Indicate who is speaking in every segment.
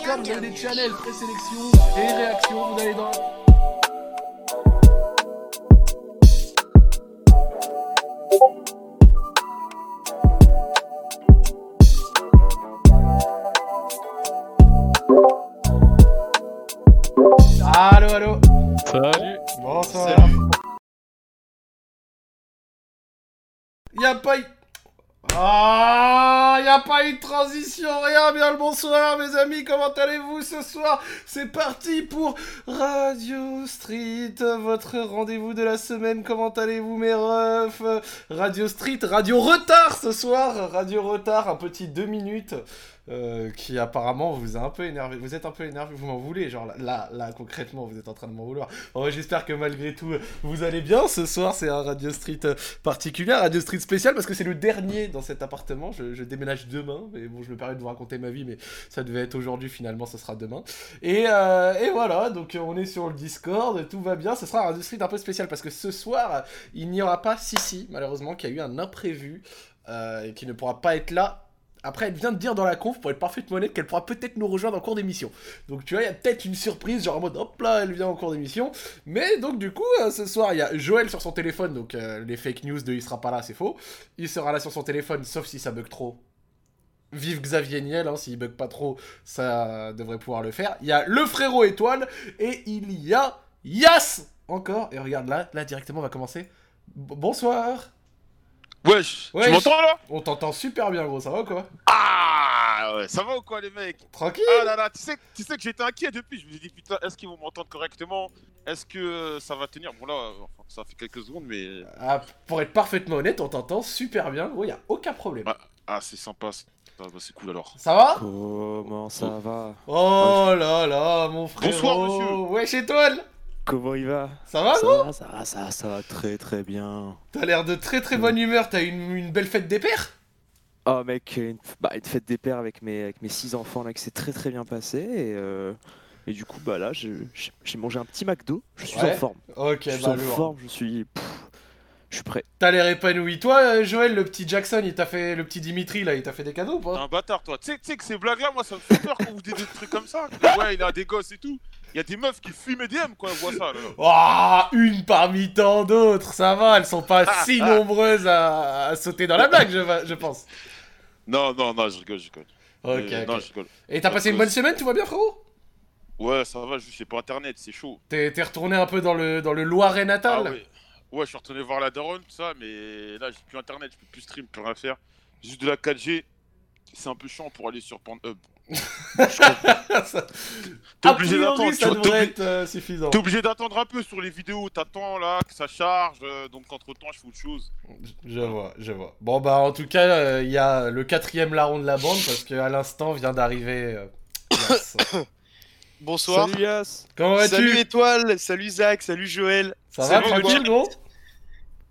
Speaker 1: Instagram, vous avez des channels, présélection et réaction, vous allez dans... Allô, allô
Speaker 2: Salut
Speaker 1: Bonsoir
Speaker 2: Salut.
Speaker 1: Y'a pas eu... Ah, y a pas eu de transition, rien, bien le bonsoir mes amis, comment allez-vous ce soir C'est parti pour Radio Street, votre rendez-vous de la semaine, comment allez-vous mes refs Radio Street, Radio Retard ce soir, Radio Retard, un petit deux minutes euh, qui apparemment vous a un peu énervé, vous êtes un peu énervé, vous m'en voulez, genre là, là, là, concrètement vous êtes en train de m'en vouloir. Bon, ouais, J'espère que malgré tout vous allez bien, ce soir c'est un Radio Street euh, particulière, Radio Street spécial parce que c'est le dernier dans cet appartement. Je, je déménage demain, mais bon, je me permets de vous raconter ma vie, mais ça devait être aujourd'hui finalement, ce sera demain. Et, euh, et voilà, donc euh, on est sur le Discord, tout va bien. Ce sera un Radio Street un peu spécial parce que ce soir, euh, il n'y aura pas Sissi, malheureusement, qui a eu un imprévu euh, et qui ne pourra pas être là. Après, elle vient de dire dans la conf, pour être parfaitement honnête, qu'elle pourra peut-être nous rejoindre en cours d'émission. Donc, tu vois, il y a peut-être une surprise, genre en mode hop là, elle vient en cours d'émission. Mais donc du coup, euh, ce soir, il y a Joël sur son téléphone, donc euh, les fake news de il sera pas là, c'est faux. Il sera là sur son téléphone, sauf si ça bug trop. Vive Xavier Niel, hein, s'il bug pas trop, ça devrait pouvoir le faire. Il y a le frérot étoile et il y a Yas encore. Et regarde là, là directement on va commencer. B- bonsoir.
Speaker 2: Wesh
Speaker 1: Wesh.
Speaker 2: Tu m'entends là
Speaker 1: On t'entend super bien gros, ça va quoi
Speaker 2: Ah ouais, Ça va ou quoi les mecs
Speaker 1: Tranquille
Speaker 2: Ah là là, tu sais, tu sais que j'étais inquiet depuis, je me suis dit putain, est-ce qu'ils vont m'entendre correctement Est-ce que euh, ça va tenir Bon là, euh, enfin, ça fait quelques secondes mais... euh,
Speaker 1: Ah, Pour être parfaitement honnête, on t'entend super bien gros, il y a aucun problème.
Speaker 2: Ouais. Ah c'est sympa, c'est ah, bah, c'est cool alors.
Speaker 1: Ça va
Speaker 3: Comment ça va
Speaker 1: Oh là là, mon frère.
Speaker 2: Bonsoir, monsieur.
Speaker 1: Wesh étoile
Speaker 3: Comment il va
Speaker 1: Ça va
Speaker 3: Ça
Speaker 1: gros
Speaker 3: va, ça va, ça va, ça va très très bien.
Speaker 1: T'as l'air de très très bonne humeur, t'as eu une, une belle fête des pères
Speaker 3: Oh mec, une, bah, une fête des pères avec mes, avec mes six enfants là qui s'est très très bien passé et, euh, et du coup bah là je- j'ai j'ai mangé un petit McDo, je suis
Speaker 1: Ouais.
Speaker 3: en forme.
Speaker 1: Ok,
Speaker 3: Je suis
Speaker 1: bah
Speaker 3: en
Speaker 1: lourd.
Speaker 3: forme, je suis... pff, je suis prêt.
Speaker 1: T'as l'air épanoui. Toi, euh, Joël, le petit Jackson, il t'a fait. Le petit Dimitri, là, il t'a fait des cadeaux ou
Speaker 2: T'es
Speaker 1: pas
Speaker 2: un bâtard toi, tu sais- tu sais que ces blagues là, moi ça me fait peur quand vous dites des trucs comme ça. Ouais, il a des gosses et tout. Il y a des meufs qui fument mes DM quand elles voient ça. Là.
Speaker 1: Ah, une parmi tant d'autres, ça va, elles sont pas si nombreuses à, à sauter dans la blague, je, va- je pense.
Speaker 2: Non, non, non, je rigole, je rigole.
Speaker 1: Ok.
Speaker 2: Euh,
Speaker 1: ok.
Speaker 2: Non, je rigole.
Speaker 1: Et t'as passé une bonne semaine, tout va bien, frérot
Speaker 2: Ouais, ça va, juste c'est pas internet, c'est chaud.
Speaker 1: T'es t'es retourné un peu dans le, dans le Loiret
Speaker 2: Ah
Speaker 1: natal
Speaker 2: ouais. ouais, je suis retourné voir la daronne, tout ça, mais là, j'ai plus internet, je peux plus stream, plus rien faire. Juste de la 4G, c'est un peu chiant pour aller sur Pornhub.
Speaker 1: Ça-
Speaker 2: T'es
Speaker 1: A
Speaker 2: obligé
Speaker 1: priori,
Speaker 2: d'attendre, tu
Speaker 1: ça
Speaker 2: vois, t'es
Speaker 1: devrait
Speaker 2: obligé-
Speaker 1: être euh, suffisant.
Speaker 2: t'es obligé d'attendre un peu sur les vidéos, t'attends là, que ça charge, euh, donc entre temps, je fais autre chose.
Speaker 1: Je vois, je vois. Bon bah en tout cas, euh, il y a le quatrième larron de la bande parce que à l'instant vient d'arriver. euh, Yass.
Speaker 4: Bonsoir.
Speaker 3: Salut Yas
Speaker 1: Comment
Speaker 4: Salut,
Speaker 1: vas-tu
Speaker 4: Étoile, salut Zach, salut Joël.
Speaker 1: Ça va
Speaker 4: salut,
Speaker 1: tranquille gros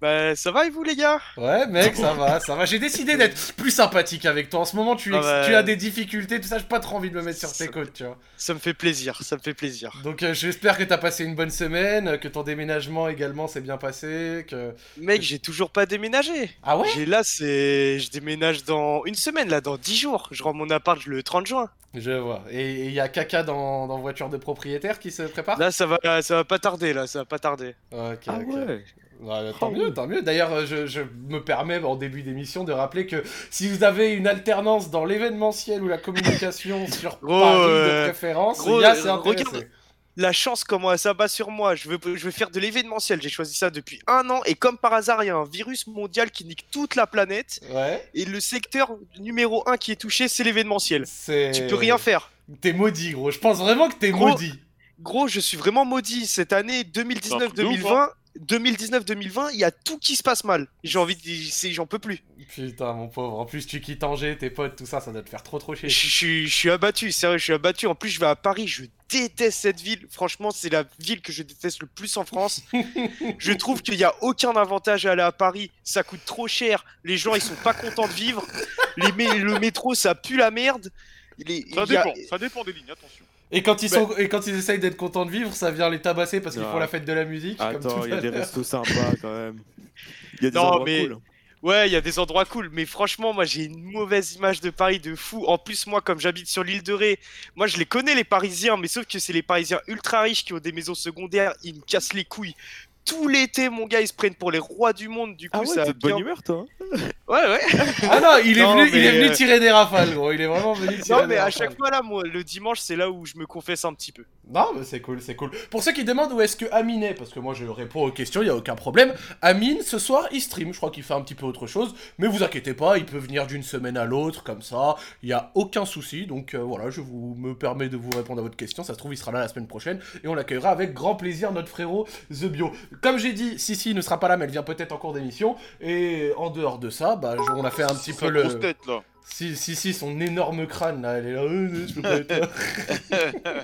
Speaker 4: Bah ça va et vous les gars
Speaker 1: Ouais mec, ça va, ça va. J'ai décidé d'être plus sympathique avec toi. En ce moment, tu,
Speaker 4: Ah
Speaker 1: ex-
Speaker 4: ouais.
Speaker 1: tu as des difficultés, tout ça. J'ai pas trop envie de me mettre sur tes
Speaker 4: Ça-
Speaker 1: côtes, tu vois.
Speaker 4: Ça me fait plaisir, ça me fait plaisir.
Speaker 1: Donc euh, j'espère que t'as passé une bonne semaine, euh, que ton déménagement également s'est bien passé, que.
Speaker 4: Mec, j'ai toujours pas déménagé.
Speaker 1: Ah ouais
Speaker 4: J'ai là, c'est, je déménage dans une semaine là, dans 10 jours. Je rends mon appart le 30 juin.
Speaker 1: Je vois. Et il y a caca dans, dans voiture de propriétaire qui se prépare.
Speaker 4: Là, ça va, ça va pas tarder là, ça va pas tarder.
Speaker 1: Ok,
Speaker 3: Ah
Speaker 1: ok.
Speaker 3: ouais
Speaker 1: Ouais, tant
Speaker 3: Oh
Speaker 1: mieux,
Speaker 3: oui.
Speaker 1: tant mieux. D'ailleurs, euh, je, je me permets en début d'émission de rappeler que si vous avez une alternance dans l'événementiel ou la communication sur
Speaker 4: Gros,
Speaker 1: Paris de
Speaker 4: euh,
Speaker 1: préférence,
Speaker 4: gros,
Speaker 1: Yas est
Speaker 4: euh,
Speaker 1: intéressé.
Speaker 4: regarde. La chance comment ça bat sur moi. Je veux, je veux faire de l'événementiel. J'ai choisi ça depuis un an et comme par hasard, il y a un virus mondial qui nique toute la planète
Speaker 1: Ouais,
Speaker 4: et le secteur numéro 1 qui est touché, c'est l'événementiel.
Speaker 1: c'est.
Speaker 4: Tu peux rien faire.
Speaker 1: T'es maudit, gros. Je pense vraiment que t'es
Speaker 4: Gros.
Speaker 1: maudit.
Speaker 4: Gros, je suis vraiment maudit. Cette année
Speaker 2: C'est un truc de ouf, hein.
Speaker 4: 2019-2020, 2019-2020, il y a tout qui se passe mal. J'ai envie de dire, c'est- j'en peux plus.
Speaker 1: Putain, mon pauvre. En plus, tu quittes Angers, tes potes, tout ça, ça doit te faire trop trop
Speaker 4: Je
Speaker 1: chier.
Speaker 4: je suis je suis abattu, sérieux, je suis abattu. En plus, je vais à Paris, je déteste cette ville. Franchement, c'est la ville que je déteste le plus en France. je trouve qu'il n'y a aucun avantage à aller à Paris. Ça coûte trop cher. Les gens, ils sont pas contents de vivre. Les mé- le métro, ça pue la merde. Il est-
Speaker 2: Ça
Speaker 4: il y a-
Speaker 2: dépend, ça dépend des lignes, attention.
Speaker 1: Et quand ils
Speaker 3: Bah-
Speaker 1: sont, et quand ils essayent d'être contents de vivre, ça vient les tabasser parce qu'ils
Speaker 3: Non.
Speaker 1: font la fête de la musique. comme
Speaker 3: Attends,
Speaker 1: tout
Speaker 3: il y
Speaker 1: à
Speaker 3: a des
Speaker 1: l'heure.
Speaker 3: restos sympas quand même. Il y a des
Speaker 4: Non,
Speaker 3: endroits
Speaker 4: mais-
Speaker 3: cool. hein.
Speaker 4: Ouais, il y a des endroits cool, mais franchement, moi j'ai une mauvaise image de Paris de fou. En plus, moi, comme j'habite sur l'île de Ré, moi je les connais les Parisiens, mais sauf que c'est les Parisiens ultra riches qui ont des maisons secondaires, ils me cassent les couilles. Tout l'été, mon gars, ils se prennent pour les rois du monde, du coup,
Speaker 3: Ah ouais,
Speaker 4: ça.
Speaker 3: t'es de bonne
Speaker 4: bien-
Speaker 3: humeur, toi.
Speaker 4: Ouais, ouais.
Speaker 1: Ah non, il est,
Speaker 4: Non,
Speaker 1: venu, il
Speaker 4: mais,
Speaker 1: est venu
Speaker 4: euh,
Speaker 1: tirer des rafales, gros. Il est vraiment venu tirer
Speaker 4: Non, mais
Speaker 1: des
Speaker 4: à
Speaker 1: rafales.
Speaker 4: chaque fois, là, moi, le dimanche, c'est là où je me confesse un petit peu.
Speaker 1: Non, mais c'est cool, c'est cool. Pour ceux qui demandent où est-ce que Amine est, parce que moi je réponds aux questions, il n'y a aucun problème. Amine, ce soir, il stream. Je crois qu'il fait un petit peu autre chose. Mais vous inquiétez pas, il peut venir d'une semaine à l'autre, comme ça. Il n'y a aucun souci. Donc euh, voilà, je vous me permets de vous répondre à votre question. Ça se trouve, il sera là la semaine prochaine. Et on l'accueillera avec grand plaisir, notre frérot The Bio. Comme j'ai dit, Sissi ne sera pas là, mais elle vient peut-être en cours d'émission. Et en dehors de ça, bah, je- on a fait un petit peu
Speaker 2: Sa
Speaker 1: le.
Speaker 2: grosse tête, là.
Speaker 1: Si, si, si, son énorme crâne là, elle est là, euh, je peux pas être là.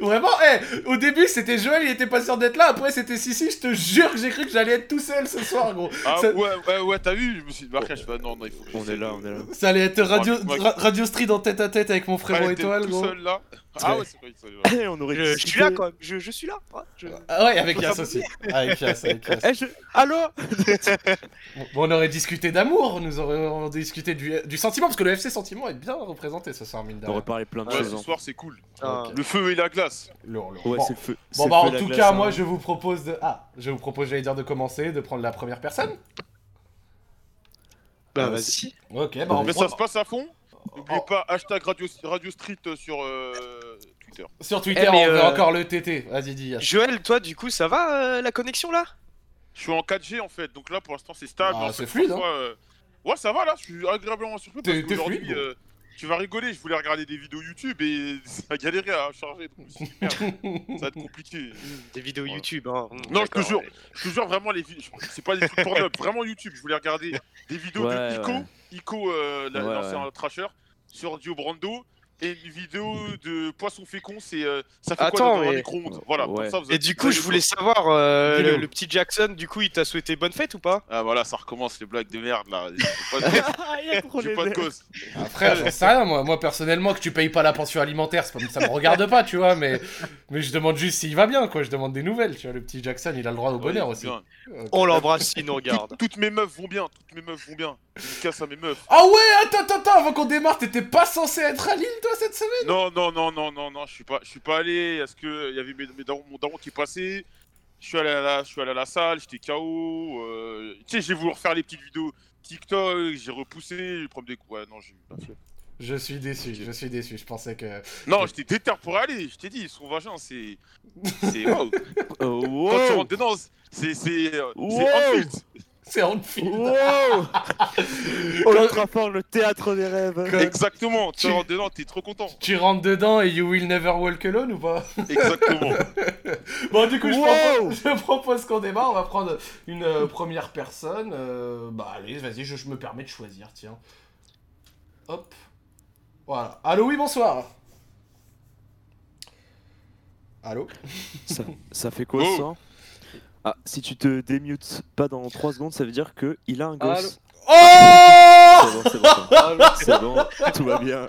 Speaker 1: Vraiment, eh, au début c'était Joël, il était pas sûr d'être là, après c'était Sissi, je te jure que j'ai cru que j'allais être tout seul ce soir, gros.
Speaker 2: Ah
Speaker 1: Ça-
Speaker 2: ouais, ouais, ouais, t'as vu Je me suis dit, Marquez, je fais, ah, non, non, il faut que
Speaker 3: On est là, on est là.
Speaker 1: Ça allait être Radio,
Speaker 2: Oh, mais moi-
Speaker 1: Ra- radio Street en tête à tête avec mon frérot
Speaker 2: Ouais, t'es
Speaker 1: étoile,
Speaker 2: tout
Speaker 1: gros.
Speaker 2: seul, là. Ah
Speaker 1: Ouais.
Speaker 2: ouais, c'est vrai, c'est vrai.
Speaker 3: on aurait
Speaker 4: Je, je suis là, quand même. Je, je suis là. ouais, je-
Speaker 1: Ah ouais, avec
Speaker 4: Faut
Speaker 1: Yas
Speaker 4: faire
Speaker 1: aussi. Ah, Avec Yas, avec Yas.
Speaker 3: Eh, je... Allô
Speaker 1: Bon, on aurait discuté d'amour, nous aurions discuté du, du sentiment, parce que le FC Sentiment est bien représenté ce soir, mine de
Speaker 3: On aurait
Speaker 1: rien.
Speaker 3: parlé plein de
Speaker 2: Ouais,
Speaker 3: choses.
Speaker 2: ce
Speaker 3: hein.
Speaker 2: soir, c'est cool. Ah.
Speaker 4: Putain.
Speaker 2: Le feu et la glace.
Speaker 1: Lourd, lourd.
Speaker 3: Ouais,
Speaker 1: Bon.
Speaker 3: c'est le feu.
Speaker 1: Bon
Speaker 3: c'est
Speaker 1: bah
Speaker 3: le
Speaker 1: en
Speaker 3: feu, la
Speaker 1: tout
Speaker 3: glace,
Speaker 1: cas
Speaker 3: hein.
Speaker 1: moi je vous propose de ah je vous propose j'allais dire de commencer de prendre la première personne.
Speaker 4: Bah,
Speaker 3: Euh,
Speaker 4: vas-y.
Speaker 1: Ok bah on
Speaker 2: Mais
Speaker 1: prend-
Speaker 2: ça se passe à fond. N'oubliez
Speaker 1: Oh.
Speaker 2: pas, hashtag Radio, Radio Street euh, sur euh, Twitter.
Speaker 1: sur Twitter
Speaker 4: Eh, mais,
Speaker 1: on veut
Speaker 4: euh,
Speaker 1: encore le TT vas-y dis. Yass.
Speaker 4: Joël, toi, du coup, ça va euh, la connexion là
Speaker 2: Je suis en 4G en fait, donc là pour l'instant c'est stable.
Speaker 1: Ah,
Speaker 2: On sait
Speaker 1: c'est
Speaker 2: que
Speaker 1: fluide,
Speaker 2: parfois, euh, Ouais, ça va là, je suis agréablement surpris parce
Speaker 1: T'es- t'es
Speaker 2: qu'aujourd'hui,
Speaker 1: fluide,
Speaker 2: euh, tu vas rigoler, je voulais regarder des vidéos YouTube et ça a galéré à charger, donc je me suis dit, merde, ça va être compliqué.
Speaker 4: Des vidéos
Speaker 2: Voilà.
Speaker 4: YouTube. Hein.
Speaker 2: Non, je te
Speaker 4: D'accord,
Speaker 2: jure,
Speaker 4: ouais.
Speaker 2: je te jure vraiment, les vi- c'est pas des trucs porno, vraiment YouTube, je voulais regarder des vidéos
Speaker 3: Ouais,
Speaker 2: de Ico,
Speaker 3: ouais.
Speaker 2: Ico, euh, la-
Speaker 3: Ouais,
Speaker 2: l'ancien trasher, sur Dio Brando. Et une vidéo de poisson fécond, c'est euh, ça fait quoi
Speaker 4: Attends,
Speaker 2: dans un
Speaker 4: mais-
Speaker 2: micro-ondes Voilà.
Speaker 3: Ouais.
Speaker 2: comme ça, vous
Speaker 4: Et
Speaker 2: êtes-
Speaker 4: du coup, je voulais savoir, euh,
Speaker 1: Dis-le.
Speaker 4: le, le petit Jackson, du coup, il t'a souhaité bonne fête ou pas
Speaker 2: Ah voilà, ça recommence les blagues de merde là. J'ai pas de cause, j'ai pas de cause.
Speaker 3: Ah,
Speaker 1: Après
Speaker 4: Ah,
Speaker 1: j'en sais rien moi moi personnellement que tu payes pas la pension alimentaire c'est pas ça me regarde pas tu vois mais mais je demande juste s'il va bien quoi je demande des nouvelles tu vois le petit Jackson il a le droit au bonheur
Speaker 2: Ouais,
Speaker 1: aussi.
Speaker 2: bien.
Speaker 1: Ok.
Speaker 4: On l'embrasse, il nous regarde.
Speaker 2: Toutes, toutes mes meufs vont bien, toutes mes meufs vont bien. Je casse à mes meufs.
Speaker 1: Ah ouais attends attends attends avant qu'on démarre t'étais pas censé être à Lille toi cette semaine.
Speaker 2: Non, non, non, non, non, non, je suis pas, je suis pas allé. Parce que euh, il y avait mes, mes darons- mon daron qui est passé. Je suis allé à la, je suis allé à la salle, j'étais KO. euh, tu sais, j'ai voulu refaire les petites vidéos TikTok, j'ai repoussé, j'ai pris des coups. Ouais, non, j'ai pas fait.
Speaker 1: Je suis déçu je suis déçu je pensais que
Speaker 2: Non, j'étais déter pour aller. Je t'ai dit, ils sont vagins, c'est, c'est waouh.
Speaker 3: Oh, wow.
Speaker 2: Quand tu rentres dedans, c'est, c'est, euh, c'est
Speaker 3: Wow.
Speaker 2: Anfield.
Speaker 1: c'est en film.
Speaker 3: Wow Oh,
Speaker 1: Quand-
Speaker 3: le Trafford, le théâtre des rêves.
Speaker 1: Quand-
Speaker 2: Exactement. Tu
Speaker 1: Tu-
Speaker 2: rentres dedans, t'es trop content.
Speaker 1: Tu rentres dedans et You Will Never Walk Alone ou pas
Speaker 2: Exactement.
Speaker 1: Bon, du coup, je,
Speaker 3: Wow
Speaker 1: propose, je propose qu'on démarre. On va prendre une euh, première personne. Euh, bah, allez, vas-y, je, je me permets de choisir, tiens. Hop. Voilà. Allô, oui, bonsoir. Allô
Speaker 3: Ça, ça fait quoi
Speaker 2: Oh.
Speaker 3: ça Ah, si tu te démutes pas dans 3 secondes, ça veut dire que il a un gosse.
Speaker 1: Oh
Speaker 3: C'est bon, c'est bon, c'est bon. Ah, C'est bon, tout va bien.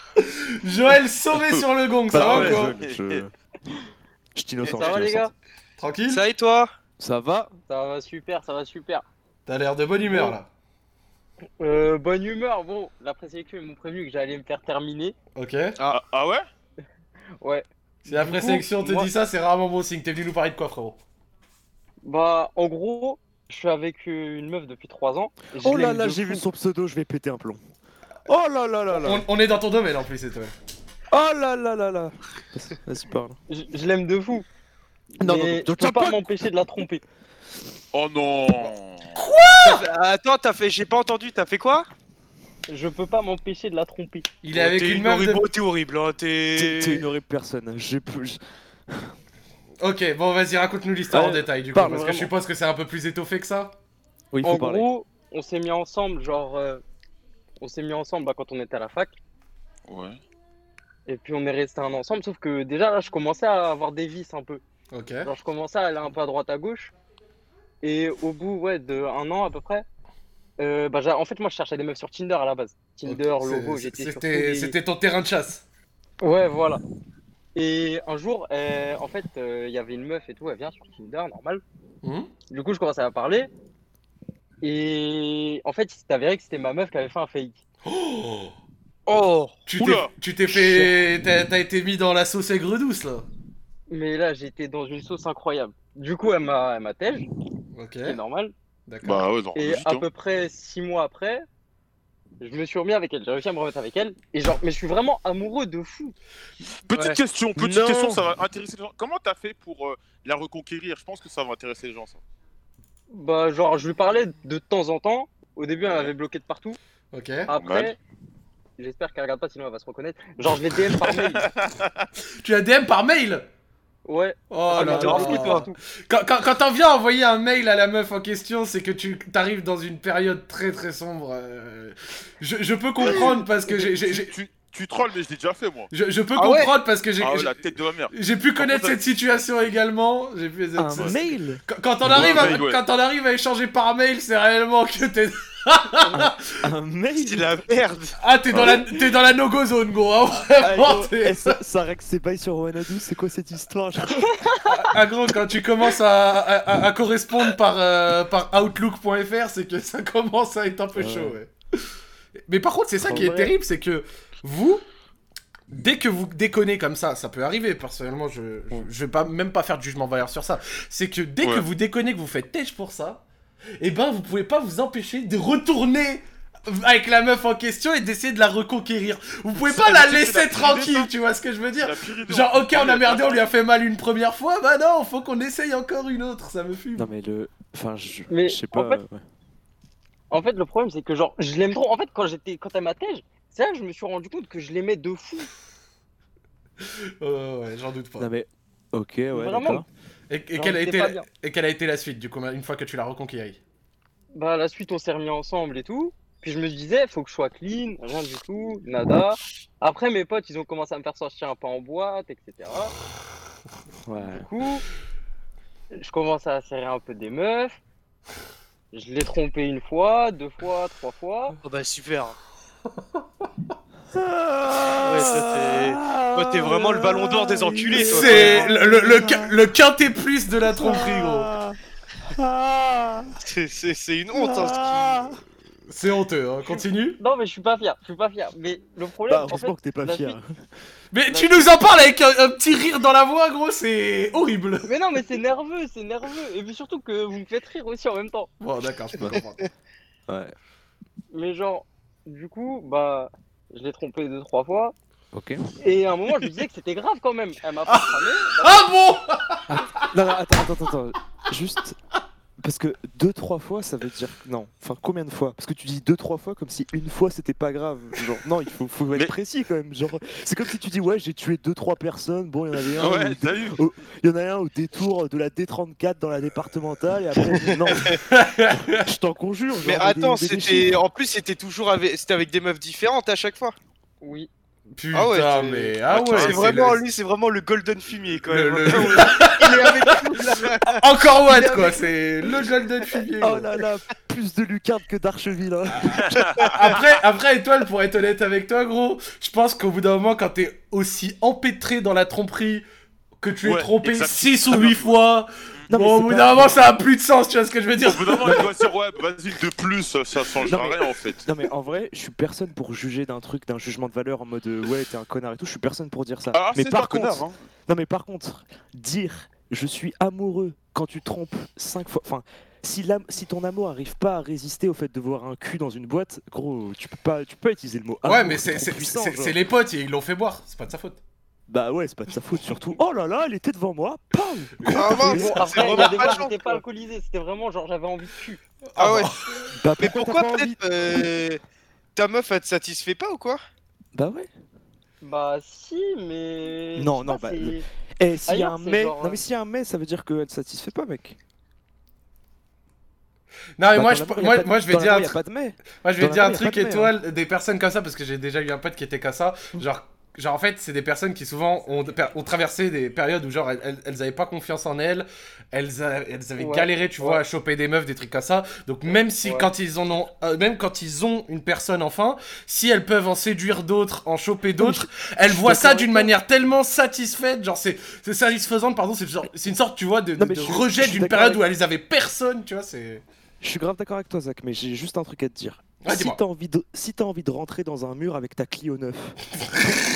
Speaker 1: Joël sauvé sur le gong, ça
Speaker 3: Pas
Speaker 1: va
Speaker 3: de
Speaker 2: ouais,
Speaker 1: quoi
Speaker 3: problème, je... je t'innocente.
Speaker 5: Ça va
Speaker 3: je
Speaker 5: les
Speaker 3: t'innocente.
Speaker 5: gars
Speaker 1: Tranquille
Speaker 4: Ça et toi
Speaker 3: Ça va
Speaker 5: Ça va super, ça va super.
Speaker 1: T'as l'air de bonne humeur là.
Speaker 5: Euh, bonne humeur, bon, la présélection, ils m'ont prévenu que j'allais me faire terminer.
Speaker 1: Ok
Speaker 2: ah, ah ouais
Speaker 5: Ouais.
Speaker 1: Si la
Speaker 5: Du
Speaker 1: présélection
Speaker 5: coup,
Speaker 1: te
Speaker 5: moi-
Speaker 1: dit ça, c'est rarement bon signe. T'es venu nous parler de quoi, frérot
Speaker 5: Bah, en gros, je suis avec euh, une meuf depuis 3 ans. et je
Speaker 3: Oh là
Speaker 5: l'aime
Speaker 3: là,
Speaker 5: de
Speaker 3: j'ai
Speaker 5: fou.
Speaker 3: vu son pseudo, je vais péter un plomb. Oh là là là là
Speaker 1: on, on est dans ton domaine en plus, c'est toi.
Speaker 3: Oh là là là là Vas-y, parle.
Speaker 5: Je, je l'aime de fou.
Speaker 3: Non, non,
Speaker 5: mais
Speaker 3: non,
Speaker 5: je
Speaker 3: t'as
Speaker 5: peux pas
Speaker 3: pas-
Speaker 5: m'empêcher de la tromper.
Speaker 2: Oh non.
Speaker 4: T'as fait- Attends, t'as fait, j'ai pas entendu, t'as fait quoi
Speaker 5: Je peux pas m'empêcher de la tromper.
Speaker 1: Il est avec
Speaker 4: T'es
Speaker 1: une meuf de...
Speaker 4: horrible, T'es horrible, hein,
Speaker 3: T'es
Speaker 4: t'es.
Speaker 3: t'es une horrible personne. J'ai plus.
Speaker 1: Ok, bon, vas-y, raconte-nous l'histoire en
Speaker 3: Ouais,
Speaker 1: détail du coup,
Speaker 3: parle
Speaker 1: parce que je
Speaker 3: vraiment.
Speaker 1: suppose que c'est un peu plus étoffé que ça.
Speaker 3: Oui, il faut
Speaker 5: En
Speaker 3: parler.
Speaker 5: gros, on s'est mis ensemble, genre, euh, on s'est mis ensemble bah, quand on était à la fac.
Speaker 2: Ouais.
Speaker 5: Et puis on est resté un ensemble, sauf que déjà là, je commençais à avoir des vices un peu.
Speaker 1: Ok.
Speaker 5: Genre, je commençais à aller un peu à droite à gauche. Et au bout ouais, de un an à peu près, euh, bah, j'a- en fait, moi, je cherchais des meufs sur Tinder à la base. Tinder,
Speaker 1: Ok, c'est-
Speaker 5: logo,
Speaker 1: c'est-
Speaker 5: j'étais sur tous
Speaker 1: C'était
Speaker 5: les-
Speaker 1: c'était ton terrain de chasse.
Speaker 5: Ouais, voilà. Et un jour, euh, en fait, euh, il y avait une meuf et tout, elle vient sur Tinder, normal.
Speaker 1: Hmm
Speaker 5: Du coup, je commençais à parler.
Speaker 6: Et en fait, il s'est avéré que c'était ma meuf qui avait fait un fake.
Speaker 1: Oh
Speaker 4: Oh
Speaker 1: Tu t'es-
Speaker 2: Oula.
Speaker 1: tu t'es fait. T'as t'as été mis dans la sauce aigre douce là.
Speaker 6: Mais là, j'étais dans une sauce incroyable. Du coup, elle m'a elle m'a tège,
Speaker 1: Ok,
Speaker 6: c'est normal.
Speaker 1: d'accord.
Speaker 2: Bah ouais, non,
Speaker 6: Et ah,
Speaker 2: logique,
Speaker 6: à
Speaker 2: hein.
Speaker 6: peu près six mois après, je me suis remis avec elle. J'ai réussi à me remettre avec elle. Et genre, mais je suis vraiment amoureux de fou.
Speaker 2: Petite
Speaker 4: Ouais.
Speaker 2: question, petite
Speaker 4: Non.
Speaker 2: question, ça va intéresser les gens. Comment t'as fait pour euh, la reconquérir Je pense que ça va intéresser les gens, ça.
Speaker 6: Bah, genre, je lui parlais de temps en temps. Au début, elle
Speaker 2: Ouais.
Speaker 6: m'avait bloqué de partout.
Speaker 1: Ok.
Speaker 6: Après,
Speaker 2: Normal.
Speaker 6: j'espère qu'elle regarde pas, sinon elle va se reconnaître. Genre, je l'ai DM par mail.
Speaker 1: Tu as DM par mail
Speaker 6: Ouais.
Speaker 1: Oh
Speaker 6: Ah, mais
Speaker 1: là
Speaker 6: t'es en
Speaker 1: là.
Speaker 4: fou,
Speaker 6: toi.
Speaker 1: Quand, quand, quand t'en viens à envoyer un mail à la meuf en question, c'est que tu t'arrives dans une période très très sombre. euh, Je, je peux comprendre parce que j'ai. j'ai- j'ai-
Speaker 2: Tu, tu trolls, mais je l'ai déjà fait, moi.
Speaker 1: Je, je peux
Speaker 4: Ah ouais
Speaker 1: comprendre parce que j'ai.
Speaker 2: Ah ouais,
Speaker 1: j'ai-
Speaker 2: la tête de ma mère.
Speaker 1: J'ai pu connaître
Speaker 2: contre,
Speaker 1: cette situation également. J'ai pu.
Speaker 3: Un mail
Speaker 1: Quand- Quand on arrive, à,
Speaker 2: Ouais, ouais.
Speaker 1: quand on arrive à échanger par mail, c'est réellement que t'es.
Speaker 3: Un mail
Speaker 4: C'est de la merde
Speaker 1: Ah, t'es dans, la... t'es dans la no-go zone, gros. hein, vraiment,
Speaker 3: Ah,
Speaker 1: t'es-
Speaker 3: eh, ça, ça règle ses bails sur Wanadu, c'est quoi cette histoire
Speaker 1: Ah, gros, quand tu commences à, à- à- à correspondre par, euh, par Outlook.fr, c'est que ça commence à être un peu
Speaker 3: Ouais.
Speaker 1: chaud, ouais. Mais par contre, c'est ça
Speaker 3: En
Speaker 1: qui est
Speaker 3: vrai.
Speaker 1: terrible, c'est que vous, dès que vous déconnez comme ça, ça peut arriver, personnellement, je, je, je vais pas, même pas faire de jugement de valeur sur ça, c'est que dès que
Speaker 2: Ouais.
Speaker 1: vous déconnez, que vous faites têche pour ça, eh ben, vous pouvez pas vous empêcher de retourner avec la meuf en question et d'essayer de la reconquérir. Vous pouvez pas
Speaker 2: Ah,
Speaker 1: la
Speaker 2: mais c'est- c'est
Speaker 1: laisser
Speaker 2: la pire idée,
Speaker 1: tranquille,
Speaker 2: ça.
Speaker 1: tu vois ce que je veux dire
Speaker 2: La pire idée,
Speaker 1: Genre,
Speaker 2: on-
Speaker 1: ok, on a merdé, on lui a fait mal une première fois, bah non, faut qu'on essaye encore une autre, ça me fume.
Speaker 3: Non mais le... Enfin, je
Speaker 6: Mais
Speaker 3: je sais
Speaker 6: en
Speaker 3: pas...
Speaker 6: fait-
Speaker 3: ouais.
Speaker 6: En fait, le problème, c'est que genre, je l'aime trop. En fait, quand j'étais, quand elle m'attège, c'est là que je me suis rendu compte que je l'aimais de fou.
Speaker 1: Euh, ouais, j'en doute pas.
Speaker 3: Non mais... Ok, ouais,
Speaker 6: Vraiment.
Speaker 3: d'accord.
Speaker 1: Et, et
Speaker 6: Genre,
Speaker 1: quelle a
Speaker 6: j'étais
Speaker 1: été
Speaker 6: pas
Speaker 1: la-
Speaker 6: bien.
Speaker 1: et quelle a été la suite, du coup, une fois que tu l'as reconquérie
Speaker 6: Bah, la suite, on s'est remis ensemble et tout. Puis je me disais, faut que je sois clean, rien du tout, nada. Après, mes potes, ils ont commencé à me faire sortir un peu en boîte, etc.
Speaker 3: Ouais.
Speaker 6: Du coup, je commence à serrer un peu des meufs. Je l'ai trompé une fois, deux fois, trois fois.
Speaker 4: Oh bah super Ouais, ça, t'es- toi, t'es vraiment le ballon d'or des enculés, toi. hein.
Speaker 1: C'est le, le, le qui- le quintet plus de la tromperie, gros.
Speaker 4: Ah. C'est- C'est c'est une honte hein, ce qui-
Speaker 1: C'est honteux, hein, continue.
Speaker 6: Non, mais je suis pas fier, je suis pas fier. Mais le problème,
Speaker 3: Bah,
Speaker 6: en fait,
Speaker 3: heureusement que t'es pas
Speaker 6: la
Speaker 3: fier.
Speaker 1: Mais tu nous en parles avec un, un petit rire dans la voix, gros, c'est horrible.
Speaker 6: mais non, mais c'est nerveux, c'est nerveux. Et puis surtout que vous me faites rire aussi en même temps.
Speaker 1: Bon, d'accord, je peux comprendre.
Speaker 3: Ouais,
Speaker 6: Mais genre, du coup, bah, je l'ai trompé deux, trois fois.
Speaker 3: ok.
Speaker 6: Et à un moment, je me disais que c'était grave quand même. Elle m'a pas cramé.
Speaker 1: Ah bon
Speaker 3: Non, non, attends, attends, attends, attends. Juste. Parce que deux, trois fois, ça veut dire. Non. Enfin, combien de fois Parce que tu dis deux, trois fois comme si une fois c'était pas grave. Genre, non, il faut, faut être
Speaker 2: Mais-
Speaker 3: précis quand même. Genre, c'est comme si tu dis, ouais, j'ai tué deux, trois personnes. Bon, il y en avait un.
Speaker 2: Ouais,
Speaker 3: au-
Speaker 2: t'as vu
Speaker 3: Il y en a un au détour de la D34 dans la départementale. Et après, non. Je t'en conjure. genre,
Speaker 4: Mais
Speaker 3: des-
Speaker 4: attends,
Speaker 3: des- des
Speaker 4: c'était...
Speaker 3: chiffres.
Speaker 4: En plus, c'était toujours avec... C'était avec des meufs différentes à chaque fois
Speaker 6: Oui.
Speaker 1: Putain,
Speaker 4: Ah ouais, c'est-
Speaker 1: mais. Ah ouais,
Speaker 4: C'est vraiment...
Speaker 1: le-
Speaker 4: Lui, c'est vraiment le golden fumier, quand même. hein.
Speaker 1: Le-
Speaker 4: Il est avec nous, là.
Speaker 1: Encore what, quoi, c'est le golden fumier.
Speaker 3: Oh
Speaker 1: gros.
Speaker 3: là là, plus de lucarne que d'Archeville. hein.
Speaker 1: Après, après, étoile, pour être honnête avec toi, gros, je pense qu'au bout d'un moment, quand t'es aussi empêtré dans la tromperie que tu es
Speaker 2: Ouais,
Speaker 1: trompé
Speaker 2: exact. Ah
Speaker 1: 6 ou 8 fois,
Speaker 3: Non, mais
Speaker 1: bon, au
Speaker 3: c'est
Speaker 1: bout
Speaker 3: pas-
Speaker 1: d'un moment, ça a plus de sens, tu vois ce que je veux dire
Speaker 2: Au bout d'un moment, il doit se dire, ouais, vas-y, de plus, ça- ça changera
Speaker 3: Non, mais-
Speaker 2: rien en fait.
Speaker 3: Non mais en vrai, je suis personne pour juger d'un truc, d'un jugement de valeur en mode euh, ouais t'es un connard et tout. Je suis personne pour dire ça.
Speaker 2: Ah,
Speaker 3: mais
Speaker 2: c'est
Speaker 3: par
Speaker 2: un
Speaker 3: contre,
Speaker 2: connard, hein.
Speaker 3: non mais par contre, dire je suis amoureux quand tu trompes cinq fois. Enfin, si l'am- si ton amour arrive pas à résister au fait de voir un cul dans une boîte, gros, tu peux pas, tu peux pas utiliser le mot.
Speaker 1: Ouais,
Speaker 3: amour,
Speaker 1: mais c'est
Speaker 3: trop
Speaker 1: c'est-
Speaker 3: puissant,
Speaker 1: c'est-
Speaker 3: genre.
Speaker 1: c'est les potes, ils l'ont fait boire, c'est pas de sa faute.
Speaker 3: Bah ouais, c'est pas de sa faute surtout. Oh là là, elle était devant moi. Pam.
Speaker 4: Ah, mince.
Speaker 6: Bon,
Speaker 4: C'est
Speaker 6: après, il y a des
Speaker 4: vraiment
Speaker 6: fois,
Speaker 4: pas de chance,
Speaker 6: j'étais pas
Speaker 4: quoi.
Speaker 6: alcoolisé. C'était vraiment genre, j'avais envie de cul.
Speaker 4: Ah ouais.
Speaker 3: Bah
Speaker 4: Mais pourquoi
Speaker 3: t'as pas envie
Speaker 4: peut-être euh, ta meuf elle te satisfait pas ou quoi
Speaker 3: Bah ouais.
Speaker 6: Bah, si, mais.
Speaker 3: Non,
Speaker 6: je sais
Speaker 3: non,
Speaker 6: pas,
Speaker 3: bah,
Speaker 6: c'est-
Speaker 3: le- Et s'il y a
Speaker 6: Ailleurs,
Speaker 3: un
Speaker 6: c'est
Speaker 3: mais,
Speaker 6: genre,
Speaker 3: non
Speaker 6: euh,
Speaker 3: mais s'il y a un mais, ça veut dire qu'elle te satisfait pas, mec.
Speaker 1: Non, mais
Speaker 3: Bah,
Speaker 1: moi,
Speaker 3: dans
Speaker 1: je,
Speaker 3: l'amour, y a
Speaker 1: moi,
Speaker 3: pas de-
Speaker 1: moi, je vais
Speaker 3: dans
Speaker 1: dire un
Speaker 3: l'amour, y a
Speaker 1: truc.
Speaker 3: pas de mais.
Speaker 1: Moi, je vais
Speaker 3: Dans
Speaker 1: dire
Speaker 3: la
Speaker 1: un
Speaker 3: rue, y a
Speaker 1: truc,
Speaker 3: pas de hein. Mmh.
Speaker 1: étoile, des personnes comme ça, parce que j'ai déjà eu un pote qui était comme ça. Genre, genre en fait, c'est des personnes qui souvent ont, ont traversé des périodes où, genre, elles- elles, elles avaient pas confiance en elles, elles, a- elles avaient
Speaker 6: Ouais,
Speaker 1: galéré, tu
Speaker 6: ouais.
Speaker 1: vois, à choper des meufs, des trucs comme ça. Donc, même si,
Speaker 6: Ouais.
Speaker 1: quand ils en ont, euh, même quand ils ont une personne enfin, si elles peuvent en séduire d'autres, en choper d'autres, elles
Speaker 3: suis
Speaker 1: voient ça
Speaker 3: d'accord
Speaker 1: d'une
Speaker 3: avec
Speaker 1: manière tellement satisfaite, genre, c'est c'est satisfaisante, pardon, c'est genre- c'est une sorte, tu vois, de,
Speaker 3: Non,
Speaker 1: de-
Speaker 3: mais
Speaker 1: de
Speaker 3: je suis- je
Speaker 1: rejet
Speaker 3: suis
Speaker 1: d'une
Speaker 3: d'accord
Speaker 1: période où elles avaient personne, tu vois, c'est.
Speaker 3: Je suis grave d'accord avec toi, Zach, mais j'ai juste un truc à te dire.
Speaker 1: Ah,
Speaker 3: si
Speaker 1: dis-moi.
Speaker 3: t'as envie de, si t'as envie de rentrer dans un mur avec ta Clio 9,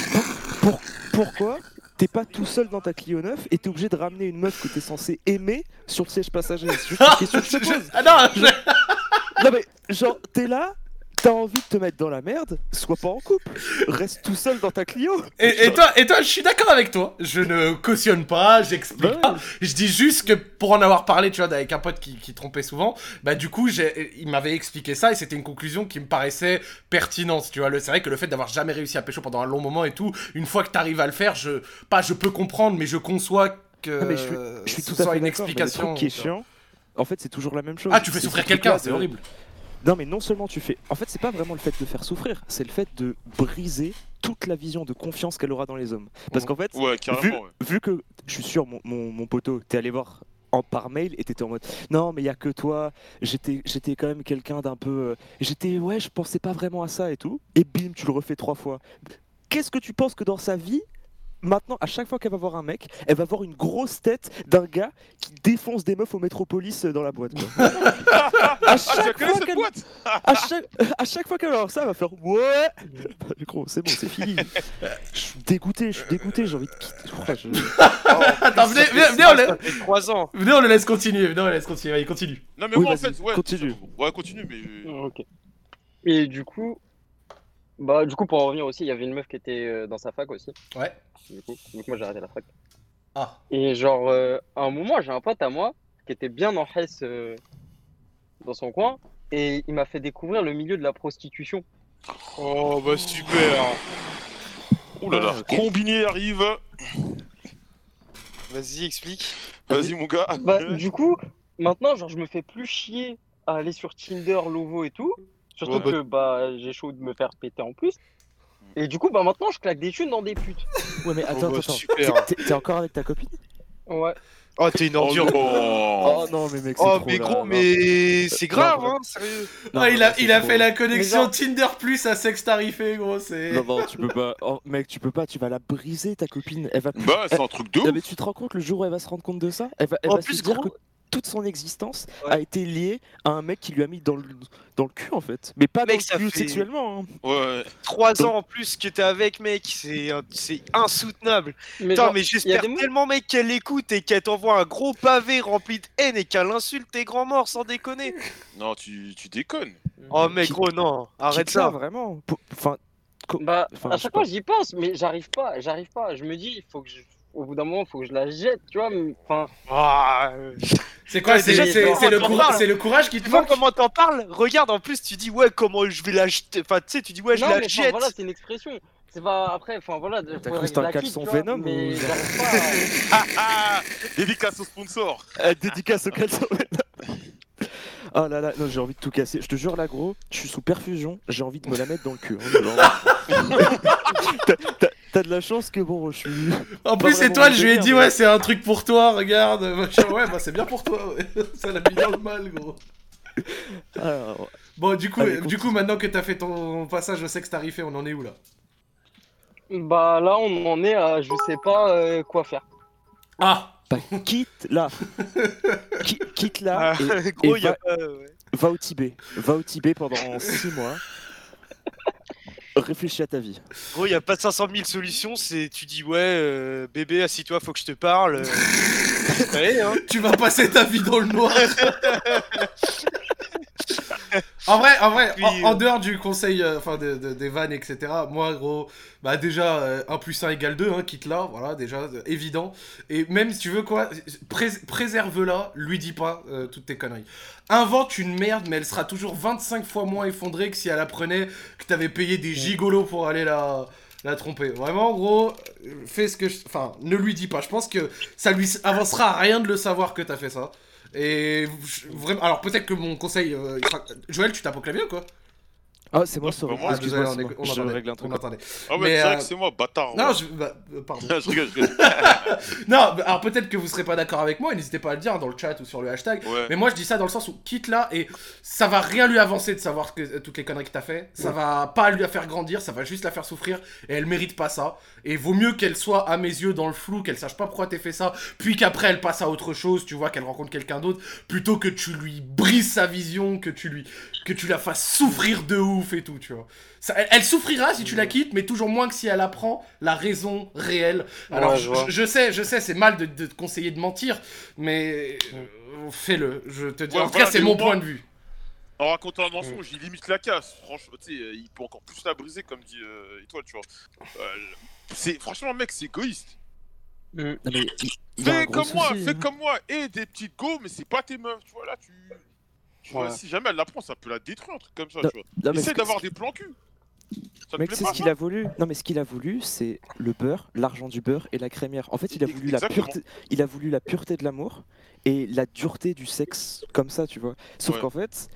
Speaker 3: pour- pourquoi t'es pas tout seul dans ta Clio 9 et t'es obligé de ramener une meuf que t'es censé aimer sur le siège passager C'est juste une question que je te pose.
Speaker 1: Ah non, je-
Speaker 3: Non mais genre t'es là, t'as envie de te mettre dans la merde, sois pas en couple, reste tout seul dans ta Clio.
Speaker 1: et, et toi, et toi, je suis d'accord avec toi. Je ne cautionne pas, j'explique pas. Je dis juste que pour en avoir parlé, tu vois, avec un pote qui, qui trompait souvent, bah du coup, j'ai- il m'avait expliqué ça et c'était une conclusion qui me paraissait pertinente, tu vois. Le- C'est vrai que le fait d'avoir jamais réussi à pécho pendant un long moment et tout, une fois que t'arrives à le faire, je pas, je peux comprendre, mais je conçois que
Speaker 3: Non, Ah, mais Je suis
Speaker 1: ce
Speaker 3: tout
Speaker 1: Euh, soit
Speaker 3: à fait d'accord,
Speaker 1: une
Speaker 3: mais
Speaker 1: explication.
Speaker 3: Le truc qui est
Speaker 1: tu vois.
Speaker 3: chiant, en fait c'est toujours la même chose.
Speaker 1: Ah, tu fais
Speaker 3: C'est
Speaker 1: souffrir
Speaker 3: ce truc-là
Speaker 1: quelqu'un, c'est
Speaker 3: de-
Speaker 1: horrible.
Speaker 3: Non mais non seulement tu fais... En fait c'est pas vraiment le fait de faire souffrir, c'est le fait de briser toute la vision de confiance qu'elle aura dans les hommes. Parce
Speaker 1: Mhm.
Speaker 3: qu'en fait,
Speaker 2: Mmh. Ouais,
Speaker 3: vu,
Speaker 2: carrément. ouais.
Speaker 3: vu que je suis sûr, mon, mon, mon poteau, t'es allé voir en par mail et t'étais en mode non mais il y a que toi j'étais j'étais quand même quelqu'un d'un peu euh, j'étais ouais je pensais pas vraiment à ça et tout et bim tu le refais trois fois qu'est-ce que tu penses que dans sa vie maintenant à chaque fois qu'elle va voir un mec elle va voir une grosse tête d'un gars qui défonce des meufs au métropolis euh, dans la boîte quoi. à
Speaker 2: Ah, tu la
Speaker 3: chaque
Speaker 2: connais
Speaker 3: fois
Speaker 2: cette
Speaker 3: qu'elle
Speaker 2: boîte
Speaker 3: à chaque, à chaque fois qu'elle va voir ça, elle va faire ouais. Gros, c'est bon, c'est fini. Je suis dégoûté, je suis dégoûté, j'ai envie de quitter. Oh, je-
Speaker 2: Oh,
Speaker 1: Attends, venez, venez, venez, on le-
Speaker 4: Ça fait 3 ans.
Speaker 1: venez, on le laisse continuer. Venez, on le laisse continuer. Allez, continue.
Speaker 2: Non, mais
Speaker 3: Oui,
Speaker 2: moi, en
Speaker 3: vas-y,
Speaker 2: fait, ouais.
Speaker 3: continue.
Speaker 2: Ouais, continue, mais.
Speaker 5: Ok. Et du coup, bah du coup pour en revenir aussi, il y avait une meuf qui était euh, dans sa fac aussi.
Speaker 1: Ouais.
Speaker 5: Du coup, donc moi j'ai arrêté la fac.
Speaker 1: Ah.
Speaker 5: Et genre euh, à un moment, j'ai un pote à moi qui était bien en Hesse euh, dans son coin et il m'a fait découvrir le milieu de la prostitution.
Speaker 4: Oh bah super.
Speaker 2: Ouh là là. Combiné arrive.
Speaker 4: Vas-y, explique.
Speaker 2: Vas-y, mon gars.
Speaker 5: Bah du coup, maintenant genre je me fais plus chier à aller sur Tinder, Lovo et tout, surtout
Speaker 2: Ouais, bah-
Speaker 5: que bah j'ai chaud de me faire péter en plus. Et du coup, bah maintenant je claque des thunes dans des putes.
Speaker 3: Ouais, mais attends,
Speaker 4: bah,
Speaker 3: attends,
Speaker 4: super.
Speaker 3: attends. T'es- T'es t'es encore avec ta copine
Speaker 5: Ouais.
Speaker 4: Oh, t'es une
Speaker 2: Oh,
Speaker 4: ordure.
Speaker 2: non.
Speaker 3: Oh non, mais mec, c'est
Speaker 4: Oh,
Speaker 3: trop,
Speaker 4: mais
Speaker 3: là,
Speaker 4: gros,
Speaker 3: non.
Speaker 4: mais c'est grave,
Speaker 3: Euh, non,
Speaker 4: hein, sérieux.
Speaker 3: Non,
Speaker 1: Ah, il a,
Speaker 3: non,
Speaker 1: il
Speaker 3: c'est
Speaker 1: a
Speaker 3: trop.
Speaker 1: fait la connexion
Speaker 5: Mais genre-
Speaker 1: Tinder plus à sexe tarifé, gros,
Speaker 4: hein.
Speaker 1: c'est...
Speaker 3: Non, non, tu peux pas. Oh, mec, tu peux pas, tu vas la briser ta copine. Elle va.
Speaker 2: Bah, c'est un truc de
Speaker 3: Non,
Speaker 2: ouf.
Speaker 3: mais tu te rends compte le jour où elle va se rendre compte de ça Elle va, elle
Speaker 4: En
Speaker 3: va
Speaker 4: plus,
Speaker 3: se dire
Speaker 4: gros-
Speaker 3: que toute son existence
Speaker 4: Ouais.
Speaker 3: a été liée à un mec qui lui a mis dans le, dans le cul en fait. Mais pas
Speaker 4: Mec,
Speaker 3: dans
Speaker 4: ça
Speaker 3: le cul
Speaker 4: fait-
Speaker 3: sexuellement. hein.
Speaker 4: 3 ans en plus que t'es avec, mec, c'est un- c'est insoutenable.
Speaker 5: Mais
Speaker 4: Putain,
Speaker 5: genre,
Speaker 4: mais
Speaker 5: y a
Speaker 4: j'espère
Speaker 5: des mots-
Speaker 4: tellement, mec, qu'elle écoute et qu'elle t'envoie un gros pavé rempli de haine et qu'elle insulte tes grands morts sans déconner.
Speaker 2: Non, tu, tu déconnes.
Speaker 4: Oh, mais
Speaker 3: Qui-
Speaker 4: gros, non, arrête
Speaker 3: Quitte-la,
Speaker 4: ça.
Speaker 3: vraiment. Pou- Enfin,
Speaker 5: Bah,
Speaker 3: Enfin, je
Speaker 5: à
Speaker 3: sais
Speaker 5: chaque
Speaker 3: pas.
Speaker 5: fois j'y pense, mais j'arrive pas, j'arrive pas. Je me dis, il faut que je- au bout d'un moment, il faut que je la jette, tu vois. mais- Enfin,
Speaker 4: Ah, euh,
Speaker 1: C'est quoi, c'est
Speaker 4: Déjà,
Speaker 1: c'est-
Speaker 4: c'est
Speaker 1: c'est le,
Speaker 4: vraiment
Speaker 1: coura-
Speaker 4: normal.
Speaker 1: c'est le courage qui te
Speaker 4: Tu vois
Speaker 1: manque
Speaker 4: comment t'en parles Regarde, en plus, tu dis, ouais, comment je vais la jeter. Enfin, tu sais, tu dis, ouais, je
Speaker 5: non,
Speaker 4: la
Speaker 5: mais enfin,
Speaker 4: jette.
Speaker 5: voilà, c'est une expression. C'est pas après, enfin voilà. faudrait
Speaker 3: cru que
Speaker 5: que
Speaker 3: c'était
Speaker 5: je
Speaker 3: un
Speaker 5: la quitte,
Speaker 3: caleçon
Speaker 5: tu vois,
Speaker 3: Venom
Speaker 5: Mais
Speaker 3: ou-
Speaker 5: j'arrive pas. à-
Speaker 2: Ah ah Dédicace au sponsor.
Speaker 3: Euh, dédicace au caleçon. Oh là là, non, j'ai envie de tout casser. Je te jure, là, gros, je suis sous perfusion, j'ai envie de me la mettre dans le cul. hein, genre. T'as- t'as- T'as de la chance que, bon, je suis.
Speaker 1: En plus,
Speaker 3: vraiment
Speaker 1: Étoile,
Speaker 3: le
Speaker 1: je lui ai
Speaker 3: délire,
Speaker 1: dit,
Speaker 3: mais-
Speaker 1: ouais, c'est un truc pour toi, regarde, machin. Ouais, bah c'est bien pour toi, ouais. ça l'a mis dans le mal, gros.
Speaker 3: Alors,
Speaker 1: Bon, du coup,
Speaker 3: Allez,
Speaker 1: du coup maintenant que t'as fait ton passage au sexe tarifé, on en est où, là
Speaker 5: Bah là, on en est à, je sais pas euh, quoi faire.
Speaker 1: Ah
Speaker 3: bah, quitte là. Qui- quitte là.
Speaker 4: Ah,
Speaker 3: et
Speaker 4: gros, y a
Speaker 3: va-
Speaker 4: pas. ouais.
Speaker 3: va au Tibet. Va au Tibet pendant 6 mois. Réfléchis à ta vie.
Speaker 4: Gros, y a pas 500 000 solutions. C'est, tu dis, ouais, euh, bébé, assis-toi, faut que je te parle. euh. Allez, hein.
Speaker 1: Tu vas passer ta vie dans le noir En vrai, en vrai,
Speaker 4: Puis,
Speaker 1: en, en
Speaker 4: euh,
Speaker 1: dehors du conseil, euh, enfin de- de- des vannes, etc. Moi, gros, bah déjà, euh, 1 plus 1 égale 2, hein, quitte là, voilà, déjà, euh, évident. Et même si tu veux quoi, pré- préserve-la, lui dis pas euh, toutes tes conneries. Invente une merde, mais elle sera toujours 25 fois moins effondrée que si elle apprenait que t'avais payé des gigolos pour aller la, la tromper. Vraiment, gros, euh, fais ce que je. Enfin, ne lui dis pas. Je pense que ça lui avancera à rien de le savoir que t'as fait ça. Et je- vraiment, alors peut-être que mon conseil. euh, il sera- Joël, tu tapes au clavier ou quoi
Speaker 3: Ah, c'est moi,
Speaker 2: Non, c'est
Speaker 3: sorry.
Speaker 2: pas moi.
Speaker 3: Excuse-moi,
Speaker 1: désolé,
Speaker 3: c'est moi.
Speaker 1: on,
Speaker 3: je
Speaker 1: attendait,
Speaker 3: règle un truc.
Speaker 1: on attendait.
Speaker 2: Ah ouais,
Speaker 1: Mais,
Speaker 2: c'est
Speaker 1: euh,
Speaker 2: vrai que c'est moi, bâtard.
Speaker 1: Non,
Speaker 2: ouais.
Speaker 1: je... bah, euh, pardon.
Speaker 2: je rigole, je rigole.
Speaker 1: non, bah, alors peut-être que vous serez pas d'accord avec moi, et n'hésitez pas à le dire hein, dans le chat ou sur le hashtag.
Speaker 2: Ouais.
Speaker 1: Mais moi je dis ça dans le sens où quitte là et ça va rien lui avancer de savoir que, euh, toutes les conneries que t'as fait. Ça va pas lui la faire grandir, ça va juste la faire souffrir et elle mérite pas ça. Et vaut mieux qu'elle soit à mes yeux dans le flou, qu'elle sache pas pourquoi t'es fait ça, puis qu'après elle passe à autre chose, tu vois, qu'elle rencontre quelqu'un d'autre, plutôt que tu lui brises sa vision, que tu lui, que tu la fasses souffrir de ouf et tout, tu vois. Ça- elle, elle souffrira si tu la quittes, mais toujours moins que si elle apprend la raison réelle. Alors
Speaker 5: Ouais, je
Speaker 1: je,
Speaker 5: vois.
Speaker 1: je- je sais, je sais, c'est mal de, de te conseiller de mentir, mais euh, fais-le, je te dis.
Speaker 2: Ouais,
Speaker 1: en tout
Speaker 2: voilà,
Speaker 1: cas, c'est
Speaker 2: mais
Speaker 1: mon
Speaker 2: au moins-
Speaker 1: point de vue.
Speaker 2: En racontant un mensonge, il limite la casse. Franchement, tu sais, euh, il peut encore plus la briser, comme dit euh, Étoile, tu vois. Euh, c'est- franchement, mec, c'est égoïste.
Speaker 3: Non, mais il- il y a un
Speaker 2: Fais
Speaker 3: gros
Speaker 2: comme moi,
Speaker 3: souci,
Speaker 2: fais
Speaker 3: hein.
Speaker 2: comme moi. Et des petites go, mais c'est pas tes meufs, tu vois. Là, tu. Tu vois,
Speaker 5: Ouais.
Speaker 2: si jamais elle l'apprend, ça peut la détruire, un truc comme ça,
Speaker 3: Non,
Speaker 2: tu vois.
Speaker 3: Non, mais ce
Speaker 2: Essaye
Speaker 3: que-
Speaker 2: d'avoir des plans cul. Ça te
Speaker 3: Mec,
Speaker 2: plaît
Speaker 3: c'est
Speaker 2: pas
Speaker 3: ce qu'il
Speaker 2: ça
Speaker 3: a voulu. Non, mais ce qu'il a voulu, c'est le beurre, l'argent du beurre et la crémière. En fait, il a voulu la
Speaker 2: Exactement.
Speaker 3: pureté, il a voulu la pureté de l'amour et la dureté du sexe, comme ça, tu vois. Sauf
Speaker 2: Ouais.
Speaker 3: qu'en fait,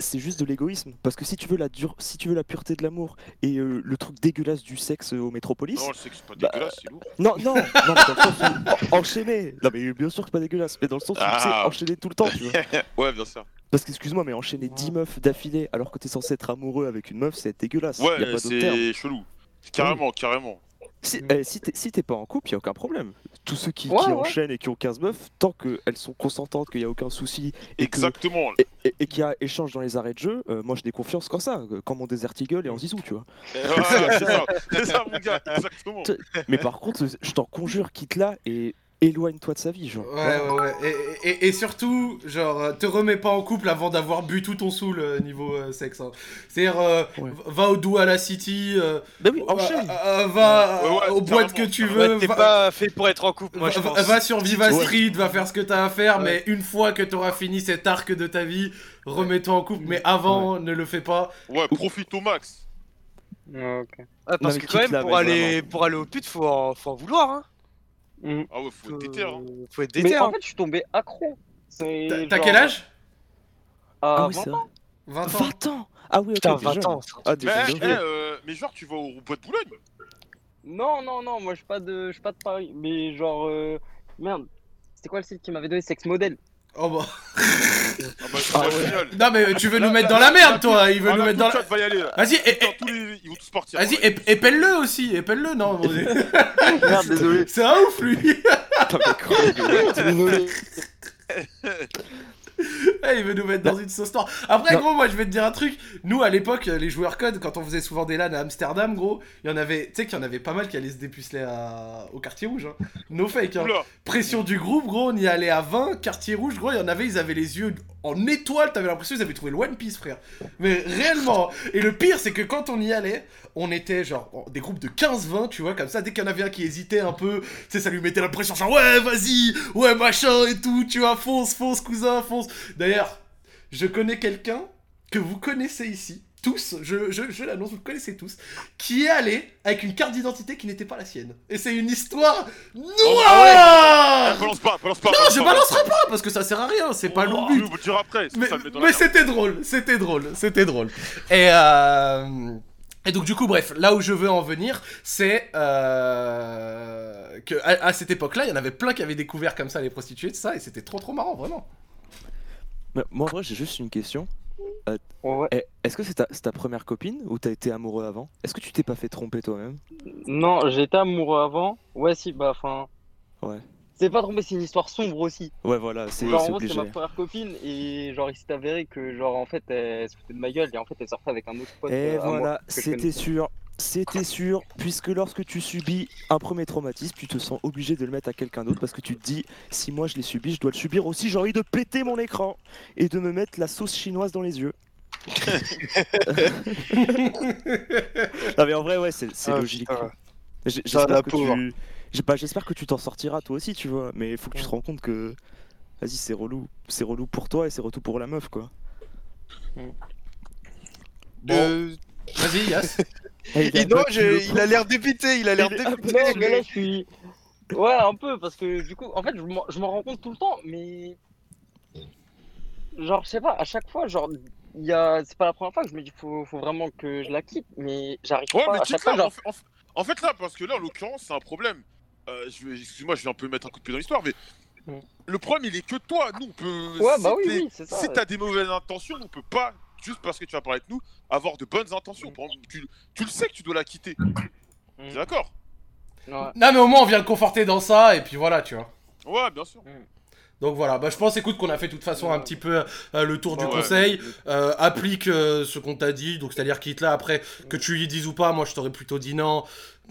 Speaker 3: c'est juste de l'égoïsme. Parce que si tu veux la dure, si tu veux la pureté de l'amour et euh, le truc dégueulasse du sexe euh, au métropolis,
Speaker 2: Non, je sais que c'est pas
Speaker 3: Bah,
Speaker 2: dégueulasse, c'est lourd.
Speaker 3: non, non, non, mais dans le sens où- en- enchaîner. Non, mais bien sûr que c'est pas dégueulasse, mais dans le sens où tu sais,
Speaker 2: Ah.
Speaker 3: enchaîner tout le temps, tu vois.
Speaker 2: Ouais, bien sûr.
Speaker 3: Parce qu'excuse-moi, mais enchaîner 10 meufs d'affilée alors que t'es censé être amoureux avec une meuf, Ah, c'est dégueulasse. y a pas
Speaker 2: Ouais,
Speaker 3: d'autre terme. Ah
Speaker 2: c'est chelou. Carrément, carrément.
Speaker 3: Si,
Speaker 5: Mm.
Speaker 3: euh, si t'es si t'es pas en couple, il a aucun problème. Tous ceux qui,
Speaker 5: Ouais,
Speaker 3: qui
Speaker 5: ouais.
Speaker 3: enchaînent et qui ont 15 meufs, tant qu'elles sont consentantes, qu'il n'y a aucun souci et que-
Speaker 2: Exactement.
Speaker 3: et- et- et qu'il y a échange dans les arrêts de jeu, euh, moi je n'ai confiance qu'en ça, euh, qu'en mon Desert Eagle et en Zizou, tu vois.
Speaker 2: Mm. Ouais, c'est ça, c'est ça, mon gars, exactement.
Speaker 3: Tu- Mais par contre, euh, je t'en conjure, quitte-la et éloigne-toi de sa vie, genre.
Speaker 1: Ouais, ouais, ouais. Et, et- et surtout, genre, euh, te remets pas en couple avant d'avoir bu tout ton saoul euh, niveau euh, sexe. hein. C'est-à-dire, euh,
Speaker 3: Ouais.
Speaker 1: va au doux à la city, euh,
Speaker 3: Bah oui,
Speaker 1: euh,
Speaker 3: enchaîne
Speaker 1: euh, va
Speaker 2: Ouais, ouais,
Speaker 1: euh, aux boîtes que
Speaker 2: carrément,
Speaker 1: tu
Speaker 4: Ouais,
Speaker 1: veux,
Speaker 4: t'es
Speaker 1: va,
Speaker 4: pas fait pour être en couple, moi,
Speaker 1: va-
Speaker 4: je
Speaker 1: va-
Speaker 4: pense.
Speaker 1: va sur Viva
Speaker 3: Ouais.
Speaker 1: Street, va faire ce que t'as à faire, mais une fois que t'auras fini cet arc de ta vie, remets-toi en couple, mais avant, ne le fais pas.
Speaker 2: Ouais, profite au max.
Speaker 5: Ok.
Speaker 4: Ah, parce
Speaker 3: mais
Speaker 4: que
Speaker 3: quitte
Speaker 4: quand même,
Speaker 3: là,
Speaker 4: pour
Speaker 3: mais
Speaker 4: aller, pour aller au pute, faut en, faut en vouloir, hein.
Speaker 5: Mm.
Speaker 2: Ah ouais, faut être
Speaker 4: Faut-
Speaker 2: déter, hein.
Speaker 4: Faut être
Speaker 5: Mais
Speaker 4: déter,
Speaker 5: en
Speaker 4: hein.
Speaker 5: fait, je suis tombé accro. C'est
Speaker 1: T'as t'as
Speaker 5: genre
Speaker 1: quel âge
Speaker 5: à
Speaker 3: Ah oui,
Speaker 5: 20
Speaker 3: c'est
Speaker 5: ans.
Speaker 3: vrai.
Speaker 1: 20 ans
Speaker 3: 20 ans Ah oui, ok,
Speaker 4: Putain,
Speaker 3: t'es jeune.
Speaker 4: 20 ans.
Speaker 3: Ah,
Speaker 2: Mais,
Speaker 3: déjà
Speaker 2: eh,
Speaker 3: jeune.
Speaker 2: euh, mais genre, tu vas au bois de Boulogne
Speaker 5: Non, non, non, moi je suis pas de, je suis pas de Paris, mais genre euh, merde, c'était quoi le site qui m'avait donné Sex Model
Speaker 1: Oh bah.
Speaker 2: Ah bah, c'est
Speaker 3: Ah ouais.
Speaker 2: génial.
Speaker 1: Non, mais tu veux
Speaker 2: Là,
Speaker 1: nous mettre
Speaker 2: là,
Speaker 1: dans la
Speaker 2: là,
Speaker 1: merde,
Speaker 2: là,
Speaker 1: toi Il veut
Speaker 2: Ah,
Speaker 1: nous
Speaker 2: là,
Speaker 1: mettre
Speaker 2: tout
Speaker 1: dans
Speaker 2: le
Speaker 1: la.
Speaker 2: chat va y aller. là.
Speaker 1: Vas-y, et-
Speaker 2: Putain,
Speaker 1: et-
Speaker 2: tous les- Ils vont tous partir.
Speaker 1: vas-y,
Speaker 2: ouais.
Speaker 1: ép- épelle-le aussi, épelle-le, non
Speaker 5: Merde, désolé.
Speaker 1: C'est un ouf, lui
Speaker 3: Putain, mais crevez.
Speaker 5: désolé.
Speaker 1: Eh, il veut nous mettre dans une sauce noire. Après,
Speaker 3: Non.
Speaker 1: gros, moi, je vais te dire un truc. Nous, à l'époque, les joueurs code, quand on faisait souvent des LAN à Amsterdam, gros, il y en avait, tu sais qu'il y en avait pas mal qui allaient se dépuceler à- au quartier rouge. Hein. No fake. Hein.
Speaker 2: Oula.
Speaker 1: Pression du groupe, gros, on y allait à 20. Quartier rouge, gros, il y en avait, ils avaient les yeux en étoile. T'avais l'impression qu'ils avaient trouvé le One Piece, frère. Mais réellement. Et le pire, c'est que quand on y allait, on était genre en- des groupes de 15-20, tu vois, comme ça. Dès qu'il y en avait un qui hésitait un peu, tu sais, ça lui mettait la pression, genre ouais, vas-y, ouais, machin et tout, tu vois, fonce, fonce, cousin, fonce. D'ailleurs, je connais quelqu'un que vous connaissez ici, tous, je, je, je l'annonce, vous le connaissez tous, qui est allé avec une carte d'identité qui n'était pas la sienne. Et c'est une histoire
Speaker 2: Ah,
Speaker 1: noire
Speaker 2: Eh, Balance pas, balance pas. Oh, ah
Speaker 1: Non, je balancerai pas, parce que ça sert à rien, c'est pas le but.
Speaker 2: Tu nous diras après. c'est
Speaker 1: Mais,
Speaker 2: ça, le met dans la
Speaker 1: mais
Speaker 2: merde.
Speaker 1: c'était drôle, c'était drôle, c'était drôle. Et, euh, et donc du coup, bref, là où je veux en venir, c'est euh, que à, à cette époque-là, il y en avait plein qui avaient découvert comme ça les prostituées, tout ça, et c'était trop trop marrant, vraiment.
Speaker 3: Mais Moi, en vrai, j'ai juste une question.
Speaker 5: Ouais.
Speaker 3: Eh, Est-ce que c'est ta, c'est ta première copine ou t'as été amoureux avant Est-ce que tu t'es pas fait tromper toi-même
Speaker 5: Non, j'étais amoureux avant. Ouais, si, bah enfin.
Speaker 3: Ouais.
Speaker 5: C'est pas trompé, c'est une histoire sombre aussi.
Speaker 3: Ouais, voilà, c'est
Speaker 1: Bah,
Speaker 5: genre,
Speaker 3: c'est
Speaker 5: en gros,
Speaker 3: obligé.
Speaker 5: c'était ma première copine et genre il s'est avéré que genre en fait elle se foutait de ma gueule et en fait elle sortait avec un autre pote.
Speaker 3: Et
Speaker 5: euh, à moi,
Speaker 3: voilà,
Speaker 5: que je
Speaker 3: c'était
Speaker 5: connaissais.
Speaker 3: sûr, c'était sûr, puisque lorsque tu subis un premier traumatisme, tu te sens obligé de le mettre à quelqu'un d'autre parce que tu te dis, si moi je l'ai subi, je dois le subir aussi, j'ai envie de péter mon écran et de me mettre la sauce chinoise dans les yeux. non mais en vrai, ouais, c'est c'est
Speaker 4: Ah,
Speaker 3: logique.
Speaker 4: putain.
Speaker 3: J-
Speaker 4: Putain, Ah, la
Speaker 3: J'espère que
Speaker 4: pauvre.
Speaker 3: tu... j'ai- bah, j'espère que tu t'en sortiras toi aussi, tu vois, mais il faut que tu te rends compte que... Vas-y, c'est relou. C'est relou pour toi et c'est relou pour la meuf, quoi.
Speaker 1: Bon,
Speaker 4: Euh,
Speaker 1: vas-y, Yass.
Speaker 3: Eh, il y a
Speaker 4: il- non,
Speaker 3: Doc qui
Speaker 4: j'ai-
Speaker 3: le
Speaker 4: il a l'air dépité, il a l'air
Speaker 3: Il est
Speaker 4: dépité.
Speaker 5: Non, mais
Speaker 4: mais-
Speaker 5: là, je suis. Ouais, un peu, parce que du coup, en fait, je m'en je m'en rends compte tout le temps, mais. Genre, je sais pas, à chaque fois, genre, il y a... c'est pas la première fois que je me dis faut, faut vraiment que je la quitte, mais j'arrive
Speaker 2: Ouais,
Speaker 5: pas.
Speaker 2: mais
Speaker 5: à
Speaker 2: check
Speaker 5: chaque fois,
Speaker 2: là,
Speaker 5: genre,
Speaker 2: en, fait- en fait- en fait, là, parce que là, en l'occurrence, c'est un problème. Euh, je vais- Excuse-moi, je vais un peu mettre un coup de pied dans l'histoire, mais
Speaker 5: Mm.
Speaker 2: le problème, il est que toi. Nous, on peut.
Speaker 5: Ouais,
Speaker 2: si
Speaker 5: bah oui,
Speaker 2: t'es-
Speaker 5: oui, c'est ça.
Speaker 2: Si t'as des mauvaises intentions, on peut pas, juste parce que tu vas parler avec nous, avoir de bonnes intentions. Par exemple, tu, tu le sais que tu dois la quitter. T'es
Speaker 5: Mm.
Speaker 2: D'accord
Speaker 5: Ouais.
Speaker 1: Non, mais au moins, on vient le conforter dans ça, et puis voilà, tu vois.
Speaker 2: Ouais, bien sûr.
Speaker 5: Mm.
Speaker 1: Donc voilà, bah, je pense, écoute, qu'on a fait de toute façon un petit peu euh, le tour du
Speaker 2: Ouais.
Speaker 1: conseil. Euh, applique euh, ce qu'on t'a dit, donc c'est-à-dire quitte là. Après, que tu lui dises ou pas, moi je t'aurais plutôt dit non.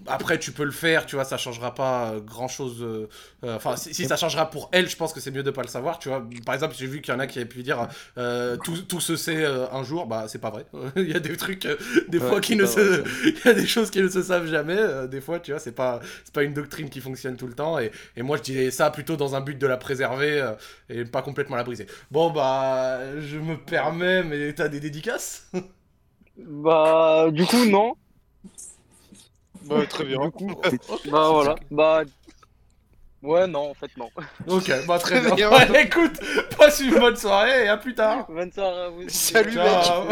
Speaker 1: Après, tu peux le faire, tu vois, ça changera pas euh, grand-chose. euh, euh, Enfin, si, si ça changera pour elle, je pense que c'est mieux de pas le savoir, tu vois. Par exemple, j'ai vu qu'il y en a qui avaient pu dire euh, tout, tout se sait euh, un jour, bah c'est pas vrai. Il y a des trucs, euh, des
Speaker 3: Ouais,
Speaker 1: fois, qui
Speaker 3: c'est
Speaker 1: ne
Speaker 3: pas
Speaker 1: se.
Speaker 3: vrai,
Speaker 1: Il y a des choses qui ne se savent jamais, euh, des fois, tu vois, c'est pas, c'est pas une doctrine qui fonctionne tout le temps, et, et moi je dirais ça plutôt dans un but de la préserver euh, et pas complètement la briser. Bon, bah, je me permets, mais t'as des dédicaces
Speaker 5: Bah, du coup, non.
Speaker 4: Bah, très bien.
Speaker 5: Bah, voilà. Bah, ouais, non, en fait, non.
Speaker 1: Ok, bah très
Speaker 4: Très
Speaker 1: bien.
Speaker 4: bien.
Speaker 1: Bah, écoute, passe une bonne soirée et à plus tard.
Speaker 5: Bonne soirée à vous.
Speaker 4: Salut,
Speaker 1: Ciao.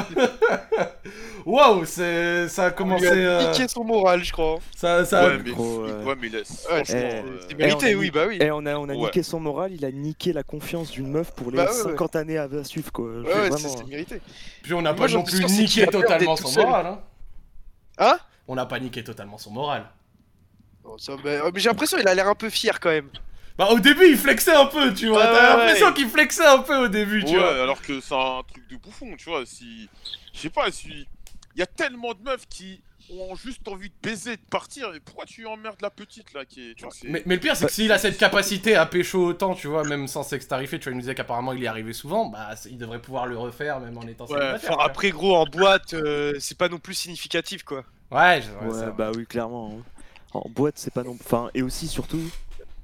Speaker 1: Waouh, c'est ça a commencé.
Speaker 4: Il a
Speaker 1: euh,
Speaker 4: piqué son moral, je crois.
Speaker 1: ça, ça.
Speaker 2: Ouais, mais,
Speaker 3: Gros, euh,
Speaker 2: ouais, mais là,
Speaker 4: Ouais,
Speaker 2: franchement,
Speaker 3: c'est-
Speaker 2: euh,
Speaker 4: C'est
Speaker 3: Eh, on
Speaker 4: mérité,
Speaker 3: a
Speaker 4: oui,
Speaker 3: mis-
Speaker 4: bah oui.
Speaker 3: Et on a, on a
Speaker 2: Ouais.
Speaker 3: niqué son moral, il a niqué la confiance d'une meuf pour les
Speaker 4: Bah ouais, ouais.
Speaker 3: 50 années à à suivre quoi. Je-
Speaker 4: Ouais, ouais, c'est
Speaker 3: vraiment, hein.
Speaker 4: c'est mérité.
Speaker 1: Puis on n'a pas
Speaker 4: Moi, j'en
Speaker 1: non
Speaker 4: suis
Speaker 1: plus
Speaker 4: sûr, c'est qu'il
Speaker 1: niqué
Speaker 4: a peur d'être
Speaker 1: totalement
Speaker 4: tout
Speaker 1: son
Speaker 4: seul.
Speaker 1: moral. hein.
Speaker 4: Hein
Speaker 1: On n'a pas niqué totalement son moral.
Speaker 4: Bon, ça, bah, mais j'ai l'impression qu'il a l'air un peu fier quand même.
Speaker 1: Bah au début il flexait un peu, tu vois.
Speaker 4: Ouais,
Speaker 1: T'as
Speaker 4: ouais,
Speaker 1: l'impression
Speaker 4: ouais.
Speaker 1: qu'il flexait un peu au début, tu
Speaker 2: ouais,
Speaker 1: vois.
Speaker 2: alors que c'est un truc de bouffon, tu vois. Si. Je sais pas, si. Il y a tellement de meufs qui ont juste envie de baiser, de partir. Et pourquoi tu emmerdes la petite là qui est. Tu vois, c'est-
Speaker 1: Mais, mais le pire, c'est que s'il a cette capacité à pécho autant, tu vois, même sans s'extarifier, tu vois, il nous disait qu'apparemment il y arrivait souvent, bah c'est- il devrait pouvoir le refaire même en étant
Speaker 4: Ouais,
Speaker 1: célibataire.
Speaker 4: enfin,
Speaker 1: tu vois.
Speaker 4: après, gros, en boîte, euh, c'est pas non plus significatif, quoi.
Speaker 1: Ouais, je-
Speaker 3: Ouais,
Speaker 1: ouais, c'est vrai.
Speaker 3: bah oui, clairement. hein. En boîte, c'est pas non. Enfin, et aussi, surtout,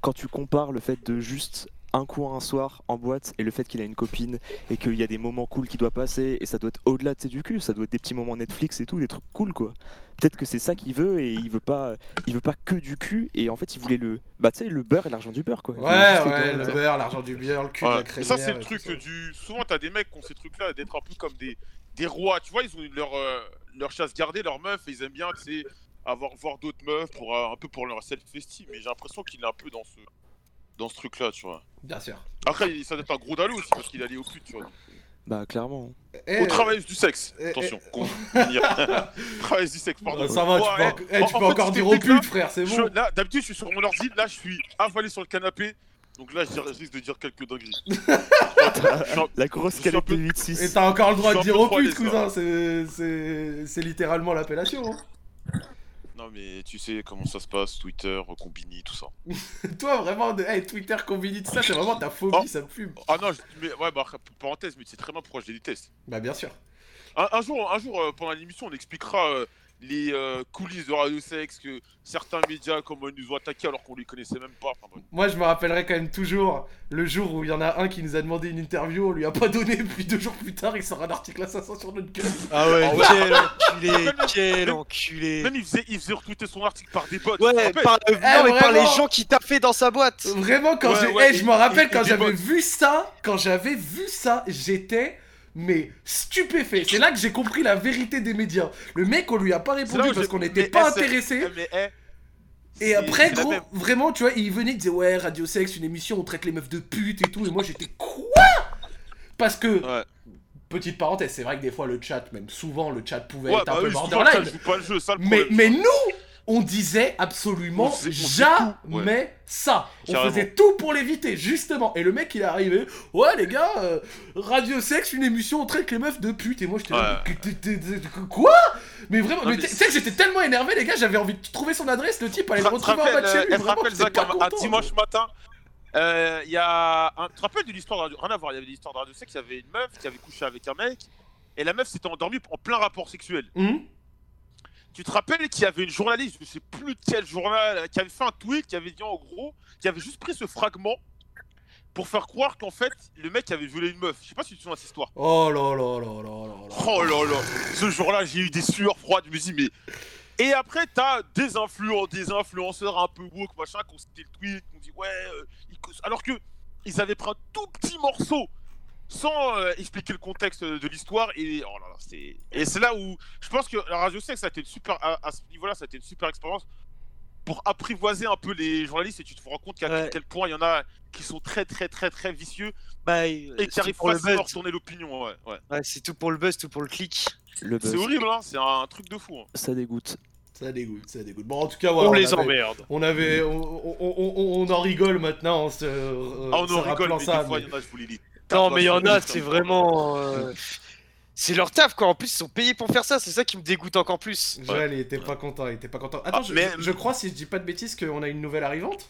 Speaker 3: quand tu compares le fait de juste un coup un soir en boîte et le fait qu'il a une copine et qu'il y a des moments cool qui doit passer et ça doit être au-delà de ses du cul, ça doit être des petits moments Netflix et tout, des trucs cool quoi. Peut-être que c'est ça qu'il veut et il veut pas, il veut pas que du cul et en fait il voulait le, bah tu sais le beurre et l'argent du beurre quoi. Il voulait
Speaker 1: Ouais,
Speaker 3: juste
Speaker 1: ouais,
Speaker 3: beurre.
Speaker 1: le beurre, l'argent du beurre, le cul de
Speaker 2: Ouais,
Speaker 1: la
Speaker 2: mais
Speaker 1: crémière.
Speaker 2: ça, c'est le
Speaker 1: et
Speaker 2: truc
Speaker 1: Bah, tout ça.
Speaker 2: du. Souvent, t'as des mecs qui ont ces trucs-là, d'être un peu comme des, des rois. Tu vois, ils ont eu leur, euh, leur chasse gardée, leur meuf, et ils aiment bien, tu sais, avoir, voir d'autres meufs pour euh, un peu pour leur self-esteem. Mais j'ai l'impression qu'il est un peu dans ce, dans ce truc-là, tu vois.
Speaker 1: Bien sûr.
Speaker 2: Après, il- ça doit être un gros dallo aussi, parce qu'il est allé au cul, tu vois.
Speaker 3: Bah clairement.
Speaker 1: Eh,
Speaker 2: Au travail du sexe,
Speaker 1: eh,
Speaker 2: attention. qu'on- Travailleuse du sexe, pardon.
Speaker 1: euh, ça va, tu
Speaker 2: Ouais,
Speaker 1: peux, en- eh,
Speaker 2: en-
Speaker 1: tu
Speaker 2: en
Speaker 1: peux
Speaker 2: fait,
Speaker 1: encore
Speaker 2: c'était
Speaker 1: dire au
Speaker 2: peut-être là,
Speaker 1: pute, frère, c'est
Speaker 2: je-
Speaker 1: bon.
Speaker 2: là, d'habitude, je suis sur mon ordi, là, je suis avalé sur le canapé. Donc là, je dirais- je risque de dire quelques dingueries. Je suis un- je suis un-
Speaker 3: La grosse
Speaker 2: Je suis un
Speaker 3: canette de
Speaker 2: peu-
Speaker 3: 8-6.
Speaker 1: Et t'as encore le droit
Speaker 2: je
Speaker 1: de
Speaker 2: suis un
Speaker 1: dire
Speaker 2: peu
Speaker 1: au pute,
Speaker 2: trollé, ça.
Speaker 1: cousin, c'est- c'est c'est littéralement l'appellation. hein.
Speaker 2: Non mais tu sais comment ça se passe, Twitter, euh, Combini, tout ça.
Speaker 1: Toi, vraiment, de- eh, Twitter, Combini, tout ça, c'est vraiment ta
Speaker 2: Oh.
Speaker 1: phobie, ça me fume.
Speaker 2: Ah non, je- mais ouais, bah, parenthèse, mais c'est très bien pourquoi je les déteste.
Speaker 1: Bah, bien sûr.
Speaker 2: Un, un jour, un jour euh, pendant l'émission, on expliquera euh, les euh, coulisses de Radio Sex, que certains médias, comment ils nous ont attaqués alors qu'on les connaissait même pas. Enfin, bref.
Speaker 1: Moi, je me rappellerai quand même toujours le jour où il y en a un qui nous a demandé une interview, on lui a pas donné, puis deux jours plus tard, il sort un article assassin sur notre gueule.
Speaker 4: Ah ouais,
Speaker 2: Ah ouais.
Speaker 4: quel enculé, quel
Speaker 2: Même-
Speaker 4: enculé.
Speaker 2: Même il faisait, il faisait retweeter son article par des bots. Eh, tu te
Speaker 4: Ouais,
Speaker 2: rappelles
Speaker 4: par, euh, non, mais par les
Speaker 1: Eh, vraiment.
Speaker 4: gens qui tapaient dans sa boîte.
Speaker 1: Vraiment, quand
Speaker 2: Ouais,
Speaker 1: j'ai.
Speaker 2: ouais,
Speaker 1: Eh, je
Speaker 2: et-
Speaker 1: me rappelle
Speaker 2: et-
Speaker 1: quand
Speaker 2: et des
Speaker 1: j'avais
Speaker 2: bots.
Speaker 1: vu ça, quand j'avais vu ça, j'étais. Mais stupéfait, c'est là que j'ai compris la vérité des médias. Le mec, on lui a pas
Speaker 2: là
Speaker 1: répondu
Speaker 2: où
Speaker 1: parce
Speaker 2: j'ai-
Speaker 1: qu'on n'était
Speaker 2: mais
Speaker 1: pas
Speaker 2: eh, c'est-
Speaker 1: intéressé.
Speaker 2: Eh, mais, eh,
Speaker 1: Et
Speaker 2: c'est-
Speaker 1: après,
Speaker 2: c'est la
Speaker 1: gros,
Speaker 2: même.
Speaker 1: vraiment, tu vois, il venait, il disait ouais, Radio Sex, une émission, on traite les meufs de pute et tout. Et moi, j'étais quoi Parce que,
Speaker 2: Ouais.
Speaker 1: petite parenthèse, c'est vrai que des fois, le chat, même souvent, le chat pouvait
Speaker 2: Ouais,
Speaker 1: être
Speaker 2: bah
Speaker 1: un peu
Speaker 2: oui, souvent, ça
Speaker 1: borderline.
Speaker 2: joue pas le jeu, ça le
Speaker 1: Mais,
Speaker 2: problème.
Speaker 1: mais nous, on disait absolument
Speaker 2: On faisait- on faisait tout,
Speaker 1: jamais
Speaker 2: ouais.
Speaker 1: ça. On
Speaker 2: Carrément.
Speaker 1: faisait tout pour l'éviter, justement. Et le mec, il est arrivé. Ouais, les gars, euh, Radio Sex, une émission, on traite les meufs de pute. Et moi, j'étais là, mais que- t'es- t'es- t'es- quoi Mais vraiment,
Speaker 2: Non,
Speaker 1: mais
Speaker 2: Ah. mais
Speaker 1: tu sais que j'étais tellement énervé, les gars, j'avais envie de trouver son adresse. Le type allait le
Speaker 2: Te
Speaker 1: retrouver en
Speaker 2: rappelles,
Speaker 1: bas de chez lui.
Speaker 2: euh, te
Speaker 1: Vraiment,
Speaker 2: rappelles,
Speaker 1: j'étais
Speaker 2: Zach,
Speaker 1: pas
Speaker 2: un- un
Speaker 1: content.
Speaker 2: dimanche matin, euh, il y a. Un... Tu te rappelles de l'histoire de Radio- Rien à voir, il y avait de l'histoire de Radio Sex, il y avait une meuf qui avait couché avec un mec, et la meuf s'était endormie en plein rapport sexuel.
Speaker 1: Hum
Speaker 2: Tu te rappelles qu'il y avait une journaliste, je sais plus de quel journal, euh, qui avait fait un tweet, qui avait dit en gros, qui avait juste pris ce fragment pour faire croire qu'en fait, le mec avait violé une meuf. Je sais pas si tu te souviens de cette histoire.
Speaker 1: Oh là là là là là là.
Speaker 2: Oh là là, ce jour-là, j'ai eu des sueurs froides, je me suis dit, mais. Et après, t'as des influenceurs, des influenceurs un peu woke, machin, qui ont cité le tweet, qui ont dit, ouais, euh, ils causent- alors que ils avaient pris un tout petit morceau sans euh, expliquer le contexte de l'histoire. Et oh là là, c'est et c'est là où je pense que la radio 5, ça a été une super à, à ce niveau-là, ça a été une super expérience pour apprivoiser un peu les journalistes. Et tu te rends compte qu'à
Speaker 4: Ouais.
Speaker 2: quel point il y en a qui sont très très très très vicieux
Speaker 4: Bah,
Speaker 2: et qui
Speaker 4: c'est
Speaker 2: arrivent
Speaker 4: tout pour le
Speaker 2: facilement à
Speaker 4: buzz.
Speaker 2: retourner l'opinion. Ouais, ouais.
Speaker 4: Ouais, c'est tout pour le buzz, tout pour le clic.
Speaker 3: Le
Speaker 2: C'est
Speaker 3: buzz,
Speaker 2: horrible, hein c'est un truc de fou. hein.
Speaker 3: ça dégoûte.
Speaker 1: Ça dégoûte, ça dégoûte. Bon, en tout cas, voilà.
Speaker 4: on les
Speaker 1: avait-
Speaker 4: emmerde.
Speaker 1: Ah, On avait, on, on- on- on en rigole maintenant. en se- euh,
Speaker 2: Ah, on
Speaker 1: se
Speaker 2: en rigole,
Speaker 1: rappelant
Speaker 2: mais
Speaker 1: ça,
Speaker 2: des fois,
Speaker 1: mais-
Speaker 2: il y en a, je vous les lis.
Speaker 4: Non, mais il y en a, c'est vraiment. euh, C'est leur taf quoi. En plus, ils sont payés pour faire ça. C'est ça qui me dégoûte encore plus.
Speaker 1: Joël, il était pas content, il était pas content. Attends,
Speaker 2: Ah,
Speaker 1: je,
Speaker 2: mais-
Speaker 1: je- je crois, si je dis pas de bêtises, qu'on a une nouvelle arrivante.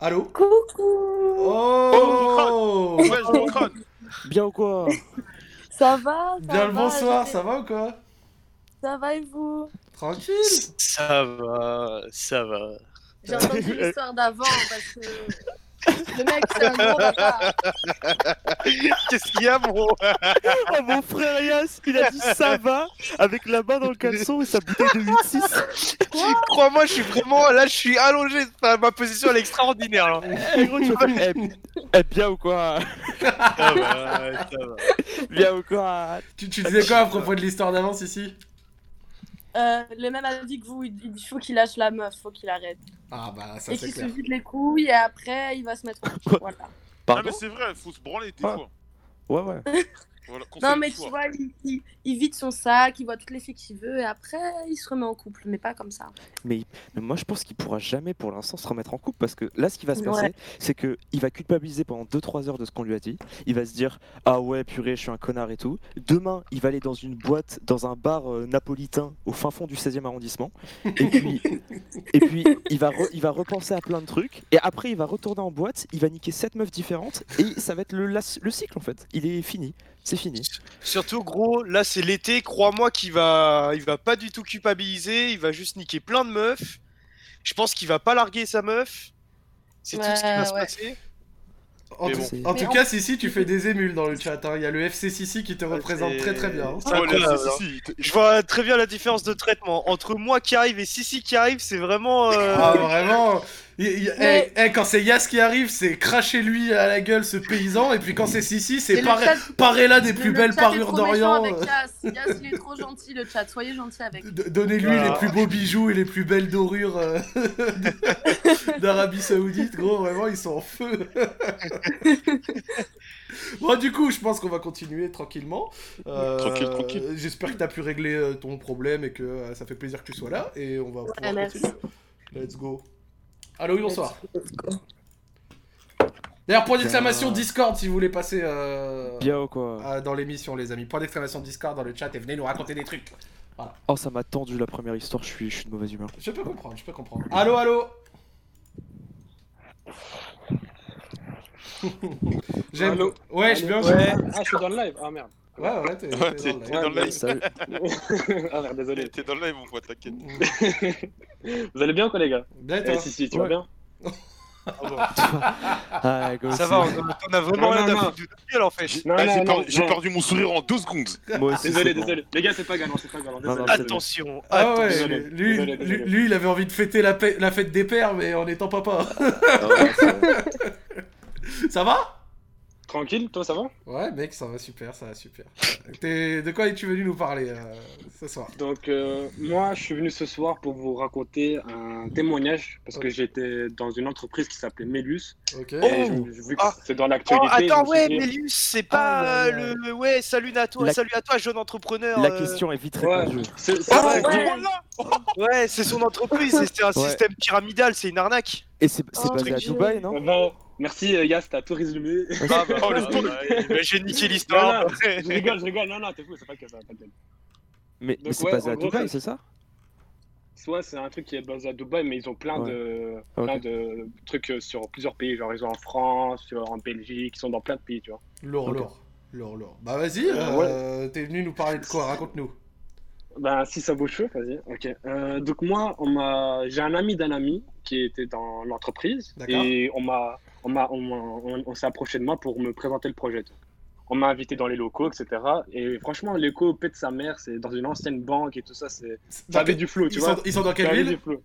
Speaker 1: Allô
Speaker 7: Coucou
Speaker 1: Oh,
Speaker 2: Ouais, je vous crâne.
Speaker 3: Bien ou quoi
Speaker 7: Ça va ça
Speaker 1: Bien le
Speaker 7: va,
Speaker 1: bonsoir,
Speaker 7: je-
Speaker 1: ça va ou quoi
Speaker 7: Ça va et vous
Speaker 1: Tranquille
Speaker 4: Ça va, ça va.
Speaker 7: J'ai entendu l'histoire d'avant parce que le mec c'est un gros bâtard.
Speaker 4: Qu'est-ce qu'il y a, bro
Speaker 3: Oh mon frère Elias, il a dit ça va avec la main dans le caleçon et sa bouteille de 8-6.
Speaker 4: Crois-moi, je suis vraiment. Là, je suis allongé. Enfin, ma position, elle est extraordinaire. là.
Speaker 3: Eh gros, tu vois, eh, eh, bien ou quoi
Speaker 4: Ça va, ça va.
Speaker 3: Bien ou quoi
Speaker 1: tu, tu disais quoi à propos de l'histoire d'avance ici
Speaker 7: Euh, le même avis que vous, il il faut qu'il lâche la meuf, faut qu'il arrête.
Speaker 1: Ah bah ça
Speaker 7: et
Speaker 1: c'est
Speaker 7: qu'il se
Speaker 1: clair.
Speaker 7: vide les couilles et après il va se mettre au voilà.
Speaker 2: Ah,
Speaker 3: Pardon
Speaker 2: mais c'est vrai, faut se branler des
Speaker 3: Ah.
Speaker 2: fois.
Speaker 3: Ouais, ouais.
Speaker 2: Voilà, conseil
Speaker 7: Non
Speaker 2: du
Speaker 7: mais tu
Speaker 2: soir.
Speaker 7: vois, il, il- il vide son sac, il voit toutes les filles qu'il veut et après il se remet en couple, mais pas comme ça.
Speaker 3: Mais moi, je pense qu'il pourra jamais pour l'instant se remettre en couple parce que là, ce qui va se
Speaker 7: Ouais.
Speaker 3: passer, c'est que il va culpabiliser pendant 2-3 heures de ce qu'on lui a dit. Il va se dire Ah ouais, purée, je suis un connard et tout. Demain, il va aller dans une boîte, dans un bar euh, napolitain au fin fond du 16e arrondissement. Et puis, et puis il, va re- il va repenser à plein de trucs. Et après, il va retourner en boîte, il va niquer 7 meufs différentes. Et ça va être le, las- le cycle en fait. Il est fini. C'est fini.
Speaker 4: Surtout, gros, là, c'est l'été. Crois-moi qu'il va. Il va pas du tout culpabiliser. Il va juste niquer plein de meufs. Je pense qu'il va pas larguer sa meuf. C'est tout ce qui va
Speaker 7: Ouais,
Speaker 4: se
Speaker 7: euh, ouais.
Speaker 4: passer.
Speaker 1: En,
Speaker 2: Mais
Speaker 1: tout-
Speaker 3: bon.
Speaker 1: en
Speaker 7: Mais
Speaker 1: tout
Speaker 7: en-
Speaker 1: cas, Sissi, tu fais des émules dans le chat. hein. Il y a le FC Sissi qui te représente très très bien. hein.
Speaker 4: Ah,
Speaker 3: Oh
Speaker 2: Ouais, là,
Speaker 4: quoi,
Speaker 2: si,
Speaker 4: alors
Speaker 2: si, si, il te-
Speaker 4: Je vois très bien la différence de traitement entre moi qui arrive et Sissi qui arrive, c'est vraiment. euh,
Speaker 1: Ah vraiment Il- il-
Speaker 7: Mais-
Speaker 1: eh, eh, Quand c'est Yas qui arrive, c'est cracher lui euh, à la gueule ce paysan, et puis quand c'est Sissi,
Speaker 7: Et
Speaker 1: c'est
Speaker 7: le
Speaker 1: paré,
Speaker 7: chat-
Speaker 1: paré là des
Speaker 7: le-
Speaker 1: plus
Speaker 7: le
Speaker 1: belles
Speaker 7: chat est
Speaker 1: parures
Speaker 7: trop méchant
Speaker 1: d'Orient. euh.
Speaker 7: avec Yas. Yas, il est trop gentil le chat, soyez gentil avec.
Speaker 1: D- Donnez-lui
Speaker 4: Ah.
Speaker 1: les plus beaux bijoux et les plus belles dorures euh, d'Arabie Saoudite, gros, vraiment, ils sont en feu. bon, du coup, je pense qu'on va continuer tranquillement. Euh,
Speaker 2: Tranquille, tranquille.
Speaker 1: J'espère que t'as pu régler euh, ton problème et que euh, ça fait plaisir que tu sois là, et on va pouvoir
Speaker 7: merci.
Speaker 1: continuer. Let's go. Allô, oui, bonsoir. D'ailleurs, point d'exclamation
Speaker 3: Bien.
Speaker 1: Discord si vous voulez passer euh,
Speaker 3: Bien ou quoi
Speaker 1: euh, dans l'émission, les amis. Point d'exclamation Discord dans le chat et venez nous raconter des trucs.
Speaker 3: Oh, ça m'a tendu la première histoire. Je suis, je suis de mauvaise humeur.
Speaker 1: Je peux comprendre, je peux comprendre. Allô, allô J'aime.
Speaker 5: Allô
Speaker 1: Ouais, je suis bien.
Speaker 5: Allô
Speaker 1: Ouais,
Speaker 5: Ah, je suis dans le live. Ah merde.
Speaker 1: ouais, ouais, t'es
Speaker 2: Ouais,
Speaker 1: t'es dans le
Speaker 2: t'es
Speaker 1: live.
Speaker 2: dans le live.
Speaker 3: Salut.
Speaker 5: ah merde, désolé.
Speaker 2: T'es dans le live, mon pote, t'inquiète.
Speaker 5: Vous allez bien, quoi, les gars
Speaker 1: Bien, Bah, et
Speaker 5: Eh,
Speaker 1: toi
Speaker 5: Si, si, tu
Speaker 3: Ouais.
Speaker 5: vas bien
Speaker 3: Ah, go
Speaker 4: Ça
Speaker 3: aussi.
Speaker 4: va, on a, on a vraiment
Speaker 5: Non,
Speaker 4: rien
Speaker 5: non,
Speaker 4: à
Speaker 5: non.
Speaker 4: foutre de notre gueule en fait.
Speaker 2: J'ai
Speaker 5: Non,
Speaker 2: ah,
Speaker 5: non,
Speaker 2: j'ai
Speaker 5: non,
Speaker 2: perdu- j'ai
Speaker 5: non.
Speaker 2: perdu mon sourire en deux secondes.
Speaker 3: Moi aussi,
Speaker 5: Désolé,
Speaker 3: c'est bon.
Speaker 5: désolé. Les gars, c'est pas galant, c'est pas galant.
Speaker 3: Non, non,
Speaker 5: désolé,
Speaker 3: c'est-
Speaker 5: désolé.
Speaker 4: Attention,
Speaker 1: Ah ouais,
Speaker 4: attention.
Speaker 5: désolé,
Speaker 1: lui, lui,
Speaker 5: désolé, désolé.
Speaker 1: lui- lui, il avait envie de fêter la, pe- la fête des pères, mais en étant papa.
Speaker 3: Ah ouais, c'est-
Speaker 1: ça va
Speaker 5: Tranquille, toi, ça va
Speaker 1: Ouais, mec, ça va super, ça va super. T'es- De quoi es-tu venu nous parler euh, ce soir
Speaker 5: Donc, euh, moi, je suis venu ce soir pour vous raconter un témoignage parce que j'étais dans une entreprise qui s'appelait Mélus.
Speaker 1: Ok.
Speaker 4: Oh,
Speaker 5: et je- vu que
Speaker 4: Ah.
Speaker 5: c'est dans
Speaker 4: Oh,
Speaker 5: l'actualité. je me
Speaker 4: attends,
Speaker 5: suis
Speaker 4: ouais,
Speaker 5: dit-
Speaker 4: Mélius, c'est
Speaker 1: Ah,
Speaker 4: pas
Speaker 1: là,
Speaker 4: euh,
Speaker 1: là,
Speaker 4: le,
Speaker 1: là.
Speaker 4: le- Ouais, salut à toi,
Speaker 3: La-
Speaker 4: salut à toi, jeune entrepreneur.
Speaker 3: La
Speaker 4: euh,
Speaker 3: question est vite
Speaker 5: Ouais.
Speaker 3: répondue.
Speaker 5: C'est c'est
Speaker 4: Ah,
Speaker 5: vrai
Speaker 4: ouais.
Speaker 5: que-
Speaker 4: Ouais, c'est son entreprise, c'est- c'est un
Speaker 3: Ouais.
Speaker 4: système pyramidal, c'est une arnaque.
Speaker 3: Et c'est c'est
Speaker 7: Oh,
Speaker 3: basé à
Speaker 7: Dieu.
Speaker 3: Dubaï, non
Speaker 5: Euh, ben, merci euh, Yas, t'as tout résumé. Oh,
Speaker 4: Ah bah,
Speaker 2: voilà,
Speaker 4: j'ai niqué
Speaker 5: l'histoire.
Speaker 4: l'histoire.
Speaker 5: je rigole, je rigole. Non, non, t'es fou, c'est pas que ça. t'inquiète.
Speaker 3: Mais, mais
Speaker 5: Donc,
Speaker 3: c'est
Speaker 5: ouais,
Speaker 3: basé
Speaker 5: en
Speaker 3: à
Speaker 5: gros,
Speaker 3: Dubaï,
Speaker 5: c'est-
Speaker 3: c'est ça
Speaker 5: Soit c'est un truc qui est basé à Dubaï, mais ils ont plein,
Speaker 3: Ouais. Ah,
Speaker 5: de,
Speaker 3: Ok.
Speaker 5: plein de trucs euh, sur plusieurs pays. Genre, ils ont en France, sur- en Belgique, ils sont dans plein de pays, tu vois.
Speaker 1: Lourd,
Speaker 3: Ok.
Speaker 1: lourd. Lourd, lourd. Bah vas-y, euh, t'es venu nous parler de quoi Raconte-nous.
Speaker 5: Ben, si ça vaut chaud, vas-y. Ok. Euh, donc, moi, on m'a... j'ai un ami d'un ami qui était dans l'entreprise.
Speaker 1: D'accord.
Speaker 5: Et on, m'a... On, m'a... on, m'a- on- on s'est approché de moi pour me présenter le projet. tu vois. On m'a invité dans les locaux, etc. Et franchement, les locaux, pète sa mère, c'est dans une ancienne banque et tout ça. C'est... Ça avait du flou, tu
Speaker 1: Ils
Speaker 5: vois.
Speaker 1: sont, ils sont dans
Speaker 5: Ça
Speaker 1: quelle
Speaker 5: avait
Speaker 1: ville
Speaker 5: du flou.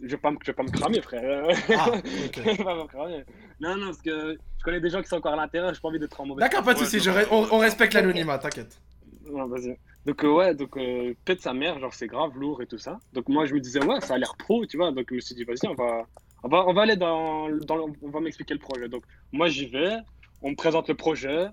Speaker 5: je vais pas, me- je vais pas me cramer, frère.
Speaker 1: Ah, ok.
Speaker 5: Je vais pas me cramer. Non, non, parce que je connais des gens qui sont encore à l'intérieur, j'ai pas envie d'être en mauvais.
Speaker 1: D'accord, pas de
Speaker 2: Ouais,
Speaker 1: soucis,
Speaker 2: non,
Speaker 1: je re- on, on respecte l'anonymat, t'inquiète.
Speaker 5: Ouais, vas-y. Donc euh, ouais, donc euh, pète sa mère, genre c'est grave lourd et tout ça. Donc moi je me disais ouais, ça a l'air pro, tu vois. Donc je me suis dit vas-y, on va, on va, on va aller dans, dans, le- on va m'expliquer le projet. Donc moi j'y vais, on me présente le projet.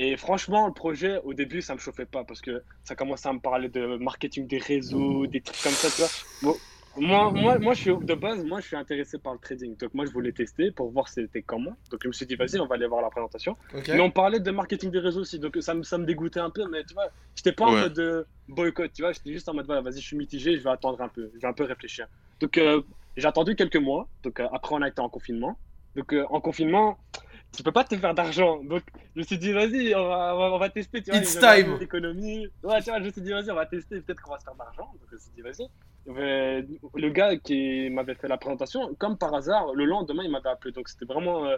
Speaker 5: Et franchement, le projet au début ça me chauffait pas parce que ça commençait à me parler de marketing des réseaux, des trucs comme ça, tu vois. Bon, moi, moi, moi, je suis de base, moi, je suis intéressé par le trading. Donc moi, je voulais tester pour voir c'était comment. Donc je me suis dit vas-y, on va aller voir la présentation.
Speaker 1: Ok.
Speaker 5: Mais on parlait de marketing des réseaux aussi, donc ça me, ça me dégoûtait un peu, mais tu vois, j'étais pas en
Speaker 2: Ouais.
Speaker 5: mode euh, boycott, tu vois, j'étais juste en mode, voilà, vas-y, je suis mitigé, je vais attendre un peu, je vais un peu réfléchir. Donc euh, j'ai attendu quelques mois, donc euh, après on a été en confinement. Donc euh, en confinement, tu peux pas te faire d'argent, donc je me suis dit, vas-y, on va, on va- on va tester, tu vois.
Speaker 1: It's
Speaker 5: j'avais un
Speaker 1: time.
Speaker 5: peu d'économie. Ouais, tu vois, je me suis dit, vas-y, on va tester, peut-être qu'on va se faire d'argent, donc je me suis dit, vas-y. Euh, le gars qui m'avait fait la présentation, comme par hasard, le lendemain, il m'avait appelé. Donc c'était vraiment. euh,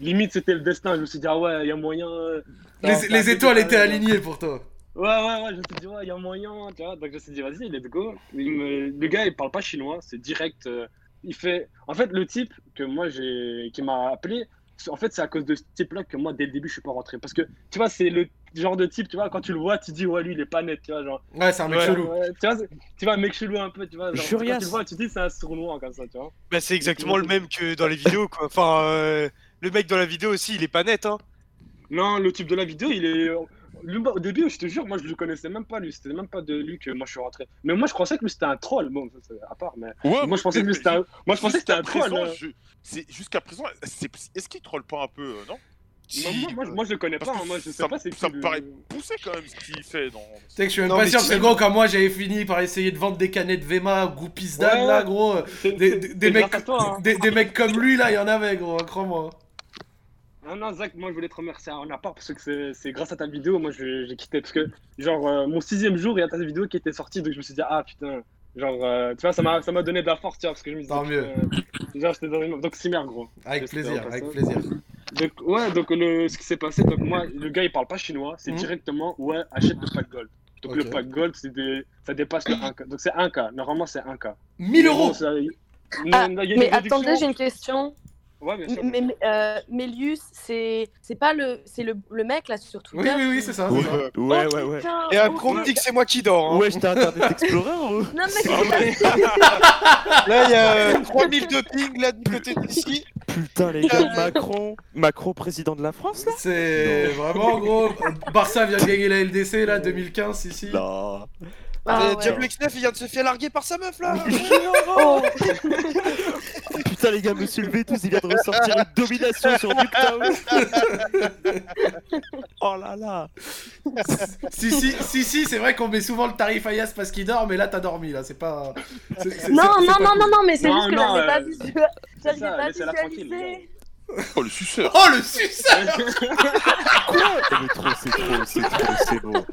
Speaker 5: limite, c'était le destin. Je me suis dit, ah ouais, il y a moyen. euh, non,
Speaker 1: Les,
Speaker 5: c'est
Speaker 1: les
Speaker 5: un truc
Speaker 1: étoiles
Speaker 5: de-
Speaker 1: étaient alignées pour toi.
Speaker 5: Ouais, ouais, ouais. Je me suis dit, ouais, il y a moyen. Tu vois Donc je me suis dit, vas-y, let's go. Il me- Le gars, il parle pas chinois. C'est direct. euh, Il fait. En fait, le type que moi, j'ai qui m'a appelé. c'est- En fait, c'est à cause de ce type-là que moi, dès le début, je suis pas rentré. Parce que, tu vois, c'est le genre de type, tu vois, quand tu le vois, tu dis, ouais, lui, il est pas net, tu vois, genre.
Speaker 1: Ouais, c'est un mec
Speaker 4: Ouais.
Speaker 1: chelou.
Speaker 5: Ouais, tu vois, c'est- tu vois, un mec chelou un peu, tu vois. Genre,
Speaker 3: Jurias.
Speaker 5: quand tu le vois, tu dis c'est un sournois comme ça, tu vois.
Speaker 4: Bah, c'est exactement le même que dans les vidéos, quoi. Enfin, euh, le mec dans la vidéo aussi, il est pas net, hein.
Speaker 5: Non, le type de la vidéo, il est. lui, bah, au début, je te jure, moi je le connaissais même pas lui, c'était même pas de lui que moi je suis rentré. Mais moi je pensais que lui c'était un troll, bon, ça, c'est à part, mais.
Speaker 2: Ouais,
Speaker 5: moi je pensais que lui c'était un. Moi je pensais que c'était
Speaker 2: Jusqu'à
Speaker 5: un troll.
Speaker 2: présent,
Speaker 5: euh.
Speaker 2: je- c'est- jusqu'à présent, c'est- est-ce qu'il troll pas un peu, euh, non
Speaker 5: Moi, Bah, moi, moi, je- moi, je le connais
Speaker 2: Parce
Speaker 5: pas,
Speaker 2: que
Speaker 5: hein, moi je sais
Speaker 2: ça-
Speaker 5: pas c'est
Speaker 2: ça
Speaker 5: qui
Speaker 2: me
Speaker 5: le-
Speaker 2: paraît- Poussé quand même ce qu'il fait dans.
Speaker 1: Tu sais que je suis même
Speaker 4: Non,
Speaker 1: pas
Speaker 4: mais
Speaker 1: sûr,
Speaker 4: si-
Speaker 1: parce que gros, quand moi j'avais fini par essayer de vendre des canettes Vema goupis d'âne,
Speaker 5: Ouais,
Speaker 1: là,
Speaker 5: ouais.
Speaker 1: gros, euh,
Speaker 5: C'est-
Speaker 1: des,
Speaker 5: c'est-
Speaker 1: des- des
Speaker 5: c'est
Speaker 1: mecs,
Speaker 5: grâce à toi, hein.
Speaker 1: des, des mecs comme lui, là, il y en avait, gros, hein, crois-moi.
Speaker 5: Non, non, Zach, moi je voulais te remercier en appart parce que c'est- c'est grâce à ta vidéo, moi je- j'ai quitté. Parce que, genre, euh, mon sixième jour, il y a ta vidéo qui était sortie, donc je me suis dit, ah putain, genre, euh, tu vois, ça m'a ça m'a donné de la force, tu vois, parce que je me disais,
Speaker 1: Tant mieux.
Speaker 5: putain, genre, j'étais dans une. Donc, Simer, gros.
Speaker 1: Avec
Speaker 5: J'espère,
Speaker 1: plaisir,
Speaker 5: parce
Speaker 1: avec
Speaker 5: que-
Speaker 1: plaisir.
Speaker 5: Donc, ouais, donc le, ce qui s'est passé, donc moi, le gars il parle pas chinois, c'est
Speaker 1: Mhm.
Speaker 5: directement, ouais, achète le pack gold. Donc,
Speaker 1: Ok.
Speaker 5: le pack gold, c'est des, ça dépasse le 1K. Donc, c'est 1K, normalement, c'est 1K.
Speaker 1: 1000 euros
Speaker 5: Ça-
Speaker 7: Ah,
Speaker 5: il y a une
Speaker 7: Mais
Speaker 5: réduction.
Speaker 7: attendez, j'ai une question.
Speaker 5: Ouais, bien sûr.
Speaker 7: Mais, mais, euh, Mélius, c'est c'est pas le c'est le, le mec là sur Twitter.
Speaker 1: Oui, oui, oui,
Speaker 7: qui-
Speaker 1: c'est ça.
Speaker 3: Ouais,
Speaker 1: c'est ça.
Speaker 3: ouais,
Speaker 7: Oh,
Speaker 3: ouais, ouais.
Speaker 7: putain,
Speaker 4: Et un
Speaker 7: ok.
Speaker 4: gros me dit que c'est moi qui dors, hein. Ah,
Speaker 3: Ouais, j'étais Internet Explorer ou
Speaker 7: Non mais
Speaker 4: Là, il y a euh, 3000 de ping, là, du côté d'ici. Euh,
Speaker 3: Putain, les gars, Macron, Macron président de la France là
Speaker 1: C'est vraiment, gros. Barça vient de gagner la LDC, là, 2015, ici.
Speaker 3: Non.
Speaker 7: Ah,
Speaker 4: Euh,
Speaker 7: ouais.
Speaker 4: Diablo X9, il vient de se faire larguer par sa meuf, là.
Speaker 7: Oh.
Speaker 3: Putain, les gars, Monsieur le Vétus, il vient de ressortir une domination sur Nuketown. oh là là.
Speaker 1: si, si, si, si, c'est vrai qu'on met souvent le tarif Ayas parce qu'il dort, mais là, t'as dormi, là, c'est pas. c'est- c'est-
Speaker 7: Non,
Speaker 1: c'est- c'est
Speaker 7: non,
Speaker 1: pas
Speaker 7: non,
Speaker 1: cool.
Speaker 7: non, non, mais c'est
Speaker 5: Non,
Speaker 7: juste que
Speaker 5: non,
Speaker 7: j'avais
Speaker 5: euh,
Speaker 7: pas vu.
Speaker 5: c'est
Speaker 7: J'avais
Speaker 5: ça,
Speaker 7: pas
Speaker 5: laissez-la tranquille,
Speaker 7: visualisé.
Speaker 2: Oh, le suceur
Speaker 1: Oh, le succès
Speaker 3: Quoi Oh, Mais trop, c'est trop, c'est trop, c'est bon.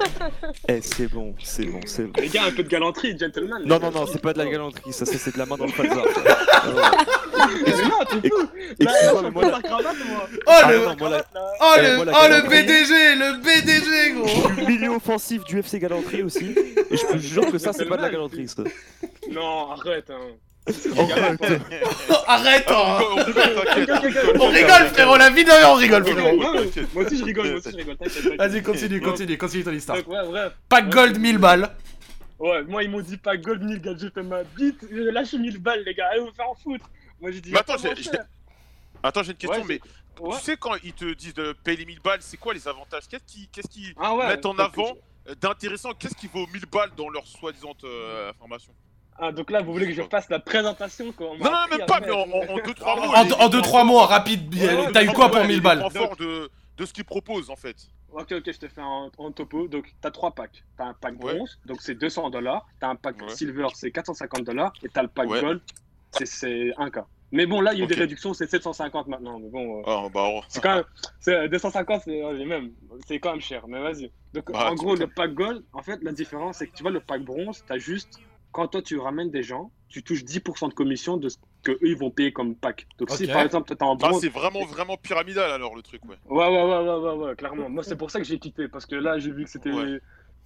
Speaker 3: Eh, c'est bon, c'est bon, c'est bon.
Speaker 5: Les gars, un peu de galanterie, gentleman. les
Speaker 3: Non,
Speaker 5: gars.
Speaker 3: non, non, c'est pas de la galanterie, ça, ça, c'est de la main dans le falzar.
Speaker 1: Ah,
Speaker 5: Mais non, t'es fou. Là, là, je
Speaker 3: Excuse-moi,
Speaker 5: suis
Speaker 3: mais
Speaker 5: en
Speaker 3: moi,
Speaker 5: train
Speaker 3: là-
Speaker 5: de faire cravate, moi.
Speaker 1: Oh,
Speaker 3: Ah,
Speaker 1: le.
Speaker 3: non, moi, là,
Speaker 1: Oh,
Speaker 3: Eh,
Speaker 1: le,
Speaker 3: voilà,
Speaker 1: oh, le
Speaker 3: galanterie.
Speaker 1: BDG, le BDG,
Speaker 3: je
Speaker 1: gros
Speaker 3: suis le milieu offensif du FC Galanterie aussi, et je te jure que ça, c'est pas de la galanterie, ça.
Speaker 5: Non, arrête. Hein.
Speaker 3: Oh,
Speaker 5: Regarde,
Speaker 3: ouais.
Speaker 1: Oh, Arrête hein.
Speaker 2: On rigole, t'inquiète,
Speaker 5: On
Speaker 1: On rigole, frérot, la vie de... On rigole, frérot
Speaker 5: Non, mais- moi aussi je rigole, moi aussi je rigole. t'inquiète, t'inquiète.
Speaker 1: Vas-y, continue, continue, continue ton histoire.
Speaker 5: Donc, ouais, bref.
Speaker 1: Pack gold, 1000 balles.
Speaker 5: Ouais, moi ils m'ont dit pas gold 1000 gars, j'ai fait ma bite, euh, lâchez 1000 balles les gars, allez vous faire en foutre. Moi j'ai dit.
Speaker 2: Mais attends,
Speaker 5: comment
Speaker 2: j'ai-
Speaker 5: je
Speaker 2: j'ai- Attends, j'ai une question,
Speaker 5: Ouais,
Speaker 2: mais
Speaker 5: fais Ouais.
Speaker 2: tu sais, quand ils te disent de payer les 1000 balles, c'est quoi les avantages Qu'est-ce qui, qu'est-ce qui
Speaker 5: Ah ouais.
Speaker 2: mettent en
Speaker 5: donc-
Speaker 2: avant euh, d'intéressant Qu'est-ce qui vaut 1000 balles dans leur soi-disant euh, information
Speaker 5: Ah, donc là vous voulez que je fasse la présentation quoi on m'a
Speaker 2: Non, non,
Speaker 5: appris
Speaker 2: même pas,
Speaker 5: après.
Speaker 2: mais en, en, en deux, trois mots.
Speaker 1: En,
Speaker 2: les-
Speaker 1: 2-3 mots, rapide,
Speaker 5: Ouais, ouais,
Speaker 1: t'as eu quoi
Speaker 2: Ouais,
Speaker 1: pour
Speaker 2: les
Speaker 1: 1000 balles
Speaker 2: points forts de, de ce qu'ils proposent, en fait.
Speaker 5: Ok, ok, je te fais en, en topo. Donc t'as trois packs. T'as un pack
Speaker 2: Ouais.
Speaker 5: bronze, donc c'est 200 dollars. T'as un pack
Speaker 2: Ouais.
Speaker 5: silver, c'est 450 dollars. Et t'as le pack
Speaker 2: Ouais.
Speaker 5: gold, c'est- c'est 1K. Mais bon, là il y a eu
Speaker 2: Ok.
Speaker 5: des réductions, c'est 750 maintenant. Mais bon. euh,
Speaker 2: Ah, bah, oh.
Speaker 5: C'est quand même. c'est- 250, c'est euh, les mêmes. C'est quand même cher, mais vas-y. Donc,
Speaker 2: Bah,
Speaker 5: en
Speaker 2: tu
Speaker 5: gros, le
Speaker 2: m'étonnes.
Speaker 5: pack gold, en fait, la différence, c'est que tu vois, le pack bronze, t'as juste. Quand toi, tu ramènes des gens, tu touches 10% de commission de ce que eux ils vont payer comme pack. Donc, si
Speaker 1: Ok.
Speaker 5: par exemple, toi, t'es en
Speaker 2: Ah,
Speaker 5: bronze.
Speaker 2: c'est vraiment, vraiment pyramidal alors le truc, ouais.
Speaker 5: ouais, ouais, ouais, ouais, ouais, ouais, clairement. Moi, c'est pour ça que j'ai quitté, parce que là, j'ai vu que c'était.
Speaker 2: Ouais.
Speaker 5: c'était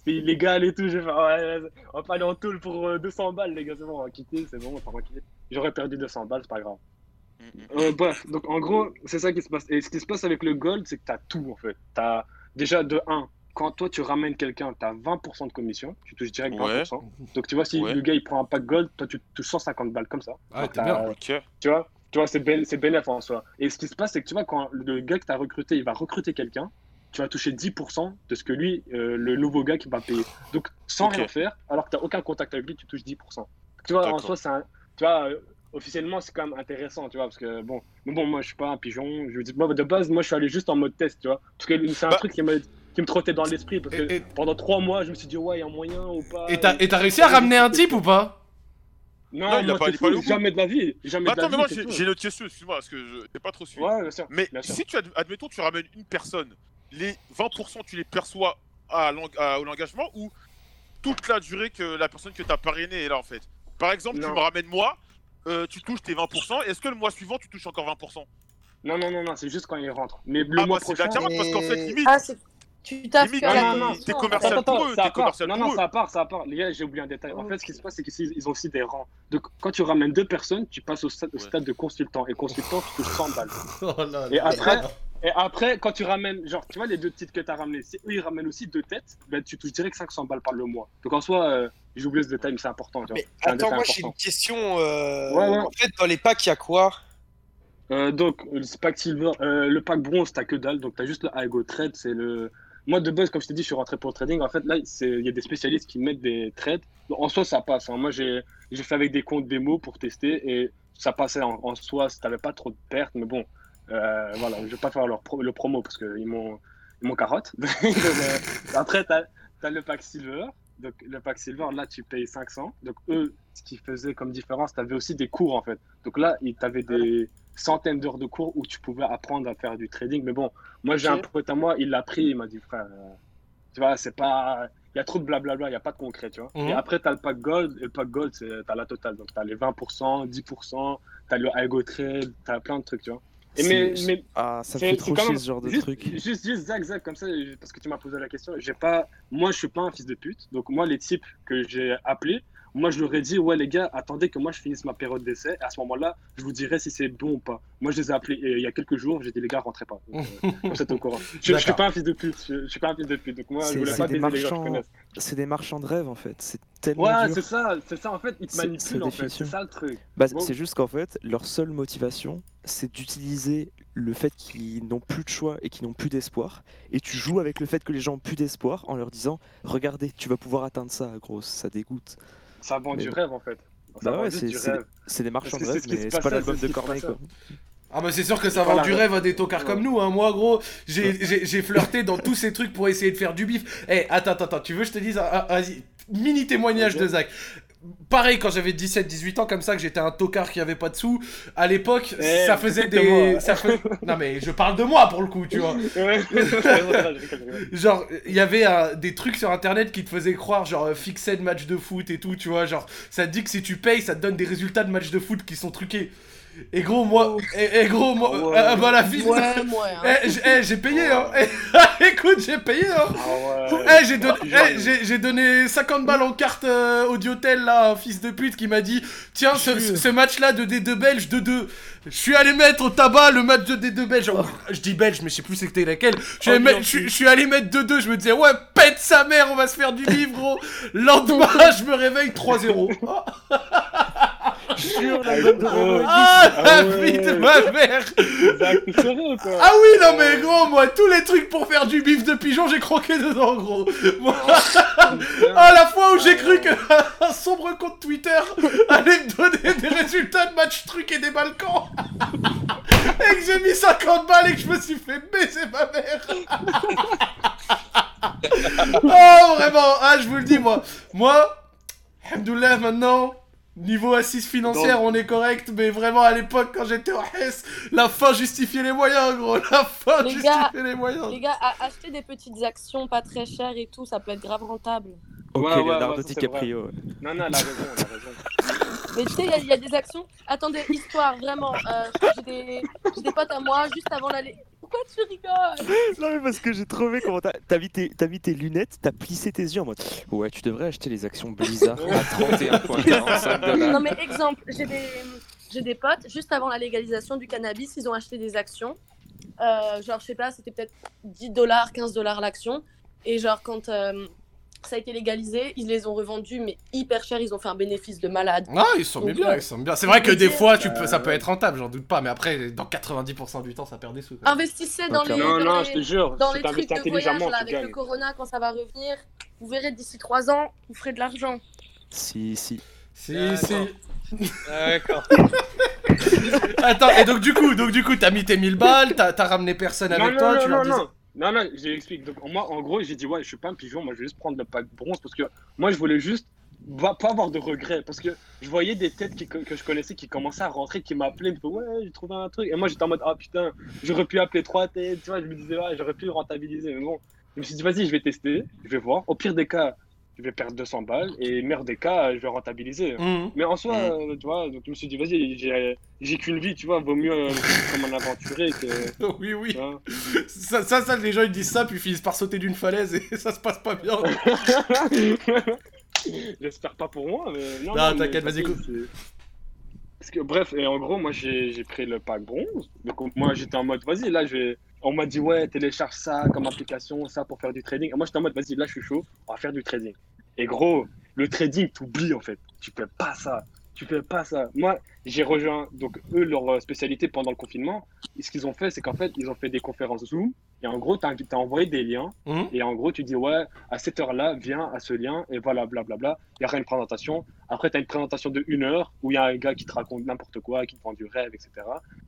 Speaker 5: pays légal et tout. J'ai fait, ouais, vas-y, on va pas aller en tôle pour euh, 200 balles, les gars, c'est bon, on va quitter, c'est bon, on va quitter. J'aurais perdu 200 balles, c'est pas grave.
Speaker 2: Mm,
Speaker 5: Euh, bref, donc en gros, c'est ça qui se passe. Et ce qui se passe avec le gold, c'est que t'as tout en fait. T'as déjà de 1, quand toi tu ramènes quelqu'un, t'as 20% de commission, tu touches direct
Speaker 2: Ouais.
Speaker 5: 20%. Donc tu vois, si
Speaker 2: Ouais.
Speaker 5: le gars il prend un pack gold, toi tu touches 150 balles comme ça.
Speaker 1: Ah,
Speaker 5: Donc,
Speaker 1: t'es
Speaker 5: t'as-
Speaker 1: bien.
Speaker 2: Ok.
Speaker 5: tu vois, tu vois c'est ben- c'est bénéf en soi. Et ce qui se passe, c'est que tu vois, quand le gars que tu as recruté, il va recruter quelqu'un, tu vas toucher 10% de ce que lui, euh, le nouveau gars qui va payer. Donc, sans
Speaker 2: Ok.
Speaker 5: rien faire, alors que tu n'as aucun contact avec lui, tu touches 10%. Tu vois, en
Speaker 2: D'accord.
Speaker 5: soi, c'est un- Tu vois, euh, officiellement, c'est quand même intéressant, tu vois, parce que bon, mais bon, moi, je suis pas un pigeon. Je veux dire, moi, de base, moi, je suis allé juste en mode test, tu vois. Parce que c'est un
Speaker 2: Bah.
Speaker 5: truc qui me, qui me trottait dans l'esprit, parce que
Speaker 1: Et- et-
Speaker 5: pendant trois mois, je me suis dit, ouais, il y a moyen ou pas.
Speaker 1: Et t'as et t'as réussi à ramener un type ou pas
Speaker 5: Non,
Speaker 2: Non, il a
Speaker 5: moi,
Speaker 2: pas-
Speaker 5: c'est
Speaker 2: il est
Speaker 5: tout,
Speaker 2: pas allé au bout.
Speaker 5: jamais de la vie. Jamais
Speaker 2: Bah,
Speaker 5: de la
Speaker 2: attends, mais
Speaker 5: vie,
Speaker 2: moi
Speaker 5: c'est
Speaker 2: j'ai
Speaker 5: tout.
Speaker 2: j'ai une autre question, excuse-moi, parce que je t'ai pas trop suivi.
Speaker 5: Ouais, bien sûr.
Speaker 2: Mais
Speaker 5: bien sûr.
Speaker 2: si tu ad- admettons tu ramènes une personne, les 20% tu les perçois à l'eng- à- au l'engagement ou toute la durée que la personne que t'as parrainée est là en fait. Par exemple, tu
Speaker 5: Non.
Speaker 2: me ramènes moi, euh, tu touches tes 20%, est-ce que le mois suivant tu touches encore 20%
Speaker 5: Non, non, non, non, c'est juste quand il rentre. Mais le
Speaker 2: Ah
Speaker 5: mois
Speaker 2: bah c'est de la
Speaker 5: prochain. euh,
Speaker 2: carotte parce qu'en fait
Speaker 4: Et-
Speaker 2: limite,
Speaker 7: Ah, c'est. Tu taffes
Speaker 2: Limite,
Speaker 7: que à la hein.
Speaker 5: non, non,
Speaker 7: commission,
Speaker 2: t'es
Speaker 7: en fait.
Speaker 2: commercial pour eux,
Speaker 5: c'est à
Speaker 2: t'es
Speaker 5: part.
Speaker 2: commercial
Speaker 5: non,
Speaker 2: pour
Speaker 5: non,
Speaker 2: eux.
Speaker 5: ça part, ça part. Les gars, j'ai oublié un détail. En fait, ce qui se passe, c'est qu'ici, ils ont aussi des rangs. Donc, quand tu ramènes deux personnes, tu passes au stade, au
Speaker 2: Ouais.
Speaker 5: stade de consultant. Et consultant, tu touches 100 balles.
Speaker 1: Oh là
Speaker 4: Bah,
Speaker 5: Et
Speaker 1: là.
Speaker 5: après, et après, quand tu ramènes, genre, tu vois, les deux titres que t'as ramenés, si eux, ils ramènent aussi deux têtes, ben, tu touches direct 500 balles par le mois. Donc, en soi, euh, j'ai oublié ce détail, Ah, mais c'est important. Tu vois.
Speaker 4: Mais
Speaker 5: C'est un
Speaker 4: attends,
Speaker 5: détail
Speaker 4: moi j'ai une
Speaker 5: important.
Speaker 4: question. euh,
Speaker 5: Ouais, ouais.
Speaker 4: En fait, dans les packs, il y a quoi
Speaker 5: Euh, donc, euh, le pack silver, euh, le pack bronze, t'as que dalle. Donc, t'as juste le Igo trade. C'est le. Moi, de base, comme je t'ai dit, je suis rentré pour le trading. En fait, là, c'est- il y a des spécialistes qui mettent des trades. Donc, en soi, ça passe. hein. Moi, j'ai j'ai fait avec des comptes démo pour tester et ça passait en, en soi. Si t'avais pas trop de pertes, mais bon, euh, voilà, je vais pas faire leur pro- le promo parce qu'ils m'ont ils m'ont carotte. Donc, euh, après, t'as as le pack silver. Donc, le pack silver, là, tu payes 500. Donc, eux, ce qu'ils faisaient comme différence, t'avais aussi des cours en fait. Donc, là, ils- t'avais des centaines d'heures de cours où tu pouvais apprendre à faire du trading. Mais bon, moi j'ai
Speaker 4: Ok.
Speaker 5: un pote à moi, il l'a pris, il m'a dit frère, euh, tu vois, c'est pas. Il y a trop de blablabla, il n'y a pas de concret, tu vois.
Speaker 1: Mhm.
Speaker 5: Et après, t'as le pack gold, et le pack gold, c'est t'as la totale. Donc t'as les 20%, 10%, t'as le algo trade, t'as plein de trucs, tu vois. Et mais,
Speaker 3: C'est-
Speaker 5: mais
Speaker 3: Ah, ça me
Speaker 5: c'est-
Speaker 3: fait
Speaker 5: c'est
Speaker 3: trop
Speaker 5: quand
Speaker 3: chier
Speaker 5: même
Speaker 3: ce genre de
Speaker 5: juste,
Speaker 3: truc.
Speaker 5: Juste, juste, Zach, Zach, comme ça, je- parce que tu m'as posé la question, j'ai pas, moi, je suis pas un fils de pute. Donc, moi, les types que j'ai appelés, moi, je leur ai dit, ouais, les gars, attendez que moi, je finisse ma période d'essai. Et à ce moment-là, je vous dirai si c'est bon ou pas. Moi, je les ai appelés et il y a quelques jours, j'ai dit, les gars, rentrez pas. Donc, euh, comme ça, t'es au courant. Je, je suis
Speaker 1: D'accord.
Speaker 5: pas un fils de pute. Je, je suis pas un fils de pute. Donc, moi,
Speaker 3: C'est-
Speaker 5: je voulais
Speaker 3: c'est
Speaker 5: pas
Speaker 3: des
Speaker 5: baiser les gars, que je
Speaker 3: marchands.
Speaker 5: connais.
Speaker 3: C'est des marchands de rêve en fait. C'est tellement
Speaker 5: Ouais,
Speaker 3: dur.
Speaker 5: c'est ça, c'est ça, en fait, ils te
Speaker 3: C'est-
Speaker 5: manipulent,
Speaker 3: c'est
Speaker 5: en fait.
Speaker 3: définition.
Speaker 5: C'est ça le truc.
Speaker 3: Bah,
Speaker 5: Bon.
Speaker 3: C'est juste qu'en fait, leur seule motivation, c'est d'utiliser le fait qu'ils n'ont plus de choix et qu'ils n'ont plus d'espoir. Et tu joues avec le fait que les gens ont plus d'espoir en leur disant Regardez, tu vas pouvoir atteindre ça, gros, ça dégoûte.
Speaker 5: Ça vend
Speaker 3: Mais
Speaker 5: du
Speaker 3: bon.
Speaker 5: rêve, en fait. Ça
Speaker 3: Bah
Speaker 5: vend
Speaker 3: ouais,
Speaker 5: juste
Speaker 3: c'est-
Speaker 5: du
Speaker 3: c'est-
Speaker 5: rêve.
Speaker 3: C'est des marchands
Speaker 5: Parce que
Speaker 3: de
Speaker 5: c'est
Speaker 3: rêve,
Speaker 5: ce qui se
Speaker 3: mais c'est pas
Speaker 5: passait,
Speaker 3: l'album
Speaker 5: c'est ce
Speaker 3: de
Speaker 5: qui se
Speaker 3: Corneille
Speaker 5: passait.
Speaker 3: quoi.
Speaker 1: Ah bah c'est sûr que ça
Speaker 5: Voilà.
Speaker 1: vend du rêve à des tocards
Speaker 5: Ouais.
Speaker 1: comme nous, hein. Moi gros, j'ai j'ai- j'ai flirté dans tous ces trucs pour essayer de faire du bif. Eh, attends, attends, attends, tu veux que je te dise un, un- vas-y, mini témoignage de Zach. Pareil quand j'avais 17-18 ans comme ça que j'étais un tocard qui avait pas de sous, à l'époque
Speaker 5: Eh,
Speaker 1: ça faisait
Speaker 5: écoute-moi,
Speaker 1: des
Speaker 5: hein.
Speaker 1: ça fais- non mais je parle de moi pour le coup, tu vois.
Speaker 5: Ouais. Je rigole, je rigole.
Speaker 1: Genre, il y avait euh, des trucs sur internet qui te faisaient croire, genre, euh, fixer de match de foot et tout, tu vois. Genre, ça te dit que si tu payes, ça te donne des résultats de match de foot qui sont truqués. Et gros, moi, et, et gros, moi,
Speaker 5: Oh, ouais.
Speaker 1: ah, bah la vie,
Speaker 7: Ouais, moi. hein.
Speaker 1: Eh, j'- eh, j'ai payé, hein. Écoute, j'ai payé, hein.
Speaker 5: Ah ouais.
Speaker 1: Eh, j'ai don-
Speaker 5: Ouais,
Speaker 1: eh, j'ai- j'ai donné 50 balles en carte euh, audiotel là, à un fils de pute qui m'a dit Tiens, ce, ce- ce match-là de D2 belge, 2-2. Je suis allé mettre au tabac le match de D2 belge.
Speaker 7: Oh.
Speaker 1: Oh, Je dis belge, mais je sais plus c'était laquelle. Je suis allé
Speaker 4: Oh,
Speaker 1: mettre-
Speaker 4: bien
Speaker 1: je-
Speaker 4: sûr.
Speaker 1: je suis allé mettre 2-2. Je me disais Ouais, pète sa mère, on va se faire du livre, gros. Lendemain, je me réveille 3-0. Ah,
Speaker 3: Sur l'album de Corneille.
Speaker 1: Ah, la
Speaker 5: Ah ouais. Bah,
Speaker 1: vie de ma mère
Speaker 5: Zach, t'es sérieux, quoi
Speaker 1: Ah oui, non mais gros, moi, tous les trucs pour faire du bif de pigeon, j'ai croqué dedans, gros. Moi,
Speaker 5: Oh,
Speaker 1: ah, la fois où j'ai cru que un sombre compte Twitter allait me donner des résultats de match truc et des Balkans. et que j'ai mis 50 balles et que je me suis fait baiser ma mère. oh, vraiment, ah, je vous le dis, moi. Moi, Alhamdoulilah, maintenant... Niveau assise financière, on est correct, mais vraiment à l'époque, quand j'étais en Hesse, la fin justifiait les moyens, gros. La fin
Speaker 7: Les
Speaker 1: justifiait
Speaker 7: gars,
Speaker 1: les moyens.
Speaker 7: Les gars, a- acheter des petites actions pas très chères et tout, ça peut être grave rentable.
Speaker 3: Ok,
Speaker 5: Ouais, ouais,
Speaker 3: Leonardo
Speaker 5: ouais, ça, c'est
Speaker 3: DiCaprio. ouais.
Speaker 5: Non, non, elle a raison, elle a raison.
Speaker 7: Mais tu sais, il y a- il y, a des actions. Attendez, histoire, vraiment. euh, j'ai des, j'ai des potes à moi, juste avant d'aller. Pourquoi tu rigoles
Speaker 3: Non, mais parce que j'ai trouvé comment t'as t'as mis, tes- t'as mis tes lunettes, t'as plissé tes yeux en mode Ouais, tu devrais acheter les actions Blizzard.
Speaker 8: à 31,45 dollars.
Speaker 7: Non mais exemple, j'ai des, j'ai des potes, juste avant la légalisation du cannabis, ils ont acheté des actions. Euh, genre, je sais pas, c'était peut-être 10 dollars, 15 dollars l'action. Et genre, quand euh, ça a été légalisé, ils les ont revendus, mais hyper cher, ils ont fait un bénéfice de malade. euh,
Speaker 1: Ah, ils sont mis bien, ils sont bien. C'est vrai que des fois, tu peux, ça peut être rentable, j'en doute pas, mais après, dans 90% du temps, ça perd des sous. quoi.
Speaker 7: Investissez dans
Speaker 3: Ok.
Speaker 7: les,
Speaker 5: Non,
Speaker 7: dans
Speaker 5: non,
Speaker 7: les-
Speaker 5: je te jure,
Speaker 7: dans
Speaker 5: si
Speaker 7: les
Speaker 5: t'investis
Speaker 7: trucs de voyage
Speaker 5: intelligemment,
Speaker 7: là,
Speaker 5: tu
Speaker 7: avec le
Speaker 5: gagnes.
Speaker 7: corona quand ça va revenir. Vous verrez d'ici 3 ans, vous ferez de l'argent.
Speaker 3: Si, si.
Speaker 1: Si,
Speaker 4: Ah,
Speaker 1: si.
Speaker 4: non. D'accord.
Speaker 1: Attends, et donc du coup, donc du coup, t'as mis tes 1000 balles, t'as t'as ramené personne
Speaker 5: Non,
Speaker 1: avec
Speaker 5: non,
Speaker 1: toi,
Speaker 5: non,
Speaker 1: tu leur
Speaker 5: non,
Speaker 1: dis.
Speaker 5: non. Non, non, je l'explique. Donc, moi, en gros, j'ai dit, ouais, je suis pas un pigeon, moi, je vais juste prendre le pack bronze parce que moi, je voulais juste va- pas avoir de regrets parce que je voyais des têtes qui co- que je connaissais qui commençaient à rentrer, qui m'appelaient, ils me disaient, ouais, j'ai trouvé un truc. Et moi, j'étais en mode, ah putain, j'aurais pu appeler trois têtes, tu vois, je me disais, ouais, j'aurais pu rentabiliser, mais bon. Je me suis dit, vas-y, je vais tester, je vais voir. Au pire des cas, je vais perdre 200 balles et meilleur des cas, je vais rentabiliser.
Speaker 1: Mhm.
Speaker 5: Mais en soi, euh, tu vois, donc je me suis dit, vas-y, j'ai- j'ai qu'une vie, tu vois, vaut mieux euh, comme un aventuré que.
Speaker 1: Oui, oui.
Speaker 5: tu vois.
Speaker 2: Hein.
Speaker 1: Ça, ça, ça, les gens ils disent ça, puis ils finissent par sauter d'une falaise et ça se passe pas bien.
Speaker 5: J'espère pas pour moi, mais non.
Speaker 1: Non,
Speaker 5: mais
Speaker 1: t'inquiète,
Speaker 5: parce
Speaker 1: vas-y,
Speaker 5: que c'est- Parce que bref, et en gros, moi j'ai j'ai pris le pack bronze. Donc moi j'étais en mode, vas-y, là je vais. On m'a dit, ouais, télécharge ça comme application, ça pour faire du trading. Et moi j'étais en mode, vas-y, là je suis chaud, on va faire du trading. Et gros, le trading, t'oublies en fait. Tu fais pas ça. Tu fais pas ça. Moi, j'ai rejoint, donc eux, leur spécialité pendant le confinement, ce qu'ils ont fait, c'est qu'en fait, ils ont fait des conférences Zoom. Et en gros, t'as t'as envoyé des liens.
Speaker 1: Mhm.
Speaker 5: Et en gros, tu dis, ouais, à cette heure-là, viens à ce lien, et voilà, blablabla. Il y aura une présentation. Après, tu as une présentation de une heure où il y a un gars qui te raconte n'importe quoi, qui te vend du rêve, etc.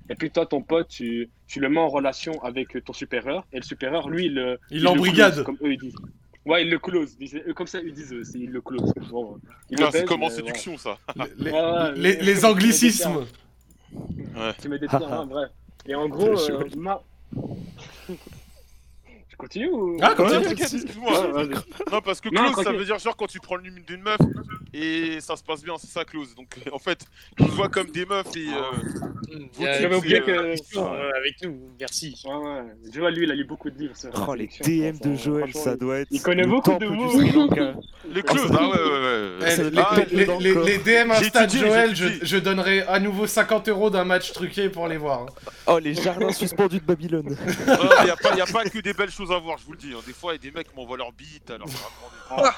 Speaker 5: Et puis, toi, ton pote, tu, tu le mets en relation avec ton supérieur, et le supérieur, lui, il le-
Speaker 1: Il
Speaker 5: le
Speaker 1: l'embrigade.
Speaker 5: close, Comme eux, ils disent. Ouais, il le close. Ils disent- eux, Comme ça, ils disent, euh, c'est- il le close. Bon, euh, il le
Speaker 2: Putain, c'est
Speaker 5: baise,
Speaker 2: comme
Speaker 5: mais
Speaker 2: en
Speaker 5: voilà.
Speaker 2: séduction ça.
Speaker 5: Ouais,
Speaker 1: Les,
Speaker 5: ouais,
Speaker 1: les-
Speaker 5: mais-
Speaker 1: les anglicismes.
Speaker 5: Tu mets des tirs, hein, bref. Et en gros, euh, moi. je continue ou.
Speaker 1: Ah,
Speaker 2: Ouais,
Speaker 1: continue.
Speaker 2: t'inquiète,
Speaker 5: Ouais,
Speaker 2: excuse-moi.
Speaker 5: vas-y.
Speaker 2: Non, parce que
Speaker 5: Non,
Speaker 2: close, ça
Speaker 5: tranquille.
Speaker 2: veut dire genre quand tu prends le numéro d'une meuf et ça se passe bien, c'est ça close. Donc euh, en fait, ils voient comme des meufs et. euh,
Speaker 4: Mm.
Speaker 2: vous dites,
Speaker 4: J'avais oublié
Speaker 2: euh,
Speaker 4: que. Euh, Avec nous, merci.
Speaker 5: Ouais, ouais. Joël, lui, il a lu beaucoup de livres. sur la
Speaker 3: Oh, les
Speaker 5: sélection,
Speaker 3: DM
Speaker 5: je pense,
Speaker 3: de
Speaker 5: hein.
Speaker 3: Joël,
Speaker 5: Franchement,
Speaker 3: ça doit être.
Speaker 5: il connaît
Speaker 3: le
Speaker 5: beaucoup de
Speaker 3: temple
Speaker 5: mots.
Speaker 3: du Sri Lanka.
Speaker 2: Les closes, ah ouais, ouais, ouais.
Speaker 1: Eh,
Speaker 3: Ça
Speaker 1: Les,
Speaker 3: doit
Speaker 2: être
Speaker 1: les-
Speaker 3: dans le
Speaker 1: les-
Speaker 3: corps.
Speaker 1: les DM Insta de
Speaker 2: J'ai étudié, j'ai
Speaker 1: Joël, je,
Speaker 2: étudié.
Speaker 1: je donnerai à nouveau 50 euros d'un match truqué pour les voir. hein.
Speaker 3: Oh, les jardins suspendus de Babylone.
Speaker 2: Il n'y a, pas- y a pas que des belles choses à voir, je vous le dis. hein. Des fois, il y a des mecs qui m'envoient leur bite. Alors,
Speaker 7: Ah.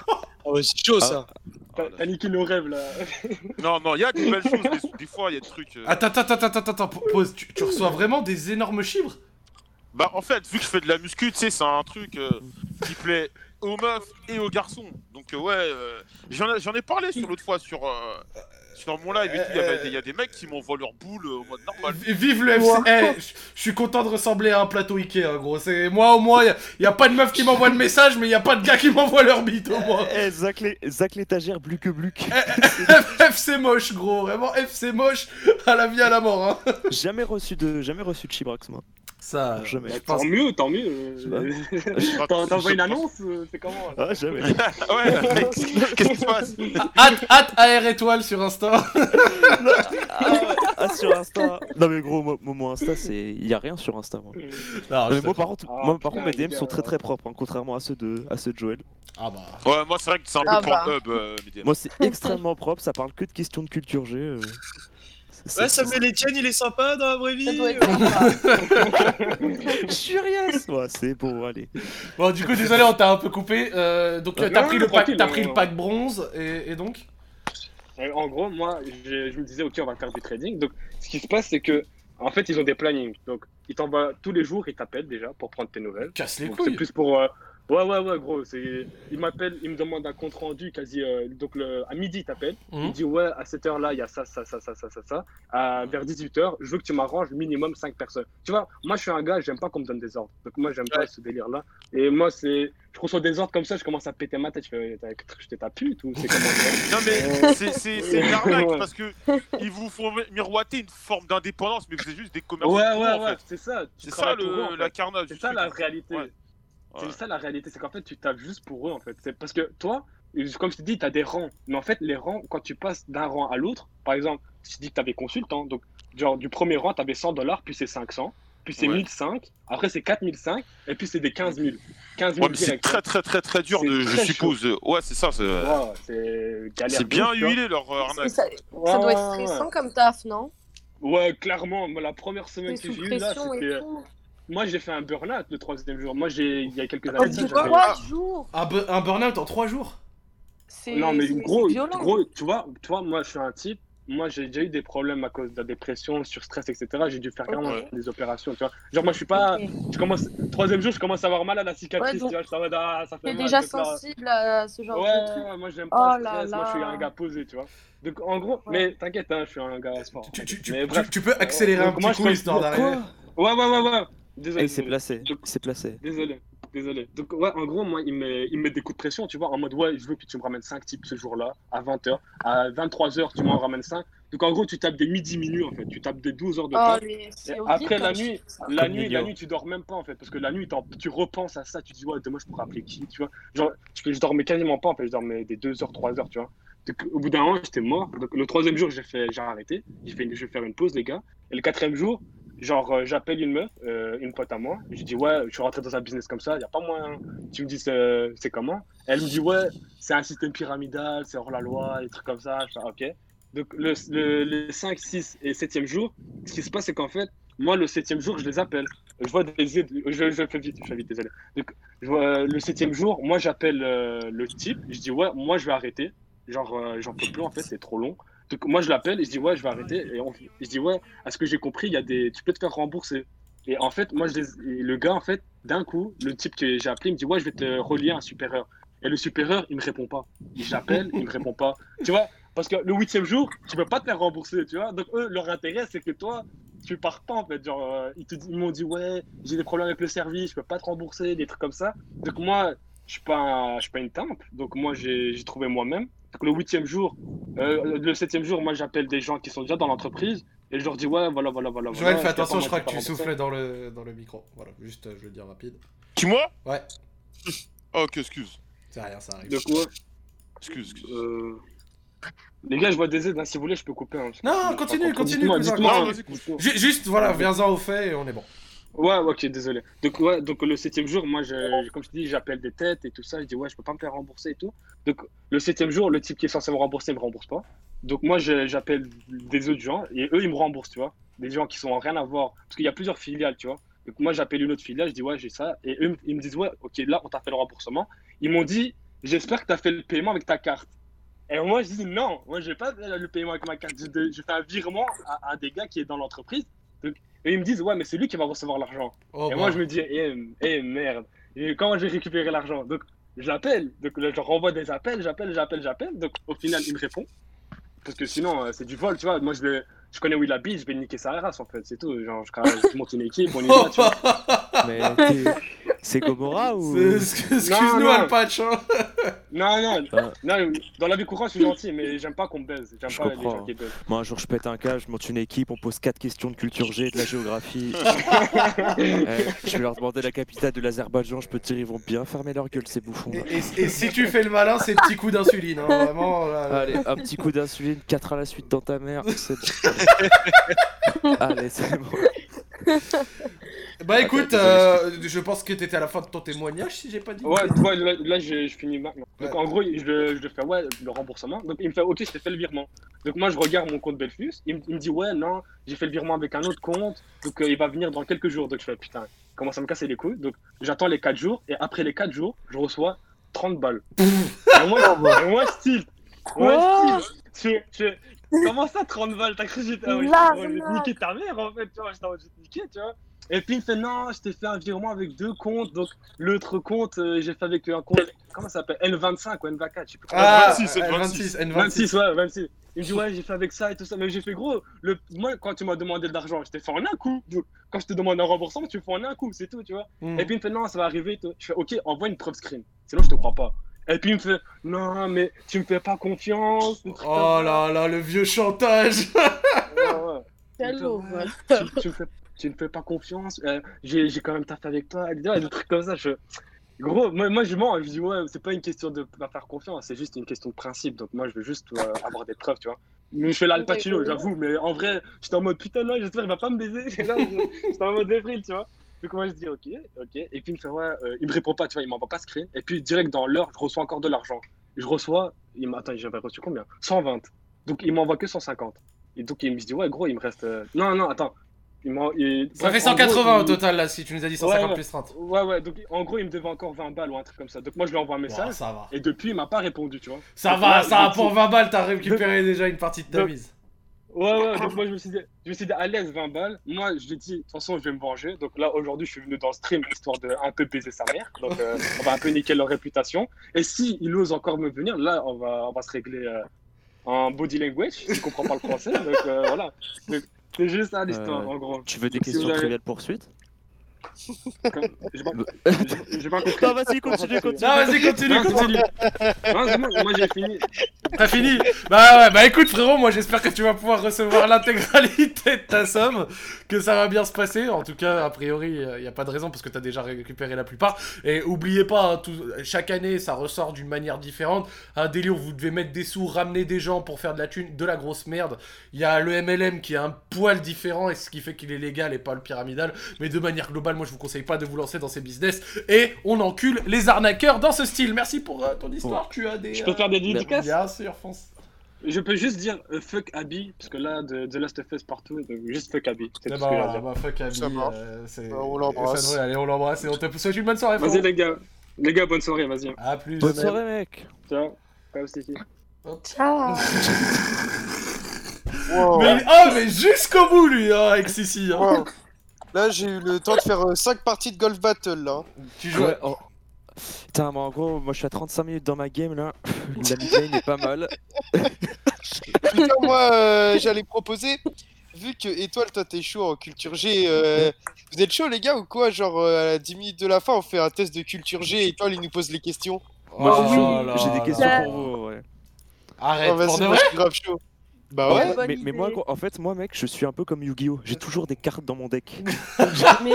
Speaker 4: Oh, c'est chaud ça.
Speaker 5: Ah, T'as t'as niqué nos rêves, là.
Speaker 2: non, non, il y a des belles choses, mais des fois, il y a des trucs. euh,
Speaker 1: Attends, attends, attends, attends, attends, pause. Tu, tu reçois vraiment des énormes chibres
Speaker 2: Bah, en fait, vu que je fais de la muscu, tu sais, c'est un truc euh, qui plaît aux meufs et aux garçons. Donc, euh, ouais, euh, j'en ai- j'en ai parlé sur l'autre fois sur, euh, sur mon live. et tout, Il y avait des- il y, a des mecs qui m'envoient leur boule euh, au mode normal.
Speaker 1: V- Vive le FC. Eh, je- je suis content de ressembler à un plateau Ikea, gros. C'est moi au moins, y, a pas de meuf qui m'envoie de message, mais y a pas de gars qui m'envoie leur bite au moins. Eh,
Speaker 3: Eh, Zach l'é- Zach l'étagère, bluc que bluc.
Speaker 1: FC moche, gros. Vraiment FC moche à la vie à la mort. Hein.
Speaker 3: Jamais reçu de jamais reçu de Chibrax, moi.
Speaker 1: Ça,
Speaker 3: Jamais.
Speaker 1: je pense.
Speaker 5: bah, Tant mieux, tant mieux.
Speaker 3: sais pas.
Speaker 5: euh,
Speaker 2: Enfin,
Speaker 5: T'en-
Speaker 2: je-
Speaker 5: T'envoies une
Speaker 2: je-
Speaker 5: annonce euh, C'est comment là
Speaker 3: Ah, jamais.
Speaker 2: Ouais, mec, qu'est-ce qui se passe
Speaker 1: Hâte, hâte AR étoile sur Insta.
Speaker 3: Ah, ah, sur Insta. Non, mais gros, moi, moi, mon Insta, c'est. Il y a rien sur Insta, moi.
Speaker 1: Non,
Speaker 3: Non,
Speaker 1: je
Speaker 3: mais
Speaker 1: te-
Speaker 3: moi, par contre,
Speaker 5: Mm. Ah,
Speaker 3: moi, par contre,
Speaker 5: putain,
Speaker 3: mes
Speaker 5: les
Speaker 3: DM
Speaker 5: gars,
Speaker 3: sont très
Speaker 5: ouais.
Speaker 3: très propres, hein, contrairement à ceux de, à ceux de Joël.
Speaker 1: Ah bah.
Speaker 2: Ouais, moi, c'est vrai que c'est un
Speaker 7: Ah
Speaker 2: peu
Speaker 7: bah. Hum.
Speaker 2: Pornhub, euh, mes DM.
Speaker 3: Moi, c'est extrêmement propre, ça parle que de questions de culture G. euh. C'est-
Speaker 4: Ouais,
Speaker 3: c'est-
Speaker 4: Samuel Etienne, il est sympa dans la vraie vie. euh.
Speaker 7: Ça doit être sympa.
Speaker 3: Je suis rien. Ouais, c'est bon, allez.
Speaker 1: Bon, Oh, du coup, désolé, on t'a un peu coupé. Euh, donc,
Speaker 5: Non,
Speaker 1: t'as
Speaker 5: non,
Speaker 1: pris, le pack,
Speaker 5: tranquille,
Speaker 1: t'as
Speaker 5: non,
Speaker 1: pris le
Speaker 5: non.
Speaker 1: pack bronze, et, et donc
Speaker 5: Et En gros, moi, je, je me disais, ok, on va faire du trading. Donc, ce qui se passe, c'est que, en fait, ils ont des plannings. Donc, ils t'envoient tous les jours, ils t'appellent déjà pour prendre tes nouvelles.
Speaker 1: Casse les
Speaker 5: Donc, C'est
Speaker 1: couilles.
Speaker 5: plus pour. euh, Ouais, ouais, ouais, gros. c'est- Il m'appelle, il me demande un compte rendu quasi. euh, donc, le... à midi, il t'appelle. Il
Speaker 1: Mhm.
Speaker 5: dit, ouais, à cette heure-là, il y a ça, ça, ça, ça, ça, ça, ça. À- vers 18h, je veux que tu m'arranges minimum 5 personnes. Tu vois, moi, je suis un gars, j'aime pas qu'on me donne des ordres. Donc, moi, j'aime pas ce délire-là. Et moi, c'est. Je reçois des ordres comme ça, je commence à péter ma tête. Je fais, t'as- je t'ai ta pute ou c'est comment ça
Speaker 2: Non, mais c'est- c'est c'est une arnaque
Speaker 5: Euh, Ouais.
Speaker 2: parce que ils vous font miroiter une forme d'indépendance, mais vous êtes juste des commerçants.
Speaker 5: Ouais,
Speaker 2: de
Speaker 5: ouais,
Speaker 2: boulot, en
Speaker 5: ouais,
Speaker 2: fait.
Speaker 5: c'est ça. tu
Speaker 2: C'est ça
Speaker 5: travailles pour eux, en
Speaker 2: le,
Speaker 5: fait.
Speaker 2: la carnage.
Speaker 5: C'est
Speaker 2: du
Speaker 5: ça
Speaker 2: truc.
Speaker 5: la réalité.
Speaker 2: Ouais.
Speaker 5: C'est
Speaker 2: Ouais.
Speaker 5: ça la réalité, c'est qu'en fait tu tapes juste pour eux en fait. C'est parce que toi, comme je te dis, t'as des rangs. Mais en fait, les rangs, quand tu passes d'un rang hein, à l'autre, par exemple, tu dis que t'avais consultant, donc genre du premier rang t'avais 100 dollars, puis c'est 500. puis c'est
Speaker 2: Ouais.
Speaker 5: 1005, après c'est 4005, et puis c'est des 15 000. 15 000
Speaker 2: Ouais, mais c'est
Speaker 5: direct, hein.
Speaker 2: très très très très dur,
Speaker 5: C'est
Speaker 2: de, je
Speaker 5: très
Speaker 2: suppose. de- Ouais, c'est ça. C'est euh,
Speaker 5: Wow, c'est galère.
Speaker 2: c'est bien
Speaker 5: de ouf, tu vois.
Speaker 2: huilé leur euh,
Speaker 7: Mais
Speaker 2: arnaque.
Speaker 7: Ça,
Speaker 5: Ouais,
Speaker 7: ça doit
Speaker 5: ouais,
Speaker 7: être
Speaker 5: ouais.
Speaker 7: stressant comme taf, non
Speaker 5: Ouais, clairement, moi, la première semaine
Speaker 7: T'es
Speaker 5: que j'ai
Speaker 7: sous
Speaker 5: eu là,
Speaker 7: pression
Speaker 5: c'était. euh,
Speaker 7: et tout.
Speaker 5: Moi j'ai fait un burn-out le troisième jour. Moi j'ai, il y a
Speaker 1: Ah,
Speaker 5: quelques
Speaker 7: En
Speaker 5: années,
Speaker 2: tu
Speaker 5: ça,
Speaker 2: vois,
Speaker 5: j'avais-
Speaker 7: trois jours
Speaker 1: Un, bu- un burn-out en 3 jours
Speaker 7: C'est
Speaker 5: Non, mais
Speaker 7: c'est-
Speaker 5: gros,
Speaker 7: c'est violent.
Speaker 5: gros, tu vois, tu vois, moi je suis un type, moi j'ai déjà eu des problèmes à cause de la dépression, sur stress, etc. J'ai dû faire carrément
Speaker 2: Ouais.
Speaker 5: des opérations, tu vois. Genre, moi je suis pas.
Speaker 7: Ok.
Speaker 5: Je commence, troisième jour, je commence à avoir mal à la cicatrice,
Speaker 7: Ouais, donc-
Speaker 5: tu vois. Je suis en mode, ah, ça fait
Speaker 7: T'es
Speaker 5: mal.
Speaker 7: déjà
Speaker 5: ce truc-là.
Speaker 7: sensible à ce genre de truc.
Speaker 5: Ouais, ouais, moi j'aime pas
Speaker 7: Oh
Speaker 5: le
Speaker 7: là
Speaker 5: stress, moi je suis
Speaker 7: là.
Speaker 5: un gars posé, tu vois. Donc en gros,
Speaker 7: Ouais.
Speaker 5: mais t'inquiète, hein, je suis un gars sport.
Speaker 1: tu, tu- tu-
Speaker 5: Mais
Speaker 1: tu-
Speaker 5: bref. Euh,
Speaker 1: tu peux accélérer un
Speaker 5: Donc, moi,
Speaker 1: petit
Speaker 5: je
Speaker 1: coup
Speaker 5: pense-
Speaker 1: histoire d'arriver.
Speaker 3: Quoi
Speaker 5: Ouais, ouais, ouais, ouais. Désolé.
Speaker 3: Eh, c'est
Speaker 5: désolé.
Speaker 3: placé,
Speaker 5: Je-
Speaker 3: c'est placé.
Speaker 5: Désolé, désolé. Donc, ouais, en gros, moi, il me, il me met des coups de pression, tu vois, en mode, ouais, je veux que tu me ramènes 5 types ce jour-là, à 20h. À 23h, tu m'en ramènes 5. Donc, en gros, tu tapes des midi minuit, en fait. Tu tapes des 12 heures de
Speaker 7: Oh,
Speaker 5: taf.
Speaker 7: mais c'est
Speaker 5: Et
Speaker 7: horrible
Speaker 5: après la
Speaker 7: comme
Speaker 5: nuit,
Speaker 7: ça.
Speaker 5: La
Speaker 3: Comme
Speaker 5: nuit,
Speaker 3: Lilio.
Speaker 5: la nuit, tu dors même pas, en fait. Parce que la nuit, t'en- tu repenses à ça, tu dis, ouais, demain, je pourrais appeler qui, tu vois. Genre, je, je dormais quasiment pas, en fait. Je dormais des 2 heures, 3 heures, tu vois. Donc, au bout d'un moment, j'étais mort. Donc, le troisième jour, j'ai fait, j'ai arrêté. J'ai fait, une- je vais faire une pause, les gars. Et le quatrième jour, genre, euh, j'appelle une meuf, euh, une pote à moi. J'ai dit, ouais, je suis rentré dans un business comme ça, il n'y a pas moyen. Tu me dis, c'est euh, c'est comment Elle me dit, ouais, c'est un système pyramidal, c'est hors la loi, des trucs comme ça. Je fais, ok. Donc, le, le, 5, 6 et 7e jour, ce qui se passe, c'est qu'en fait, moi, le 7e jour, je les appelle. Je vois des. Je, je fais vite, je fais vite, désolé. Donc, je vois, euh, le 7e jour, moi, j'appelle euh, le type. Je dis, ouais, moi, je vais arrêter. Genre, euh, j'en peux plus, en fait, c'est trop long. Donc, moi, je l'appelle et je dis, ouais, je vais arrêter. Et on- je dis, ouais, à ce que j'ai compris, il y a des, tu peux te faire rembourser. Et en fait, moi, je les- et le gars, en fait, d'un coup, le type que j'ai appelé, il me dit, ouais, je vais te relier à un supérieur. Et le supérieur, il me répond pas. Et J'appelle, il me répond pas. Tu vois, parce que le huitième jour, tu peux pas te faire rembourser, tu vois. Donc, eux, leur intérêt, c'est que toi, tu pars pas, en fait. Genre, euh, ils, te dis- ils m'ont dit, ouais, j'ai des problèmes avec le service, je peux pas te rembourser, des trucs comme ça. Donc, moi, je suis pas, un- je suis pas une temple. Donc, moi, j'ai j'ai trouvé moi-même. Donc, le huitième jour, euh, le septième jour, moi, j'appelle des gens qui sont déjà dans l'entreprise. Et je leur dis, ouais, voilà, voilà, voilà.
Speaker 1: Joël,
Speaker 5: voilà,
Speaker 1: fais
Speaker 5: je t'attends,
Speaker 1: attention, je
Speaker 5: moi,
Speaker 1: crois
Speaker 5: te
Speaker 1: que tu
Speaker 5: fais rembourser.
Speaker 1: souffles dans le, dans le micro. Voilà, juste, euh, je veux dire rapide.
Speaker 2: Tu moi
Speaker 1: Ouais.
Speaker 2: Oh, ok, excuse.
Speaker 1: C'est rien, ça arrive.
Speaker 5: Donc, ouais.
Speaker 2: Excuse, excuse.
Speaker 5: Euh, Les gars, je vois des aides. hein, Si vous voulez, je peux couper. hein, parce que-
Speaker 1: Non,
Speaker 5: je sais
Speaker 1: continue,
Speaker 5: pas trop.
Speaker 1: continue,
Speaker 5: Dites-moi,
Speaker 1: cousin,
Speaker 5: dites-moi,
Speaker 2: continue.
Speaker 5: hein, dites-moi.
Speaker 1: Ju- juste, voilà, viens-en au fait et on est bon.
Speaker 5: Ouais, ouais, ok, désolé. Donc, ouais, donc le septième jour, moi, je, comme je te dis, j'appelle des têtes et tout ça. Je dis, ouais, je peux pas me faire rembourser et tout. Donc, le septième jour, le type qui est censé me rembourser, il me rembourse pas. Donc, moi, je- j'appelle des autres gens et eux, ils me remboursent, tu vois. Des gens qui sont en rien à voir. Parce qu'il y a plusieurs filiales, tu vois. Donc, moi, j'appelle une autre filiale, je dis, ouais, j'ai ça. Et eux, ils me disent, ouais, ok, là, on t'a fait le remboursement. Ils m'ont dit, j'espère que t'as fait le paiement avec ta carte. Et moi, je dis, non, moi, j'ai pas fait le paiement avec ma carte. J'ai j'ai fait un virement à, à des gars qui est dans l'entreprise. Donc, Et ils me disent, ouais, mais c'est lui qui va recevoir l'argent.
Speaker 1: Oh,
Speaker 5: Et
Speaker 1: bah.
Speaker 5: moi, je me dis, eh, m- eh, merde, Et comment je vais récupérer l'argent Donc, je l'appelle, donc là, je renvoie des appels, j'appelle, j'appelle, j'appelle. Donc, au final, il me répond. Parce que sinon, euh, c'est du vol, tu vois. Moi, je, vais- je connais où il habite, je vais niquer sa race, en fait, c'est tout. Genre, je, je monte une équipe, on y va, tu vois.
Speaker 3: Mais t'es- c'est Gomorrah ou
Speaker 1: C'est- Excuse-nous,
Speaker 5: Non, non.
Speaker 1: Alpatch. hein.
Speaker 5: Non, non,
Speaker 3: Ah.
Speaker 5: non, dans la vie courante, je suis gentil, mais j'aime pas qu'on me baise. J'aime
Speaker 3: Je
Speaker 5: pas les
Speaker 3: comprends.
Speaker 5: gens qui baisent.
Speaker 3: Moi, un jour, je pète un câble, je monte une équipe, on pose quatre questions de culture G, de la géographie. Eh, je vais leur demander la capitale de l'Azerbaïdjan, je peux te dire, ils vont bien fermer leur gueule, ces bouffons.
Speaker 1: Et, et- et si tu fais le malin, c'est petit coup d'insuline. hein, Vraiment, là, là.
Speaker 3: Allez, un petit coup d'insuline, 4 à la suite dans ta mère, c'est bon. Allez, c'est bon.
Speaker 1: Bah écoute, euh, je pense que t'étais à la fin de ton témoignage, si j'ai pas dit.
Speaker 5: Ouais, tu vois, là, là, je, je finis maintenant. Donc
Speaker 1: Ouais.
Speaker 5: en gros, je, le- je le fais, ouais, le remboursement. Donc il me fait, ok, je t'ai fait le virement. Donc moi, je regarde mon compte Belfus. Il, me- il me dit, ouais, non, j'ai fait le virement avec un autre compte. Donc euh, il va venir dans quelques jours. Donc je fais, putain, il commence à me casser les couilles. Donc j'attends les 4 jours. Et après les 4 jours, je reçois 30 balles. et moi, et moi, style.
Speaker 1: Oh
Speaker 5: Moi, style. Tu, tu- Comment ça, 30 balles T'as cru que j'étais. ah ouais,
Speaker 7: Là,
Speaker 5: je vais te
Speaker 7: là.
Speaker 5: niquer ta mère, en fait. Tu vois, j'étais en mode, je vais te niquer, tu vois. Et puis il me fait, non, je t'ai fait un virement avec deux comptes. Donc l'autre compte, euh, j'ai fait avec un compte, comment ça s'appelle N25 ou N24, je sais plus.
Speaker 1: Ah,
Speaker 2: 26, c'est
Speaker 1: N26, N26.
Speaker 5: N26, ouais, 26. Il me dit, ouais, j'ai fait avec ça et tout ça. Mais j'ai fait, gros, le... moi, quand tu m'as demandé de l'argent, je t'ai fait en un coup. Donc, quand je te demande un remboursement, tu me fais en un coup, c'est tout, tu vois.
Speaker 1: Hmm.
Speaker 5: Et puis il me fait, non, ça va arriver. et tout. Je fais, ok, envoie une preuve screen. Sinon, je te crois pas. Et puis il me fait, non, mais tu me fais pas confiance. des trucs
Speaker 1: Oh
Speaker 5: comme
Speaker 1: là là, le vieux chantage.
Speaker 5: ça. Ouais, ouais.
Speaker 7: Quel
Speaker 5: Putain,
Speaker 7: horreur.
Speaker 5: tu, tu me fais, tu me fais pas confiance, euh, j'ai j'ai quand même taffé avec toi, etc. des trucs comme ça. Je, Gros, moi, moi je mens, je dis ouais, c'est pas une question de pas faire confiance, c'est juste une question de principe, donc moi je veux juste euh, avoir des preuves, tu vois. Mais je fais l'Al Pacino, j'avoue, mais en vrai, j'étais en mode putain, là, j'espère qu'il va pas me baiser, Là, je- j'étais en mode débrile, tu vois. Donc moi je dis ok, ok, et puis il me fait ouais, euh, il me répond pas, tu vois, il m'envoie pas ce screen, et puis direct dans l'heure, je reçois encore de l'argent. Je reçois, il m'a, attends, j'avais reçu combien 120. Donc il m'envoie que 150. Et donc il me dit ouais, gros, il me reste. euh, Non, non, attends. Il m'en- il-
Speaker 1: Ça
Speaker 5: Bref,
Speaker 1: fait
Speaker 5: en gros,
Speaker 1: 180 au
Speaker 5: il-
Speaker 1: total là si tu nous as dit 150
Speaker 5: ouais.
Speaker 1: plus 30.
Speaker 5: Ouais, ouais, donc en gros, il me devait encore 20 balles ou un truc comme ça. Donc moi, je lui envoie un
Speaker 1: Bon,
Speaker 5: message,
Speaker 1: ça va.
Speaker 5: et depuis, il m'a pas répondu, tu vois.
Speaker 1: Ça
Speaker 5: Donc
Speaker 1: va,
Speaker 5: là,
Speaker 1: ça va
Speaker 5: donc,
Speaker 1: pour
Speaker 5: il-
Speaker 1: 20 balles, t'as récupéré déjà une partie de ta
Speaker 5: Donc-
Speaker 1: mise.
Speaker 5: Ouais, ouais, donc moi, je me suis dit, je me suis dit à l'aise, 20 balles. Moi, je lui ai dit, de toute façon, je vais me venger. Donc là, aujourd'hui, je suis venu dans le stream, histoire de un peu baiser sa mère. Donc euh, on va un peu niquer leur réputation. Et si il ose encore me venir, là, on va, on va se régler euh, en body language. Il comprend pas le français, donc euh, voilà. Donc, C'est juste ça l'histoire,
Speaker 3: Euh,
Speaker 5: en gros.
Speaker 3: Tu veux des
Speaker 5: Si vous
Speaker 3: questions
Speaker 5: avez-
Speaker 3: triviales poursuite
Speaker 5: J'ai pas, j'ai- j'ai pas compris.
Speaker 3: Non, vas-y, continue, continue.
Speaker 1: Ah vas-y continue,
Speaker 5: Non, c'est
Speaker 1: continue.
Speaker 5: bon. Non, c'est bon, moi, j'ai fini.
Speaker 1: T'as fini Bah ouais, bah écoute frérot, moi j'espère que tu vas pouvoir recevoir l'intégralité de ta somme, que ça va bien se passer. En tout cas, a priori, il n'y a pas de raison parce que t'as déjà récupéré la plupart. Et oubliez pas, hein, tout- chaque année ça ressort d'une manière différente. Un délire où vous devez mettre des sous, ramener des gens pour faire de la thune, de la grosse merde. Il y a le MLM qui est un poil différent et ce qui fait qu'il est légal et pas le pyramidal. Mais de manière globale, moi je vous conseille pas de vous lancer dans ces business. Et on encule les arnaqueurs dans ce style. Merci pour euh, ton histoire, tu as des...
Speaker 5: Je peux
Speaker 1: euh,
Speaker 5: faire des dédicaces
Speaker 1: Bien sûr, fonce.
Speaker 5: Je peux juste dire euh, fuck Abby, parce que là, de The Last of Us partout, donc juste fuck Abby. C'est
Speaker 1: Eh
Speaker 5: tout ce que j'ai à
Speaker 1: bah,
Speaker 5: dire.
Speaker 1: bah, fuck Abby,
Speaker 6: Ça marche.
Speaker 1: euh, c'est-
Speaker 6: Bah, on l'embrasse.
Speaker 1: ça devrait aller, on l'embrasse et on te souhaite une bonne soirée.
Speaker 5: Vas-y,
Speaker 1: frérot.
Speaker 5: les gars. Les gars, bonne soirée, vas-y.
Speaker 1: À plus.
Speaker 3: Bonne soirée, mec.
Speaker 5: Ciao. Ciao, Sticky.
Speaker 7: Ciao.
Speaker 6: Wow.
Speaker 1: Mais, oh, mais jusqu'au bout, lui, hein, avec Sissi. hein.
Speaker 6: Wow. Là, j'ai eu le temps de faire 5 parties de Golf Battle, là.
Speaker 1: Tu joues.
Speaker 3: Ouais, oh. Putain, mais en gros, moi je suis à 35 minutes dans ma game là. La mid-lane est pas mal.
Speaker 6: Putain, moi, euh, j'allais proposer, vu que Étoile, toi, t'es chaud en culture G, euh, vous êtes chaud, les gars, ou quoi Genre, euh, à la 10 minutes de la fin, on fait un test de culture G, Étoile, il nous pose les questions.
Speaker 3: Moi je
Speaker 1: Oh
Speaker 3: suis chaud,
Speaker 1: là
Speaker 3: j'ai
Speaker 1: là
Speaker 3: des questions
Speaker 7: Bah,
Speaker 1: là.
Speaker 3: pour vous. Ouais.
Speaker 1: Arrête,
Speaker 6: Ah, vas-y,
Speaker 1: pour de
Speaker 6: moi,
Speaker 1: vrai
Speaker 6: je suis grave chaud. Bah ouais,
Speaker 7: Ouais. bonne
Speaker 3: Oh, mais, mais moi,
Speaker 7: idée.
Speaker 3: gros, en fait, moi mec, je suis un peu comme Yu-Gi-Oh! J'ai toujours des cartes dans mon deck.
Speaker 7: Mais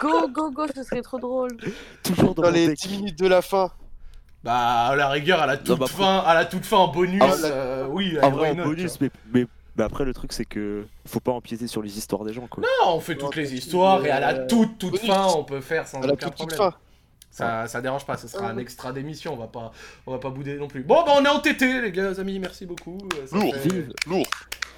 Speaker 7: go, go, go, ce serait trop drôle.
Speaker 2: Oh,
Speaker 3: toujours dans
Speaker 6: dans
Speaker 3: mon
Speaker 6: les
Speaker 3: deck.
Speaker 6: 10 minutes de la fin.
Speaker 1: Bah, à la rigueur, à la toute
Speaker 3: bah,
Speaker 1: fin, à la toute fin en bonus.
Speaker 6: Ah, la-
Speaker 1: euh, oui,
Speaker 3: En
Speaker 1: allez,
Speaker 3: vrai,
Speaker 1: why
Speaker 3: en
Speaker 1: not,
Speaker 3: bonus, mais, mais, mais après, le truc, c'est que faut pas empiéter sur les histoires des gens, quoi.
Speaker 1: tu vois. Non, on fait toutes les histoires et à la toute, toute
Speaker 6: bonus.
Speaker 1: fin, on peut faire sans
Speaker 6: À la
Speaker 1: aucun
Speaker 6: toute, toute
Speaker 1: problème.
Speaker 6: fin. Ah.
Speaker 1: Ça, ça dérange pas, ce sera un extra d'émission, on va pas, on va pas bouder non plus. Bon, bah, on est entêté, les gars, les amis, merci beaucoup. euh, ça
Speaker 2: Lourd,
Speaker 1: fait-
Speaker 3: vive.
Speaker 2: Lourd.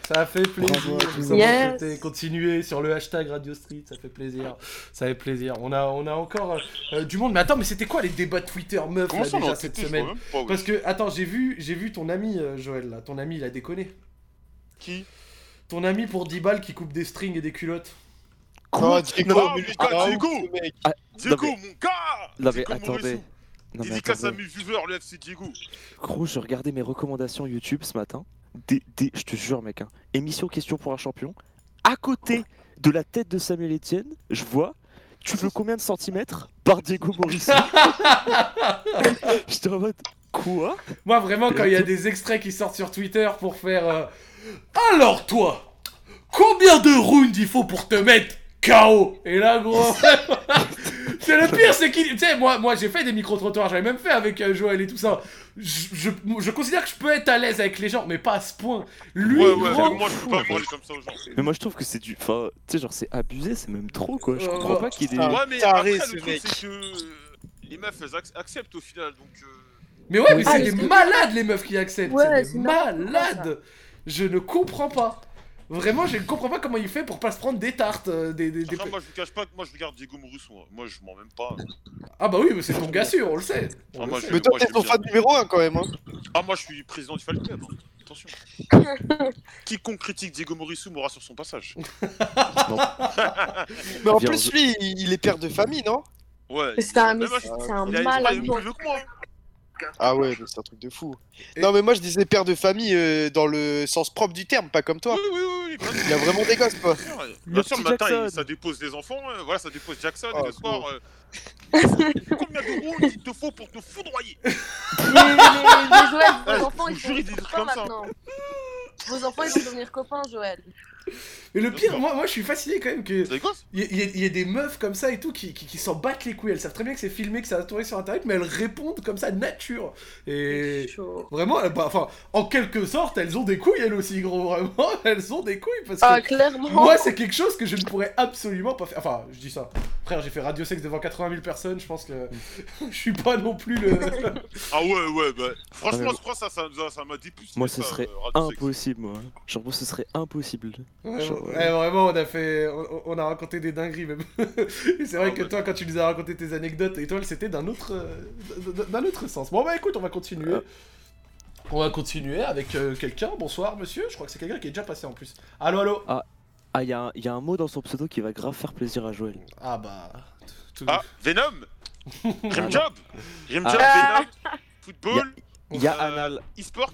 Speaker 1: Ça a fait plaisir.
Speaker 3: Bravo à tous.
Speaker 1: Vous avoir
Speaker 7: Yes.
Speaker 1: souhaité continuer sur le hashtag Radio Street. Ça fait plaisir. Ça fait plaisir. On a, on a encore euh, du monde. Mais attends, mais c'était quoi les débats Twitter meuf
Speaker 2: Comment
Speaker 1: là,
Speaker 2: ça, on
Speaker 1: déjà
Speaker 2: a
Speaker 1: cette
Speaker 2: têté, je vois
Speaker 1: semaine
Speaker 2: même pas. ouais.
Speaker 1: Parce que attends, j'ai vu, j'ai vu ton ami euh, Joël là. Ton ami, il a déconné.
Speaker 2: Qui
Speaker 1: Ton ami pour 10 balles qui coupe des strings et des culottes.
Speaker 6: Oh, Diego,
Speaker 2: Non,
Speaker 6: mais
Speaker 2: mais
Speaker 6: putain,
Speaker 2: putain,
Speaker 6: Diego,
Speaker 2: Diego.
Speaker 6: ce mec.
Speaker 2: Diego,
Speaker 3: Ah, Non,
Speaker 2: mon
Speaker 3: Non,
Speaker 2: gars
Speaker 3: mais
Speaker 2: Diego Moreau,
Speaker 3: attendez. Non, mais
Speaker 2: Dédicace à
Speaker 3: attendez.
Speaker 2: mes viewers, le FC Diego.
Speaker 3: Gros, je regardais mes recommandations YouTube ce matin. Des, des- je te jure, mec, hein, émission Question pour un champion. À côté de la tête de Samuel Etienne, je vois. Tu veux combien de centimètres par Diego Morrison J'étais en mode quoi
Speaker 1: Moi, vraiment, quand il y a des extraits qui sortent sur Twitter pour faire. euh, Alors toi, combien de rounds il faut pour te mettre KO Et là, gros. c'est le pire, c'est qu'il. Tu sais, moi, moi j'ai fait des micro-trottoirs, j'avais même fait avec euh, Joël et tout ça. Je, je- je considère que je peux être à l'aise avec les gens, mais pas à ce point. Lui,
Speaker 2: Ouais, ouais,
Speaker 1: gros,
Speaker 2: mais moi je peux pas parler comme ça aux gens.
Speaker 3: Mais moi je trouve que c'est du. Enfin, tu sais, genre c'est abusé, c'est même trop quoi. Je
Speaker 1: Euh,
Speaker 3: comprends pas qu'il y ait des.
Speaker 2: Ouais, mais
Speaker 6: taré,
Speaker 2: après,
Speaker 6: ce
Speaker 2: le truc,
Speaker 6: mec.
Speaker 2: c'est que euh, les meufs, elles ac- acceptent au final, donc... euh,
Speaker 1: Mais ouais, mais
Speaker 7: Ah,
Speaker 1: c'est
Speaker 7: mais
Speaker 1: des
Speaker 7: c'est-
Speaker 1: malades les meufs qui acceptent.
Speaker 7: Ouais,
Speaker 1: c'est
Speaker 7: c'est
Speaker 1: des
Speaker 7: n'importe quoi, ça.
Speaker 1: malades. Je ne comprends pas. Vraiment, je ne comprends pas comment il fait pour pas se prendre des tartes, euh, des, des, des-
Speaker 2: Après, moi, je vous cache pas que moi, je regarde Diego Mourusson. Moi. moi, je m'en même pas. hein.
Speaker 1: Ah bah oui, mais c'est ton gars sûr, on le sait. On
Speaker 2: Ah,
Speaker 1: le
Speaker 2: moi,
Speaker 1: sait.
Speaker 2: je-
Speaker 6: Mais toi,
Speaker 2: moi,
Speaker 6: t'es
Speaker 2: j'aime
Speaker 6: ton
Speaker 2: bien.
Speaker 6: fan numéro 1 quand même. Hein.
Speaker 2: Ah, moi, je suis président du fan club. hein. Attention. Quiconque critique Diego Morisou mourra sur son passage.
Speaker 6: Mais en
Speaker 3: Viens,
Speaker 6: plus, lui, il est père de famille, non
Speaker 2: Ouais.
Speaker 7: C'est un,
Speaker 2: Même âge-
Speaker 7: c'est un
Speaker 2: il a- il a
Speaker 7: malade.
Speaker 2: même plus vieux que moi.
Speaker 6: Ah ouais, mais c'est un truc de fou.
Speaker 1: Et-
Speaker 6: Non, mais moi, je disais père de famille euh, dans le sens propre du terme, pas comme toi.
Speaker 2: Oui, oui, oui, oui. bien sûr,
Speaker 6: Il a vraiment des gosses, quoi.
Speaker 2: bien sûr.
Speaker 3: Le
Speaker 2: Bien sûr,
Speaker 3: petit
Speaker 2: le matin,
Speaker 3: Jackson.
Speaker 2: il- ça dépose les enfants. euh, Voilà, ça dépose Jackson.
Speaker 6: Ah,
Speaker 2: et le soir,
Speaker 6: bon.
Speaker 2: euh, combien d'euros il te faut pour te foudroyer
Speaker 7: Mais, mais, mais Joël,
Speaker 2: Ouais,
Speaker 7: vos enfants,
Speaker 2: je
Speaker 7: ils
Speaker 2: vous
Speaker 7: sont
Speaker 2: jure,
Speaker 7: devenir
Speaker 2: ils disent
Speaker 7: copains
Speaker 2: comme ça.
Speaker 7: maintenant. Vos enfants, ils vont devenir copains, Joël.
Speaker 1: Mais le pire, moi, moi je suis fasciné quand même que.
Speaker 2: C'est quoi
Speaker 1: Il y, a- il y a- il y a des meufs comme ça et tout qui, qui, qui s'en battent les couilles. Elles savent très bien que c'est filmé, que ça va tourner sur internet, mais elles répondent comme ça, nature. Et.
Speaker 7: Chaud.
Speaker 1: Vraiment, elles- bah, enfin, en quelque sorte, elles ont des couilles elles aussi, gros. Vraiment, elles ont des couilles parce que.
Speaker 7: Ah, clairement.
Speaker 1: Moi, c'est quelque chose que je ne pourrais absolument pas faire. Enfin, je dis ça. Frère, j'ai fait Radio Sex devant 80 000 personnes. Je pense que je suis pas non plus le.
Speaker 2: Ah ouais, ouais, bah. Franchement,
Speaker 3: Ouais, mais-
Speaker 2: je crois que ça, ça, nous a- ça m'a dépoussé.
Speaker 3: Moi, ce
Speaker 2: ça,
Speaker 3: serait
Speaker 2: euh, Radio Sex.
Speaker 3: Impossible, moi. Genre, moi, ce serait impossible.
Speaker 1: Ouais,
Speaker 3: Genre,
Speaker 1: ouais, Eh, vraiment, on a fait, on, on a raconté des dingueries même. Et c'est vrai
Speaker 2: Ah,
Speaker 1: que
Speaker 2: ouais.
Speaker 1: toi, quand tu nous as raconté tes anecdotes, étoile, c'était d'un autre, euh, d'un autre sens. Bon bah écoute, on va continuer. On va continuer avec euh, quelqu'un. Bonsoir, monsieur. Je crois que c'est quelqu'un qui est déjà passé en plus. Allô, allô.
Speaker 3: Ah, il y, a un- y a un mot dans son pseudo qui va grave faire plaisir à Joël.
Speaker 1: Ah bah. tout- tout-
Speaker 2: Ah, Venom Rim Job Rim Job,
Speaker 7: Ah.
Speaker 2: Venom Football
Speaker 3: Il y a
Speaker 2: Euh,
Speaker 3: Anal.
Speaker 2: E-sport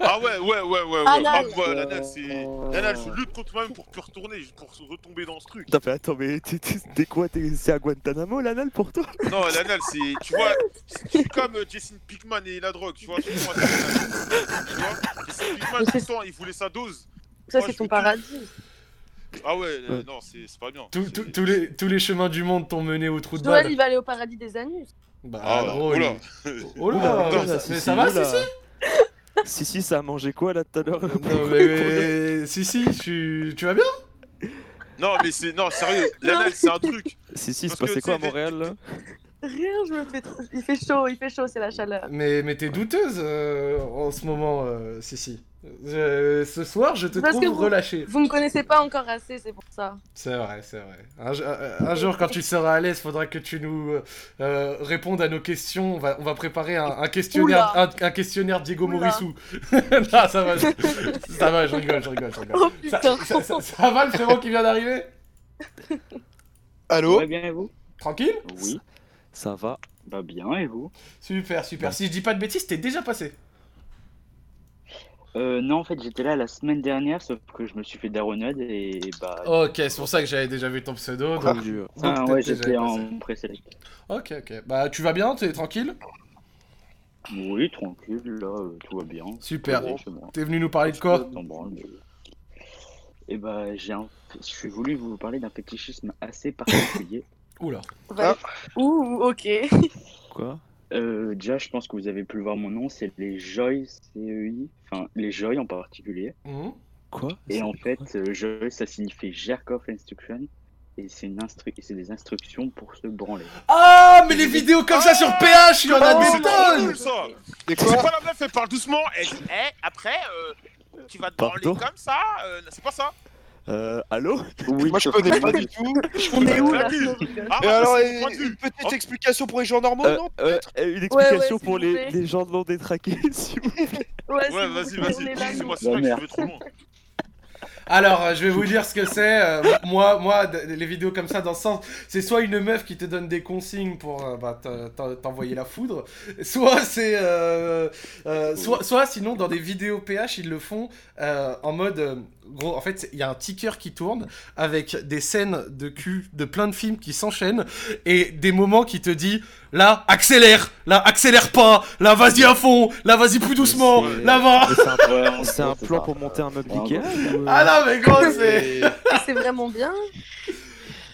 Speaker 2: Ah ouais, ouais, ouais, ouais. ouais.
Speaker 7: Anal.
Speaker 2: Ah, moi,
Speaker 1: Oh.
Speaker 2: l'anal, c'est. L'anal, je lutte contre moi-même pour plus retourner, pour se retomber dans ce truc.
Speaker 3: Putain, mais attends, mais t'es- t'es- t'es quoi t'es- C'est à Guantanamo, l'anal, pour toi
Speaker 2: Non, l'anal, c'est. Tu vois, c'est comme euh, Jason Pickman et la drogue, tu vois. c'est moi, c'est l'anal. Tu vois Jason Pickman, tout le temps, il voulait sa dose.
Speaker 7: Ça,
Speaker 2: moi,
Speaker 7: c'est
Speaker 2: je
Speaker 7: ton
Speaker 2: veux-
Speaker 7: paradis.
Speaker 2: Ah ouais, euh,
Speaker 3: Ouais.
Speaker 2: non, c'est c'est pas bien.
Speaker 1: tout-
Speaker 2: C'est-
Speaker 1: tout- tous les, tous les chemins du monde t'ont mené au trou de
Speaker 7: Joël,
Speaker 1: balle.
Speaker 7: il va aller au paradis des anus.
Speaker 1: Bah,
Speaker 2: Ah,
Speaker 1: gros,
Speaker 2: oula.
Speaker 1: il- Oh là,
Speaker 3: Oula,
Speaker 1: mais
Speaker 3: oula,
Speaker 1: ça-
Speaker 3: si,
Speaker 1: mais
Speaker 3: si,
Speaker 1: ça va, si,
Speaker 3: oula.
Speaker 1: si
Speaker 3: Si, si, ça a mangé quoi, là, tout à l'heure
Speaker 1: Non, mais si, si, tu, tu vas bien
Speaker 2: Non, mais c'est. Non, sérieux, l'anal, c'est un truc.
Speaker 3: Si, si, il se
Speaker 2: Parce
Speaker 3: passait
Speaker 2: que,
Speaker 3: quoi à
Speaker 2: tu sais, t'es-
Speaker 3: Montréal, là
Speaker 7: Rien, je me fais trop... Il fait chaud, il fait chaud, c'est la chaleur.
Speaker 1: Mais, mais t'es douteuse euh, en ce moment, euh, si, si. Euh, ce soir, je te
Speaker 7: Parce que
Speaker 1: trouve
Speaker 7: vous-
Speaker 1: relâchée.
Speaker 7: Vous me connaissez pas encore assez, c'est pour ça.
Speaker 1: C'est vrai, c'est vrai. Un, jo- euh, un jour, quand tu seras à l'aise, faudra que tu nous euh, euh, répondes à nos questions. On va, on va préparer un, un questionnaire, un, un questionnaire Diego
Speaker 7: Oula.
Speaker 1: Morissou. non, ça va, je- ça va, je rigole, je rigole, je rigole.
Speaker 7: Oh
Speaker 1: Ça,
Speaker 7: putain.
Speaker 1: ça- ça- ça va le frérot qui vient d'arriver
Speaker 6: Allô
Speaker 9: Très bien et vous
Speaker 1: Tranquille
Speaker 9: Oui,
Speaker 3: Ça va.
Speaker 9: bah bien et vous
Speaker 1: Super, super. Si je dis pas de bêtises, t'es déjà passé.
Speaker 9: euh, Non, en fait, j'étais là la semaine dernière, sauf que je me suis fait daronnade et bah.
Speaker 1: Ok, c'est pour ça que j'avais déjà vu ton pseudo. donc-
Speaker 3: Mon Dieu.
Speaker 1: donc
Speaker 9: ah
Speaker 1: peut-être
Speaker 9: ouais,
Speaker 1: déjà
Speaker 9: j'étais
Speaker 1: passé.
Speaker 9: en préselect.
Speaker 1: Ok, ok. Bah, tu vas bien, t'es tranquille
Speaker 9: Oui, tranquille, là, euh, tout va bien.
Speaker 1: Super.
Speaker 9: Je vais chez moi.
Speaker 1: T'es venu nous parler de quoi
Speaker 9: T'en branles, mais- Et bah, j'ai un... je suis voulu vous parler d'un fétichisme assez particulier.
Speaker 1: Oula.
Speaker 7: Ouais.
Speaker 5: Ah.
Speaker 7: Ouh, ok.
Speaker 3: Quoi
Speaker 9: Euh, déjà, je pense que vous avez pu le voir mon nom, c'est les Joy CEI, enfin les Joy en particulier.
Speaker 1: Mhm.
Speaker 3: Quoi
Speaker 9: Et en fait, euh, Joy, ça signifie Jerkoff Instruction, et c'est une instru- c'est des instructions pour se branler.
Speaker 1: Ah, mais les vidéos comme ça sur PH, il y en a
Speaker 2: Oh,
Speaker 1: des
Speaker 2: c'est trop
Speaker 1: tonnes
Speaker 2: cool, ça
Speaker 6: C'est
Speaker 2: C'est
Speaker 6: quoi
Speaker 2: pas la meuf, elle parle doucement, elle dit Eh, après, euh, tu vas te branler
Speaker 3: Pardon
Speaker 2: comme ça euh, C'est pas ça
Speaker 3: Euh, allô
Speaker 9: Oui,
Speaker 6: Moi je connais pas du tout.
Speaker 7: On est où là hein
Speaker 2: Tranquille. Ah,
Speaker 6: Et alors,
Speaker 2: c'est
Speaker 6: et-
Speaker 2: mon point de
Speaker 6: une
Speaker 2: vue.
Speaker 6: petite explication pour les gens normaux,
Speaker 3: Euh,
Speaker 6: non
Speaker 3: euh,
Speaker 7: Ouais,
Speaker 3: Une
Speaker 7: ouais,
Speaker 3: explication
Speaker 7: s'il
Speaker 3: pour
Speaker 7: vous
Speaker 3: les,
Speaker 7: plaît.
Speaker 3: les gens non détraqués, s'il vous plaît.
Speaker 7: Ouais,
Speaker 2: Ouais,
Speaker 7: c'est
Speaker 2: vas-y,
Speaker 7: bon, on est
Speaker 2: vas-y,
Speaker 7: là,
Speaker 2: c'est
Speaker 7: nous.
Speaker 2: moi c'est vrai que je vais trop loin.
Speaker 1: Alors, euh, je vais vous dire ce que c'est. euh, moi, moi, d- les vidéos comme ça, dans ce sens, c'est soit une meuf qui te donne des consignes pour euh, bah, t'en- t'en- t'envoyer la foudre, soit c'est, euh, euh, soit, soit sinon dans des vidéos PH ils le font euh, en mode, euh, gros, en fait, il y a un ticker qui tourne avec des scènes de cul de plein de films qui s'enchaînent et des moments qui te dit là accélère, là accélère pas, là vas-y à fond, là vas-y plus doucement,
Speaker 3: c'est-
Speaker 1: là va.
Speaker 3: Mais c'est un-
Speaker 9: Ouais, en
Speaker 3: C'est
Speaker 9: gros,
Speaker 3: un
Speaker 9: c'est
Speaker 3: plan
Speaker 9: ça.
Speaker 3: pour monter un meuble
Speaker 9: Ouais, en
Speaker 3: Ikea ou, euh,
Speaker 1: Ah non mais gros c'est.
Speaker 7: C'est vraiment bien.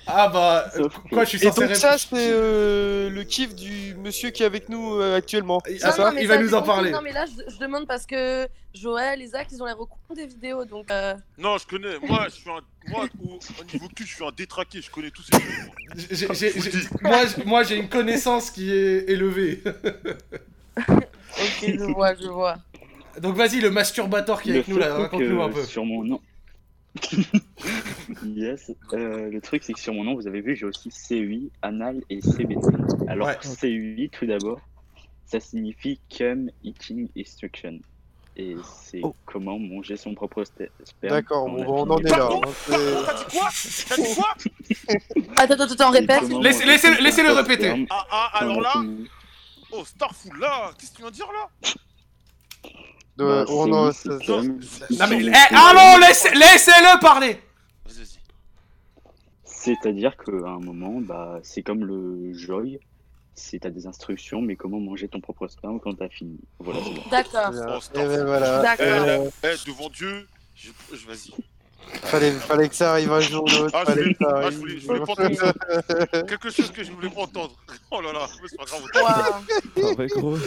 Speaker 1: Ah bah, euh,
Speaker 9: Sauf que-
Speaker 1: quoi, je suis
Speaker 6: Et
Speaker 1: censé
Speaker 6: donc
Speaker 1: répondre
Speaker 6: ça c'est euh, le kiff du monsieur qui est avec nous euh, actuellement.
Speaker 1: Il-
Speaker 6: C'est
Speaker 1: Ah,
Speaker 7: Non,
Speaker 6: ça
Speaker 7: non, mais
Speaker 1: il va
Speaker 7: ça,
Speaker 1: nous
Speaker 7: j'ai
Speaker 1: en
Speaker 7: compris.
Speaker 1: parler.
Speaker 7: Non, mais là, je, je demande parce que Joël, et Zach, ils ont l'air au courant des vidéos, donc. euh,
Speaker 2: Non, je connais, moi, je suis un. Moi, au, au niveau cul, je suis un détraqué, je connais tous ces trucs. moi.
Speaker 1: J'ai-
Speaker 9: Ah,
Speaker 1: j'ai- j'ai- Moi, j'- moi, j'ai une connaissance qui est élevée.
Speaker 7: Ok, je vois, je vois.
Speaker 1: Donc vas-y, le masturbateur qui est
Speaker 9: Le
Speaker 1: avec nous là,
Speaker 9: truc,
Speaker 1: raconte-nous
Speaker 9: euh,
Speaker 1: un peu.
Speaker 9: Sur mon nom. yes. euh, le truc, c'est que sur mon nom, vous avez vu, j'ai aussi CUI, anal et CBT. Alors,
Speaker 1: Ouais.
Speaker 9: CUI, tout d'abord, ça signifie Cum Eating Instruction. Et c'est
Speaker 3: Oh.
Speaker 9: comment manger son propre st- sperme.
Speaker 6: D'accord,
Speaker 9: en
Speaker 6: bon, bon, on en
Speaker 9: apnée.
Speaker 6: est là.
Speaker 2: Pardon
Speaker 6: hein, c'est-
Speaker 2: T'as dit quoi T'as dit quoi
Speaker 7: Attends, attends, attends,
Speaker 9: Et
Speaker 7: répète.
Speaker 9: comment
Speaker 1: Laisse-
Speaker 9: manger
Speaker 1: laissez-
Speaker 9: son
Speaker 1: laissez-le
Speaker 9: propre
Speaker 1: répéter.
Speaker 9: sperme
Speaker 2: Ah, ah,
Speaker 9: en
Speaker 2: alors là
Speaker 9: apnée.
Speaker 2: Oh, Starfood, là Qu'est-ce que tu viens de dire là
Speaker 6: de-
Speaker 9: Bah,
Speaker 4: oh,
Speaker 6: on en-
Speaker 9: CUI, c'est
Speaker 6: ça-
Speaker 9: cum
Speaker 1: Non mais,
Speaker 9: eating
Speaker 1: eh, ah non,
Speaker 9: instruction.
Speaker 1: laissez- laissez-le parler
Speaker 2: Vas-y, vas-y.
Speaker 9: C'est-à-dire qu'à un moment, bah, c'est comme le joy, c'est t'as des instructions, mais comment manger ton propre sperme quand t'as fini. Voilà, c'est bon.
Speaker 7: D'accord.
Speaker 6: Bien.
Speaker 2: Oh, c'est
Speaker 6: Eh ben
Speaker 2: parfait.
Speaker 6: voilà.
Speaker 7: D'accord.
Speaker 6: Euh,
Speaker 2: Eh, devant Dieu, je. je- Vas-y.
Speaker 4: Fallait, fallait que ça arrive un jour ou l'autre.
Speaker 2: Ah, je
Speaker 4: fallait
Speaker 2: voulais-
Speaker 4: que ça
Speaker 2: ah, je
Speaker 4: arrive.
Speaker 2: voulais- je voulais pas entendre ça. Quelque chose que je voulais pas entendre. Oh là là, c'est pas grave.
Speaker 3: Ah bah, gros.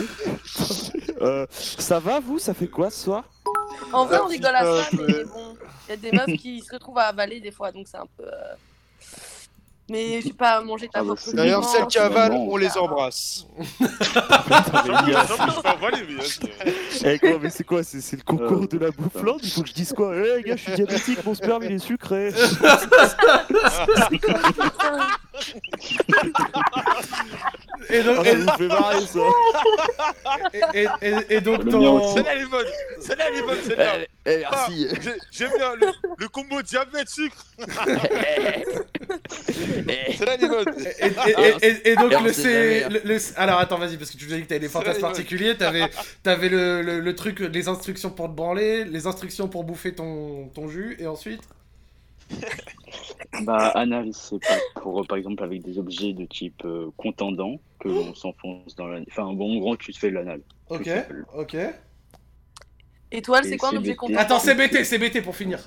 Speaker 3: Euh, ça va, vous Ça fait quoi ce soir
Speaker 7: En vrai, on
Speaker 4: Ah,
Speaker 7: rigole à ça,
Speaker 4: putain,
Speaker 7: mais bon, il y a des meufs qui se retrouvent à avaler des fois, donc c'est un peu. euh, Mais je sais pas, manger ta
Speaker 9: Ah bah,
Speaker 7: force
Speaker 9: c'est-
Speaker 7: autrement,
Speaker 4: D'ailleurs, celles qui avalent,
Speaker 9: Finalement,
Speaker 4: on les embrasse.
Speaker 2: Non, mais je peux avaler, mais, vas-y.
Speaker 3: Eh gros, mais c'est quoi C'est c'est le concours
Speaker 9: Euh,
Speaker 3: de la boufflante Il faut que je dise quoi Eh les gars, je suis diabétique, mon sperme il est sucré
Speaker 1: Et
Speaker 3: Ah,
Speaker 1: donc,
Speaker 3: ça
Speaker 1: et,
Speaker 3: vous fait marrer ça
Speaker 1: et, et, et- et donc
Speaker 9: Le
Speaker 1: ton-
Speaker 9: mien aussi.
Speaker 2: Celle-là, elle est bonne. Celle-là, elle est bonne, celle-là.
Speaker 3: Eh
Speaker 2: Ah,
Speaker 3: merci
Speaker 2: j'ai- J'aime bien le, le combo diabète-sucre. Celle-là, elle est bonne.
Speaker 1: et,
Speaker 9: Ah,
Speaker 1: et- et- et- et donc
Speaker 10: Merde,
Speaker 1: le,
Speaker 10: c'est la
Speaker 1: C- le- le- alors attends vas-y parce que tu nous as dit que t'avais des fantasmes
Speaker 2: C'est la merde.
Speaker 1: particuliers t'avais t'avais le, le, le truc les instructions pour te branler les instructions pour bouffer ton, ton jus et ensuite
Speaker 9: Bah, analyse, c'est pas pour, euh, par exemple, avec des objets de type euh, contendant que l'on s'enfonce dans la. Enfin, bon, en gros, tu te fais de l'anal. tout
Speaker 1: ok
Speaker 9: seul.
Speaker 1: ok
Speaker 7: Étoile, c'est
Speaker 9: Et
Speaker 7: quoi un
Speaker 9: c'est
Speaker 7: objet
Speaker 9: des-
Speaker 7: qu'on
Speaker 1: attends c'est BT c'est BT pour finir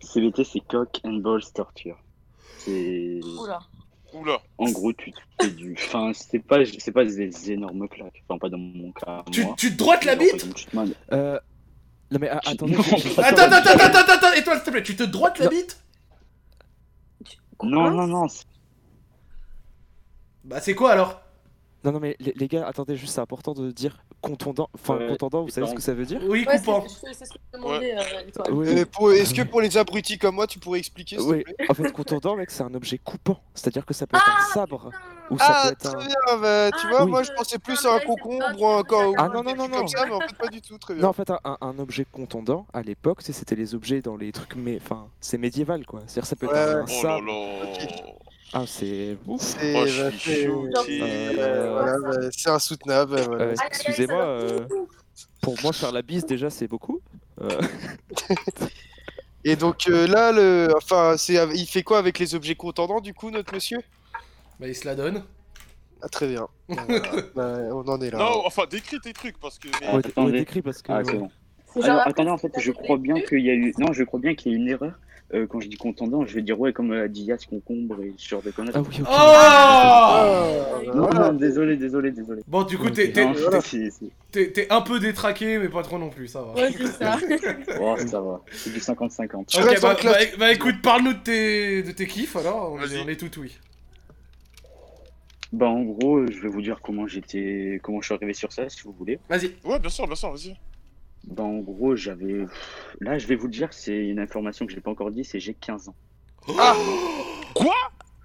Speaker 9: CBT, c'est cock and balls torture. C'est.
Speaker 7: Oula.
Speaker 2: Oula.
Speaker 9: En gros, tu te fais du. Enfin, c'est pas, c'est pas des énormes claques. Enfin, pas dans mon cas. à
Speaker 1: tu,
Speaker 9: moi.
Speaker 1: tu te droites la
Speaker 9: Genre, par
Speaker 1: bite
Speaker 9: exemple, tu te manges-
Speaker 3: Euh... Non mais a- attendez...
Speaker 9: Non,
Speaker 3: j'ai-
Speaker 1: attends attends attends attends attends, attends étoile s'il te plaît tu te droites la
Speaker 3: Non.
Speaker 1: bite
Speaker 9: Non, non, non. c'est-
Speaker 1: bah c'est quoi alors
Speaker 3: Non non mais les, les gars, attendez juste, c'est important de dire contondant... Enfin,
Speaker 4: Euh,
Speaker 9: Ouais,
Speaker 3: contondant, vous savez ce que ça veut dire
Speaker 1: oui
Speaker 7: Ouais,
Speaker 1: coupant
Speaker 7: c'est- c'est ce que je demandais, euh, Étoile.
Speaker 3: Oui,
Speaker 4: Euh, pour- Est-ce que pour les abrutis comme moi, tu pourrais expliquer s'il te
Speaker 3: oui.
Speaker 4: plaît
Speaker 3: en fait, contondant, mec, c'est un objet coupant. C'est-à-dire que ça peut être un sabre, ou ça
Speaker 4: Ah,
Speaker 3: peut être
Speaker 4: très
Speaker 3: un...
Speaker 4: bien, bah, tu
Speaker 7: Ah,
Speaker 4: vois,
Speaker 3: oui.
Speaker 4: moi je pensais plus
Speaker 7: Ah,
Speaker 4: à un
Speaker 7: ouais, c'est
Speaker 4: concombre
Speaker 7: pas-
Speaker 4: ou encore
Speaker 7: Ah,
Speaker 3: non, non, non, non.
Speaker 4: comme ça, mais en fait pas du tout, très bien.
Speaker 3: Non, en fait, un, un- un objet contondant, à l'époque, tu sais, c'était les objets dans les trucs, mais enfin, c'est médiéval, quoi. C'est-à-dire, ça peut être
Speaker 4: Ouais,
Speaker 3: un
Speaker 4: ouais.
Speaker 2: Oh là
Speaker 3: sabre.
Speaker 2: là.
Speaker 3: Ah, c'est. Ouf.
Speaker 4: C'est
Speaker 2: Oh,
Speaker 4: bah,
Speaker 2: je suis
Speaker 4: c'est-
Speaker 2: choqué.
Speaker 4: euh, voilà, bah, c'est insoutenable. voilà.
Speaker 3: Euh, Excusez-moi, euh, pour moi, faire la bise, déjà, c'est beaucoup. Euh,
Speaker 4: Et donc euh, là, le... enfin, c'est... il fait quoi avec les objets contendants du coup, notre monsieur
Speaker 1: bah il se la donne
Speaker 4: Ah, très bien. Bah, voilà. Bah, on en est là.
Speaker 2: Non, enfin, décris tes trucs parce que. mais-
Speaker 9: Ah,
Speaker 3: ouais,
Speaker 9: attendez.
Speaker 3: ouais, décris parce que.
Speaker 9: Ah, c'est bon.
Speaker 7: C'est genre
Speaker 9: Alors,
Speaker 7: après,
Speaker 9: attendez, en fait,
Speaker 7: t'as
Speaker 9: je
Speaker 7: des
Speaker 9: crois bien
Speaker 7: trucs.
Speaker 9: qu'il y a eu. Non, je crois bien qu'il y a eu une erreur. Euh, quand je dis contendant, je vais dire ouais, comme euh, a dit Yas, concombre et sur des conneries.
Speaker 3: Ah oui, ok.
Speaker 1: oh
Speaker 4: Ah, bah,
Speaker 9: non,
Speaker 4: voilà.
Speaker 9: non, désolé, désolé, désolé.
Speaker 1: bon du coup
Speaker 3: Ouais,
Speaker 1: t'es t'es-
Speaker 9: Non,
Speaker 4: voilà.
Speaker 9: c'est- c'est-
Speaker 1: t'es- t'es un peu détraqué mais pas trop non plus ça va
Speaker 7: Ouais, c'est ça.
Speaker 9: Oh, ça va. C'est du 50-50.
Speaker 4: Je
Speaker 1: Ok,
Speaker 4: reste
Speaker 1: bah,
Speaker 4: en classe.
Speaker 1: bah- bah, écoute, parle-nous de tes, de tes kiffs alors, on,
Speaker 2: Vas-y.
Speaker 1: est- on est tout oui.
Speaker 9: Bah, en gros, euh, je vais vous dire comment j'étais, comment je suis arrivé sur ça, si vous voulez.
Speaker 1: Vas-y.
Speaker 2: Ouais, bien sûr, bien sûr, vas-y.
Speaker 9: Bah, en gros, j'avais. Là, je vais vous le dire, c'est une information que j'ai pas encore dit, c'est j'ai 15 ans.
Speaker 7: Ah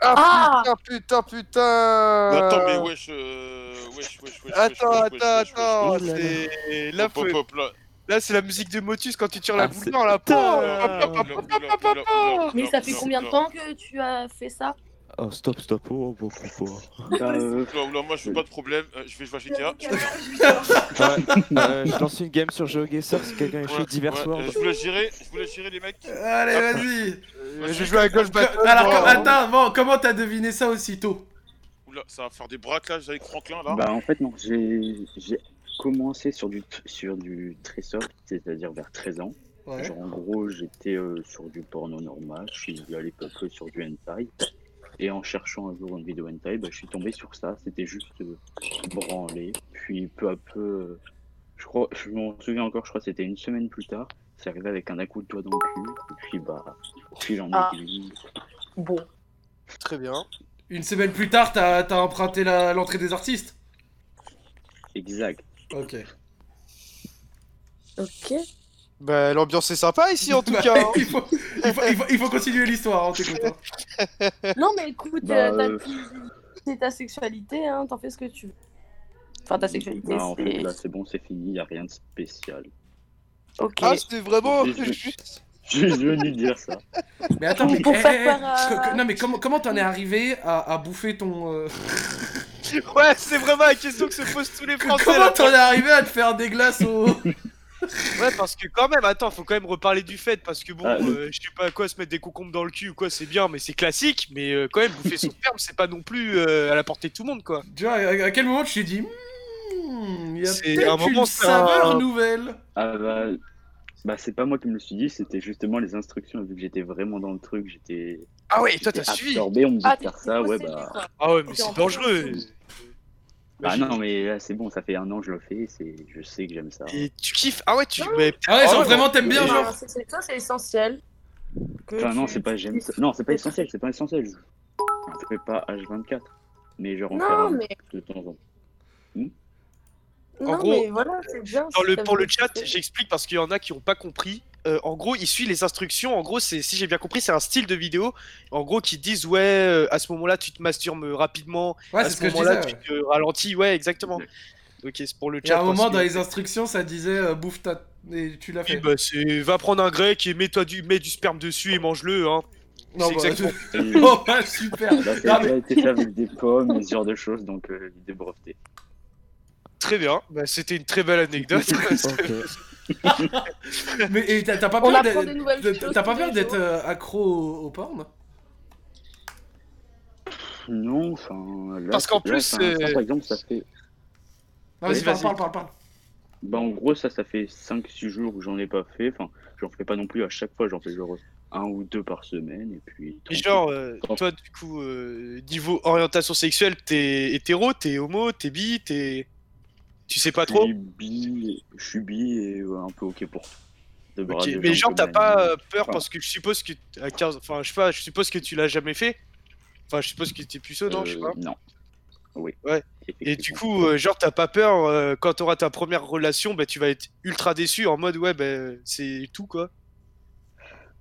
Speaker 4: Ah, putain, putain, putain.
Speaker 2: Attends, mais wesh, euh, wesh, wesh, wesh.
Speaker 4: Attends,
Speaker 2: wesh, wesh, wesh,
Speaker 4: attends,
Speaker 2: wesh,
Speaker 4: attends,
Speaker 3: wesh, wesh.
Speaker 4: c'est... Là,
Speaker 2: Hop, hop,
Speaker 4: faut-
Speaker 2: hop, là.
Speaker 4: là, c'est la musique de Motus quand tu tires la
Speaker 3: Ah,
Speaker 4: boule
Speaker 3: c'est-
Speaker 4: dans la
Speaker 2: Oula,
Speaker 4: peau.
Speaker 2: oula, oula, oula, oula,
Speaker 7: Mais ça fait
Speaker 2: oula,
Speaker 7: combien de
Speaker 2: oula.
Speaker 7: temps que tu as fait ça
Speaker 3: Oh, stop, stop. Oh, beaucoup, pas.
Speaker 9: Bah, euh,
Speaker 2: Oula, oula, moi, je veux pas de problème, euh, je vais jouer à GTA.
Speaker 3: Ouais, euh, je lance une game sur GeoGuessr si quelqu'un est
Speaker 2: Ouais,
Speaker 3: chaud divers
Speaker 2: ouais,
Speaker 3: soirs.
Speaker 2: euh, Je voulais gérer, je voulais gérer les mecs.
Speaker 1: Allez,
Speaker 2: Ah.
Speaker 1: vas-y.
Speaker 4: Euh, J'ai joué à Golf Battle.
Speaker 1: Alors,
Speaker 4: moi,
Speaker 1: comme-
Speaker 4: hein.
Speaker 1: attends, bon, comment t'as deviné ça aussitôt
Speaker 2: Oula, ça va faire des braquages avec Franklin là.
Speaker 9: Bah en fait non, j'ai j'ai commencé sur du sur du très soft, c'est-à-dire vers 13 ans.
Speaker 1: Ouais.
Speaker 9: Genre en gros, j'étais euh, sur du porno normal, je suis allé peu à peu sur du hentai et en cherchant un jour une vidéo hentai, bah, je suis tombé sur ça, c'était juste euh, branlé, puis peu à peu euh, je crois je m'en souviens encore, je crois que c'était une semaine plus tard, c'est arrivé avec un à coup de doigt dans le cul, et puis bah puis j'en ai
Speaker 7: Ah. Bon.
Speaker 4: Très bien.
Speaker 1: Une semaine plus tard, t'as t'as emprunté la- l'entrée des artistes
Speaker 9: exact.
Speaker 1: Ok.
Speaker 7: Ok.
Speaker 4: Bah, l'ambiance est sympa ici en tout cas. hein.
Speaker 1: Bah, il, faut, il, faut, il faut- il faut continuer l'histoire, on t'écoute. hein.
Speaker 7: Non, mais écoute,
Speaker 9: Bah,
Speaker 7: euh, t'as-
Speaker 9: euh,
Speaker 7: c'est ta sexualité, hein, t'en fais ce que tu veux. Enfin, ta sexualité,
Speaker 9: Bah, en fait,
Speaker 7: c'est.
Speaker 9: là c'est bon, c'est fini, y a rien de spécial.
Speaker 7: Ok.
Speaker 4: Ah, c'était vraiment
Speaker 9: Désolé.
Speaker 4: juste.
Speaker 9: Je suis venu dire ça.
Speaker 1: Mais attends, mais,
Speaker 7: Pour
Speaker 1: eh,
Speaker 7: faire
Speaker 1: eh, eh,
Speaker 7: peur à-
Speaker 1: co- co- non, mais comment comment t'en es arrivé à, à bouffer ton. euh,
Speaker 4: Ouais, c'est vraiment la question que se posent tous les Français.
Speaker 1: Comment
Speaker 4: là.
Speaker 1: t'en es arrivé à te faire des glaces au.
Speaker 4: Ouais, parce que quand même, attends, faut quand même reparler du fait. Parce que bon,
Speaker 9: Ah, oui.
Speaker 4: euh, je sais pas à quoi se mettre des concombres dans le cul ou quoi, c'est bien, mais c'est classique. Mais euh, quand même, bouffer son ferme, c'est pas non plus euh, à la portée de tout le monde quoi.
Speaker 1: tu vois, à, à quel moment tu t'es dit. Hmm, Il y a
Speaker 4: C'est- à un
Speaker 1: peut-être
Speaker 4: moment,
Speaker 1: une
Speaker 4: c'est un-
Speaker 1: saveur nouvelle
Speaker 9: Ah bah, Bah, c'est pas moi qui me le suis dit, c'était justement les instructions. Vu que j'étais vraiment dans le truc, j'étais.
Speaker 4: Ah ouais, toi, t'as
Speaker 9: j'étais
Speaker 4: suivi.
Speaker 9: absorbé, on me dit
Speaker 7: Ah,
Speaker 9: de
Speaker 7: t'es
Speaker 9: faire ça, ouais,
Speaker 7: possédé,
Speaker 9: bah.
Speaker 7: quoi.
Speaker 4: Ah ouais, mais
Speaker 7: T'es en
Speaker 4: c'est dangereux.
Speaker 7: promotion.
Speaker 9: Ah non, mais là, c'est bon, ça fait un an que je le fais, c'est... je sais que j'aime ça.
Speaker 4: Et tu kiffes. Ah ouais, tu.
Speaker 7: Ah
Speaker 4: mais-
Speaker 1: Ah ouais,
Speaker 4: Ah
Speaker 1: genre
Speaker 4: ouais,
Speaker 1: vraiment t'aimes bien,
Speaker 9: Et-
Speaker 1: genre.
Speaker 7: Enfin, c'est- c'est- Ça, c'est essentiel. que
Speaker 9: Enfin, non,
Speaker 7: tu-
Speaker 9: c'est pas j'aime ça. Non, c'est pas essentiel, c'est pas essentiel. Je je fais pas H24, mais genre en faire
Speaker 7: Non,
Speaker 9: un
Speaker 7: mais,
Speaker 9: de temps en temps.
Speaker 7: non,
Speaker 4: gros,
Speaker 7: mais voilà, c'est bien.
Speaker 4: Dans
Speaker 7: si
Speaker 4: le,
Speaker 7: ça
Speaker 4: pour
Speaker 7: vous
Speaker 4: le chat,
Speaker 7: fait-
Speaker 4: j'explique parce qu'il y en a qui n'ont pas compris. Euh, en gros, il suit les instructions. En gros, c'est si j'ai bien compris, c'est un style de vidéo. En gros, qui disent ouais, euh, à ce moment-là, tu te masturbes euh, rapidement.
Speaker 1: Ouais,
Speaker 4: à
Speaker 1: c'est
Speaker 4: ce,
Speaker 1: ce que je
Speaker 4: moment-là,
Speaker 1: disais.
Speaker 4: tu
Speaker 1: ouais.
Speaker 4: te ralentis. Ouais, exactement. Ok, c'est pour le
Speaker 1: Et
Speaker 4: chat.
Speaker 1: à un moment,
Speaker 4: parce que-
Speaker 1: dans les instructions, ça disait euh, bouffe ta. Et tu l'as
Speaker 4: Oui,
Speaker 1: fait.
Speaker 4: bah, c'est va prendre un grec et mets-toi du mets du sperme dessus et mange-le. Hein.
Speaker 1: Non,
Speaker 4: c'est
Speaker 1: bah,
Speaker 4: exactement-
Speaker 9: Et
Speaker 1: Oh, bah, super.
Speaker 9: là, ça
Speaker 1: Non,
Speaker 9: a déjà été fait avec des pommes et ce genre de choses, donc euh, des brevetés.
Speaker 4: Très bien. Bah, c'était une très belle anecdote.
Speaker 3: Ok.
Speaker 1: Mais et t'as t'as pas
Speaker 7: On
Speaker 1: peur
Speaker 7: apprend des
Speaker 1: d'être-
Speaker 7: nouvelles
Speaker 1: de-
Speaker 7: choses
Speaker 1: t'as pas
Speaker 7: tous
Speaker 1: peur
Speaker 7: les
Speaker 1: d'être
Speaker 7: jours.
Speaker 1: euh, accro au, au porn
Speaker 9: Non, enfin. là,
Speaker 4: Parce qu'en
Speaker 9: c'est- là,
Speaker 4: plus,
Speaker 9: enfin, ça,
Speaker 4: euh,
Speaker 9: par exemple, ça fait.
Speaker 1: Vas-y,
Speaker 4: Vas-y,
Speaker 1: parle,
Speaker 4: vas-y.
Speaker 1: parle, parle, parle.
Speaker 9: Bah, en gros, ça, ça fait 5-6 jours où j'en ai pas fait. Enfin, j'en fais pas non plus à chaque fois, j'en fais genre un ou deux par semaine, et puis.
Speaker 4: Et genre, euh, toi, du coup, euh, niveau orientation sexuelle, t'es hétéro, t'es homo, t'es bi, t'es. Tu sais pas
Speaker 9: Je
Speaker 4: trop.
Speaker 9: suis bi, je suis bi et ouais, un peu ok pour tout. De bras,
Speaker 4: Ok,
Speaker 9: de
Speaker 4: Mais
Speaker 9: jambes,
Speaker 4: genre
Speaker 9: de
Speaker 4: t'as
Speaker 9: manière.
Speaker 4: pas euh, peur
Speaker 9: Enfin.
Speaker 4: parce que je suppose que t- à 15 enfin je sais pas, je suppose que tu l'as jamais fait. Enfin, je suppose que t'es puceau, non, je sais
Speaker 9: Euh,
Speaker 4: pas.
Speaker 9: Non. Oui.
Speaker 4: Ouais. Et du
Speaker 9: Effectivement.
Speaker 4: coup, euh, genre t'as pas peur euh, quand t'auras ta première relation, bah tu vas être ultra déçu en mode ouais, bah c'est tout quoi.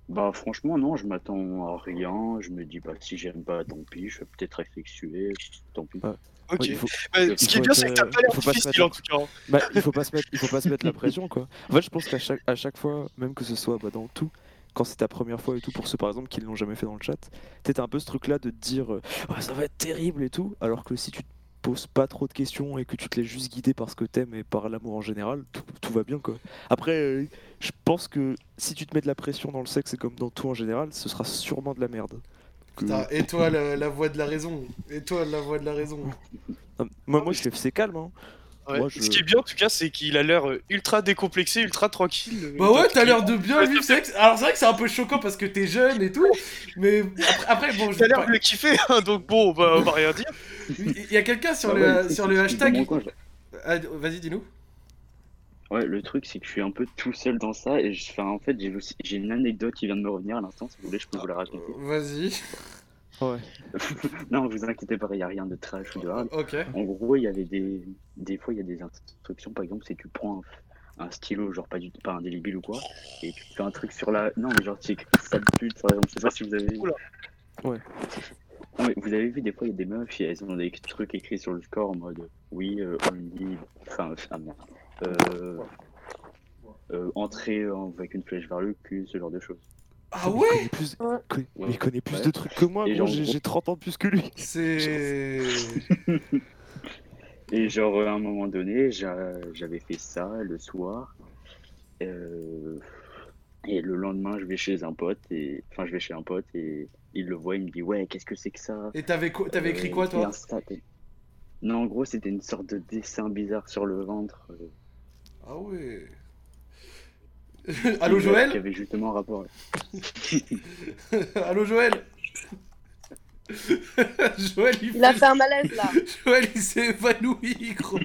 Speaker 9: Bah franchement non, je m'attends à rien, je me dis bah si j'aime pas tant pis, je vais peut-être effectuer, tant pis.
Speaker 3: Ouais.
Speaker 4: Ok.
Speaker 3: Ouais, il faut-
Speaker 4: Bah, ce qui
Speaker 3: faut
Speaker 4: est bien,
Speaker 3: être,
Speaker 4: c'est que t'as
Speaker 3: euh,
Speaker 4: pas l'air
Speaker 3: faut pas se
Speaker 4: difficile en
Speaker 3: mettre-
Speaker 4: tout cas. hein.
Speaker 3: Bah, il faut pas se mettre, il faut pas se mettre la pression quoi. En fait, je pense qu'à chaque, à chaque fois, même que ce soit bah, dans tout, quand c'est ta première fois et tout, pour ceux par exemple qui ne l'ont jamais fait dans le chat, t'es un peu ce truc-là de te dire euh, Ouais, ça va être terrible et tout, alors que si tu te poses pas trop de questions et que tu te laisses juste guider par ce que t'aimes et par l'amour en général, tout, tout va bien quoi. Après, euh, je pense que si tu te mets de la pression dans le sexe et comme dans tout en général, ce sera sûrement de la merde. Que-
Speaker 4: Mm.
Speaker 1: Putain, et toi, la, la voix de la raison. Et toi, la voix de la raison.
Speaker 3: Ah, Moi, moi, je fais c'est calme. Hein.
Speaker 4: Ouais.
Speaker 3: Moi, je-
Speaker 4: Ce qui est bien en tout cas, c'est qu'il a l'air euh, ultra décomplexé, ultra tranquille. euh,
Speaker 1: Bah ouais,
Speaker 4: tranquille.
Speaker 1: t'as l'air de bien vivre c'est vrai que- Alors c'est vrai que c'est un peu choquant parce que t'es jeune et tout, mais après, après, bon, je...
Speaker 4: T'as l'air de le kiffer, hein, donc bon, bah, on va rien dire.
Speaker 1: il y a quelqu'un sur
Speaker 9: Bah
Speaker 1: le euh,
Speaker 9: ouais,
Speaker 1: sur
Speaker 9: c'est-
Speaker 1: le
Speaker 9: c'est
Speaker 1: hashtag.
Speaker 9: dans mon coin, je-
Speaker 1: Ah, Vas-y, dis-nous.
Speaker 9: Ouais, le truc c'est que je suis un peu tout seul dans ça et je... enfin, en fait j'ai aussi- j'ai une anecdote qui vient de me revenir à l'instant, si vous voulez je peux vous la raconter.
Speaker 1: Euh, Vas-y.
Speaker 9: Non, vous inquiétez pas, il n'y a rien de trash ou de hard.
Speaker 1: Ok.
Speaker 9: En gros, il y avait des. Des fois, il y a des instructions, par exemple, c'est tu prends un, un stylo, genre pas, du... pas un délibile ou quoi, et tu fais un truc sur la. Non, mais genre, tu écris ça de pute, par exemple, je sais pas si vous avez vu.
Speaker 4: Oula.
Speaker 3: Ouais.
Speaker 9: Non, mais vous avez vu, des fois, il y a des meufs, et elles ont des trucs écrits sur le corps en mode oui, euh, only. Enfin, ah merde. Euh... euh, entrer en- avec une flèche vers le cul, ce genre de choses.
Speaker 1: Ah
Speaker 3: il
Speaker 1: ouais
Speaker 3: connaît plus,
Speaker 7: Ouais.
Speaker 3: co- mais
Speaker 9: Ouais.
Speaker 3: il connaît plus
Speaker 9: Ouais.
Speaker 3: de trucs que moi.
Speaker 9: Et
Speaker 3: gros,
Speaker 9: genre,
Speaker 3: J'ai
Speaker 9: gros-
Speaker 3: j'ai 30 ans de plus que lui.
Speaker 1: C'est.
Speaker 9: Et genre, euh, à un moment donné, j'a- j'avais fait ça le soir. Euh, Et le lendemain, je vais chez un pote. Et... Enfin, je vais chez un pote et il le voit. Il me dit Ouais, qu'est-ce que c'est que ça
Speaker 1: Et t'avais quoi- t'avais écrit
Speaker 9: Euh,
Speaker 1: quoi
Speaker 9: c'est
Speaker 1: toi
Speaker 9: un stat. Non, en gros, c'était une sorte de dessin bizarre sur le ventre. euh,
Speaker 1: Ah ouais. Allô
Speaker 9: qui- Qui
Speaker 1: Joël
Speaker 9: avait justement un rapport.
Speaker 1: Allô Joël Joël il,
Speaker 7: Il a
Speaker 1: fait-
Speaker 7: fait un malaise là.
Speaker 1: Joël il s'est évanoui gros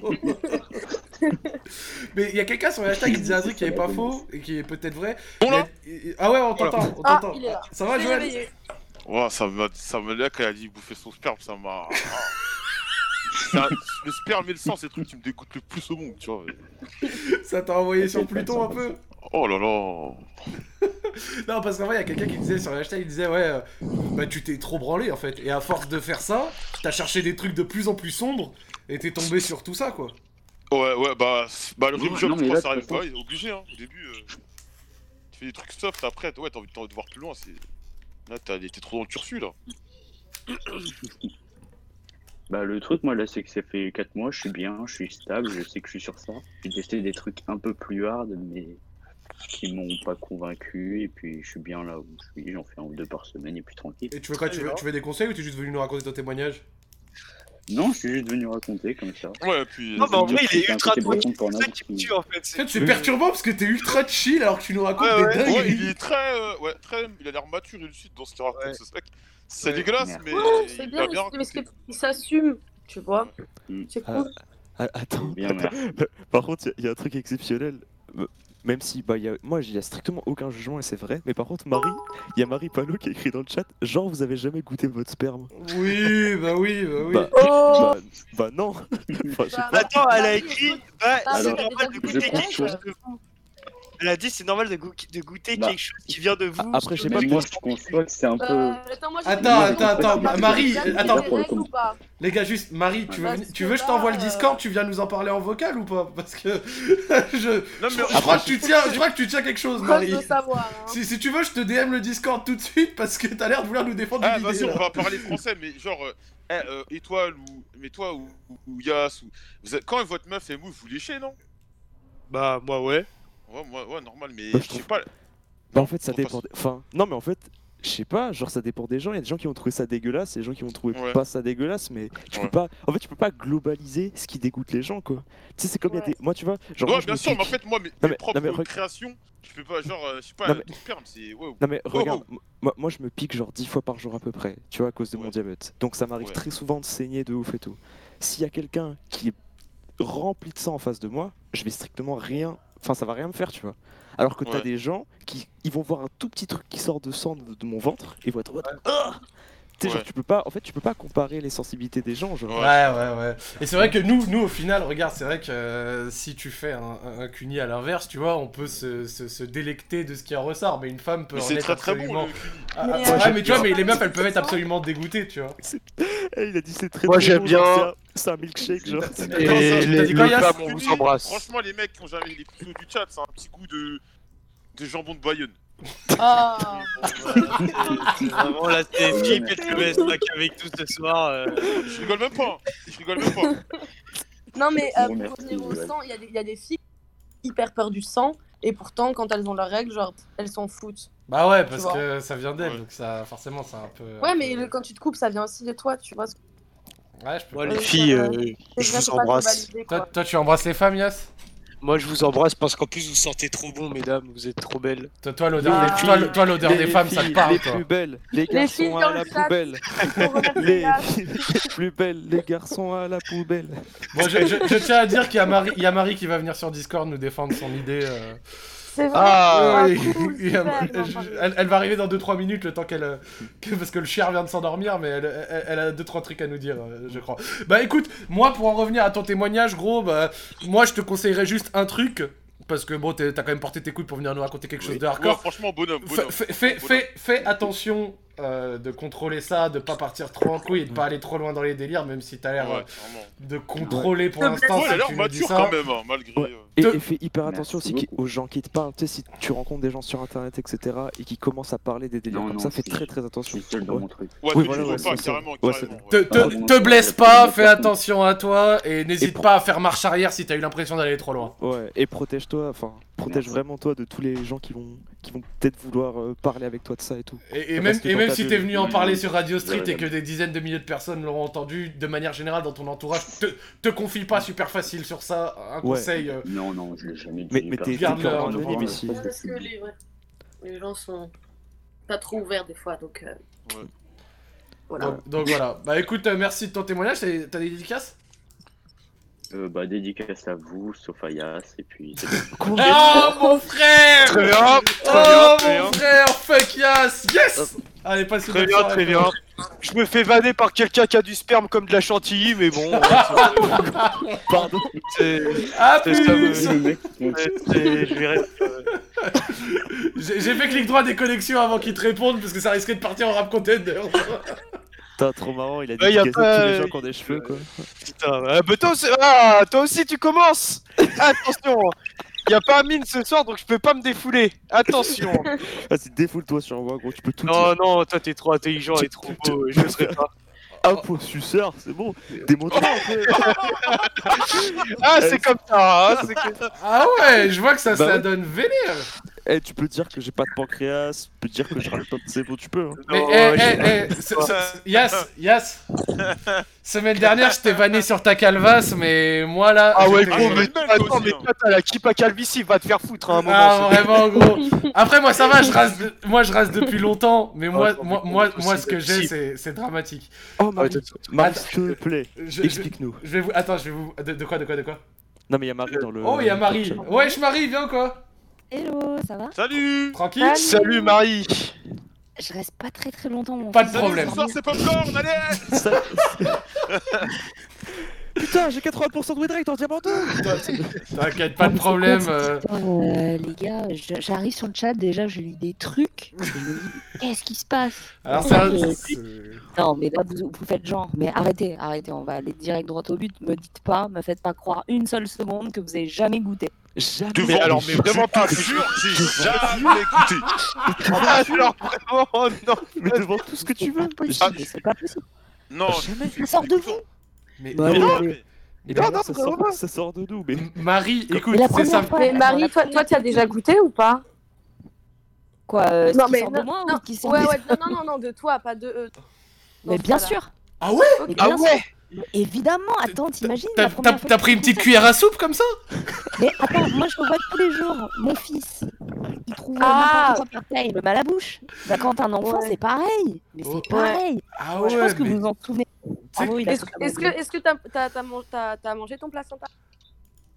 Speaker 1: Mais il y a quelqu'un sur le hashtag qui disait un truc qui est pas faux et qui est peut-être vrai.
Speaker 4: Bon, là.
Speaker 1: Il y a- Ah ouais on t'entend, on
Speaker 7: Ah,
Speaker 1: t'entend.
Speaker 7: il est là.
Speaker 1: Ça va
Speaker 7: Je l'ai
Speaker 1: Joël
Speaker 7: réveillé.
Speaker 2: Ouah, ça me, ça me là quand elle a dit bouffer son sperme, ça m'a. ah. Ça- le sperme et le sang, c'est le truc qui me dégoûte le plus au monde, tu vois.
Speaker 1: Ça t'a envoyé sur Pluton un peu
Speaker 2: Oh là là.
Speaker 1: Non, parce qu'en vrai, il y a quelqu'un qui disait sur le hashtag, il disait, ouais, euh, bah tu t'es trop branlé en fait. Et à force de faire ça, t'as cherché des trucs de plus en plus sombres et t'es tombé sur tout ça quoi.
Speaker 2: Ouais, ouais, bah, c'est- bah le
Speaker 9: Non,
Speaker 2: rim job,
Speaker 9: non,
Speaker 2: je
Speaker 9: mais
Speaker 2: crois,
Speaker 9: là,
Speaker 2: ça
Speaker 9: de
Speaker 2: arrive
Speaker 9: toute façon-
Speaker 2: pas. Il est obligé, hein. Au début, euh, tu fais des trucs soft, après, ouais, t'as envie, t'as envie de voir plus loin. c'est... Là, t'as- t'es trop dans le cursus, là.
Speaker 9: Bah, le truc, moi, là, c'est que ça fait 4 mois, je suis bien, je suis stable, je sais que je suis sur ça. J'ai testé des trucs un peu plus hard, mais qui m'ont pas convaincu, et puis je suis bien là où je suis, j'en fais un ou deux par semaine, et puis tranquille.
Speaker 2: Ah,
Speaker 1: Et tu veux quoi tu veux, tu veux des conseils ou t'es juste venu nous raconter ton témoignage
Speaker 9: Non, je suis juste venu raconter comme ça.
Speaker 2: Ouais, puis.
Speaker 4: Non, mais en vrai, il est
Speaker 9: C'était un
Speaker 4: ultra
Speaker 9: côté breton
Speaker 4: tranquille.
Speaker 9: porno
Speaker 4: C'est ça qui me
Speaker 9: qui-
Speaker 4: tue en fait.
Speaker 1: En fait,
Speaker 4: c'est-
Speaker 1: c'est perturbant parce que t'es ultra chill alors que tu nous racontes
Speaker 4: Ouais, ouais.
Speaker 1: des dingues.
Speaker 2: Ouais, il est très, euh, ouais, très. Il a l'air mature et lucide dans ce qu'il raconte,
Speaker 4: Ouais.
Speaker 2: ce mec. C'est
Speaker 4: Ouais.
Speaker 2: dégueulasse,
Speaker 9: Merde.
Speaker 2: mais.
Speaker 7: Ouais,
Speaker 2: il
Speaker 7: c'est
Speaker 2: l'a
Speaker 7: bien,
Speaker 2: bien
Speaker 7: mais c'est
Speaker 2: raconté.
Speaker 7: qu'il s'assume, tu vois.
Speaker 9: Mm.
Speaker 7: C'est cool.
Speaker 3: Ah, Attends,
Speaker 9: Bien,
Speaker 3: attends.
Speaker 9: merci.
Speaker 3: Par contre, il y, a un truc exceptionnel. Euh, Même si, bah, il y a, moi, il n'y a strictement aucun jugement et c'est vrai. Mais par contre, Marie, il y a Marie Palot qui écrit dans le chat Genre, vous avez jamais goûté votre sperme
Speaker 1: Oui, bah oui, bah oui.
Speaker 3: Bah,
Speaker 7: Oh
Speaker 3: bah, bah non Enfin, je sais
Speaker 7: Bah,
Speaker 3: pas.
Speaker 4: Attends, elle a
Speaker 7: Marie,
Speaker 4: écrit.
Speaker 7: écoute,
Speaker 4: Bah,
Speaker 7: Marie,
Speaker 4: c'est
Speaker 9: t'as
Speaker 4: normal de
Speaker 7: déjà
Speaker 4: goûter
Speaker 9: goûté
Speaker 4: quelque
Speaker 9: quelque
Speaker 4: chose de vous. Elle a dit, c'est normal de, goû- de goûter
Speaker 9: Bah.
Speaker 4: quelque chose qui vient de vous.
Speaker 3: Ah, après, je sais pas,
Speaker 9: Mais moi, je conçois que c'est
Speaker 4: Bah,
Speaker 9: un peu.
Speaker 7: Euh, attends, moi, j'ai
Speaker 1: Attends,
Speaker 7: une question.
Speaker 1: attends,
Speaker 9: attends,
Speaker 7: Marie,
Speaker 9: Marie,
Speaker 7: t'as mis
Speaker 1: attends.
Speaker 7: des règles ou pas
Speaker 1: Les gars, juste, Marie, tu veux,
Speaker 7: Parce
Speaker 1: venir- tu
Speaker 7: que
Speaker 1: veux que je
Speaker 7: là,
Speaker 1: t'envoie le
Speaker 7: euh,
Speaker 1: Discord Tu viens nous en parler en vocal ou pas Parce que je,
Speaker 2: Non, mais.
Speaker 1: je crois que tu tiens, je crois que tu tiens quelque chose,
Speaker 7: Preuve
Speaker 1: Marie.
Speaker 7: de savoir. hein.
Speaker 1: Si, si tu veux, je te DM le Discord tout de suite parce que t'as l'air de vouloir nous défendre
Speaker 2: Ah,
Speaker 1: une
Speaker 2: vas-y,
Speaker 1: idée.
Speaker 2: on
Speaker 1: là.
Speaker 2: va parler français, mais genre, euh, eh, euh, étoile ou. Mais toi ou, ou, ou Yas ou. Vous êtes- Quand votre meuf est mouve, vous léchez, non
Speaker 4: Bah, moi, ouais.
Speaker 2: Ouais, moi, ouais, normal,
Speaker 3: Bah,
Speaker 2: mais je
Speaker 3: je
Speaker 2: sais
Speaker 3: trouve-
Speaker 2: pas.
Speaker 3: Bah, en fait, ça
Speaker 2: on passe-
Speaker 3: dépend. des- Enfin, non, mais en fait, je sais pas, genre, ça dépend des gens. Il y a des gens qui vont trouver ça dégueulasse, et des gens qui vont trouver
Speaker 2: Ouais.
Speaker 3: pas ça dégueulasse, mais tu
Speaker 2: Ouais.
Speaker 3: peux pas. En fait, tu peux pas globaliser ce qui dégoûte les gens, quoi. Tu sais, c'est comme il y a
Speaker 7: Ouais.
Speaker 3: des. Moi, tu vois, genre. moi,
Speaker 2: Ouais,
Speaker 3: je
Speaker 2: bien
Speaker 3: me
Speaker 2: sûr,
Speaker 3: dis-
Speaker 2: mais en fait, moi, mes,
Speaker 3: mais-
Speaker 2: mes
Speaker 3: non,
Speaker 2: propres
Speaker 3: mais re-
Speaker 2: créations, je peux pas, genre, euh, je sais pas,
Speaker 3: Non,
Speaker 2: tout
Speaker 3: mais-
Speaker 2: perme, c'est. Ouais,
Speaker 3: Non mais
Speaker 2: Oh,
Speaker 3: regarde, m- moi, moi je me pique genre 10 fois par jour à peu près, tu vois, à cause de
Speaker 2: Ouais.
Speaker 3: mon diabète. Donc ça m'arrive
Speaker 2: Ouais.
Speaker 3: très souvent de saigner de ouf et tout. S'il y a quelqu'un qui est rempli de ça en face de moi, je vais strictement rien, enfin ça va rien me faire, tu vois. Alors que t'as
Speaker 2: Ouais.
Speaker 3: des gens qui ils vont voir un tout petit truc qui sort de sang de, de mon ventre et ils vont être en mode, Ah Tu sais,
Speaker 2: Ouais.
Speaker 3: genre tu peux pas, en fait tu peux pas comparer les sensibilités des gens, genre.
Speaker 2: Ouais.
Speaker 1: Ouais, ouais, ouais. Et c'est vrai que nous, nous au final, regarde, c'est vrai que euh, si tu fais un, un, un cuni à l'inverse, tu vois, on peut se, se, se délecter de ce qui en ressort, mais une femme peut
Speaker 2: Mais
Speaker 1: en
Speaker 2: c'est
Speaker 1: être
Speaker 2: très très
Speaker 1: absolument...
Speaker 2: bon, le cul.
Speaker 1: Ah,
Speaker 7: Mais,
Speaker 1: ah,
Speaker 7: euh,
Speaker 1: ouais, mais tu vois,
Speaker 7: c'est
Speaker 1: mais
Speaker 7: pas
Speaker 1: les meufs, elles peuvent être
Speaker 7: intéressant.
Speaker 1: absolument dégoûtées, tu vois.
Speaker 3: Eh, il a dit c'est très
Speaker 4: Moi,
Speaker 3: très
Speaker 4: j'aime
Speaker 3: bon, genre,
Speaker 4: bien.
Speaker 3: c'est un, c'est un milkshake genre.
Speaker 1: Et Attends, ça, les- t'as dit quoi, les Yass femmes,
Speaker 2: on vous
Speaker 4: embrasse.
Speaker 2: Franchement, les mecs qui ont jamais les photos du chat, c'est un petit goût de. de jambon de Bayonne.
Speaker 7: Ah.
Speaker 4: Vraiment, là, Ah c'est
Speaker 9: Ouais,
Speaker 4: Philippe
Speaker 9: mais-
Speaker 4: et le best là, qui est avec nous ce soir. euh.
Speaker 2: Je rigole même pas, hein. je rigole même pas.
Speaker 7: Non, mais
Speaker 9: Je vous
Speaker 7: euh, pour
Speaker 9: remercie,
Speaker 7: revenir au
Speaker 9: Joël.
Speaker 7: sang, il y, a des- il y a des filles qui ont hyper peur du sang, et pourtant, quand elles ont leurs règles, genre, elles s'en foutent.
Speaker 1: Bah ouais, parce
Speaker 7: vois.
Speaker 1: que ça vient d'elle,
Speaker 2: Ouais.
Speaker 1: donc ça, forcément, c'est un peu...
Speaker 7: Ouais,
Speaker 1: un
Speaker 7: mais
Speaker 1: peu-
Speaker 7: le- quand tu te coupes, ça vient aussi de toi, tu vois. C'est
Speaker 1: Ouais, je peux
Speaker 4: Moi,
Speaker 1: pas.
Speaker 4: les
Speaker 7: Ouais,
Speaker 4: filles,
Speaker 7: ça,
Speaker 4: euh, je
Speaker 7: bien,
Speaker 4: vous
Speaker 7: faut pas
Speaker 4: embrasse.
Speaker 7: globaliser,
Speaker 1: Toi,
Speaker 7: quoi.
Speaker 1: toi, tu embrasses les femmes, Yass
Speaker 4: Moi, je vous embrasse parce qu'en plus, vous sentez trop bon, mesdames. Vous êtes trop belles.
Speaker 1: Toi, toi, l'odeur
Speaker 7: Ah.
Speaker 1: des, toi, le- toi, l'odeur
Speaker 3: Les-
Speaker 1: des
Speaker 3: les
Speaker 1: femmes, ça te
Speaker 3: filles,
Speaker 1: parle,
Speaker 3: Les
Speaker 1: toi.
Speaker 3: plus belles, les
Speaker 7: filles
Speaker 3: garçons
Speaker 7: dans
Speaker 3: à
Speaker 7: le
Speaker 3: la
Speaker 7: chat.
Speaker 3: poubelle.
Speaker 7: Faut remettre les
Speaker 3: Les
Speaker 7: gars.
Speaker 3: filles les plus belles, les garçons à la poubelle.
Speaker 1: Bon, je, je- je tiens à dire qu'il y a Marie, il y a Marie qui va venir sur Discord nous défendre son idée. euh.
Speaker 7: C'est vrai.
Speaker 4: Ah,
Speaker 1: Oui,
Speaker 7: cool,
Speaker 1: il y a-
Speaker 7: super,
Speaker 1: je-
Speaker 7: j'en parlais.
Speaker 1: elle, elle va arriver dans 2-3 minutes, le temps qu'elle. euh, que- parce que le chien vient de s'endormir, mais elle, elle- elle a 2-3 trucs à nous dire, euh, je crois. Bah écoute, moi, pour en revenir à ton témoignage, gros, bah, moi, je te conseillerais juste un truc. Parce que bon, t'es- t'as quand même porté tes couilles pour venir nous raconter quelque chose de
Speaker 2: Ouais,
Speaker 1: hardcore.
Speaker 2: franchement, bonhomme,
Speaker 1: Fais-
Speaker 2: bonhomme.
Speaker 1: Fais fais- fais- fais attention euh, de contrôler ça, de pas partir trop en couille et de pas aller trop loin dans les délires, même si t'as l'air euh,
Speaker 2: Ouais, vraiment.
Speaker 1: de contrôler pour
Speaker 7: Ouais.
Speaker 1: l'instant.
Speaker 2: Ouais, il a
Speaker 1: si
Speaker 2: l'air
Speaker 1: tu nous dis
Speaker 2: mature
Speaker 1: ça.
Speaker 2: quand même, hein, malgré.
Speaker 3: Ouais.
Speaker 2: euh,
Speaker 3: Et,
Speaker 1: Te-
Speaker 3: et fais hyper
Speaker 9: Merci
Speaker 3: attention aussi qui-
Speaker 9: beaucoup.
Speaker 3: aux gens qui te parlent. Tu sais, si tu rencontres des gens sur internet, etc., et qui commencent à parler des délires
Speaker 9: Non,
Speaker 3: comme
Speaker 9: non,
Speaker 3: ça, fais
Speaker 9: c'est-
Speaker 3: très très
Speaker 9: Je
Speaker 3: attention.
Speaker 9: suis seul dans
Speaker 3: Ouais.
Speaker 9: mon truc.
Speaker 2: Ouais,
Speaker 3: Oui,
Speaker 2: que
Speaker 3: voilà,
Speaker 2: tu
Speaker 3: ouais,
Speaker 2: vois pas,
Speaker 3: c'est ça.
Speaker 2: carrément,
Speaker 3: Ouais,
Speaker 2: carrément.
Speaker 1: Te,
Speaker 2: ouais.
Speaker 1: te- te blesse pas, fais attention à toi et n'hésite
Speaker 3: Et-
Speaker 1: pas à faire marche arrière si t'as eu l'impression d'aller trop loin.
Speaker 3: Ouais, et protège-toi, enfin, protège
Speaker 9: Merci.
Speaker 3: vraiment toi de tous les gens qui vont, qui vont peut-être vouloir euh, parler avec toi de ça et tout.
Speaker 1: Et, et
Speaker 3: Reste
Speaker 1: même, et
Speaker 3: dans
Speaker 1: même
Speaker 3: ta
Speaker 1: si
Speaker 3: bulle.
Speaker 1: t'es venu en
Speaker 9: Mmh.
Speaker 1: parler sur Radio
Speaker 9: Voilà,
Speaker 1: Street et que
Speaker 9: j'aime.
Speaker 1: des dizaines de milliers de personnes l'auront entendu, de manière générale dans ton entourage, te, te confie pas super facile sur ça. Un
Speaker 3: Ouais.
Speaker 1: conseil. euh,
Speaker 9: Non, non, je l'ai jamais dit.
Speaker 3: Mais, mais t'es t'es
Speaker 1: Garde-le
Speaker 3: quand même
Speaker 1: en
Speaker 3: un
Speaker 1: devant,
Speaker 3: anonyme
Speaker 1: ouais.
Speaker 3: ici.
Speaker 7: Ouais, parce que les, ouais, les gens sont pas trop ouverts des fois, donc. euh,
Speaker 2: Ouais.
Speaker 7: Voilà.
Speaker 1: donc, donc voilà. Bah écoute, euh, merci de ton témoignage. T'as t'as des dédicaces
Speaker 9: Euh, bah, dédicace à vous, Sophias, et puis.
Speaker 1: Hum, Ah mon frère
Speaker 4: Très bien,
Speaker 1: Oh
Speaker 4: très bien,
Speaker 1: mon frère Fuck yes Yes Allez, passe une
Speaker 4: très
Speaker 1: bonne
Speaker 4: bien,
Speaker 1: soirée.
Speaker 2: hein.
Speaker 4: très bien. Je me fais vanner par quelqu'un qui a du sperme comme de la chantilly, mais bon.
Speaker 3: Pardon
Speaker 4: c'est-
Speaker 2: Ah,
Speaker 1: À
Speaker 4: C'est ça,
Speaker 1: plus
Speaker 4: euh,
Speaker 9: Le mec qui-
Speaker 4: c'est- Je vais
Speaker 1: J'ai j'ai fait clic droit des connexions avant qu'ils te répondent parce que ça risquait de partir en rap contender.
Speaker 3: Putain, trop marrant, il a dit
Speaker 4: Ouais, y a
Speaker 3: qu'il
Speaker 4: pas-
Speaker 3: tous les gens qui ont des cheveux, quoi.
Speaker 4: Putain, ouais, bah toi aussi, ah, toi aussi tu commences Attention Il a pas Amine ce soir, donc je peux pas me défouler. Attention
Speaker 3: Vas-y, Ah, défoule-toi sur moi, gros, tu peux tout dire.
Speaker 4: Non, non, toi t'es trop intelligent et trop beau, je le serai pas.
Speaker 3: Un pour suceur, c'est bon, démontre un peu.
Speaker 4: Ah, c'est comme ça hein, c'est comme-
Speaker 1: Ah ouais, je vois que ça,
Speaker 3: Eh, Bah
Speaker 1: ça
Speaker 3: ouais.
Speaker 1: donne vénère.
Speaker 3: Eh, tu peux dire que j'ai pas de pancréas, tu peux dire que je rate pas de cerveau, tu peux. hein.
Speaker 1: Mais
Speaker 4: Non,
Speaker 1: eh,
Speaker 4: j'ai-
Speaker 1: eh, eh, ce- ce- Yas, Yas Semaine dernière, je t'ai vanné sur ta calvasse, mais moi là.
Speaker 4: Ah ouais,
Speaker 1: j'étais-
Speaker 4: gros,
Speaker 2: Ah,
Speaker 4: mais
Speaker 2: j'aime bien le
Speaker 4: attends,
Speaker 2: dossier,
Speaker 4: mais
Speaker 2: hein.
Speaker 4: toi, t'as Ah, la kippa calvitie, va te faire foutre hein, à un moment.
Speaker 1: Ah,
Speaker 4: c'est-
Speaker 1: vraiment, gros. Après, moi, ça va, je rase, de- moi, je rase depuis longtemps, mais moi,
Speaker 4: Ah,
Speaker 1: moi,
Speaker 4: mais
Speaker 1: moi,
Speaker 4: aussi,
Speaker 1: moi ce que
Speaker 4: si.
Speaker 1: j'ai, c'est c'est dramatique.
Speaker 3: Oh,
Speaker 4: Ah ouais,
Speaker 3: Marie,
Speaker 4: t'as-
Speaker 3: Marie, s'il te plaît,
Speaker 1: Je, je,
Speaker 3: explique-nous.
Speaker 1: je vais vous. Attends, je vais vous. De, de quoi, de quoi, de quoi
Speaker 3: Non, mais il y a Marie dans le.
Speaker 1: Oh, il y a Marie.
Speaker 3: dans le chat.
Speaker 1: Wesh, Marie, viens, quoi.
Speaker 11: Hello, ça va
Speaker 2: Salut
Speaker 1: Tranquille
Speaker 4: Salut Marie
Speaker 11: Je reste pas très très longtemps. Mon
Speaker 1: Pas de
Speaker 11: fils.
Speaker 1: problème.
Speaker 2: Salut, ce soir, c'est Popcorn, allez
Speaker 3: Ça- Putain, j'ai 80% de win rate en diamantou
Speaker 1: T'inquiète, pas de problème. euh,
Speaker 11: Euh, les gars, je- j'arrive sur le chat déjà, je lis des trucs. je me dis, Qu'est-ce qui se passe
Speaker 1: Alors, ça.
Speaker 11: Non, mais là vous, vous faites genre. Mais arrêtez, arrêtez, on va aller direct droit au but. Me dites pas, me faites pas croire une seule seconde que vous avez jamais goûté.
Speaker 3: Jamais.
Speaker 2: Devant-
Speaker 4: alors, mais vraiment pas,
Speaker 2: Je te
Speaker 4: c'est
Speaker 2: jure, j'ai jamais bah, écouté
Speaker 4: Ah, alors vraiment, oh non
Speaker 3: Mais devant tout ce que tu veux.
Speaker 11: C'est pas possible, c'est pas possible.
Speaker 2: Ah, Non,
Speaker 3: Jamais.
Speaker 11: Ça sort de vous.
Speaker 1: Mais,
Speaker 3: Bah,
Speaker 1: mais-
Speaker 3: non,
Speaker 2: non,
Speaker 3: mais-
Speaker 2: mais-
Speaker 3: Et ben
Speaker 4: Non, non,
Speaker 3: là, ça,
Speaker 4: vraiment
Speaker 3: sort, ça sort de nous. Mais
Speaker 1: Marie, écoute,
Speaker 11: Mais la
Speaker 1: c'est
Speaker 11: première
Speaker 1: simple.
Speaker 11: fois-
Speaker 7: Mais Marie, toi, toi, tu as déjà goûté ou pas
Speaker 11: Quoi euh, ce
Speaker 7: Non,
Speaker 11: qui
Speaker 7: mais
Speaker 11: sort de
Speaker 7: non,
Speaker 11: moi
Speaker 7: non,
Speaker 11: ou qui sort
Speaker 7: Ouais,
Speaker 11: des-
Speaker 7: ouais, non, non, non, non, de toi, pas de euh, eux.
Speaker 11: Mais bien sûr.
Speaker 1: Ah ouais
Speaker 11: Mais
Speaker 4: Ah
Speaker 11: bien sûr.
Speaker 4: ouais
Speaker 11: Évidemment, attends, t'imagines
Speaker 1: T'as-
Speaker 11: la première
Speaker 1: T'as
Speaker 11: fois
Speaker 1: t'as
Speaker 11: que
Speaker 1: pris
Speaker 11: j'ai
Speaker 1: une
Speaker 11: goûté
Speaker 1: petite cuillère à soupe comme ça
Speaker 11: Mais attends, moi je le vois tous les jours. Mon fils, il trouve
Speaker 7: Ah.
Speaker 11: n'importe quoi par terre, il le met à la bouche. Bah, quand un enfant,
Speaker 7: Ouais.
Speaker 11: c'est pareil. Mais
Speaker 1: Ouais.
Speaker 11: c'est pareil.
Speaker 1: Ah
Speaker 11: je pense que
Speaker 1: mais-
Speaker 11: vous vous en souvenez.
Speaker 1: sais-
Speaker 11: Bravo, il a
Speaker 7: Est-ce
Speaker 11: totalement
Speaker 7: est-ce que
Speaker 11: oublié.
Speaker 7: est-ce que t'as- t'as- t'as man- t'as- t'as mangé ton placenta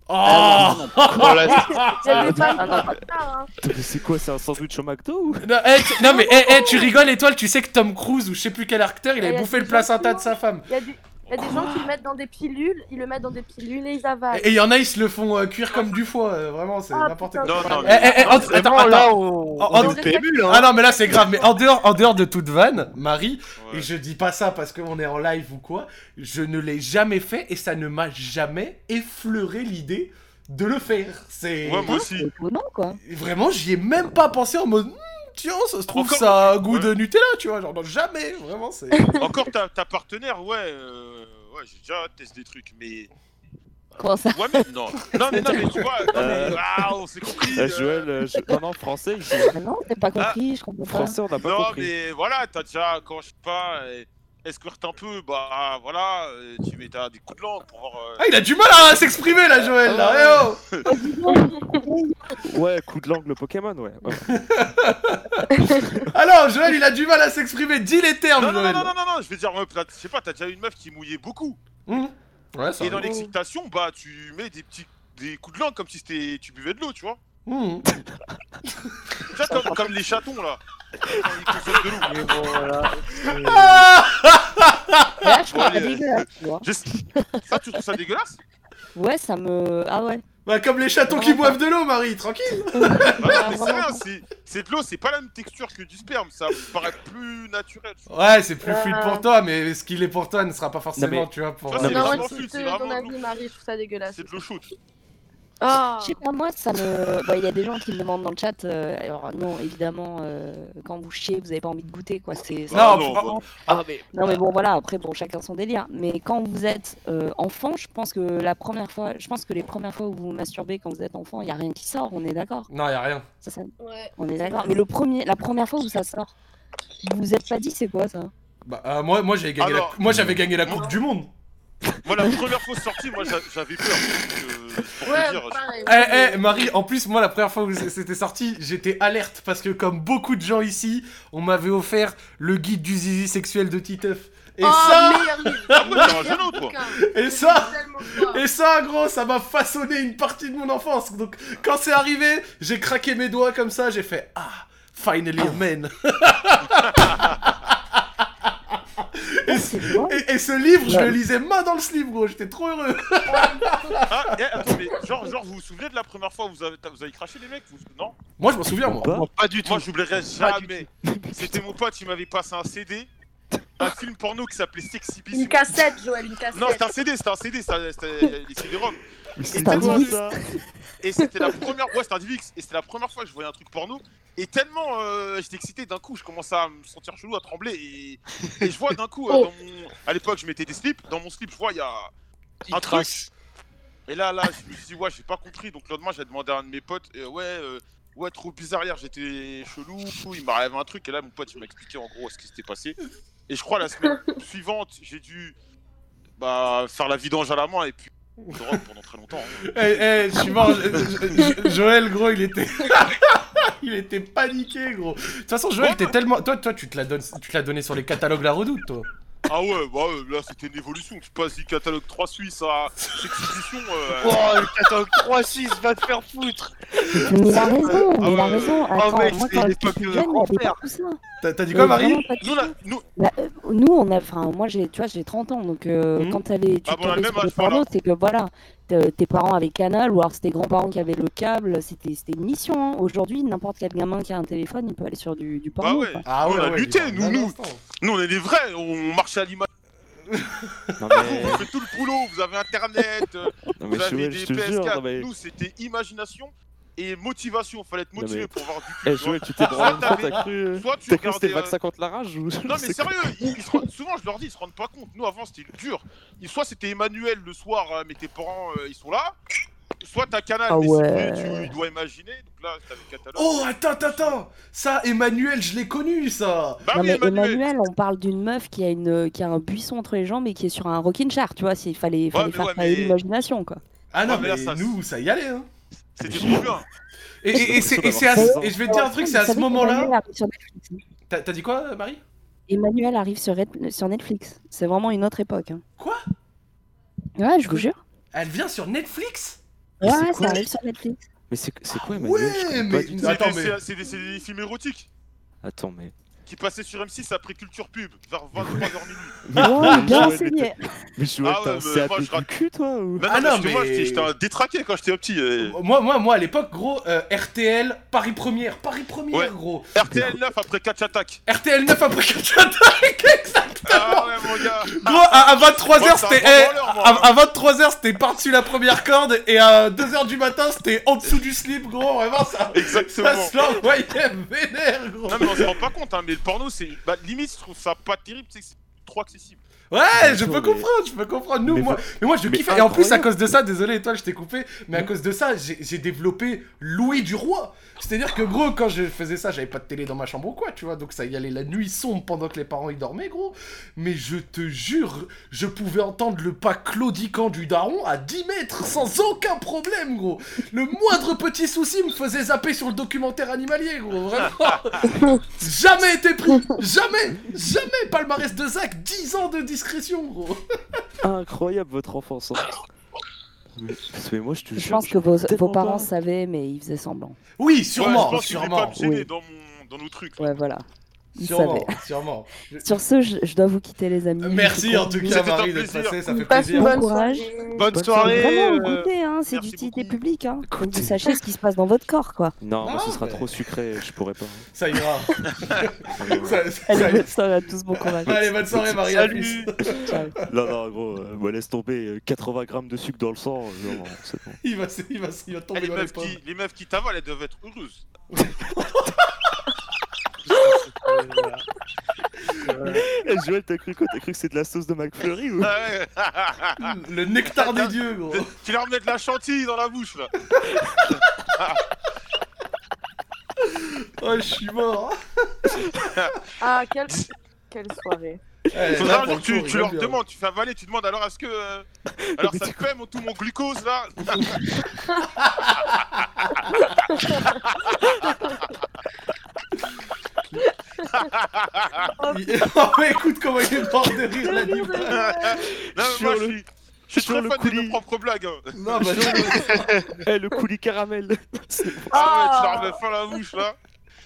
Speaker 1: Oh
Speaker 4: Oh là,
Speaker 7: J'avais pas
Speaker 11: Ah, non,
Speaker 7: le temps, hein.
Speaker 3: Putain, mais c'est quoi C'est un sandwich au McDo ou
Speaker 1: Non, eh, tu- non, mais eh, eh, tu rigoles, étoile, tu sais que Tom Cruise ou je sais plus quel acteur, il
Speaker 7: Eh,
Speaker 1: avait
Speaker 7: y a
Speaker 1: bouffé
Speaker 7: des
Speaker 1: le
Speaker 7: gens
Speaker 1: placenta
Speaker 7: qui
Speaker 1: de sa femme.
Speaker 7: Il y a du- il y a des gens qui le mettent dans des pilules, ils le mettent dans des pilules et ils avalent.
Speaker 1: Et il y en a, ils se le font euh, cuire comme du foie, euh, vraiment, c'est
Speaker 7: Ah,
Speaker 1: n'importe
Speaker 7: putain,
Speaker 1: quoi.
Speaker 2: Non,
Speaker 7: c'est
Speaker 2: non,
Speaker 7: pas
Speaker 2: mais-
Speaker 1: Eh, eh, eh, en-
Speaker 4: vraiment,
Speaker 1: attends, attends.
Speaker 4: là, on,
Speaker 1: En-
Speaker 4: on est
Speaker 1: en-
Speaker 4: au PMU, là hein.
Speaker 1: Ah non, mais là, c'est grave, mais en dehors, en dehors de toute vanne, Marie,
Speaker 2: Ouais.
Speaker 1: et je dis pas ça parce qu'on est en live ou quoi, je ne l'ai jamais fait et ça ne m'a jamais effleuré l'idée de le faire. C'est.
Speaker 2: Ouais, moi
Speaker 11: C'est
Speaker 2: aussi.
Speaker 11: étonnant, quoi.
Speaker 1: Vraiment, j'y ai même pas pensé en mode. Hmm, Tiens, ça se trouve,
Speaker 2: Encore-
Speaker 1: ça a un goût de Nutella, tu vois. Genre, non, jamais, vraiment, c'est.
Speaker 2: Encore ta, ta partenaire, ouais, euh, ouais, j'ai déjà testé des trucs, mais
Speaker 11: Comment ça
Speaker 2: moi-même, non. Non, mais non, mais tu vois, non, mais,
Speaker 3: Euh.
Speaker 2: ah, on s'est compris.
Speaker 3: Euh,
Speaker 2: euh,
Speaker 3: Joël, euh, je... non, non, français, ici.
Speaker 11: Ah Non, t'as pas compris, je comprends pas.
Speaker 3: Français, on n'a pas
Speaker 2: Non,
Speaker 3: compris.
Speaker 2: mais voilà, t'as déjà, quand je sais pas, euh, elle squirte un peu, bah voilà, euh, tu mets t'as des coups de langue pour voir. euh,
Speaker 1: Ah, il a du mal à s'exprimer là, Joël.
Speaker 11: Ah.
Speaker 1: Là. Eh oh
Speaker 3: Ouais, coup de langue, le Pokémon, ouais. ouais.
Speaker 1: Alors, Joël, il a du mal à s'exprimer. Dis les termes,
Speaker 2: Ah, Non, non, non,
Speaker 1: Joël.
Speaker 2: non, non, non, non, je veux dire, ouais, t'as- je sais pas, t'as déjà une meuf qui mouillait beaucoup.
Speaker 1: Hmm. Ouais, ça.
Speaker 2: Et dans
Speaker 11: Oh.
Speaker 1: va.
Speaker 2: l'excitation, bah tu mets des petits des coups de langue comme si c'était tu buvais de l'eau, tu vois.
Speaker 1: Hmm.
Speaker 2: Tu vois, comme, comme les chatons là. Ils consomment de l'eau.
Speaker 4: Mais bon, voilà.
Speaker 1: Ah
Speaker 11: Mais Là, je trouve
Speaker 2: Ouais,
Speaker 11: pas
Speaker 2: euh.
Speaker 11: dégueulasse, tu vois.
Speaker 2: Je sais- Ça, tu trouves ça dégueulasse
Speaker 11: Ouais, ça me. Ah ouais.
Speaker 1: bah, comme les chatons qui boivent de l'eau, Marie, tranquille.
Speaker 2: Ah, mais c'est rien, c'est- c'est de l'eau, c'est pas la même texture que du sperme, ça me paraît plus naturel. tu vois.
Speaker 1: Ouais, c'est plus
Speaker 7: Ouais.
Speaker 1: fluide pour toi, mais ce qu'il est pour toi ne sera pas forcément,
Speaker 3: Non, mais-
Speaker 1: tu vois, pour.
Speaker 2: Ça,
Speaker 3: Non,
Speaker 1: euh,
Speaker 3: mais
Speaker 7: Non,
Speaker 2: vraiment
Speaker 7: moi, je
Speaker 2: fluide,
Speaker 7: suis
Speaker 2: c'est
Speaker 7: de ton
Speaker 2: vraiment
Speaker 7: avis, Marie, je trouve ça dégueulasse.
Speaker 2: C'est de l'eau chaude.
Speaker 7: Ah.
Speaker 11: Je sais pas, moi, ça me. Bah, Il y a des gens qui me demandent dans le chat. euh, Alors, non, évidemment, euh, quand vous chiez, vous avez pas envie de goûter, quoi. C'est. c'est
Speaker 1: Non,
Speaker 11: vraiment-
Speaker 2: bah,
Speaker 11: Non mais bon voilà après bon chacun son délire mais quand vous êtes euh, enfant je pense que la première fois je pense que les premières fois où vous vous masturbez quand vous êtes enfant il y a rien qui sort on est d'accord
Speaker 1: Non, y a rien.
Speaker 11: Ça, ça-
Speaker 7: Ouais.
Speaker 11: on est d'accord mais le premier la première fois où ça sort vous vous êtes pas dit c'est quoi ça
Speaker 1: Bah, euh, moi, moi, j'avais gagné,
Speaker 2: Alors-
Speaker 1: la... moi, j'avais gagné la coupe du monde.
Speaker 2: Moi, la première fois sortie, moi j'a- j'avais peur. euh, pour te dire,
Speaker 7: Ouais, pareil.
Speaker 1: Eh, eh, Marie, en plus, moi, la première fois où c- c'était sorti, j'étais alerte parce que, comme beaucoup de gens ici, on m'avait offert le guide du zizi sexuel de Titeuf. Et
Speaker 7: oh,
Speaker 1: ça,
Speaker 7: meilleur livre.
Speaker 2: Ah, moi, j'ai un
Speaker 7: Meilleur
Speaker 2: genou, toi.
Speaker 7: bouquin.
Speaker 1: Et ça-
Speaker 7: C'est tellement fort.
Speaker 1: Et ça, gros, ça m'a façonné une partie de mon enfance. Donc, quand c'est arrivé, j'ai craqué mes doigts comme ça, j'ai fait Ah, finally a man.
Speaker 11: Ah, c'est quoi
Speaker 1: Et, et ce livre, je le lisais main dans le slip, gros, j'étais trop heureux.
Speaker 2: Ah, eh, attends, mais genre, genre, vous vous souvenez de la première fois où vous avez, vous avez craché les mecs vous- Non
Speaker 1: Moi, je m'en souviens, moi.
Speaker 3: Bah,
Speaker 4: Non, pas du tout.
Speaker 2: Moi, j'oublierai jamais. C'était mon pote, il m'avait passé un CD, un film porno qui s'appelait Sexy
Speaker 7: Une
Speaker 2: Piss.
Speaker 7: cassette, Joël, une cassette.
Speaker 2: Non, c'était un CD, c'était un CD, ça- c'était les CD-ROM.
Speaker 3: mais
Speaker 11: c'est
Speaker 2: un
Speaker 3: quoi,
Speaker 11: indice.
Speaker 3: ça
Speaker 2: Et c'était la première ouais, c'était un DivX, et c'était la première fois que je voyais un truc porno. Et tellement euh, j'étais excité, d'un coup je commençais à me sentir chelou, à trembler. Et, et je vois d'un coup, euh,
Speaker 7: Oh.
Speaker 2: dans mon... à l'époque je mettais des slips, dans mon slip je vois il y a
Speaker 4: Il
Speaker 2: un
Speaker 4: trace.
Speaker 2: truc. Et là, là, je me suis dit, ouais, j'ai pas compris. Donc le lendemain, j'ai demandé à un de mes potes, euh, ouais, euh, ouais, trop bizarrière, j'étais chelou, il m'arrive un truc, et là, mon pote, il m'a expliqué en gros ce qui s'était passé. Et je crois la semaine suivante, j'ai dû bah, faire la vidange à la main et puis drogue pendant très longtemps. hein.
Speaker 1: Eh, eh, je suis mort. je- je- je- Joël, gros, il était. il était paniqué, gros. De toute façon, Joël, t'es tellement. Toi, toi tu, te la donnes... tu te l'as donné sur les catalogues La Redoute, toi.
Speaker 2: Ah ouais, bah ouais, là c'était une évolution. Tu passes du catalogue 3-6 à cette édition. euh,
Speaker 4: Oh, le catalogue 3-6, va te faire foutre
Speaker 11: Mais il a raison, mais il a
Speaker 4: Ah, ouais.
Speaker 11: raison.
Speaker 4: Oh,
Speaker 11: Attends,
Speaker 4: mec,
Speaker 11: moi
Speaker 4: c'est
Speaker 11: quand
Speaker 4: une
Speaker 11: j'étais
Speaker 4: époque
Speaker 11: plus jeune, il
Speaker 4: de
Speaker 11: y avait pas
Speaker 4: grand-père.
Speaker 11: tout ça.
Speaker 1: T'as t'as dit
Speaker 11: Mais
Speaker 1: quoi, Marie
Speaker 11: vraiment pas tout
Speaker 2: Nous,
Speaker 11: ça.
Speaker 2: là, nous,
Speaker 11: Bah, euh, nous, on a, enfin, moi, j'ai, tu vois, j'ai 30 ans, donc euh,
Speaker 1: Mhm.
Speaker 11: quand t'avais, tu
Speaker 2: Ah, bon, on a
Speaker 11: tombais
Speaker 2: le même
Speaker 11: sur les
Speaker 2: âge, voilà.
Speaker 11: pornos, c'est que voilà, te- tes parents avaient Canal, ou alors c'était grands-parents qui avaient le câble, c'était, c'était une mission. hein. Aujourd'hui, n'importe quel gamin qui a un téléphone, il peut aller sur du, du porno.
Speaker 2: Bah ouais.
Speaker 11: quoi.
Speaker 1: Ah
Speaker 2: On a lutté,
Speaker 1: il-
Speaker 2: nous,
Speaker 1: un
Speaker 2: nous.
Speaker 1: instant.
Speaker 2: nous on est des vrais, on marchait à l'image.
Speaker 3: Non mais,
Speaker 2: On fait tout le boulot, vous avez internet, euh,
Speaker 3: non, mais
Speaker 2: vous avez
Speaker 3: Joël,
Speaker 2: des
Speaker 3: je te jure,
Speaker 2: PS4.
Speaker 3: non, mais...
Speaker 2: Nous c'était imagination et motivation. Fallait être
Speaker 3: Non,
Speaker 2: motivé
Speaker 3: mais-
Speaker 2: pour avoir du
Speaker 3: Eh,
Speaker 2: cul. tu vois.
Speaker 3: Joël, tu t'es branlé une
Speaker 2: t'as-
Speaker 3: fois, t'as cru.
Speaker 2: Soit
Speaker 3: T'as cru
Speaker 2: tu
Speaker 3: que
Speaker 2: regardais.
Speaker 3: c'était
Speaker 2: euh,
Speaker 3: vac ça contre la rage ou
Speaker 2: Non mais sérieux, ils- ils se rendent- souvent je leur dis, ils se rendent pas compte. Nous avant c'était dur. Ils- Soit c'était Emmanuel le soir, euh, mais tes parents euh, ils sont là. Soit t'as Canal,
Speaker 11: Ah
Speaker 2: mais
Speaker 11: ouais.
Speaker 2: c'est- tu, tu dois imaginer. Donc là t'avais catalogue.
Speaker 1: Oh, attends, attends, attends. Ça, Emmanuel, je l'ai connu, ça.
Speaker 2: bah
Speaker 11: Non,
Speaker 2: oui,
Speaker 11: mais
Speaker 2: Emmanuel.
Speaker 11: Emmanuel, on parle d'une meuf qui a, une, qui a un buisson entre les jambes et qui est sur un rocking chair, tu vois, s'il fallait, fallait
Speaker 2: mais
Speaker 11: faire
Speaker 2: ouais,
Speaker 11: travailler
Speaker 2: mais-
Speaker 11: l'imagination, quoi.
Speaker 1: Ah non,
Speaker 2: Ouais, mais là,
Speaker 1: mais
Speaker 2: ça-
Speaker 1: nous, ça y allait, hein.
Speaker 2: C'était trop bien.
Speaker 1: Et, et- et c'est- et c'est à- et je vais te dire un truc, c'est à ce moment-là. T'as t'as dit quoi, Marie
Speaker 11: Emmanuel arrive sur, Red- sur Netflix. C'est vraiment une autre époque. hein.
Speaker 1: Quoi
Speaker 11: Ouais, je vous jure.
Speaker 1: Elle vient sur Netflix
Speaker 11: Ouais,
Speaker 3: c'est
Speaker 11: ouais,
Speaker 3: quoi
Speaker 11: ça arrive sur Netflix.
Speaker 3: Mais c'est c'est quoi, Emmanuel
Speaker 1: Ouais,
Speaker 3: Je comprends pas
Speaker 1: mais.
Speaker 3: du tout.
Speaker 2: C'est
Speaker 1: Attends,
Speaker 2: des-
Speaker 1: mais.
Speaker 2: c'est- C'est des, c'est des films érotiques
Speaker 3: Attends, mais.
Speaker 2: qui passaient sur M6 après Culture Pub, vers 23h minuit.
Speaker 11: Ouais, bien
Speaker 3: Joël, mais t'es-
Speaker 11: enseigné.
Speaker 3: Mais Joël,
Speaker 2: Ah ouais,
Speaker 3: t'as un
Speaker 2: mais
Speaker 3: CAP
Speaker 2: moi, je
Speaker 3: du
Speaker 2: rate-
Speaker 3: cul, toi ou...
Speaker 2: Non,
Speaker 1: Ah non,
Speaker 2: non, parce que moi
Speaker 1: mais- Oh,
Speaker 2: j'étais j'étais un détraqué quand j'étais petit. euh.
Speaker 1: Moi, moi, moi, à l'époque, gros, euh, RTL, Paris Première, Paris Première,
Speaker 2: Ouais.
Speaker 1: gros.
Speaker 2: RTL 9 après 4 attaques.
Speaker 1: RTL 9 après Exact.
Speaker 2: Ah ouais, mon gars.
Speaker 1: Gros, à, à 23h,
Speaker 2: Moi, c'est un
Speaker 1: c'était.
Speaker 2: bon
Speaker 1: eh,
Speaker 2: branleur, moi.
Speaker 1: à, à 23h, c'était par-dessus la première corde, et à 2h du matin, c'était en dessous du slip, gros. Vraiment, ça.
Speaker 2: Exactement.
Speaker 1: Ça se l'envoyait vénère, gros.
Speaker 2: Non, mais on se rend pas compte, hein, mais le porno, c'est. Bah, limite, je trouve ça pas terrible, c'est que c'est trop accessible.
Speaker 1: Ouais, je
Speaker 3: Attends,
Speaker 1: peux
Speaker 3: mais-
Speaker 1: comprendre, je peux comprendre. Oh, Nous,
Speaker 3: Mais
Speaker 1: moi, mais moi, je
Speaker 3: mais
Speaker 1: kiffe. Et en plus, à
Speaker 3: incroyable. Mm.
Speaker 1: cause de ça, désolé, étoile, je t'ai coupé, mais à cause de ça, j'ai j'ai développé Louis du Roi. C'est-à-dire que, gros, quand je faisais ça, j'avais pas de télé dans ma chambre ou quoi, tu vois. Donc, ça y allait la nuit sombre pendant que les parents y dormaient, gros. Mais je te jure, je pouvais entendre le pas claudiquant du daron à 10 mètres sans aucun problème, gros. Le moindre petit souci me faisait zapper sur le documentaire animalier, gros. Vraiment. jamais été pris. Jamais. Jamais. Palmarès de Zach, 10 ans de discrétion, gros.
Speaker 3: Incroyable votre enfance. hein. Mais, mais moi, je te jure.
Speaker 11: Je pense que vos,
Speaker 3: tellement
Speaker 11: vos parents
Speaker 3: pas.
Speaker 11: savaient, mais ils faisaient semblant.
Speaker 1: Oui,
Speaker 2: Ouais,
Speaker 1: sûrement.
Speaker 2: je pense que je vais pas
Speaker 1: sûrement.
Speaker 2: me gêner
Speaker 11: oui.
Speaker 2: dans, mon... dans nos trucs. là.
Speaker 11: Ouais, voilà. Ils
Speaker 1: Sûrement.
Speaker 11: savaient.
Speaker 1: Sûrement.
Speaker 11: Sur ce, je, je dois vous quitter, les amis.
Speaker 1: Merci en tout cas,
Speaker 2: C'était un
Speaker 1: Marie, d'être
Speaker 2: plaisir.
Speaker 1: passée. Ça fait
Speaker 7: Passe une
Speaker 1: plaisir.
Speaker 7: bonne
Speaker 11: Courage.
Speaker 7: soirée.
Speaker 4: Bonne
Speaker 3: Bonne
Speaker 11: C'est
Speaker 4: soirée
Speaker 11: vraiment
Speaker 4: euh,
Speaker 11: goûter, hein, c'est
Speaker 2: merci
Speaker 11: d'utilité
Speaker 2: beaucoup.
Speaker 11: publique. Hein. Faut que
Speaker 3: Écoutez.
Speaker 11: vous sachiez ce qui se passe dans votre corps, quoi.
Speaker 3: Non, moi,
Speaker 1: Non,
Speaker 3: ce sera
Speaker 1: mais-
Speaker 3: trop sucré, je pourrais pas.
Speaker 1: Ça ira. Ça- ça-
Speaker 11: Allez,
Speaker 1: ça-
Speaker 11: bonne soirée à tous, bon courage.
Speaker 1: Allez, bonne soirée, Marie. à
Speaker 4: Salut.
Speaker 1: plus.
Speaker 11: Ciao.
Speaker 3: Non, non, gros, euh, bah, laisse tomber euh, 80 grammes de sucre dans le sang. euh, non, non, c'est bon.
Speaker 1: Il va, s- il va, s- il va
Speaker 2: Eh,
Speaker 1: tomber
Speaker 2: les,
Speaker 1: dans les
Speaker 2: meufs
Speaker 1: pommes.
Speaker 2: qui... les meufs qui t'avalent, elles doivent être heureuses.
Speaker 3: Eh, Joël, t'as cru quoi T'as cru que c'est de la sauce de McFlurry ou
Speaker 2: Ah ouais.
Speaker 1: Le nectar des dieux, gros.
Speaker 2: tu leur mets de la chantilly dans la bouche, là.
Speaker 1: Oh, je suis mort.
Speaker 7: Ah, quelle... quelle soirée.
Speaker 1: Eh, là,
Speaker 2: Faudra
Speaker 1: pour
Speaker 2: un
Speaker 1: le
Speaker 2: jour, tu,
Speaker 1: coup,
Speaker 2: tu
Speaker 1: on
Speaker 2: leur
Speaker 1: rigole hein. bien.
Speaker 2: demandes, tu fais avaler, tu demandes alors est-ce que. euh, Alors
Speaker 3: Mais
Speaker 2: ça
Speaker 3: tu-
Speaker 2: te fait, mon tout mon glucose là
Speaker 1: Il- Oh, mais écoute comment il est mort de rire la nuit.
Speaker 2: Non, mais
Speaker 3: Sur
Speaker 2: moi,
Speaker 3: le-
Speaker 2: je suis. Je suis
Speaker 3: sur
Speaker 2: très
Speaker 3: le
Speaker 2: fan de mes
Speaker 3: coulis.
Speaker 2: propres blagues. hein.
Speaker 1: Non, bah, non.
Speaker 3: Eh, le coulis caramel C'est bon.
Speaker 2: Ah ouais, tu
Speaker 7: Ah.
Speaker 2: leur mets fin à la bouche là.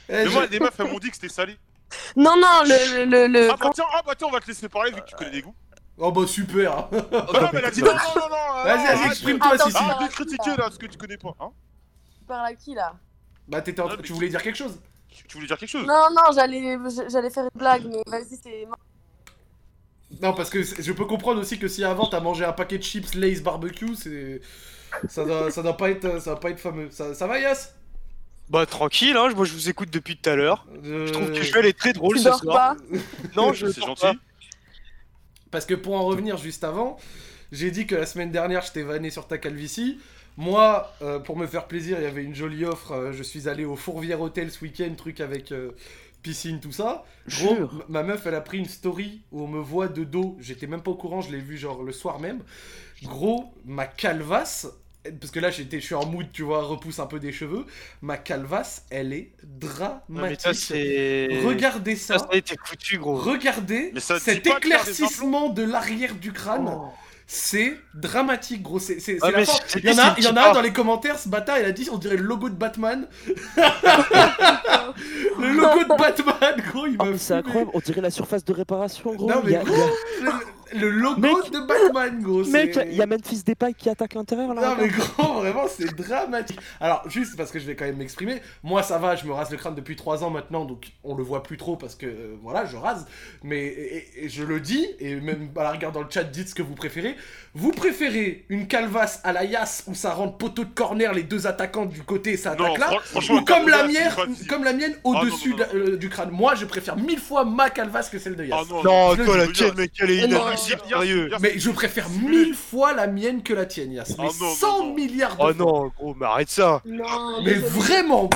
Speaker 1: Eh,
Speaker 2: Mais
Speaker 1: je-
Speaker 2: moi, des meufs, elles m'ont dit que c'était salé.
Speaker 7: Non, non, le. le, le, le-
Speaker 2: Ah bah tiens, ah bah tiens, on va te laisser parler vu que tu connais les goûts.
Speaker 1: Oh, bah, super. hein.
Speaker 2: Bah non, mais elle a dit non, non, non, non. euh,
Speaker 1: Vas-y,
Speaker 2: non,
Speaker 1: vas-y,
Speaker 2: arrête.
Speaker 1: exprime-toi,
Speaker 7: Attends,
Speaker 1: Sissi.
Speaker 2: Ah, viens critiquer là, ce que tu connais pas. Hein
Speaker 7: Tu parles à qui là
Speaker 1: Bah, t'étais en train-
Speaker 2: Non, mais-
Speaker 1: tu voulais dire quelque chose
Speaker 2: tu, tu voulais dire quelque chose
Speaker 7: Non, non, j'allais j'allais faire une blague, mais vas-y, c'est.
Speaker 1: Non, parce que c'est- je peux comprendre aussi que si avant t'as mangé un paquet de chips Lay's barbecue, c'est ça doit, ça doit pas être ça doit pas être fameux. Ça, ça va Yas
Speaker 4: Bah tranquille, hein, moi je vous écoute depuis tout à l'heure.
Speaker 1: Euh,
Speaker 4: Je trouve que Joël est très drôle
Speaker 7: Tu
Speaker 4: ce
Speaker 7: dors
Speaker 4: soir.
Speaker 7: pas
Speaker 4: Non, je
Speaker 2: C'est
Speaker 4: dors
Speaker 2: gentil.
Speaker 4: pas.
Speaker 1: Parce que pour en revenir juste avant, j'ai dit que la semaine dernière je t'ai vanné sur ta calvitie. Moi, euh, pour me faire plaisir, il y avait une jolie offre. euh, je suis allé au Fourvière Hotel ce week-end, truc avec euh, piscine, tout ça. Gros, m- ma meuf, elle a pris une story où on me voit de dos. J'étais même pas au courant, je l'ai vu genre le soir même. Gros, ma calvasse, parce que là j'étais, je suis en mood, tu vois, repousse un peu des cheveux. Ma calvasse, elle est
Speaker 4: Non, mais
Speaker 1: dramatique.
Speaker 4: ça, c'est.
Speaker 1: Regardez ça.
Speaker 4: Ça, ça a été foutu, gros.
Speaker 1: Regardez
Speaker 4: Mais ça te
Speaker 1: cet
Speaker 4: dit pas de faire des
Speaker 1: éclaircissement de l'arrière du crâne. C'est dramatique, gros. C'est c'est-
Speaker 4: Ah,
Speaker 1: c'est la
Speaker 4: mais
Speaker 1: force.
Speaker 4: je t'ai
Speaker 1: Il y en
Speaker 4: dit,
Speaker 1: a,
Speaker 4: c'est
Speaker 1: il y en a
Speaker 4: pas-
Speaker 1: un dans les commentaires, ce bâtard, il a dit on dirait le logo de Batman. le logo de Batman, gros, il m'a
Speaker 3: Ah, C'est incroyable, on dirait la surface de réparation, gros.
Speaker 1: Non, mais
Speaker 3: Il y a-
Speaker 1: gros, le, le logo de Batman, gros.
Speaker 3: Mec,
Speaker 1: c'est-
Speaker 3: il y a Memphis Depay qui attaque l'intérieur là.
Speaker 1: Non mais
Speaker 3: regarde.
Speaker 1: gros, vraiment, c'est dramatique. Alors, juste parce que je vais quand même m'exprimer, moi ça va, je me rase le crâne depuis 3 ans maintenant, donc on le voit plus trop parce que euh, voilà, je rase. Mais et- et- et je le dis, et même à la rigueur dans le chat, dites ce que vous préférez. Vous préférez une calvasse à la Yass où ça rentre poteau de corner, les deux attaquants du côté, ça
Speaker 2: Non,
Speaker 1: attaque là
Speaker 2: fran- franchement,
Speaker 1: Ou comme la,
Speaker 2: Yass,
Speaker 1: mienne,
Speaker 2: c'est pas possible.
Speaker 1: comme la mienne
Speaker 2: non,
Speaker 1: au-dessus
Speaker 2: non, non.
Speaker 1: de- euh, du crâne Moi je préfère mille fois ma calvasse que celle de Yass.
Speaker 2: Ah non,
Speaker 4: Non,
Speaker 2: je
Speaker 4: toi,
Speaker 2: veux
Speaker 4: la
Speaker 2: dire,
Speaker 4: tienne, mec, elle est
Speaker 1: Oh, non.
Speaker 4: inadmissible, sérieux.
Speaker 1: Mais je préfère mille fois la mienne que la tienne, Yass.
Speaker 2: Ah
Speaker 1: Mais
Speaker 2: non, non,
Speaker 1: 100
Speaker 2: non.
Speaker 1: milliards de
Speaker 4: Oh
Speaker 1: fois.
Speaker 4: non, gros, mais arrête ça.
Speaker 7: Non,
Speaker 1: Mais
Speaker 7: désolé.
Speaker 1: vraiment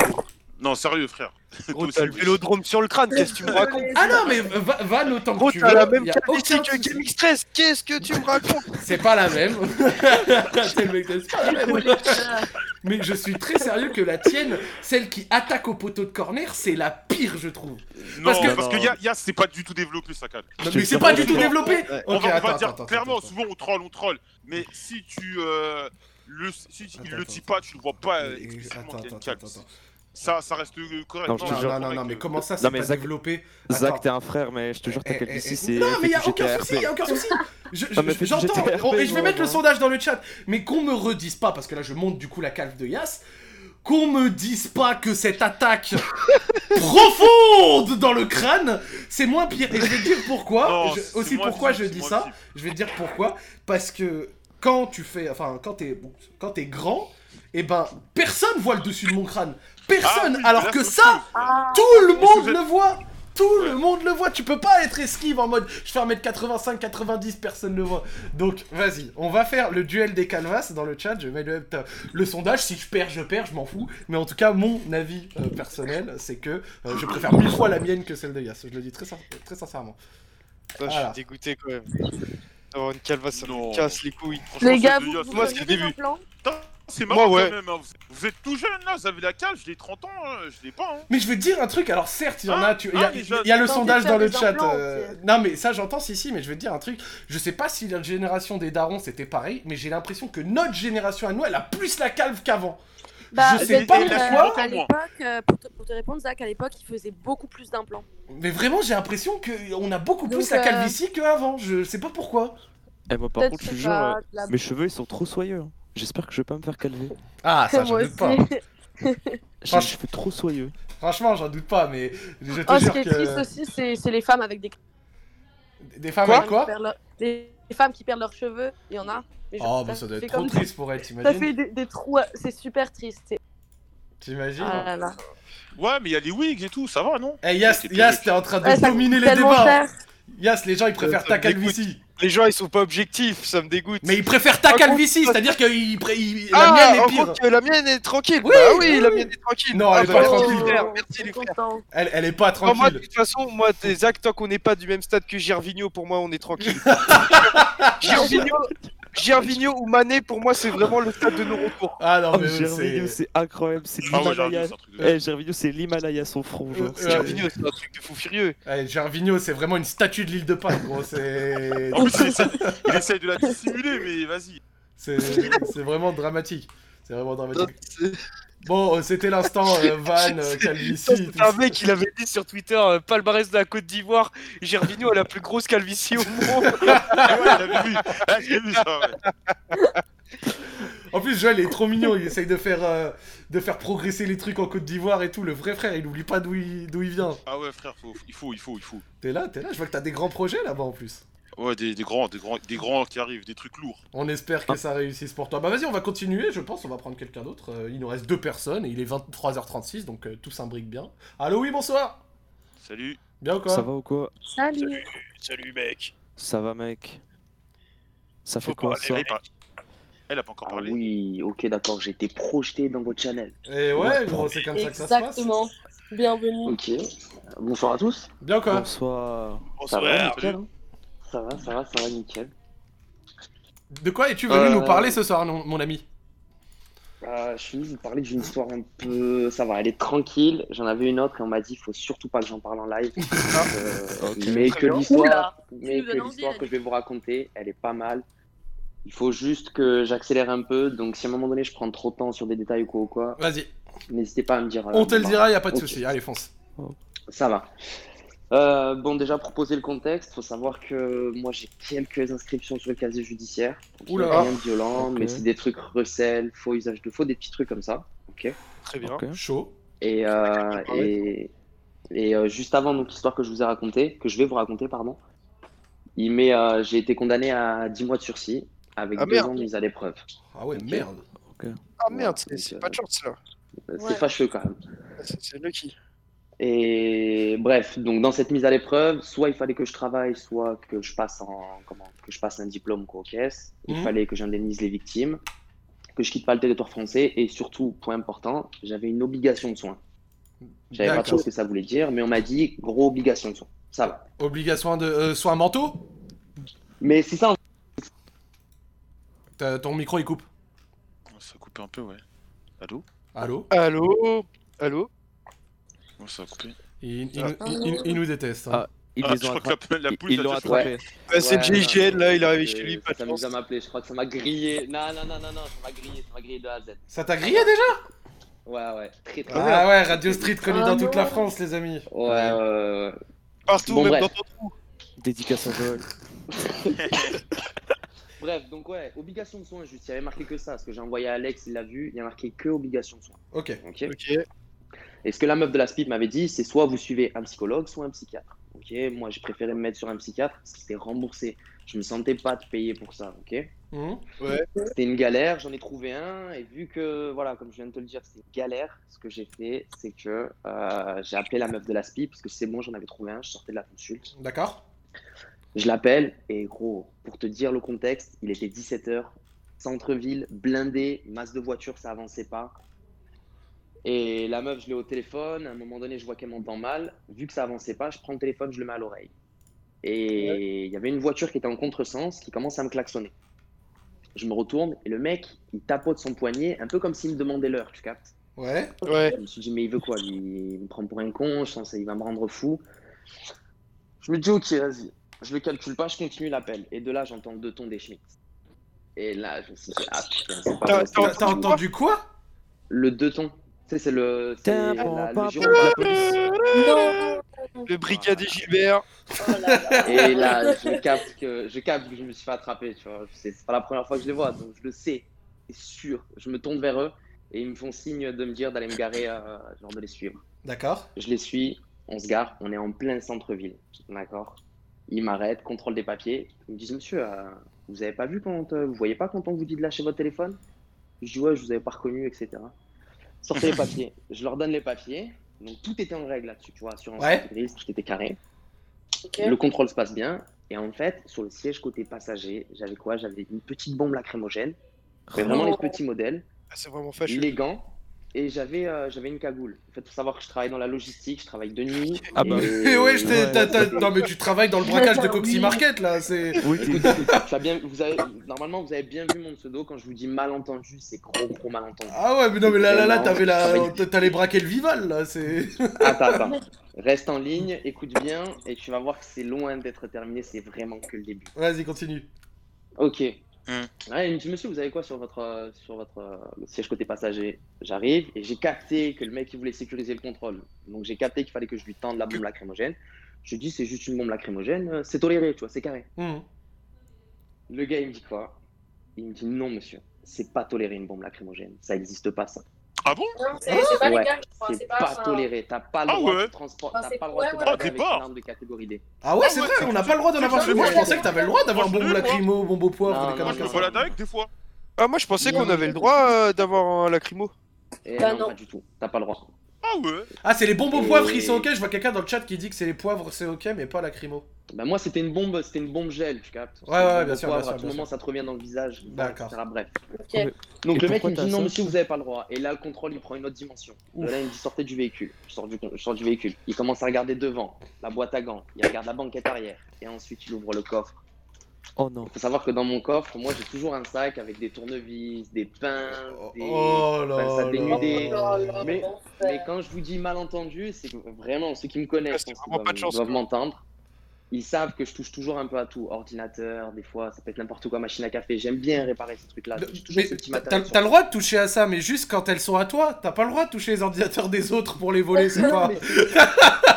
Speaker 2: Non, sérieux, frère.
Speaker 4: Gros,
Speaker 2: Toi
Speaker 4: t'as le
Speaker 2: aussi,
Speaker 4: vélodrome sur le crâne, qu'est-ce que tu me racontes
Speaker 1: Ah non, mais va, va autant
Speaker 2: Oh,
Speaker 4: Gros,
Speaker 1: que tu
Speaker 4: t'as
Speaker 1: veux.
Speaker 4: la même
Speaker 1: y a
Speaker 4: qualité
Speaker 1: aucun
Speaker 4: que
Speaker 1: souci.
Speaker 4: Gaming Stress, qu'est-ce que tu me racontes
Speaker 1: Oh, C'est pas la même. C'est le mec de- c'est pas la même. Mais je suis très sérieux que la tienne, celle qui attaque au poteau de corner, c'est la pire, je trouve.
Speaker 2: Non,
Speaker 1: Parce
Speaker 2: parce
Speaker 1: que-
Speaker 2: que, parce que Ya- Yass, c'est pas du tout développé, sa canne.
Speaker 1: Non,
Speaker 3: te
Speaker 1: mais c'est
Speaker 3: jure,
Speaker 1: pas du tout
Speaker 2: franchement,
Speaker 1: développé.
Speaker 4: ouais.
Speaker 2: on
Speaker 1: Ok,
Speaker 2: va, on va
Speaker 1: attends,
Speaker 2: dire
Speaker 1: attends, attends,
Speaker 2: clairement,
Speaker 1: attends.
Speaker 2: souvent on troll, on troll. Mais si tu euh, le, si tu- il
Speaker 1: Attends,
Speaker 2: le
Speaker 1: attends,
Speaker 2: dit pas, tu le vois pas euh,
Speaker 1: Et-
Speaker 2: explicitement
Speaker 1: Attends,
Speaker 2: qu'il y a une
Speaker 1: attends,
Speaker 2: calque.
Speaker 1: attends. attends.
Speaker 2: Ça, ça reste euh, correct.
Speaker 3: Non, je te
Speaker 1: Non,
Speaker 3: jure,
Speaker 1: non, non, non,
Speaker 2: correct,
Speaker 1: mais
Speaker 2: euh,
Speaker 1: comment ça, c'est
Speaker 3: Non,
Speaker 1: pas
Speaker 3: mais Zach-
Speaker 1: développé Attends.
Speaker 3: Zach, t'es un frère, mais je te jure,
Speaker 1: Eh, eh,
Speaker 3: t't'appelles
Speaker 1: eh,
Speaker 3: ici, c'est.
Speaker 1: Non, mais y a
Speaker 3: FFGTRP.
Speaker 1: aucun souci, y a aucun souci. Je-
Speaker 3: Non, mais
Speaker 1: je-
Speaker 3: fais du
Speaker 1: J'entends.
Speaker 3: GTRP,
Speaker 1: on- Et je vais
Speaker 3: moi,
Speaker 1: mettre le
Speaker 3: moi.
Speaker 1: sondage dans le chat. Mais qu'on me redise pas, parce que là, je monte du coup la calve de Yas. Qu'on me dise pas que cette attaque profonde dans le crâne, c'est moins pire. Et je vais te dire pourquoi.
Speaker 2: non,
Speaker 1: je-
Speaker 2: c'est
Speaker 1: aussi
Speaker 2: moins
Speaker 1: pourquoi je
Speaker 2: visible,
Speaker 1: dis
Speaker 2: c'est
Speaker 1: ça.
Speaker 2: moins visible.
Speaker 1: Je vais te dire pourquoi. Parce que quand tu fais, enfin, quand t'es, quand t'es grand, eh ben, personne voit le dessus de mon crâne. Personne.
Speaker 2: Ah oui,
Speaker 1: alors
Speaker 2: là,
Speaker 1: que
Speaker 2: c'est
Speaker 1: ça,
Speaker 2: autre chose.
Speaker 7: Ah,
Speaker 1: tout le
Speaker 2: Mais
Speaker 1: monde
Speaker 2: vous êtes-
Speaker 1: le voit Tout le
Speaker 2: Ouais.
Speaker 1: monde le voit Tu peux pas être esquive en mode je fais 1m85, 90, personne le voit. Donc vas-y, on va faire le duel des calvas dans le chat, je mets le, le sondage, si je perds, je perds, je m'en fous. Mais en tout cas, mon avis euh, personnel, c'est que euh, je préfère mille fois la mienne que celle de Yass. Je le dis très, sin- très sincèrement.
Speaker 4: Putain, Je
Speaker 1: Voilà.
Speaker 4: suis dégoûté quand même. D'avoir une calvasse, ça
Speaker 2: Non.
Speaker 4: me casse les couilles.
Speaker 2: Franchement,
Speaker 7: les gars,
Speaker 2: celle
Speaker 7: vous,
Speaker 2: de Yass,
Speaker 7: vous
Speaker 4: moi, c'est
Speaker 7: feriez
Speaker 4: le
Speaker 7: des
Speaker 4: début.
Speaker 7: implants
Speaker 2: c'est
Speaker 4: Moi,
Speaker 2: marrant
Speaker 4: ouais.
Speaker 2: quand même. hein. Vous, vous êtes tout jeune là, vous avez la calque, je l'ai 30 ans, hein, je l'ai pas. Hein.
Speaker 1: Mais je vais te dire un truc, alors certes, il y en
Speaker 2: Ah,
Speaker 1: a, tu- il y a,
Speaker 2: ah, les jeunes.
Speaker 1: il y a le
Speaker 7: T'as envie
Speaker 1: sondage
Speaker 7: de faire
Speaker 1: dans le
Speaker 7: des
Speaker 1: chat.
Speaker 7: implants,
Speaker 1: euh, Non, mais ça, j'entends, si, si, mais je vais te dire un truc. Je sais pas si la génération des darons, c'était pareil, mais j'ai l'impression que notre génération à nous, elle a plus la calve qu'avant.
Speaker 7: Bah,
Speaker 1: Je
Speaker 7: je
Speaker 1: sais
Speaker 7: vais
Speaker 1: pas
Speaker 7: dire,
Speaker 1: pourquoi.
Speaker 7: euh, À l'époque, euh, pour, te- pour te répondre, Zach, à l'époque, il faisait beaucoup plus d'implants.
Speaker 1: Mais vraiment, j'ai l'impression qu'on a beaucoup
Speaker 7: Donc,
Speaker 1: plus la
Speaker 7: euh,
Speaker 1: calvitie qu'avant. Je sais pas pourquoi.
Speaker 3: Eh, moi, par
Speaker 7: Peut-être
Speaker 3: contre, je
Speaker 7: que
Speaker 3: te jure,
Speaker 7: t'as
Speaker 3: euh,
Speaker 7: de la-
Speaker 3: mes cheveux ils sont trop soyeux. hein. J'espère que je vais pas me faire calver.
Speaker 1: Ah, ça, j'en
Speaker 7: Moi
Speaker 1: doute pas.
Speaker 7: aussi.
Speaker 3: J'ai les
Speaker 1: Franch-
Speaker 3: cheveux trop soyeux.
Speaker 1: Franchement, j'en doute pas, mais je te
Speaker 7: Oh, ce
Speaker 1: jure
Speaker 7: qui est triste
Speaker 1: que.
Speaker 7: aussi, c'est c'est les femmes avec des
Speaker 1: Des femmes
Speaker 7: Des femmes
Speaker 1: avec quoi
Speaker 7: qui perdent leur- des, des femmes qui perdent leurs cheveux, il y en a. mais genre,
Speaker 1: Oh,
Speaker 7: ça
Speaker 1: bah ça doit
Speaker 7: fait
Speaker 1: être trop
Speaker 7: comme-
Speaker 1: triste pour elle,
Speaker 7: Ça
Speaker 1: t'imagines
Speaker 7: fait des, des trous, à- c'est super triste. c'est-
Speaker 1: T'imagines
Speaker 7: Ah là là.
Speaker 2: Ouais, mais il y a les wigs et tout, ça va, non
Speaker 1: Eh, Yas,
Speaker 2: C'est
Speaker 1: Yas,
Speaker 2: terrible.
Speaker 1: t'es en train de
Speaker 7: Ouais, ça
Speaker 1: dominer
Speaker 7: coûte
Speaker 1: les
Speaker 7: tellement
Speaker 1: débats.
Speaker 7: cher.
Speaker 1: Yas, les gens, ils préfèrent
Speaker 4: Euh, ça
Speaker 1: ta
Speaker 4: me dégoûte.
Speaker 1: calvitie.
Speaker 4: Les gens, ils sont pas objectifs, ça me dégoûte.
Speaker 1: Mais ils préfèrent ta
Speaker 4: Par
Speaker 1: calvitie,
Speaker 4: contre-
Speaker 1: c'est-à-dire que ils pré- ils- la
Speaker 4: Ah,
Speaker 1: mienne est
Speaker 4: en
Speaker 1: pire.
Speaker 4: gros, que la mienne est tranquille.
Speaker 1: Oui,
Speaker 4: bah
Speaker 1: oui,
Speaker 4: oui, la
Speaker 1: oui.
Speaker 4: mienne est tranquille.
Speaker 1: Non, elle est
Speaker 4: Ah,
Speaker 1: pas
Speaker 4: bah,
Speaker 1: tranquille.
Speaker 4: merci,
Speaker 1: Oh,
Speaker 4: frère, Merci les frères.
Speaker 7: Content.
Speaker 1: Elle, elle est pas
Speaker 4: Ah, moi, de
Speaker 1: tranquille.
Speaker 4: toute façon, moi, tes actes, tant qu'on n'est pas du même stade que Gervinho, pour moi, on est tranquille. Gervinho, Gervinho ou Mané, pour moi, c'est vraiment le stade de nos retours.
Speaker 1: Ah non,
Speaker 3: Oh,
Speaker 1: mais eux,
Speaker 3: Gervinho,
Speaker 1: c'est.
Speaker 3: c'est incroyable. C'est
Speaker 2: Ah ouais, j'ai envie de
Speaker 3: l'Himalaya.
Speaker 2: faire un truc de-
Speaker 3: Eh, Gervinho, c'est l'Himalaya son front, genre.
Speaker 1: Euh,
Speaker 3: C'est-
Speaker 4: Gervinho, c'est un truc de fou furieux.
Speaker 1: Eh, Gervinho, c'est vraiment une statue de l'île de Pâques, gros. C'est.
Speaker 2: En plus, il essaie- il essaye de la dissimuler, mais vas-y.
Speaker 1: C'est c'est vraiment dramatique. C'est vraiment dramatique. Bon, euh, c'était l'instant euh, Van, euh, Calvici. tout
Speaker 4: C'est un
Speaker 1: ça.
Speaker 4: mec, il avait dit sur Twitter, euh, palmarès de la Côte d'Ivoire, Gervinho a la plus grosse calvitie au monde.
Speaker 2: Ah ouais, j'avais vu. Ah, j'ai vu ça, ouais.
Speaker 1: En plus, Joël est trop mignon. Il essaye de faire, euh, de faire progresser les trucs en Côte d'Ivoire et tout. Le vrai frère, il oublie pas d'où il, d'où il vient.
Speaker 2: Ah ouais, frère, faut- il faut, il faut, il faut.
Speaker 1: T'es là, t'es là. Je vois que t'as des grands projets là-bas en plus.
Speaker 2: Ouais, des, des grands, des grands, des grands qui arrivent, des trucs lourds.
Speaker 1: On espère que ça réussisse pour toi. Bah vas-y, on va continuer, je pense, on va prendre quelqu'un d'autre. Euh, il nous reste deux personnes et il est 23h36, donc euh, tout s'imbrique bien. Allô, oui, bonsoir
Speaker 2: Salut.
Speaker 1: Bien ou quoi
Speaker 3: Ça va ou quoi
Speaker 7: Salut.
Speaker 4: Salut mec.
Speaker 3: Ça va, mec. Ça fait
Speaker 4: Faut
Speaker 3: quoi
Speaker 4: parler,
Speaker 3: ça
Speaker 2: Allez, par- Elle a pas encore
Speaker 12: Ah oui, ok, d'accord, j'ai été projeté dans votre channel.
Speaker 1: Et Eh ouais, gros, c'est comme ça que ça se passe.
Speaker 7: Exactement. Bienvenue.
Speaker 12: Ok, bonsoir à tous.
Speaker 1: Bien quoi
Speaker 6: Bonsoir.
Speaker 12: Ça va, nickel. hein Ça va, ça va, ça va, nickel.
Speaker 1: De quoi es-tu venu
Speaker 12: Euh,
Speaker 1: nous parler ce soir, non- mon ami
Speaker 12: Euh, je suis venu vous parler d'une histoire un peu. Ça va, elle est tranquille. J'en avais une autre et on m'a dit faut surtout pas que j'en parle en live. Euh,
Speaker 6: Ok.
Speaker 12: Mais
Speaker 4: Très
Speaker 12: que
Speaker 4: bien.
Speaker 12: l'histoire
Speaker 7: Oula,
Speaker 12: mais
Speaker 7: nous
Speaker 12: que,
Speaker 7: donnes envie,
Speaker 12: l'histoire
Speaker 7: là,
Speaker 12: que je vais vous raconter, elle est pas mal. Il faut juste que j'accélère un peu. Donc, si à un moment donné je prends trop de temps sur des détails ou quoi, ou quoi
Speaker 1: Vas-y,
Speaker 12: n'hésitez pas à me dire. euh,
Speaker 1: on te le
Speaker 12: bah,
Speaker 1: dira, y a pas de
Speaker 12: ok.
Speaker 1: souci. Allez, fonce.
Speaker 12: Ça va. Euh, bon, déjà pour poser le contexte, faut savoir que moi j'ai quelques inscriptions sur le casier judiciaire. Donc,
Speaker 1: Oula.
Speaker 12: Rien de violent,
Speaker 6: Ok.
Speaker 12: mais c'est des trucs recel, faux usage de faux, des petits trucs comme ça. Ok.
Speaker 4: Très bien.
Speaker 6: Ok.
Speaker 1: Chaud.
Speaker 12: Et, euh, et, et, euh, juste avant donc l'histoire que je vous ai racontée, que je vais vous raconter, pardon, il m'est, euh, j'ai été condamné à 10 mois de sursis avec
Speaker 4: Ah,
Speaker 12: deux
Speaker 4: merde.
Speaker 12: ans de mise à l'épreuve.
Speaker 1: Ah ouais,
Speaker 12: Ok.
Speaker 1: merde.
Speaker 5: Ah merde, c'est
Speaker 12: donc,
Speaker 5: c'est
Speaker 12: euh,
Speaker 5: pas de chance là.
Speaker 12: Euh, C'est
Speaker 7: Ouais.
Speaker 12: fâcheux quand même.
Speaker 5: C'est c'est lucky.
Speaker 12: Et bref, donc dans cette mise à l'épreuve, soit il fallait que je travaille, soit que je passe en comment, que je passe un diplôme quoi, aux caisses. Il
Speaker 1: Mhm.
Speaker 12: fallait que j'indemnise les victimes, que je quitte pas le territoire français et surtout, point important, j'avais une obligation de soins. J'avais pas trop
Speaker 1: D'accord.
Speaker 12: ce que ça voulait dire, mais on m'a dit gros obligation de soins. Ça va.
Speaker 1: Obligation de euh, soins mentaux
Speaker 12: Mais c'est ça en
Speaker 1: T'as- Ton micro il coupe.
Speaker 2: Ça a coupé un peu, ouais. Allô
Speaker 1: Allô
Speaker 5: Allô Allô
Speaker 2: Bon, ça a coupé.
Speaker 1: il, il
Speaker 7: Ah.
Speaker 1: nous- il- il- il nous déteste. hein.
Speaker 6: Ils
Speaker 2: Ah,
Speaker 6: les
Speaker 2: je
Speaker 6: ont
Speaker 2: crois
Speaker 6: attrapés.
Speaker 2: que la, la
Speaker 6: Ils-
Speaker 2: poule,
Speaker 6: Ils
Speaker 2: ça
Speaker 6: l'ont
Speaker 2: a déjà-
Speaker 6: attrapé.
Speaker 4: Bah, c'est
Speaker 12: Ouais,
Speaker 4: JGL, là, il
Speaker 12: non,
Speaker 4: arrive
Speaker 12: c'est-
Speaker 4: chez lui, pas de
Speaker 12: Ça
Speaker 4: chance.
Speaker 12: m'amuse à m'appeler, je crois que ça m'a grillé. Non, non, non, non, non, ça m'a grillé, ça m'a grillé de A à Z.
Speaker 1: Ça t'a grillé déjà
Speaker 12: Ouais, ouais, très très bien.
Speaker 1: Ah ouais, Radio Street connu
Speaker 7: Ah
Speaker 1: dans toute la
Speaker 7: non.
Speaker 1: France, les amis.
Speaker 12: Ouais, ouais, ouais, ouais.
Speaker 4: Partout,
Speaker 12: Euh, Bon,
Speaker 4: même
Speaker 12: bref.
Speaker 4: dans ton trou.
Speaker 6: Dédicace à Joël.
Speaker 12: Bref, donc ouais, obligation de soins, juste, il y avait marqué que ça. Parce que j'ai envoyé à Alex, il l'a vu, il y a marqué que obligation de soins.
Speaker 1: Ok.
Speaker 12: Ok
Speaker 4: Ok.
Speaker 12: Et ce que la meuf de la SPIP m'avait dit, c'est soit vous suivez un psychologue, soit un psychiatre. Ok, moi j'ai préféré me mettre sur un psychiatre, c'était remboursé. Je me sentais pas de payer pour ça, ok
Speaker 1: Mhm.
Speaker 12: C'était une galère, j'en ai trouvé un, et vu que, voilà, comme je viens de te le dire, c'est une galère, ce que j'ai fait, c'est que euh, j'ai appelé la meuf de la SPI, parce que c'est bon, j'en avais trouvé un, je sortais de la consulte.
Speaker 1: D'accord.
Speaker 12: Je l'appelle, et gros, pour te dire le contexte, il était 17h, centre-ville, blindé, masse de voitures, ça avançait pas. Et la meuf, je l'ai au téléphone, à un moment donné, je vois qu'elle m'entend mal, vu que ça avançait pas, je prends le téléphone, je le mets à l'oreille. Et il y avait une voiture qui était en contresens, qui commence à me klaxonner. Je me retourne, et le mec, il tapote son poignet, un peu comme s'il me demandait l'heure, tu captes
Speaker 1: Ouais.
Speaker 5: Ouais.
Speaker 12: je me suis dit, mais il veut quoi lui Il me prend pour un con, je sens ça, il va me rendre fou. Je me dis, ok, vas-y. Je le calcule pas, je continue l'appel. Et de là, j'entends deux tons des Schmitt. Et là, je me suis dit, ah putain, c'est pas
Speaker 4: T'as-
Speaker 12: vrai, c'est
Speaker 1: T'as
Speaker 12: pas
Speaker 1: t'as
Speaker 12: vrai.
Speaker 1: entendu quoi
Speaker 12: Le deux tons. Tu sais, c'est le. C'est
Speaker 6: Tiens, bon,
Speaker 12: la-
Speaker 6: pas-
Speaker 12: le giron de la police.
Speaker 7: Non.
Speaker 4: Le brigadier Gilbert.
Speaker 7: Oh là là.
Speaker 12: Et là, je capte que je capte que je me suis fait attraper, tu vois. C'est c'est pas la première fois que je les vois, donc je le sais, c'est sûr. Je me tourne vers eux et ils me font signe de me dire d'aller me garer, euh, genre de les suivre.
Speaker 1: D'accord.
Speaker 12: Je les suis, on se gare, on est en plein centre-ville, d'accord Ils m'arrêtent, contrôle des papiers, ils me disent Monsieur, euh, vous avez pas vu quand, euh, vous voyez pas quand on vous dit de lâcher votre téléphone Je dis ouais, je vous avais pas reconnu, etc. Sortez les papiers, je leur donne les papiers, donc tout était en règle là-dessus, tu vois, assurance
Speaker 1: Ouais.
Speaker 12: grise, tout était carré.
Speaker 7: Ok.
Speaker 12: Le contrôle se passe bien. Et en fait, sur le siège côté passager, j'avais quoi J'avais une petite bombe lacrymogène, mais vraiment les petits modèles,
Speaker 4: Ah, c'est vraiment fâcheux.
Speaker 12: les gants, et j'avais euh, j'avais une cagoule. En fait, faut savoir que je travaille dans la logistique, je travaille de nuit.
Speaker 6: Ah bah.
Speaker 1: Et ouais, je t'ai-
Speaker 6: Ouais.
Speaker 1: t'as- t'as- Non mais tu travailles dans le braquage de Copsy Market là, c'est.
Speaker 6: Oui, t'es-
Speaker 12: Ça a bien, vous avez, normalement, vous avez bien vu mon pseudo. Quand je vous dis malentendu, c'est gros, gros malentendu.
Speaker 1: Ah ouais, mais non mais là là là,
Speaker 12: Vraiment,
Speaker 1: t'avais la,
Speaker 12: travaille-
Speaker 1: t'a- t'allais braquer le Vival là, c'est.
Speaker 12: Attends, attends. Reste en ligne, écoute bien, et tu vas voir que c'est loin d'être terminé. C'est vraiment que le début.
Speaker 1: Vas-y, continue.
Speaker 12: Ok.
Speaker 2: Hmm.
Speaker 12: Ouais, il me dit, monsieur, vous avez quoi sur votre, euh, sur votre euh, siège côté passager J'arrive et j'ai capté que le mec, il voulait sécuriser le contrôle. Donc j'ai capté qu'il fallait que je lui tende la bombe lacrymogène. Je lui dis, c'est juste une bombe lacrymogène, euh, c'est toléré, tu vois, c'est carré.
Speaker 1: Mhm.
Speaker 12: Le gars, il me dit quoi Il me dit, non, monsieur, c'est pas toléré une bombe lacrymogène, ça n'existe pas, ça.
Speaker 2: Ah bon
Speaker 7: Non, c'est c'est pas
Speaker 12: Ouais,
Speaker 7: légal, je crois.
Speaker 12: C'est pas,
Speaker 7: enfin,
Speaker 1: Oh,
Speaker 12: toléré, t'as pas le
Speaker 2: Ah
Speaker 12: droit
Speaker 2: ouais
Speaker 12: de transport,
Speaker 7: Enfin,
Speaker 12: t'as
Speaker 7: c'est-
Speaker 12: pas le droit
Speaker 7: ouais,
Speaker 12: de te
Speaker 7: ouais.
Speaker 12: balader avec une
Speaker 2: Départ.
Speaker 12: arme de catégorie D.
Speaker 1: Ah ouais,
Speaker 2: Ah
Speaker 1: c'est
Speaker 2: ouais,
Speaker 1: vrai, on n'a pas le droit d'en
Speaker 2: c'est
Speaker 1: avoir
Speaker 2: pas
Speaker 1: chez moi. Je
Speaker 2: vrai.
Speaker 1: pensais que t'avais le droit d'avoir
Speaker 2: Moi, je
Speaker 1: bombe
Speaker 2: le vois.
Speaker 1: lacrymo, bombe au poivre,
Speaker 12: Non,
Speaker 1: des
Speaker 12: non,
Speaker 2: Moi,
Speaker 1: conneries
Speaker 2: je me
Speaker 1: comme
Speaker 12: non,
Speaker 1: ça.
Speaker 2: vois avec des fois.
Speaker 4: Ah, moi, je pensais qu'on avait le droit euh, d'avoir un lacrymo.
Speaker 12: Et
Speaker 7: Bah
Speaker 12: Eh non,
Speaker 7: non.
Speaker 12: pas du tout, t'as pas le droit.
Speaker 2: Ah ouais
Speaker 1: Ah, c'est les bonbons
Speaker 2: Et-
Speaker 1: poivres qui sont ok. Je vois quelqu'un dans le chat qui dit que c'est les poivres, c'est ok, mais pas la crimo.
Speaker 12: Bah moi c'était une bombe, c'était une bombe gel, tu captes.
Speaker 1: Ouais, ouais,
Speaker 12: Une bombe
Speaker 1: bien
Speaker 12: au
Speaker 1: sûr,
Speaker 12: poivre,
Speaker 1: bien sûr,
Speaker 12: À tout
Speaker 1: bien
Speaker 12: moment
Speaker 1: sûr.
Speaker 12: ça te revient dans le visage,
Speaker 1: D'accord.
Speaker 12: etc. Bref.
Speaker 1: Ok.
Speaker 12: Donc
Speaker 1: Et
Speaker 12: le mec
Speaker 1: pourquoi
Speaker 12: il me
Speaker 1: t'as
Speaker 12: dit non
Speaker 1: ça
Speaker 12: monsieur vous avez pas le droit. Et là le contrôle il prend une autre dimension. De
Speaker 1: Ouf.
Speaker 12: là il me dit sortez du véhicule. Je sors du, con- je sors du véhicule. Il commence à regarder devant, la boîte à gants. Il regarde la banquette arrière. Et ensuite il ouvre le coffre.
Speaker 3: Oh non.
Speaker 12: Il faut savoir que dans mon coffre, moi j'ai toujours un sac avec des tournevis, des pinces, des
Speaker 1: Oh là
Speaker 12: pinces à
Speaker 1: là.
Speaker 12: dénuder.
Speaker 1: Oh là là,
Speaker 12: mais,
Speaker 1: l'enfer.
Speaker 12: mais quand je vous dis malentendu, c'est que euh, vraiment ceux qui me connaissent, hein, ils doivent-
Speaker 4: pas de chance,
Speaker 12: ils doivent
Speaker 4: quoi.
Speaker 12: m'entendre. Ils savent que je touche toujours un peu à tout. Ordinateur, des fois, ça peut être n'importe quoi, machine à café. J'aime bien réparer ces trucs-là. Je touche toujours
Speaker 1: Mais
Speaker 12: ce petit
Speaker 1: t'as-
Speaker 12: matériel
Speaker 1: t'as
Speaker 12: sur
Speaker 1: t'as le droit de toucher à ça, mais juste quand elles sont à toi. T'as pas le droit de toucher les ordinateurs des autres pour les voler, c'est pas.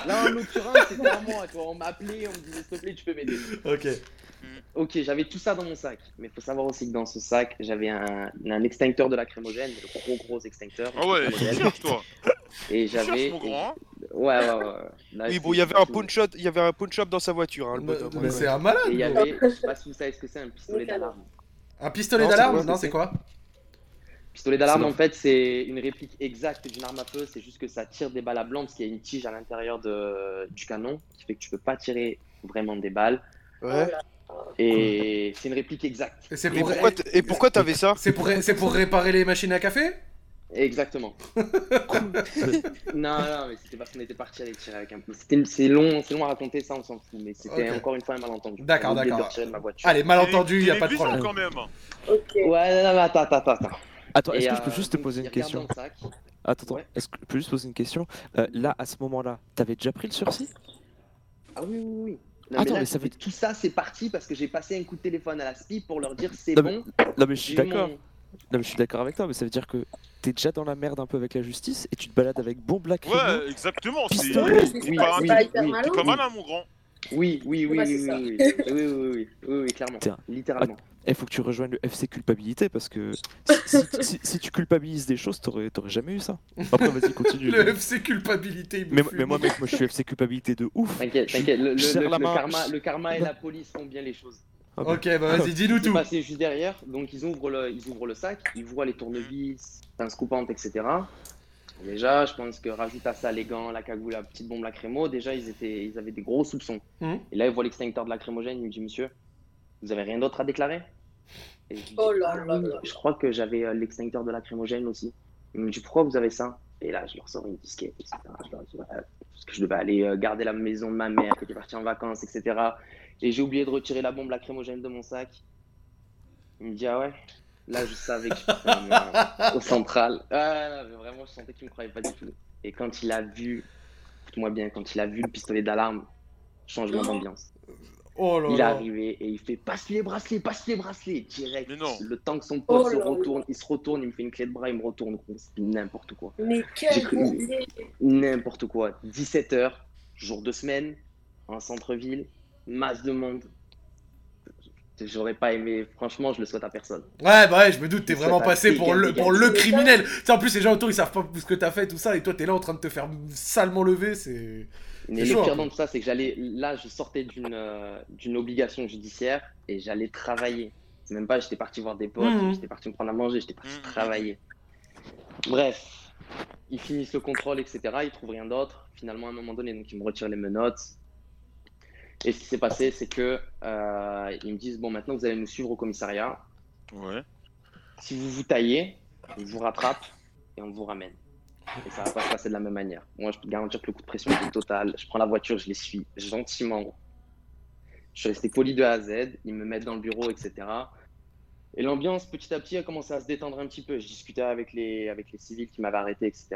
Speaker 12: Là, en l'occurrence, c'était à moi. Quoi. On m'a appelé, on me disait, s'il te plaît, tu peux m'aider.
Speaker 1: Ok.
Speaker 12: Mm. Ok, j'avais tout ça dans mon sac. Mais il faut savoir aussi que dans ce sac, j'avais un, un extincteur de lacrymogène, le gros gros extincteur.
Speaker 4: Ah ouais,
Speaker 12: Lacrymogène.
Speaker 4: tu cherches, toi.
Speaker 12: Et
Speaker 4: Tu cherches,
Speaker 12: j'avais.
Speaker 4: mon grand.
Speaker 12: Ouais, ouais, ouais. Là,
Speaker 4: oui,
Speaker 12: je-
Speaker 4: bon, il y avait un pawn shop, il y avait un pawn shop dans sa voiture, hein, le bonhomme.
Speaker 1: Euh, mais c'est un malade,
Speaker 12: Et il y
Speaker 1: gros.
Speaker 12: avait, je sais pas si vous savez ce que c'est, un pistolet d'alarme.
Speaker 1: Un pistolet
Speaker 12: Non, c'est
Speaker 1: d'alarme
Speaker 12: quoi,
Speaker 1: Non,
Speaker 12: c'est-
Speaker 1: c'est quoi
Speaker 12: Pistolet d'alarme,
Speaker 1: C'est
Speaker 12: en fait, c'est une réplique exacte d'une arme à feu. C'est juste que ça tire des balles à blanc parce qu'il y a une tige à l'intérieur de- du canon qui fait que tu peux pas tirer vraiment des balles.
Speaker 6: Ouais.
Speaker 12: Et c'est une réplique exacte.
Speaker 1: Et c'est pour- pourquoi t-
Speaker 6: et pourquoi t'avais ça
Speaker 1: C'est pour, ré- c'est pour réparer les machines à café
Speaker 12: Exactement. non, non, mais c'était parce qu'on était parti aller tirer avec un peu. C'était- C'est long, c'est long à raconter, ça on s'en fout, mais c'était
Speaker 1: Ok.
Speaker 12: encore une fois un malentendu.
Speaker 1: D'accord,
Speaker 12: J'ai oublié
Speaker 1: d'accord.
Speaker 12: de retirer de ma voiture.
Speaker 1: Allez, malentendu, y a pas de problème.
Speaker 12: Ouais, non, non, mais attends, attends, attends. attends.
Speaker 3: Attends,
Speaker 12: Et,
Speaker 3: est-ce que je
Speaker 12: euh,
Speaker 3: peux juste te
Speaker 12: donc,
Speaker 3: poser
Speaker 12: il
Speaker 3: une
Speaker 12: regarde
Speaker 3: question
Speaker 12: dans le sac.
Speaker 3: Attends, attends, est-ce que je peux juste poser une question Euh, Là, à ce moment-là, t'avais déjà pris le sursis
Speaker 12: Ah oui, oui, oui.
Speaker 3: Attends,
Speaker 12: mais là,
Speaker 3: mais ça veut-
Speaker 12: Tout ça, c'est parti parce que j'ai passé un coup de téléphone à la SPI pour leur dire c'est
Speaker 3: non,
Speaker 12: bon.
Speaker 3: mais, non, mais je suis
Speaker 12: j'ai eu
Speaker 3: d'accord.
Speaker 12: mon-
Speaker 3: Non, mais je suis d'accord avec toi, mais ça veut dire que t'es déjà dans la merde un peu avec la justice et tu te balades avec bon black
Speaker 2: Ouais, exactement. C'est
Speaker 3: Pistolet.
Speaker 2: c'est
Speaker 3: Oui,
Speaker 2: pas, un-
Speaker 3: oui,
Speaker 2: c'est
Speaker 3: oui,
Speaker 2: pas
Speaker 3: oui.
Speaker 2: mal, hein, mon grand.
Speaker 12: Oui, oui, oui,
Speaker 2: Bah,
Speaker 12: oui,
Speaker 2: c'est
Speaker 12: oui,
Speaker 2: ça.
Speaker 12: oui, oui, oui, oui, oui, oui, oui, clairement,
Speaker 3: Il
Speaker 12: littéralement.
Speaker 3: Ah, eh, faut que tu rejoignes le FC culpabilité parce que si, si- si- si tu culpabilises des choses, t'aurais t'aurais jamais eu ça. Après, vas-y, continue.
Speaker 1: Le FC culpabilité, il me
Speaker 3: mais,
Speaker 1: fume.
Speaker 3: mais moi, mec, moi, je suis FC culpabilité de ouf.
Speaker 12: T'inquiète,
Speaker 3: Je-
Speaker 12: t'inquiète, le, le-
Speaker 3: je serre
Speaker 12: le-
Speaker 3: la
Speaker 12: le
Speaker 3: main.
Speaker 12: karma, le karma et la police font bien les choses.
Speaker 3: Ah bon.
Speaker 1: Ok, bah vas-y, dis-nous tout.
Speaker 12: C'est juste derrière, donc ils ouvrent, le, ils ouvrent le sac, ils voient les tournevis, pinces coupantes, etc. Déjà, je pense que rajoute à ça les gants, la cagoule, la petite bombe lacrymo, déjà ils, étaient, ils avaient des gros soupçons.
Speaker 1: Mhm.
Speaker 12: Et là, ils voient l'extincteur de lacrymogène, ils me disent Monsieur, vous avez rien d'autre à déclarer Et je dis,
Speaker 7: Oh là là
Speaker 12: Ah oui,
Speaker 7: là.
Speaker 12: Je crois que j'avais euh, l'extincteur de lacrymogène aussi. Ils me disent Pourquoi vous avez ça Et là, je leur sors une disquette, etc. Je leur dis Ouais, Parce que je devais aller euh, garder la maison de ma mère, qui était partie en vacances, etc. Et j'ai oublié de retirer la bombe lacrymogène de mon sac. Il me dit ah ouais. Là je savais que je partais en, euh, au central. Ah non, mais vraiment je sentais qu'il me croyait pas du tout. Et quand il a vu, écoute-moi bien, quand il a vu le pistolet d'alarme, changement d'ambiance.
Speaker 1: Oh là
Speaker 12: Il est
Speaker 1: là.
Speaker 7: Ah,
Speaker 12: arrivé et il fait passe les bracelets, passe les bracelets direct. Le temps que son
Speaker 7: Oh
Speaker 12: pote se
Speaker 7: là là.
Speaker 12: retourne, il se retourne, il me fait une clé de bras, il me retourne. C'est n'importe quoi.
Speaker 7: Mais
Speaker 12: J'ai
Speaker 7: quel
Speaker 12: cru-
Speaker 7: bordel.
Speaker 12: N'importe quoi. 17h, jour de semaine, en centre-ville, masse de monde. J'aurais pas aimé, franchement, je le souhaite à personne.
Speaker 1: Ouais, bah ouais, je me doute, t'es
Speaker 12: Ça
Speaker 1: vraiment
Speaker 12: va
Speaker 1: passé
Speaker 12: piquer,
Speaker 1: pour le,
Speaker 12: piquer.
Speaker 1: pour le criminel. Tu sais, en plus, les gens autour, ils savent pas ce que t'as fait, tout ça, et toi, t'es là en train de te faire salement lever, c'est.
Speaker 12: Mais
Speaker 1: c'est
Speaker 12: le
Speaker 1: chaud,
Speaker 12: pire
Speaker 1: hein.
Speaker 12: dans tout ça, c'est que j'allais. Là, je sortais d'une euh, d'une obligation judiciaire et j'allais travailler. C'est même pas, j'étais parti voir des potes,
Speaker 1: Mhm.
Speaker 12: j'étais parti me prendre à manger, j'étais parti travailler. Bref, ils finissent le contrôle, etc. Ils trouvent rien d'autre. Finalement, à un moment donné, donc ils me retirent les menottes. Et ce qui s'est passé, c'est que euh, ils me disent bon, maintenant vous allez nous suivre au commissariat.
Speaker 2: Ouais.
Speaker 12: Si vous vous taillez, on vous rattrape et on vous ramène. Et ça va pas se passer de la même manière. Moi, je peux te garantir que le coup de pression était total. Je prends la voiture, je les suis gentiment. Je suis resté poli de A à Z. Ils me mettent dans le bureau, etc. Et l'ambiance, petit à petit, a commencé à se détendre un petit peu. Je discutais avec les, avec les civils qui m'avaient arrêté, etc.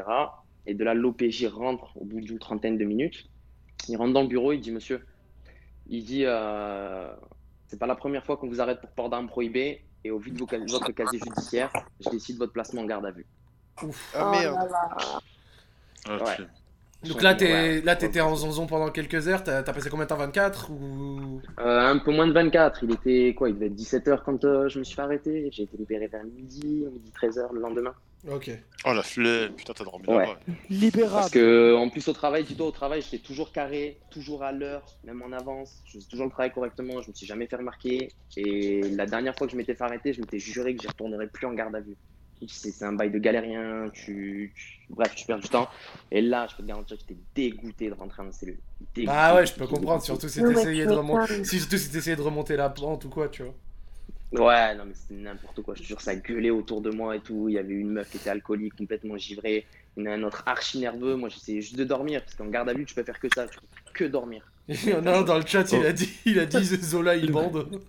Speaker 12: Et de là, l'OPJ rentre au bout d'une trentaine de minutes. Il rentre dans le bureau, il dit Monsieur, il dit euh, C'est pas la première fois qu'on vous arrête pour port d'armes prohibées. Et au vu de vos cas- votre casier judiciaire, je décide votre placement en garde à vue.
Speaker 6: Ah merde.
Speaker 12: Ouais.
Speaker 1: Donc là, t'es- là, t'étais en zonzon pendant quelques heures, t'as t'as passé combien de temps 24 ou...
Speaker 12: Euh, un peu moins de 24, il était quoi Il devait être 17h quand euh, je me suis fait arrêter. J'ai été libéré vers midi, midi 13h le lendemain.
Speaker 1: Ok.
Speaker 2: Oh la flemme, putain, t'as dormi
Speaker 12: Ouais.
Speaker 2: là-bas.
Speaker 3: Libérable.
Speaker 12: Parce que euh, en plus au travail, dis-toi au travail, j'étais toujours carré, toujours à l'heure, même en avance. Je faisais toujours le travail correctement, je me suis jamais fait remarquer. Et la dernière fois que je m'étais fait arrêter, je m'étais juré que j'y retournerais plus en garde à vue. C'est c'est un bail de galérien, tu, tu- bref, tu perds du temps. Et là, je peux te garantir que j'étais dégoûté de rentrer en cellule. Dégoûté,
Speaker 1: Bah ouais, je peux
Speaker 12: dégoûté.
Speaker 1: comprendre, surtout si
Speaker 12: Ouais, ouais,
Speaker 1: t'essayais
Speaker 12: tu
Speaker 1: de
Speaker 12: m'étonnes.
Speaker 1: remonter. Si surtout si t'essayais de remonter la pente ou quoi, tu vois.
Speaker 12: Ouais, non, mais c'était n'importe quoi. Je te jure, ça gueulait autour de moi et tout. Il y avait une meuf qui était alcoolique, complètement givrée. Il y en a un autre archi nerveux. Moi, j'essayais juste de dormir parce qu'en garde à vue, tu peux faire que ça. Tu peux que dormir.
Speaker 1: Il y en a un dans le chat, il
Speaker 3: Oh.
Speaker 1: a dit, il a dit Zola, il bande.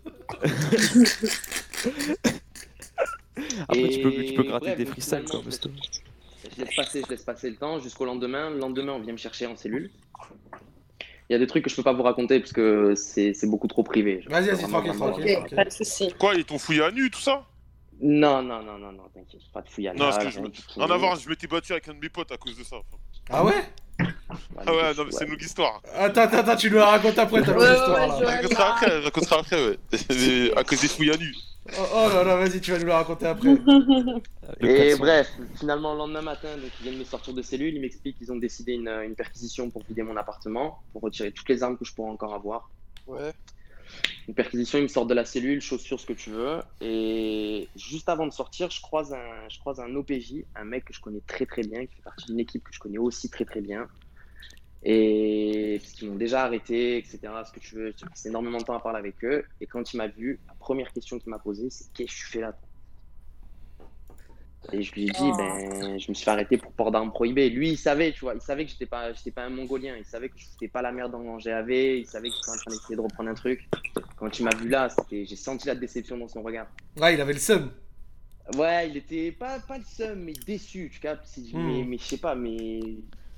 Speaker 3: Après, tu, peux,
Speaker 12: Et
Speaker 3: tu peux gratter
Speaker 12: bref,
Speaker 3: des
Speaker 12: donc,
Speaker 3: free sales,
Speaker 12: finalement,
Speaker 3: quoi, parce que-
Speaker 12: Je laisse passer, je laisse passer le temps jusqu'au lendemain. Le lendemain, on vient me chercher en cellule. Il y a des trucs que je peux pas vous raconter parce que c'est c'est beaucoup trop privé. Genre,
Speaker 1: Vas-y, vas-y,
Speaker 12: vraiment,
Speaker 1: tranquille,
Speaker 12: vraiment,
Speaker 1: tranquille,
Speaker 12: vraiment.
Speaker 1: tranquille. Pas de
Speaker 2: Quoi, ils t'ont fouillé à nu, tout ça
Speaker 12: Non, non, non, non, non, t'inquiète, pas de fouillage.
Speaker 2: Non, parce
Speaker 12: rien
Speaker 2: que je me-
Speaker 12: du tout.
Speaker 2: en avance, je m'étais battu avec un de mes potes à cause de ça.
Speaker 1: Ah ouais
Speaker 12: Bah,
Speaker 1: Ah
Speaker 2: Ah ouais, non, mais c'est une longue histoire.
Speaker 1: Attends, attends, attends, tu nous la racontes après ta petite histoire
Speaker 2: Je
Speaker 1: là.
Speaker 2: raconterai après, je raconterai après, ouais. Mais à cause des fouilles à nu.
Speaker 1: Oh, oh là là, vas-y, tu vas nous la raconter après.
Speaker 12: Et bref, finalement, le lendemain matin, donc, ils viennent me sortir de cellule. Ils m'expliquent qu'ils ont décidé une, euh, une perquisition pour vider mon appartement, pour retirer toutes les armes que je pourrais encore avoir.
Speaker 6: Ouais.
Speaker 12: Une perquisition, ils me sortent de la cellule, chaussures, ce que tu veux. Et juste avant de sortir, je croise un, je croise un OPJ, un mec que je connais très très bien, qui fait partie d'une équipe que je connais aussi très très bien. Et parce qu'ils m'ont déjà arrêté, etc. Ce que tu veux, j'ai passé énormément de temps à parler avec eux. Et quand il m'a vu, la première question qu'il m'a posée, c'est Qu'est-ce que tu fais là toi et je lui ai dit,
Speaker 9: Oh.
Speaker 12: ben, je me suis fait arrêter pour port d'armes prohibées. Lui, il savait, tu vois, il savait que j'étais pas, j'étais pas un Mongolien, il savait que je foutais pas la merde en GAV, il savait que j'étais en train d'essayer de reprendre un truc. Quand il m'a vu là, c'était- j'ai senti la déception dans son regard.
Speaker 1: Ouais, il avait le seum.
Speaker 12: Ouais, il était pas, pas le seum, mais déçu, tu captes. Il dit,
Speaker 1: Hmm.
Speaker 12: Mais, mais je sais pas, mais.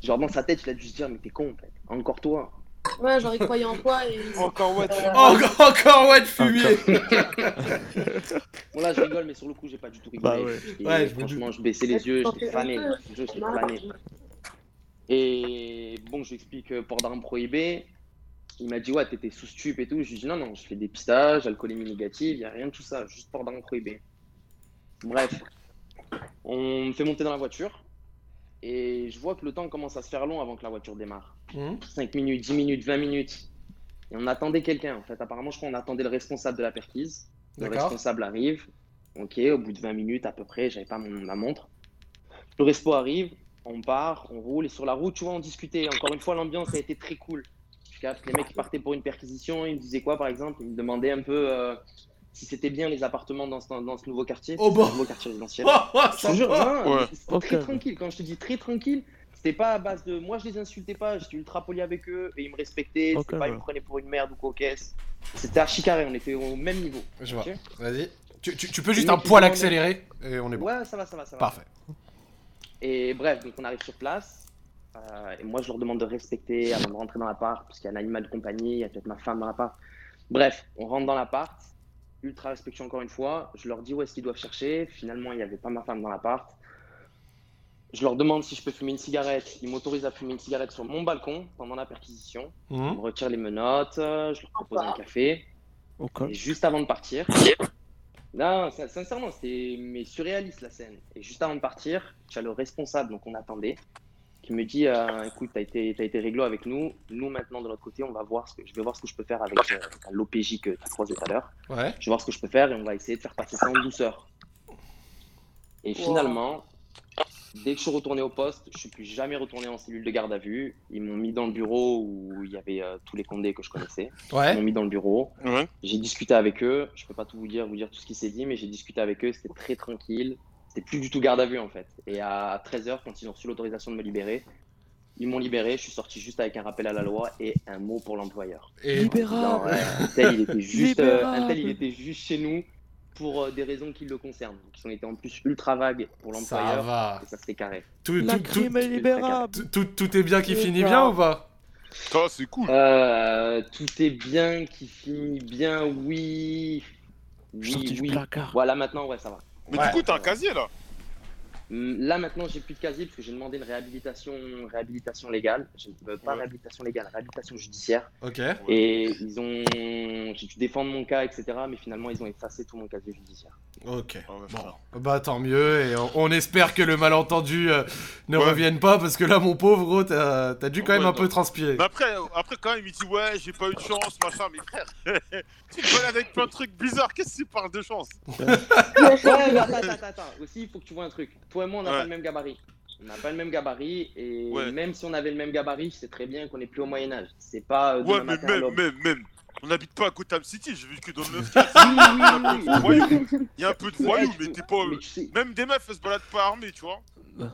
Speaker 12: Genre dans sa tête, il a dû se dire, mais t'es con, en fait. Encore toi.
Speaker 7: Ouais, genre, ils croyaient en toi et. Euh,
Speaker 12: Encore
Speaker 7: ouais.
Speaker 1: Encore, encore, ouais, de fumier.
Speaker 12: Bon, là, je rigole, mais sur le coup, j'ai pas du tout rigolé.
Speaker 1: Bah ouais.
Speaker 12: Et
Speaker 1: Ouais, je me
Speaker 12: franchement, je baissais les yeux, j'étais fané. Je te jure, j'étais fané. Et bon, j'explique euh, port d'armes prohibé. Il m'a dit, ouais, t'étais sous stup et tout. Je lui ai dit, non, non, je fais des pistages, alcoolémie négative, y a rien de tout ça, juste port d'armes prohibé. Bref, on me fait monter dans la voiture et je vois que le temps commence à se faire long avant que la voiture démarre.
Speaker 1: Hmm.
Speaker 12: 5 minutes, 10 minutes, 20 minutes. Et on attendait quelqu'un, en fait. Apparemment, je crois qu'on attendait le responsable de la perquise. Le
Speaker 9: D'accord.
Speaker 12: responsable arrive. Ok, au bout de 20 minutes à peu près, j'avais pas mon- ma montre. Le respo arrive, on part, on roule. Et sur la route, tu vois, on discutait. Encore une fois, l'ambiance a été très cool. Tu captes, les mecs qui partaient pour une perquisition, ils me disaient quoi, par exemple Ils me demandaient un peu euh, si c'était bien les appartements dans ce, dans ce nouveau quartier.
Speaker 1: Oh bah.
Speaker 12: ce nouveau quartier résidentiel.
Speaker 1: Oh, oh,
Speaker 12: Je te jure,
Speaker 1: sympa.
Speaker 12: non,
Speaker 1: Ouais.
Speaker 12: c'était
Speaker 1: Ok.
Speaker 12: très tranquille. Quand je te dis très tranquille, c'était pas à base de moi je les insultais pas, j'étais ultra poli avec eux et ils me respectaient,
Speaker 1: Ok,
Speaker 12: c'était pas ils me
Speaker 1: ouais.
Speaker 12: prenaient pour une merde ou quoi qu'est-ce. C'était archi carré, on était au même niveau.
Speaker 1: Je vois.
Speaker 12: Ok
Speaker 1: Vas-y. Tu, tu- tu peux juste
Speaker 12: Et
Speaker 1: un
Speaker 12: mec, ils
Speaker 1: poil
Speaker 12: ont-
Speaker 1: accélérer et on est bon.
Speaker 12: Ouais, ça va, ça va, ça va.
Speaker 1: Parfait.
Speaker 12: Et bref, donc on arrive sur place. euh, et moi, je leur demande de respecter avant de rentrer dans l'appart, parce qu'il y a un animal de compagnie, il y a peut-être ma femme dans l'appart. Bref, on rentre dans l'appart, ultra respectueux encore une fois. Je leur dis où est-ce qu'ils doivent chercher. Finalement, il n'y avait pas ma femme dans l'appart. Je leur demande si je peux fumer une cigarette. Ils m'autorisent à fumer une cigarette sur mon balcon pendant la perquisition.
Speaker 1: Mhm.
Speaker 12: Ils me retirent les menottes, euh, je leur propose un café. Et juste avant de partir. Non, sin- sincèrement, c'était mais surréaliste la scène. Et juste avant de partir, tu as le responsable, donc on attendait, qui me dit euh, écoute, t'as été, t'as été réglo avec nous. Nous maintenant de notre côté, on va voir ce que je vais voir ce que je peux faire avec euh, l'OPJ que t'as croisé tout à l'heure.
Speaker 1: Ouais.
Speaker 12: Je vais voir ce que je peux faire et on va essayer de faire passer ça en douceur. Et
Speaker 9: Wow.
Speaker 12: finalement, dès que je suis retourné au poste, je suis plus jamais retourné en cellule de garde à vue. Ils m'ont mis dans le bureau où il y avait euh, tous les condés que je connaissais.
Speaker 1: Ouais.
Speaker 12: Ils m'ont mis dans le bureau. J'ai discuté avec eux. Je peux pas tout vous dire, vous dire tout ce qui s'est dit, mais j'ai discuté avec eux. C'était très tranquille. C'était plus du tout garde à vue en fait. Et à 13h, quand ils ont reçu l'autorisation de me libérer, ils m'ont libéré. Je suis sorti juste avec un rappel à la loi et un mot pour l'employeur.
Speaker 1: Et-
Speaker 12: Non,
Speaker 1: Libérable.
Speaker 12: ouais, un tel, il était juste, euh, un
Speaker 1: Libérable.
Speaker 12: tel, il était juste chez nous pour euh, des raisons qui le concernent. Donc, ils ont été en plus ultra vagues pour
Speaker 1: Ça
Speaker 12: l'employeur.
Speaker 1: va.
Speaker 12: Et ça, c'était carré.
Speaker 1: Tout, tout, tout, tout, tout- tout est bien qui
Speaker 12: Et
Speaker 1: finit
Speaker 12: bah.
Speaker 1: bien ou pas
Speaker 2: Ça, c'est cool.
Speaker 12: Euh, tout est bien, qui finit bien, oui. Oui, oui. Voilà, maintenant, ouais, ça va.
Speaker 2: Mais du coup, t'as un casier là
Speaker 12: Hum, Là maintenant, j'ai plus de casier parce que j'ai demandé une réhabilitation, réhabilitation légale. J'ai- euh, pas
Speaker 1: Ouais.
Speaker 12: réhabilitation légale, réhabilitation judiciaire.
Speaker 1: Ok.
Speaker 12: Et ils ont, j'ai dû défendre mon cas, etc. Mais finalement, ils ont effacé tout mon casier judiciaire.
Speaker 1: Ok. bon. Bah tant mieux, et on, on espère que le malentendu euh, ne revienne pas, parce que là, mon pauvre, gros, t'as t'as dû quand même
Speaker 2: Ouais, bah,
Speaker 1: un peu
Speaker 2: non.
Speaker 1: transpirer.
Speaker 2: Mais après, euh, après, quand même, il dit Ouais, j'ai pas eu de chance, machin, mais frère, tu te balades avec plein de trucs bizarres, qu'est-ce que tu parles de chance
Speaker 12: ouais, mais attends, attends, attends, attends. Aussi, il faut que tu vois un truc. Toi et moi, on n'a
Speaker 2: Ouais.
Speaker 12: pas le même gabarit. On n'a pas le même gabarit, et même si on avait le même gabarit, je sais très bien qu'on n'est plus au Moyen-Âge. C'est pas. euh, demain
Speaker 2: Ouais, mais
Speaker 12: matin à
Speaker 2: même,
Speaker 12: l'aube.
Speaker 2: même, même. On n'habite pas à Gotham City, j'ai vécu dans le 9 Il y a un peu de voyous, mais t'es pas. Même des meufs, elles se baladent pas armées, tu vois.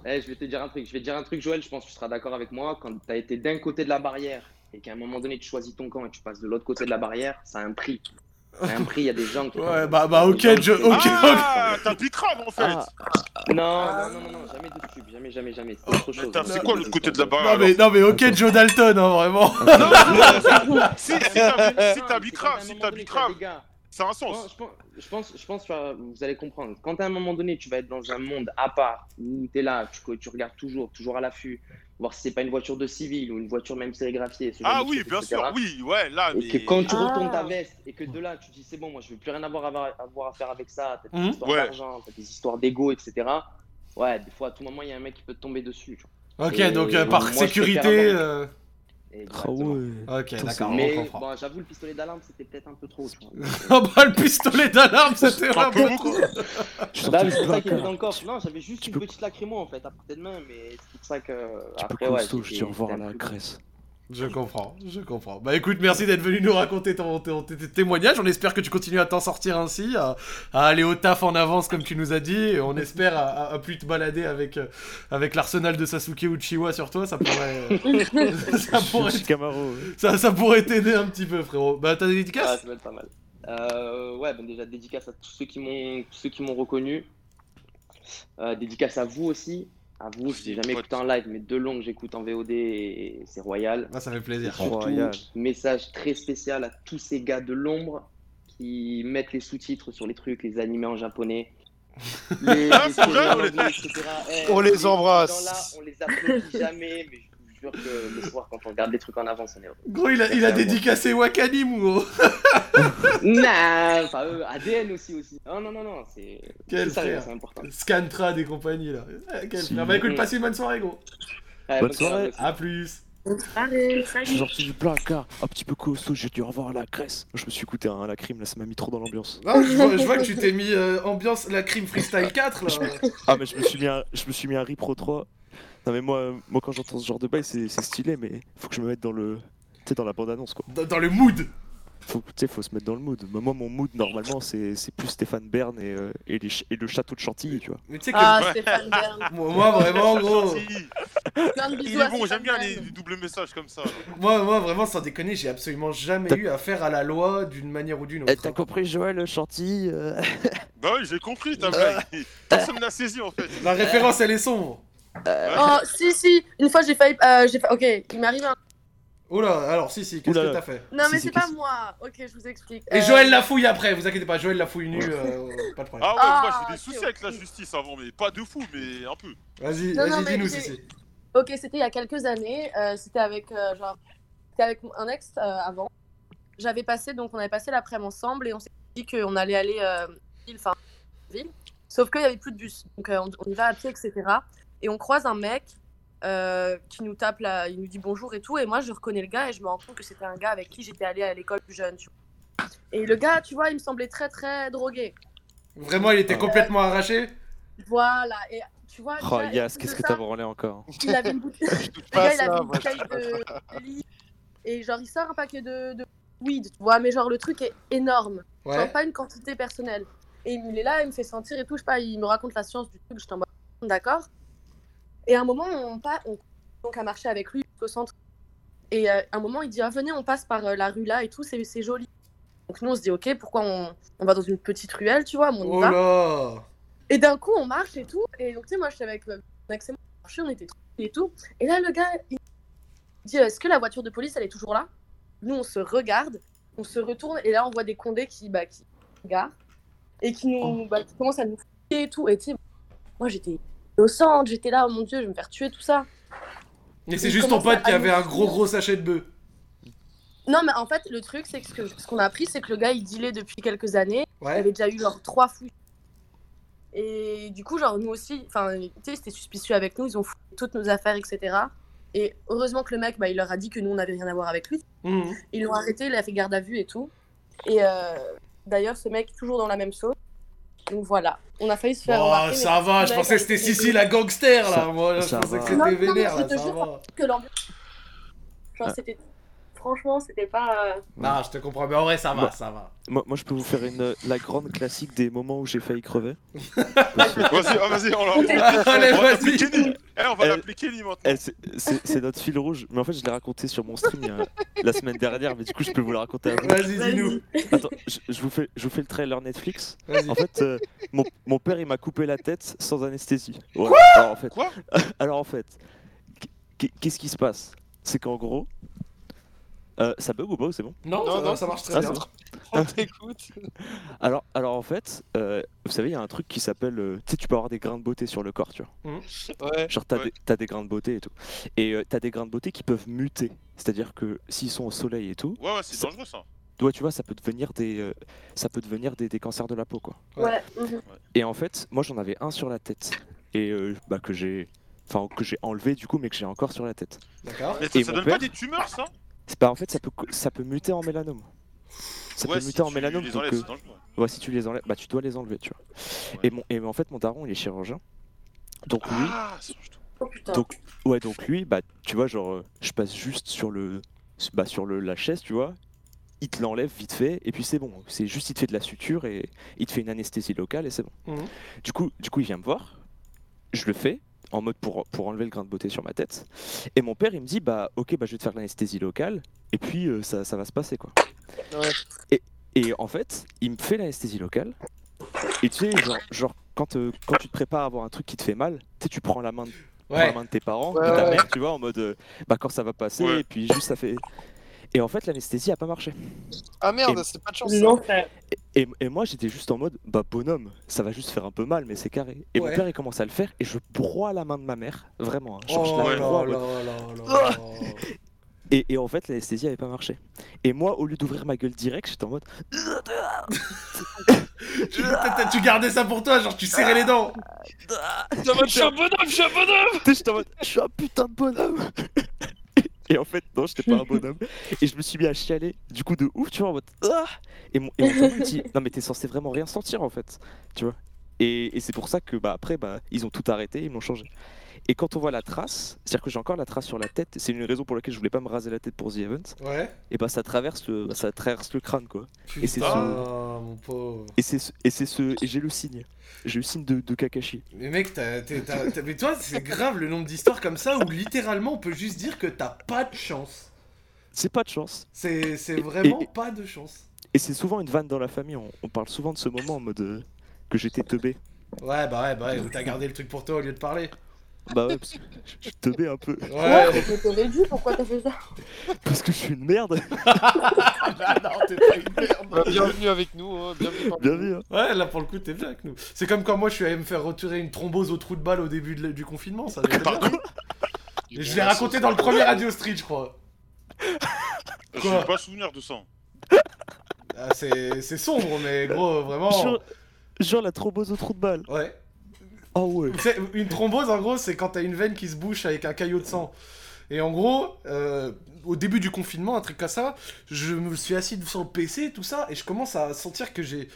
Speaker 12: Eh, je vais te dire un truc, je vais te dire un truc, Joël, je pense que tu seras d'accord avec moi. Quand tu as été d'un côté de la barrière et qu'à un moment donné tu choisis ton camp et tu passes de l'autre côté de la barrière, ça a un prix. Ça a un prix, il y a des gens qui.
Speaker 1: Ouais, bah, bah, ok, je, ok,
Speaker 2: Ah, t'as du crâne en fait
Speaker 12: Ah. Non, non, non, non, non, jamais de tube, jamais, jamais, jamais. C'est autre chose.
Speaker 2: Putain, Oh, c'est quoi l'autre côté de
Speaker 12: Ah,
Speaker 2: la barre
Speaker 12: bah,
Speaker 1: Non mais, non mais ok Joe Dalton hein, vraiment
Speaker 2: Si si t'as- si t'as bicrave, si t'as bicrave, ça a un
Speaker 12: Non, je pense, je pense, je pense, euh, vous allez comprendre. Quand à un moment donné, tu vas être dans un monde à part, où tu es là, tu, co- tu regardes toujours, toujours à l'affût, voir si c'est pas une voiture de civil ou une voiture même sérigraphiée. ce genre
Speaker 2: Ah
Speaker 12: de
Speaker 2: oui,
Speaker 12: truc,
Speaker 2: bien
Speaker 12: etc.
Speaker 2: sûr, oui, ouais, là, mais.
Speaker 12: Et que quand
Speaker 1: Ah.
Speaker 12: tu retournes
Speaker 3: Ah.
Speaker 12: ta veste et que de là tu dis c'est bon, moi je veux plus rien avoir à, voir- à voir à faire avec ça, t'as des
Speaker 1: Mmh.
Speaker 2: Mhm.
Speaker 12: histoires
Speaker 2: Ouais.
Speaker 12: d'argent, t'as des histoires d'ego, etc. Ouais, des fois à tout moment il y a un mec qui peut te tomber dessus. tu vois.
Speaker 1: Ok
Speaker 12: Et
Speaker 1: donc euh, par
Speaker 12: moi, je
Speaker 1: sécurité
Speaker 12: préfère
Speaker 1: euh,
Speaker 3: Ah
Speaker 12: Exactement.
Speaker 6: Ah
Speaker 1: Ok d'accord
Speaker 12: Mais
Speaker 1: on comprend
Speaker 12: bon, j'avoue, le pistolet d'alarme, c'était peut-être un peu trop. tu vois.
Speaker 1: Ah bah le pistolet d'alarme c'était
Speaker 12: Un
Speaker 1: un
Speaker 12: peu
Speaker 1: peu
Speaker 12: beaucoup.
Speaker 1: trop
Speaker 12: Non, mais Bah c'est pour ça qu'il est dans le coffre. Non, j'avais juste une petite lacrymo en fait à portée de main, mais c'est pour ça que. Après, ouais.
Speaker 3: Costaud, je
Speaker 12: j'étais-
Speaker 3: te revoir à
Speaker 12: j'étais un
Speaker 3: la
Speaker 12: peu-
Speaker 3: Grèce.
Speaker 1: Je comprends, je comprends. Bah écoute, merci d'être venu nous raconter ton, ton- tes tes témoignages. On espère que tu continues à t'en sortir ainsi, à, à aller au taf en avance comme tu nous as dit. Et on espère à, à- à plus te balader avec, euh, avec l'arsenal de Sasuke Uchiwa sur toi. Ça pourrait, ça pourrait, ça, ça pourrait t'aider un petit peu, frérot. Bah t'as des
Speaker 12: Ah,
Speaker 1: dédicaces
Speaker 12: ça va être pas mal. Euh, ouais, ben déjà, dédicace à tous ceux qui m'ont tous ceux qui m'ont reconnu. Euh, dédicace à vous aussi. À vous, je n'ai jamais écouté en live, mais de long, j'écoute en VOD et c'est royal.
Speaker 1: Ah, ça fait plaisir.
Speaker 12: Et surtout,
Speaker 1: Royal.
Speaker 12: Message très spécial à tous ces gars de l'ombre qui mettent les sous-titres sur les trucs, les animés en japonais. Les,
Speaker 6: Ah, c'est
Speaker 12: séries
Speaker 6: vrai,
Speaker 12: en
Speaker 6: on les-
Speaker 12: anglais, etc. Eh,
Speaker 6: On les
Speaker 12: ces
Speaker 6: embrasse.
Speaker 12: gens-là, On les applaudit jamais, mais je vous jure que le soir, quand on regarde des trucs en avance, on est heureux.
Speaker 1: Gros, il a, il a
Speaker 12: Merci à vous.
Speaker 1: dédicacé Wakani, Mouro.
Speaker 12: Non, enfin, eux, ADN aussi, aussi. Non, non, non, non, c'est.
Speaker 1: Quel
Speaker 12: c'est ça,
Speaker 1: frère.
Speaker 12: C'est important.
Speaker 1: Scantrad et compagnie, là. Ah, quel
Speaker 3: Si.
Speaker 1: frère. Bah écoute,
Speaker 3: Mm.
Speaker 1: passez une bonne soirée, gros.
Speaker 3: Bonne bonne soirée. soirée.
Speaker 1: À plus.
Speaker 7: Allez,
Speaker 3: Je suis sorti du placard, un petit peu costaud, j'ai dû revoir à la Grèce. Je me suis écouté un à la crime, là ça m'a mis trop dans l'ambiance.
Speaker 1: Non, Ah, je, vois, je vois que tu t'es mis euh, ambiance la crime freestyle 4 là.
Speaker 3: Ah mais je me suis mis un, je me suis mis un Ripro 3. Non mais moi, moi quand j'entends ce genre de bail c'est c'est stylé mais faut que je me mette dans le tu sais dans la bande annonce quoi.
Speaker 1: Dans, le mood.
Speaker 3: Faut tu sais faut se mettre dans le mood. Mais moi mon mood normalement c'est c'est plus Stéphane Bern et, euh, et, les ch- et le château de Chantilly tu vois.
Speaker 1: Mais tu sais
Speaker 7: Ah, Stéphane Bern.
Speaker 1: Moi, moi, vraiment gros.
Speaker 7: Plein de
Speaker 2: Il
Speaker 7: bisous
Speaker 2: est
Speaker 7: à
Speaker 2: bon, j'aime
Speaker 7: Stéphane
Speaker 2: bien
Speaker 7: Bern.
Speaker 2: les doubles messages comme ça.
Speaker 1: Moi, moi vraiment sans déconner, j'ai absolument jamais eu affaire à la loi d'une manière ou d'une autre.
Speaker 3: Eh, T'as compris Joël Chantilly euh,
Speaker 2: Bah oui, j'ai compris ta blague. Personne n'a saisi en fait.
Speaker 1: La référence elle est sombre.
Speaker 3: Euh.
Speaker 7: Oh, si, si, une fois j'ai failli. euh, j'ai fa- Ok, il m'arrive un.
Speaker 1: Oula, alors si si, qu'est-ce
Speaker 3: Oula.
Speaker 1: que t'as fait
Speaker 7: Non, mais
Speaker 1: Si, si,
Speaker 7: c'est pas
Speaker 1: qu'est-ce-
Speaker 7: moi. Ok, je vous explique.
Speaker 1: Et
Speaker 7: Euh,
Speaker 1: Joël la fouille après, vous inquiétez pas, Joël la fouille nue, euh, pas de problème.
Speaker 2: Ah ouais, moi j'ai
Speaker 7: Ah,
Speaker 2: des soucis avec la justice avant, mais pas de fou, mais un peu.
Speaker 1: Vas-y,
Speaker 2: Euh,
Speaker 7: Non, non,
Speaker 1: vas-y,
Speaker 7: mais
Speaker 1: dis-nous
Speaker 7: j'ai-
Speaker 1: si si.
Speaker 7: Ok, c'était il y a quelques années. euh, c'était avec euh, genre, c'était avec un ex euh, avant. J'avais passé donc on avait passé l'après-midi ensemble et on s'est dit qu'on allait aller euh, ville, enfin ville. Sauf qu'il y avait plus de bus, donc euh, on, on y va à pied, etc. Et on croise un mec euh, qui nous tape là, il nous dit bonjour et tout. Et moi je reconnais le gars et je me rends compte que c'était un gars avec qui j'étais allée à l'école plus jeune. tu vois. Et le gars, tu vois, il me semblait très très drogué.
Speaker 1: Vraiment, il
Speaker 3: Ah.
Speaker 1: était complètement arraché.
Speaker 7: Voilà. Et tu vois.
Speaker 3: Oh
Speaker 7: déjà, et en
Speaker 3: Yas,
Speaker 7: plus
Speaker 3: qu'est-ce
Speaker 7: de
Speaker 3: que
Speaker 7: ça,
Speaker 3: t'as branlé encore
Speaker 7: Il avait une bouteille. Le
Speaker 3: pas
Speaker 7: gars, il
Speaker 3: ça,
Speaker 7: avait une
Speaker 3: moi, Hein. je
Speaker 7: bouteille de de liquide. Et genre, il sort un paquet de, de weed, tu vois, mais genre, le truc est énorme.
Speaker 1: Ouais.
Speaker 7: Genre, pas une quantité personnelle. Et il est là, il me fait sentir et tout, je sais pas, il me raconte la science du truc, je t'en hmm, d'accord. Et à un moment, on, pas, on donc à marcher avec lui jusqu'au centre. Et euh, à un moment, il dit, ah, venez, on passe par euh, la rue là et tout, c'est c'est joli. Donc nous, on se dit, ok, pourquoi on, on va dans une petite ruelle, tu vois, mais on y
Speaker 1: Oh
Speaker 7: va.
Speaker 1: là
Speaker 7: Et d'un coup, on marche et tout. Et donc, tu sais, moi, je suis avec euh, Max et moi, on marchait, on était tranquille et tout. Et là, le gars, il dit Est-ce que la voiture de police, elle est toujours là Nous, on se regarde, on se retourne, et là, on voit des condés qui, bah, qui nous regardent et qui, nous, bah, qui commencent à nous fouiller et tout. Et tu sais, moi, j'étais. innocente, j'étais là, oh mon dieu, je vais me faire tuer, tout ça.
Speaker 1: Mais
Speaker 7: Et
Speaker 1: c'est
Speaker 7: je
Speaker 1: juste ton
Speaker 7: commence à
Speaker 1: pote qui avait un
Speaker 7: halluciner.
Speaker 1: gros gros sachet de bœuf.
Speaker 7: Non, mais en fait, le truc, c'est que ce que- ce qu'on a appris, c'est que le gars, il dealait depuis quelques années.
Speaker 1: Ouais.
Speaker 7: Il avait déjà eu genre trois fouilles. Et du coup, genre, nous aussi, enfin, tu sais, c'était suspicieux avec nous, ils ont fouillé toutes nos affaires, etc. Et heureusement que le mec, bah, il leur a dit que nous, on n'avait rien à voir avec lui.
Speaker 6: Mmh.
Speaker 1: Mhm.
Speaker 7: Ils l'ont arrêté, il a fait garde à vue et tout. Et euh, d'ailleurs, ce mec, toujours dans la même sauce. Donc voilà, on a failli se faire.
Speaker 1: Oh,
Speaker 7: remarquer,
Speaker 1: ça
Speaker 7: mais-
Speaker 1: va, je
Speaker 7: Ouais,
Speaker 1: pensais que c'était Sissi la gangster là.
Speaker 3: Ça-
Speaker 1: Moi, je
Speaker 3: ça
Speaker 1: pensais
Speaker 3: va.
Speaker 1: que
Speaker 7: Non, non,
Speaker 1: c'était
Speaker 7: mais
Speaker 1: vénère
Speaker 7: je
Speaker 1: là.
Speaker 7: te
Speaker 1: Ça
Speaker 7: jure
Speaker 1: va.
Speaker 7: que l'ambiance. Genre,
Speaker 3: Ah.
Speaker 7: c'était. Franchement, c'était pas. euh,
Speaker 1: Non, je te comprends, mais en vrai, ça va,
Speaker 3: Moi-
Speaker 1: ça va.
Speaker 3: Moi, moi, je peux vous faire une, euh, la grande classique des moments où j'ai failli crever.
Speaker 2: Vas-y, ah, vas-y, on l'a.
Speaker 1: Allez,
Speaker 2: on va
Speaker 1: vas-y.
Speaker 2: l'appeler Kenny. Eh, on va
Speaker 3: Elle-
Speaker 2: l'appeler Kenny maintenant.
Speaker 3: Eh, c'est- C'est c'est notre fil rouge, mais en fait, je l'ai raconté sur mon stream il y a- la semaine dernière, mais du coup, je peux vous la raconter à vous.
Speaker 1: Vas-y, dis-nous.
Speaker 3: Attends, je, je vous fais, je vous fais le trailer Netflix.
Speaker 1: Vas-y.
Speaker 3: En fait, euh, mon, mon père, il m'a coupé la tête sans anesthésie. Voilà. alors, en fait,
Speaker 2: Quoi
Speaker 3: alors en fait, qu'- qu'est-ce qui se passe C'est qu'en gros, euh, ça bug ou pas ou c'est bon
Speaker 1: Non,
Speaker 6: Non,
Speaker 1: ça, va,
Speaker 6: non.
Speaker 1: ça marche très
Speaker 3: Ah,
Speaker 1: bien.
Speaker 3: c'est bon.
Speaker 6: On t'écoute.
Speaker 3: Alors, alors en fait, euh, vous savez, il y a un truc qui s'appelle, euh, tu sais, tu peux avoir des grains de beauté sur le corps, tu vois.
Speaker 1: Hmm.
Speaker 6: Ouais.
Speaker 3: Genre, t'as
Speaker 2: Ouais.
Speaker 3: des- t'as des, grains de beauté et tout. Et euh, t'as des grains de beauté qui peuvent muter. C'est-à-dire que s'ils sont au soleil et tout,
Speaker 2: Ouais, ouais, c'est dangereux ça.
Speaker 3: toi, tu vois, ça peut devenir des, euh, ça peut devenir des, des cancers de la peau, quoi.
Speaker 7: Ouais. mhm.
Speaker 3: Et en fait, moi, j'en avais un sur la tête et euh, bah, que j'ai, enfin, que j'ai enlevé du coup, mais que j'ai encore sur la tête.
Speaker 1: D'accord.
Speaker 2: Mais ça,
Speaker 3: Et
Speaker 2: ça
Speaker 3: mon
Speaker 2: donne
Speaker 3: père
Speaker 2: pas des tumeurs ça
Speaker 3: C'est pas, en fait, ça peut, co- ça peut muter en mélanome. Ça
Speaker 2: Ouais,
Speaker 3: peut
Speaker 2: si
Speaker 3: muter en
Speaker 2: tu
Speaker 3: mélanome.
Speaker 2: les
Speaker 3: donc,
Speaker 2: enlèves,
Speaker 3: euh,
Speaker 2: c'est dangereux.
Speaker 3: Ouais, si tu les enlèves, bah tu dois les enlever, tu vois. Et, mon, et en fait, mon daron, il est chirurgien. Donc lui,
Speaker 2: Ah, ça change tout.
Speaker 7: Oh putain.
Speaker 3: donc, ouais, donc lui, bah tu vois, genre, euh, je passe juste sur le, bah, sur le, la chaise, tu vois. Il te l'enlève vite fait, et puis c'est bon. C'est juste, il te fait de la suture et il te fait une anesthésie locale et c'est bon.
Speaker 1: Mhm.
Speaker 3: Du coup, du coup, il vient me voir. Je le fais en mode pour, pour enlever le grain de beauté sur ma tête. Et mon père, il me dit, bah ok, bah je vais te faire l'anesthésie locale, et puis euh, ça, ça va se passer quoi.
Speaker 6: Ouais.
Speaker 3: Et en fait, il me fait l'anesthésie locale. Et tu sais, genre, genre, quand, euh, quand tu te prépares à avoir un truc qui te fait mal, tu sais, tu prends la main de, tu prends la
Speaker 1: Ouais.
Speaker 3: main de tes parents,
Speaker 6: Ouais,
Speaker 3: de ta
Speaker 6: ouais.
Speaker 3: mère, tu vois, en mode euh, bah quand ça va passer,
Speaker 2: Ouais.
Speaker 3: et puis juste ça fait. Et en fait, l'anesthésie a pas marché.
Speaker 6: Ah
Speaker 3: Et-
Speaker 6: merde, c'est pas de chance.
Speaker 7: Non, frère.
Speaker 3: Et, et moi, j'étais juste en mode bah bonhomme, ça va juste faire un peu mal, mais c'est carré. Et
Speaker 1: Ouais.
Speaker 3: mon père, il commence à le faire, et je broie la main de ma mère, vraiment. hein. Genre, je
Speaker 1: Oh
Speaker 3: la
Speaker 1: là
Speaker 3: broie, en
Speaker 1: là
Speaker 3: mode-
Speaker 1: là là là.
Speaker 3: Et, et en fait, l'anesthésie avait pas marché. Et moi, au lieu d'ouvrir ma gueule direct, j'étais en mode
Speaker 1: Tu- t'as- Tu gardais ça pour toi, genre tu serrais les dents.
Speaker 6: Ça va, je suis un bonhomme, je suis un bonhomme.
Speaker 3: T'sais, J'étais en mode, je suis un putain de bonhomme. Et en fait, non, j'étais pas un bonhomme. Et je me suis mis à chialer, du coup, de ouf, tu vois, en mode, ah Et mon, et mon tonton me dit, non, mais t'es censé vraiment rien sentir, en fait, tu vois. Et, et c'est pour ça que, bah, après, bah, ils ont tout arrêté, ils m'ont changé. Et quand on voit la trace, c'est-à-dire que j'ai encore la trace sur la tête, c'est une raison pour laquelle je voulais pas me raser la tête pour The Event,
Speaker 1: Ouais.
Speaker 3: et bah, ça traverse le, bah, ça traverse le crâne, quoi. Et c'est
Speaker 1: Putain,
Speaker 3: ce-
Speaker 1: mon pauvre.
Speaker 3: Et c'est ce, et c'est ce, et j'ai le signe. J'ai le signe de, de Kakashi.
Speaker 1: Mais mec, t'as- t'es- t'as- t'as- mais toi, c'est grave le nombre d'histoires comme ça où littéralement on peut juste dire que t'as pas de chance.
Speaker 3: C'est pas de chance.
Speaker 1: C'est c'est vraiment
Speaker 3: et-
Speaker 1: pas de chance.
Speaker 3: Et c'est souvent une vanne dans la famille, on, on parle souvent de ce moment en mode euh, que j'étais teubé.
Speaker 1: Ouais, bah ouais, bah ouais, t'as gardé le truc pour toi au lieu de parler.
Speaker 3: Bah ouais, parce que je je teubais un peu.
Speaker 1: Ouais,
Speaker 7: Ouais, mais t'aurais dû, pourquoi t'as fait ça
Speaker 3: Parce que je suis une merde.
Speaker 1: bah non, t'es pas une merde.
Speaker 6: Bah, bienvenue avec nous. hein, Bienvenue. parmi
Speaker 3: Bien
Speaker 6: nous.
Speaker 3: vu. hein.
Speaker 1: Ouais, là pour le coup, t'es bien avec nous. C'est comme quand moi je suis allé me faire retirer une thrombose au trou de balle au début de la- du confinement, ça. j'avais bien dit. Et je l'ai raconté dans le premier Radio Street, je crois.
Speaker 2: Je
Speaker 1: Quoi
Speaker 2: n'ai pas souvenir de ça.
Speaker 1: Ah, c'est c'est sombre, mais gros, vraiment.
Speaker 3: Genre, genre la thrombose au trou de balle.
Speaker 1: Ouais.
Speaker 3: Oh ouais.
Speaker 1: Tu sais, une thrombose, en gros, c'est quand t'as une veine qui se bouche avec un caillot de sang. Et en gros, euh, au début du confinement, un truc comme ça, je me suis assis sur le PC, tout ça, et je commence à sentir que j'ai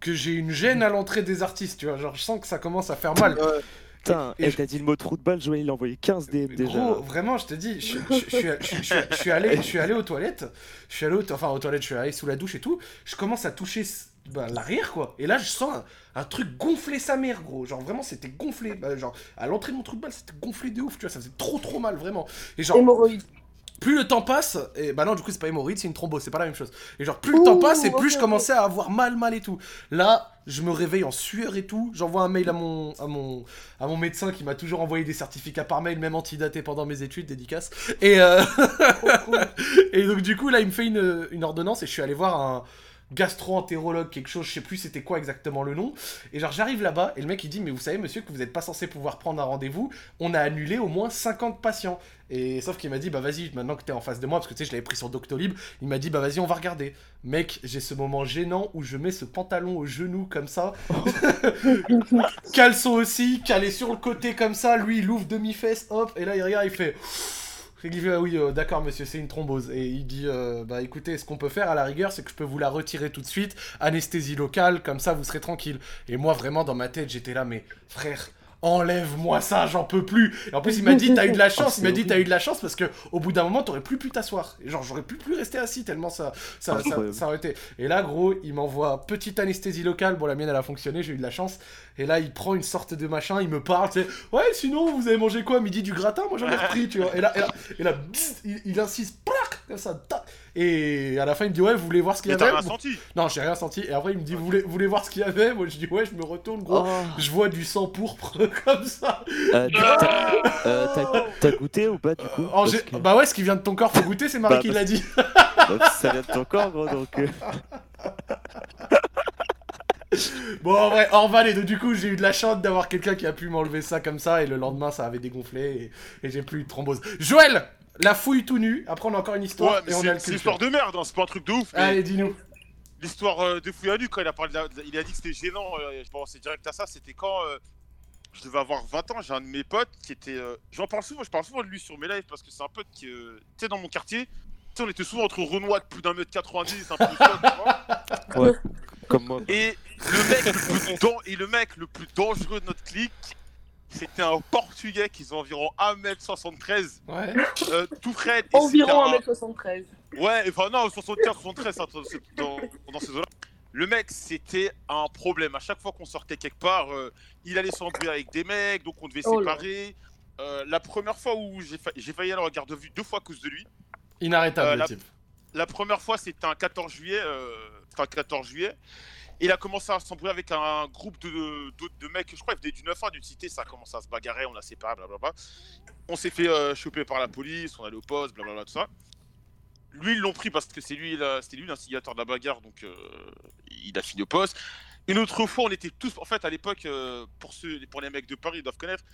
Speaker 1: que j'ai une gêne à l'entrée des artistes, tu vois. Genre, je sens que ça commence à faire mal.
Speaker 6: Ouais.
Speaker 3: Putain,
Speaker 1: Et- et
Speaker 3: et
Speaker 1: je-
Speaker 3: Eh, t'as dit le mot trou de balle, Joël il a envoyé 15 DM
Speaker 1: Mais
Speaker 3: déjà.
Speaker 1: gros, vraiment, je te dis, je, je- je suis- je- je- je- je suis allé, je suis allé aux toilettes, je suis allé aux, to- enfin aux toilettes, je suis allé sous la douche et tout. Je commence à toucher s- bah, l'arrière quoi, et là je sens un, un truc gonfler sa mère gros, genre vraiment c'était gonflé, Bah, genre à l'entrée de mon trou de balle c'était gonflé de ouf, tu vois, ça faisait trop trop mal vraiment. Et genre
Speaker 7: Hémorroïde.
Speaker 1: plus le temps passe, et bah non, du coup, c'est pas hémorroïde, c'est une thrombose, c'est pas la même chose. Et genre, plus le temps
Speaker 7: Ouh,
Speaker 1: passe, et plus
Speaker 7: ok,
Speaker 1: je
Speaker 7: ok.
Speaker 1: commençais à avoir mal, mal et tout. Là, je me réveille en sueur et tout. J'envoie un mail à mon, à mon, à mon médecin qui m'a toujours envoyé des certificats par mail, même antidatés pendant mes études, dédicace. Et, euh, et donc, du coup, là, il me fait une, une ordonnance et je suis allé voir un, gastro-entérologue, quelque chose, je sais plus c'était quoi exactement le nom. Et genre j'arrive là-bas et le mec il dit mais vous savez monsieur que vous n'êtes pas censé pouvoir prendre un rendez-vous, on a annulé au moins 50 patients. Et sauf qu'il m'a dit bah vas-y maintenant que t'es en face de moi parce que tu sais je l'avais pris sur Doctolib, il m'a dit bah vas-y on va regarder. Mec j'ai ce moment gênant où je mets ce pantalon au genou comme ça, caleçon aussi, calé sur le côté comme ça, lui il ouvre demi-fesse, hop et là il regarde il fait il dit ah oui, euh, d'accord monsieur, c'est une thrombose. Et il dit euh, bah écoutez, ce qu'on peut faire à la rigueur, c'est que je peux vous la retirer tout de suite, anesthésie locale, comme ça vous serez tranquille. Et moi vraiment dans ma tête, j'étais là mais frère, enlève-moi ça, j'en peux plus. Et en plus il m'a dit t'as eu de la
Speaker 2: Ah,
Speaker 1: chance,
Speaker 2: c'est
Speaker 1: il m'a dit
Speaker 2: horrible.
Speaker 1: t'as eu de la chance parce que au bout d'un moment t'aurais plus pu t'asseoir. Et Genre j'aurais plus pu rester assis tellement ça ça, ça,
Speaker 2: Incroyable.
Speaker 1: ça aurait été. Et là gros, il m'envoie petite anesthésie locale, bon la mienne elle a fonctionné, j'ai eu de la chance. Et là il prend une sorte de machin, il me parle, tu sais, ouais sinon vous avez mangé quoi midi du gratin, moi j'en ai repris, tu vois. Et là et là, et là, bzzz, il, il insiste, plac, comme ça, tac. Et à la fin il me dit ouais vous voulez voir ce qu'il y
Speaker 2: Mais
Speaker 1: avait
Speaker 2: t'as rien
Speaker 1: Moi-
Speaker 2: senti
Speaker 1: Non j'ai rien senti. Et après il me dit vous voulez, vous voulez voir ce qu'il y avait Moi je dis ouais je me retourne gros,
Speaker 3: Oh.
Speaker 1: je vois du sang pourpre comme ça.
Speaker 3: Euh, t'as- euh, t'as- T'as goûté ou pas du coup
Speaker 1: En
Speaker 3: Parce
Speaker 1: gé-
Speaker 3: que-
Speaker 1: Bah ouais ce qui vient de ton corps faut goûter, c'est Marie
Speaker 3: Bah,
Speaker 1: qui l'a
Speaker 3: parce-
Speaker 1: dit.
Speaker 3: Bah, ça vient de ton corps, gros, donc. euh,
Speaker 1: Bon, en vrai, en valide, donc du coup, j'ai eu de la chance d'avoir quelqu'un qui a pu m'enlever ça comme ça, et le lendemain, ça avait dégonflé, et, et j'ai plus eu de thrombose. Joël La fouille tout nu, après on a encore une histoire,
Speaker 2: Ouais, mais
Speaker 1: et on a le
Speaker 2: c'est c'est une
Speaker 1: culture.
Speaker 2: histoire de merde, hein, c'est pas un truc de ouf. mais
Speaker 1: Allez, dis-nous.
Speaker 2: L'histoire euh, de fouille à nu, quand il a, parlé de la- de la- il a dit que c'était gênant, euh, je pensais direct à ça, c'était quand euh, je devais avoir 20 ans, j'ai un de mes potes qui était... euh, J'en parle souvent, je parle souvent de lui sur mes lives, parce que c'est un pote qui... euh, tu sais, dans mon quartier, tu sais, on était souvent entre Renoir de plus d'un mètre 90, un peu de sol, tu vois.
Speaker 3: Ouais, comme moi.
Speaker 2: Et le mec le plus dan- et le mec le plus dangereux de notre clique, c'était un Portugais qui faisait environ 1m73.
Speaker 1: Ouais.
Speaker 2: Euh, tout frais. et
Speaker 7: Environ
Speaker 2: c'était un-
Speaker 7: 1m73.
Speaker 2: Ouais, enfin non, 75, 73, ça, dans, c'est- dans, dans ces eaux-là. Le mec, c'était un problème. À chaque fois qu'on sortait quelque part, euh, il allait s'embrouiller avec des mecs, donc on devait
Speaker 1: Oh là.
Speaker 2: séparer. Euh, la première fois où j'ai fa- j'ai failli aller en garde à vue deux fois à cause de lui,
Speaker 1: Inarrêtable,
Speaker 2: Euh,
Speaker 1: le
Speaker 2: la-
Speaker 1: type.
Speaker 2: la première fois, c'était un 14 juillet. euh, C'était un 14 juillet. Et il a commencé à s'embrouiller avec un groupe de, d'autres- de mecs. Je crois qu'ils venaient du 9 1 d'une cité. Ça a commencé à se bagarrer. On a séparé, blablabla. On s'est fait euh, choper par la police. On allait au poste, blablabla, tout ça. Lui, ils l'ont pris parce que c'est lui, la- c'était lui l'instigateur de la bagarre. Donc, euh, il a fini au poste. Une autre fois, on était tous. En fait, à l'époque, euh, pour, ceux, pour les mecs de Paris, ils doivent connaître.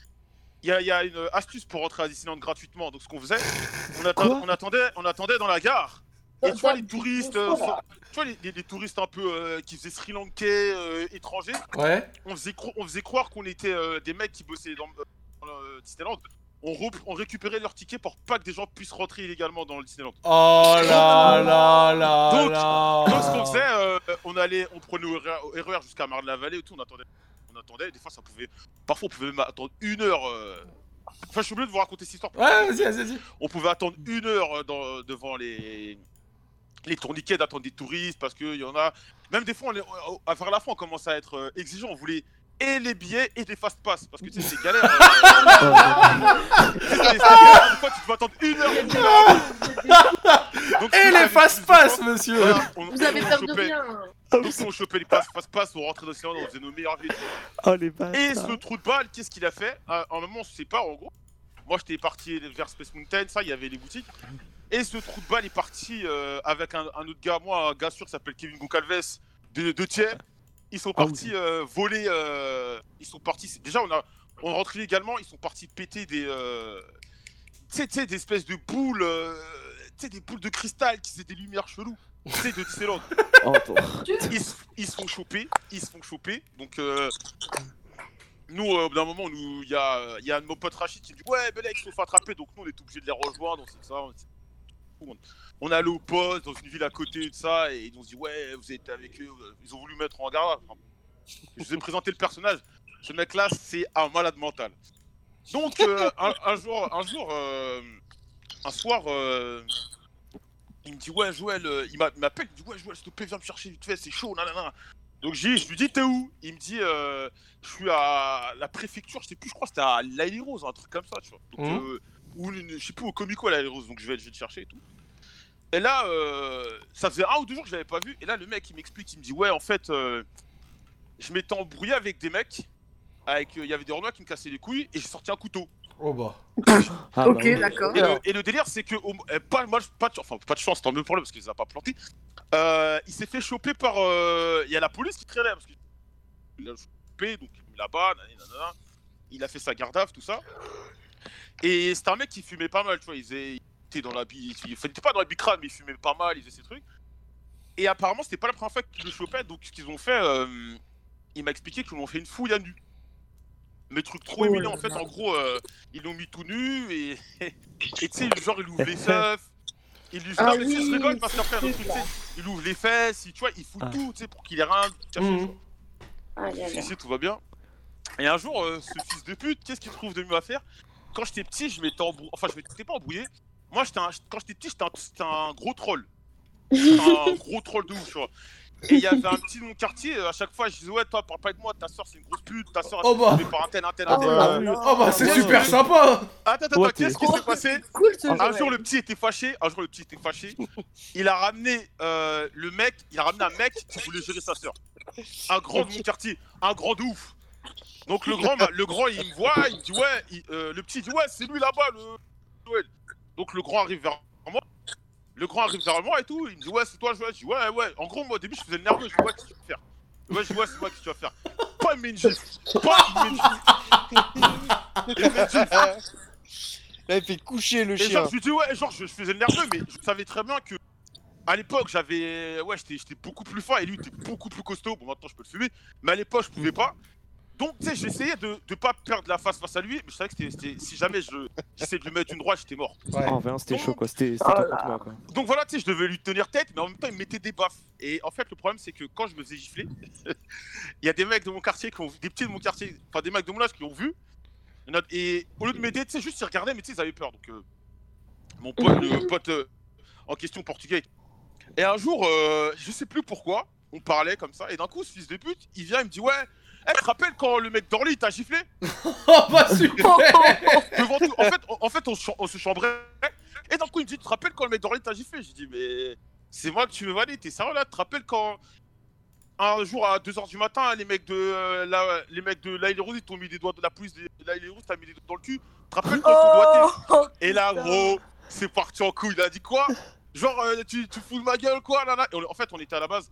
Speaker 2: Il y, a- il y a une astuce pour rentrer à Disneyland gratuitement. Donc, ce qu'on faisait, on, atten- on attendait, on attendait dans la gare. Et tu vois les touristes, euh, fo- tu vois les, les- les touristes un peu euh, qui faisaient Sri Lankais, euh, étrangers.
Speaker 1: Ouais.
Speaker 2: On faisait, cro- on faisait croire qu'on était euh, des mecs qui bossaient dans, dans le Disneyland. On, rep- on récupérait leurs tickets pour pas que des gens puissent rentrer illégalement dans le Disneyland.
Speaker 1: Oh là là là
Speaker 2: Donc,
Speaker 1: là.
Speaker 2: donc, ce qu'on faisait, euh, on allait, on prenait au RER, au RER jusqu'à Marne-la-Vallée et tout, on attendait, on attendait, et des fois ça pouvait, parfois on pouvait même attendre une heure. euh, Enfin, je suis obligé de vous raconter cette histoire.
Speaker 1: Ouais, vas-y, vas-y, vas-y.
Speaker 2: On pouvait attendre une heure euh, dans- devant les les tourniquets, d'attendre des touristes parce que il y en a. Même des fois, on est- on- à vers la fin, on commence à être euh, exigeant. On voulait et les billets et des fast pass parce que tu sais, c'est galère. euh.
Speaker 1: Ah
Speaker 2: Tu sais, c'est- c'est galère, des fois, tu peux attendre une heure. une heure. Donc,
Speaker 1: Et
Speaker 2: ce qu'on
Speaker 1: les
Speaker 2: avait-
Speaker 1: fast-pass, monsieur
Speaker 2: Voilà, on-
Speaker 7: Vous avez
Speaker 2: on
Speaker 7: peur de
Speaker 2: chopait-
Speaker 7: rien.
Speaker 2: donc on chopait les passes, passe passe, on rentrait dans le Disneyland, on faisait nos meilleures vies.
Speaker 3: Oh les
Speaker 2: Et
Speaker 3: bâtards.
Speaker 2: ce trou de balle, qu'est-ce qu'il a fait À un moment, on se sépare en gros. Moi, j'étais parti vers Space Mountain, ça, il y avait les boutiques. Et ce trou de balle est parti euh, avec un, un autre gars, moi, un gars sûr qui s'appelle Kevin Goncalves de, de Thiers. Ils sont
Speaker 3: Ah oui.
Speaker 2: partis euh, voler. euh, ils sont partis. Déjà, on a, on rentre illégalement. Ils sont partis péter des, euh, tu sais, tu sais, des espèces de boules, euh, tu sais, des boules de cristal qui faisaient des lumières cheloues. Tu sais, de Disneyland.
Speaker 3: Oh,
Speaker 2: ils, se- ils se font choper, ils se font choper. Donc, euh, nous, euh, au bout d'un moment, nous, il y a, euh, il y a un de nos potes Rachid qui dit Ouais, mais là, ils se sont fait attraper, donc nous, on est obligé de les rejoindre. On, sait ça, on, sait- on- on est allé au poste dans une ville à côté de ça, et ils ont dit Ouais, vous êtes avec eux. Ils ont voulu me mettre en garde. Enfin, je vous ai présenté le personnage. Ce mec-là, c'est un malade mental. Donc, euh, un, un jour, un jour, euh, un soir, euh, il me dit ouais Joël, euh, il m'a- il m'appelle, il me dit ouais Joël, s'il te plaît viens me chercher vite fait, c'est chaud, nanana. Donc j'y vais, je lui dis t'es où Il me dit euh, je suis à la préfecture, je sais plus, je crois que c'était à l'Aile Rose, un truc comme ça, tu vois. Donc,
Speaker 1: Mhm.
Speaker 2: euh, ou une- je sais plus au Comico à l'Aile Rose, donc je vais, je vais te chercher et tout. Et là, euh, ça faisait un ou deux jours que je l'avais pas vu, et là le mec il m'explique, il me dit ouais en fait, euh, je m'étais embrouillé avec des mecs, avec euh, il y avait des Renois qui me cassaient les couilles et j'ai sorti un couteau.
Speaker 1: Oh bah.
Speaker 2: Ah,
Speaker 7: ok,
Speaker 2: bah oui.
Speaker 7: d'accord.
Speaker 2: Et, le- et le délire, c'est que au- eh, pas, mal- pas, de- enfin, pas de chance, tant mieux pour lui parce qu'il les a pas plantés. Euh, il s'est fait choper par. euh, Il y a la police qui traînait parce qu'il il a chopé, donc il est mis là-bas, nanani, nanana. il a fait sa garde à vue, tout ça. Et c'était un mec qui fumait pas mal, tu vois. Il, faisait- il était dans la bi... il était pas dans la bicrane, mais il fumait pas mal, il faisait ses trucs. Et apparemment, c'était pas la première fois qu'ils le chopaient, donc ce qu'ils ont fait, euh, il m'a expliqué qu'ils l'ont fait une fouille à nu. Mais truc trop
Speaker 13: Oh
Speaker 2: humiliant,
Speaker 13: là
Speaker 2: en fait,
Speaker 13: là.
Speaker 2: en gros, euh, ils l'ont mis tout nu et. et tu sais, genre, il ouvre les seufs. Il lui fait.
Speaker 13: Ah
Speaker 2: non, mais tu sais, je
Speaker 13: oui,
Speaker 2: rigole parce qu'après,
Speaker 13: c'est
Speaker 2: le truc, tu sais,
Speaker 13: ça. Ah.
Speaker 2: il ouvre les fesses, il- tu vois, il fout tout, tu sais, pour qu'il ait rien caché.
Speaker 13: Mhm.
Speaker 2: genre. Ici, tout va bien. Et un jour, euh, ce fils de pute, qu'est-ce qu'il trouve de mieux à faire Quand j'étais petit, je m'étais embrouillé. Enfin, je m'étais pas embrouillé. Moi, j'étais un- quand j'étais petit, j'étais un... j'étais un gros troll. J'étais un gros troll de ouf, tu vois. Et il y avait un petit nom de quartier, euh, à chaque fois, je disais, ouais, toi, parle pas de moi, ta soeur, c'est une grosse pute, ta soeur, elle
Speaker 1: Oh
Speaker 2: s'est
Speaker 1: bah.
Speaker 2: fait par un tel, un tel, un
Speaker 1: Oh
Speaker 2: tel. euh,
Speaker 1: bah, oh bah, c'est super sympa
Speaker 2: Attends, attends,
Speaker 1: Ouais,
Speaker 2: attends, qu'est-ce
Speaker 1: t'es-
Speaker 2: qui s'est passé
Speaker 1: Cool, ce
Speaker 2: Un
Speaker 1: jeu.
Speaker 2: jour le petit était fâché, un jour le petit était fâché. Il a ramené euh, le mec, il a ramené un mec qui voulait gérer sa sœur. Un grand de mon quartier, un grand de ouf. Donc le grand, bah, le grand, il me voit, il dit ouais, il- euh, le petit il dit ouais, c'est lui là-bas le Joël. Donc le grand arrive vers moi. Le grand arrive vers moi et tout, il me dit ouais, c'est toi Joël. Je dis ouais, ouais. En gros, moi au début, je faisais le nerveux, je dis ouais, qu'est-ce que tu vas faire Ouais, je vois, c'est moi qui tu vas faire. Pas une gifle Pas une
Speaker 6: Là, il fait coucher le
Speaker 2: Et
Speaker 6: chien.
Speaker 2: genre, je lui dis, ouais, genre, je, je faisais le nerveux, mais je savais très bien que. À l'époque, j'avais. Ouais, j'étais j'étais beaucoup plus fort et lui, il était beaucoup plus costaud. Bon, maintenant, je peux le fumer. Mais à l'époque, je pouvais pas. Donc, tu sais, j'essayais de, de pas perdre la face face à lui, mais je savais que c'était- c'était- si jamais je- j'essayais de lui mettre une droite, j'étais mort.
Speaker 3: En vrai, c'était chaud, quoi. C'était c'était
Speaker 2: Oh
Speaker 3: toi
Speaker 2: là.
Speaker 3: contre moi, quoi.
Speaker 2: Donc voilà, tu sais, je devais lui tenir tête, mais en même temps, il me mettait des baffes. Et en fait, le problème, c'est que quand je me faisais gifler, il y a des mecs de mon quartier qui ont vu, des petits de mon quartier, enfin des mecs de mon âge qui ont vu. Il y en a- Et au lieu de m'aider, tu sais, juste ils regardaient, mais tu sais, ils avaient peur. Donc, euh, mon pote, le pote euh, en question portugais. Et un jour, euh, je sais plus pourquoi, on parlait comme ça, et d'un coup, ce fils de pute, il vient, il me dit Ouais, eh, tu te rappelles quand le mec d'Orly t'a giflé
Speaker 1: Oh bah super
Speaker 2: Devant tout. En fait, on, en fait, on, se- on se chambrait. Et d'un coup, il me dit Tu te rappelles quand le mec d'Orly t'a giflé J'ai dit Mais c'est moi que tu veux valer, t'es sérieux là Tu te rappelles quand. Un jour à 2h du matin, les mecs de euh, la, les mecs de Lyle Rose, ils t'ont mis des doigts de la police de Lyle Rose, t'as mis des doigts dans le cul. Tu te rappelles quand ils t'ont doigté Et là, gros, c'est parti en couille. Il a dit quoi Genre, euh, tu, tu fous de ma gueule, quoi là, là. Et on- En fait, on était à la base.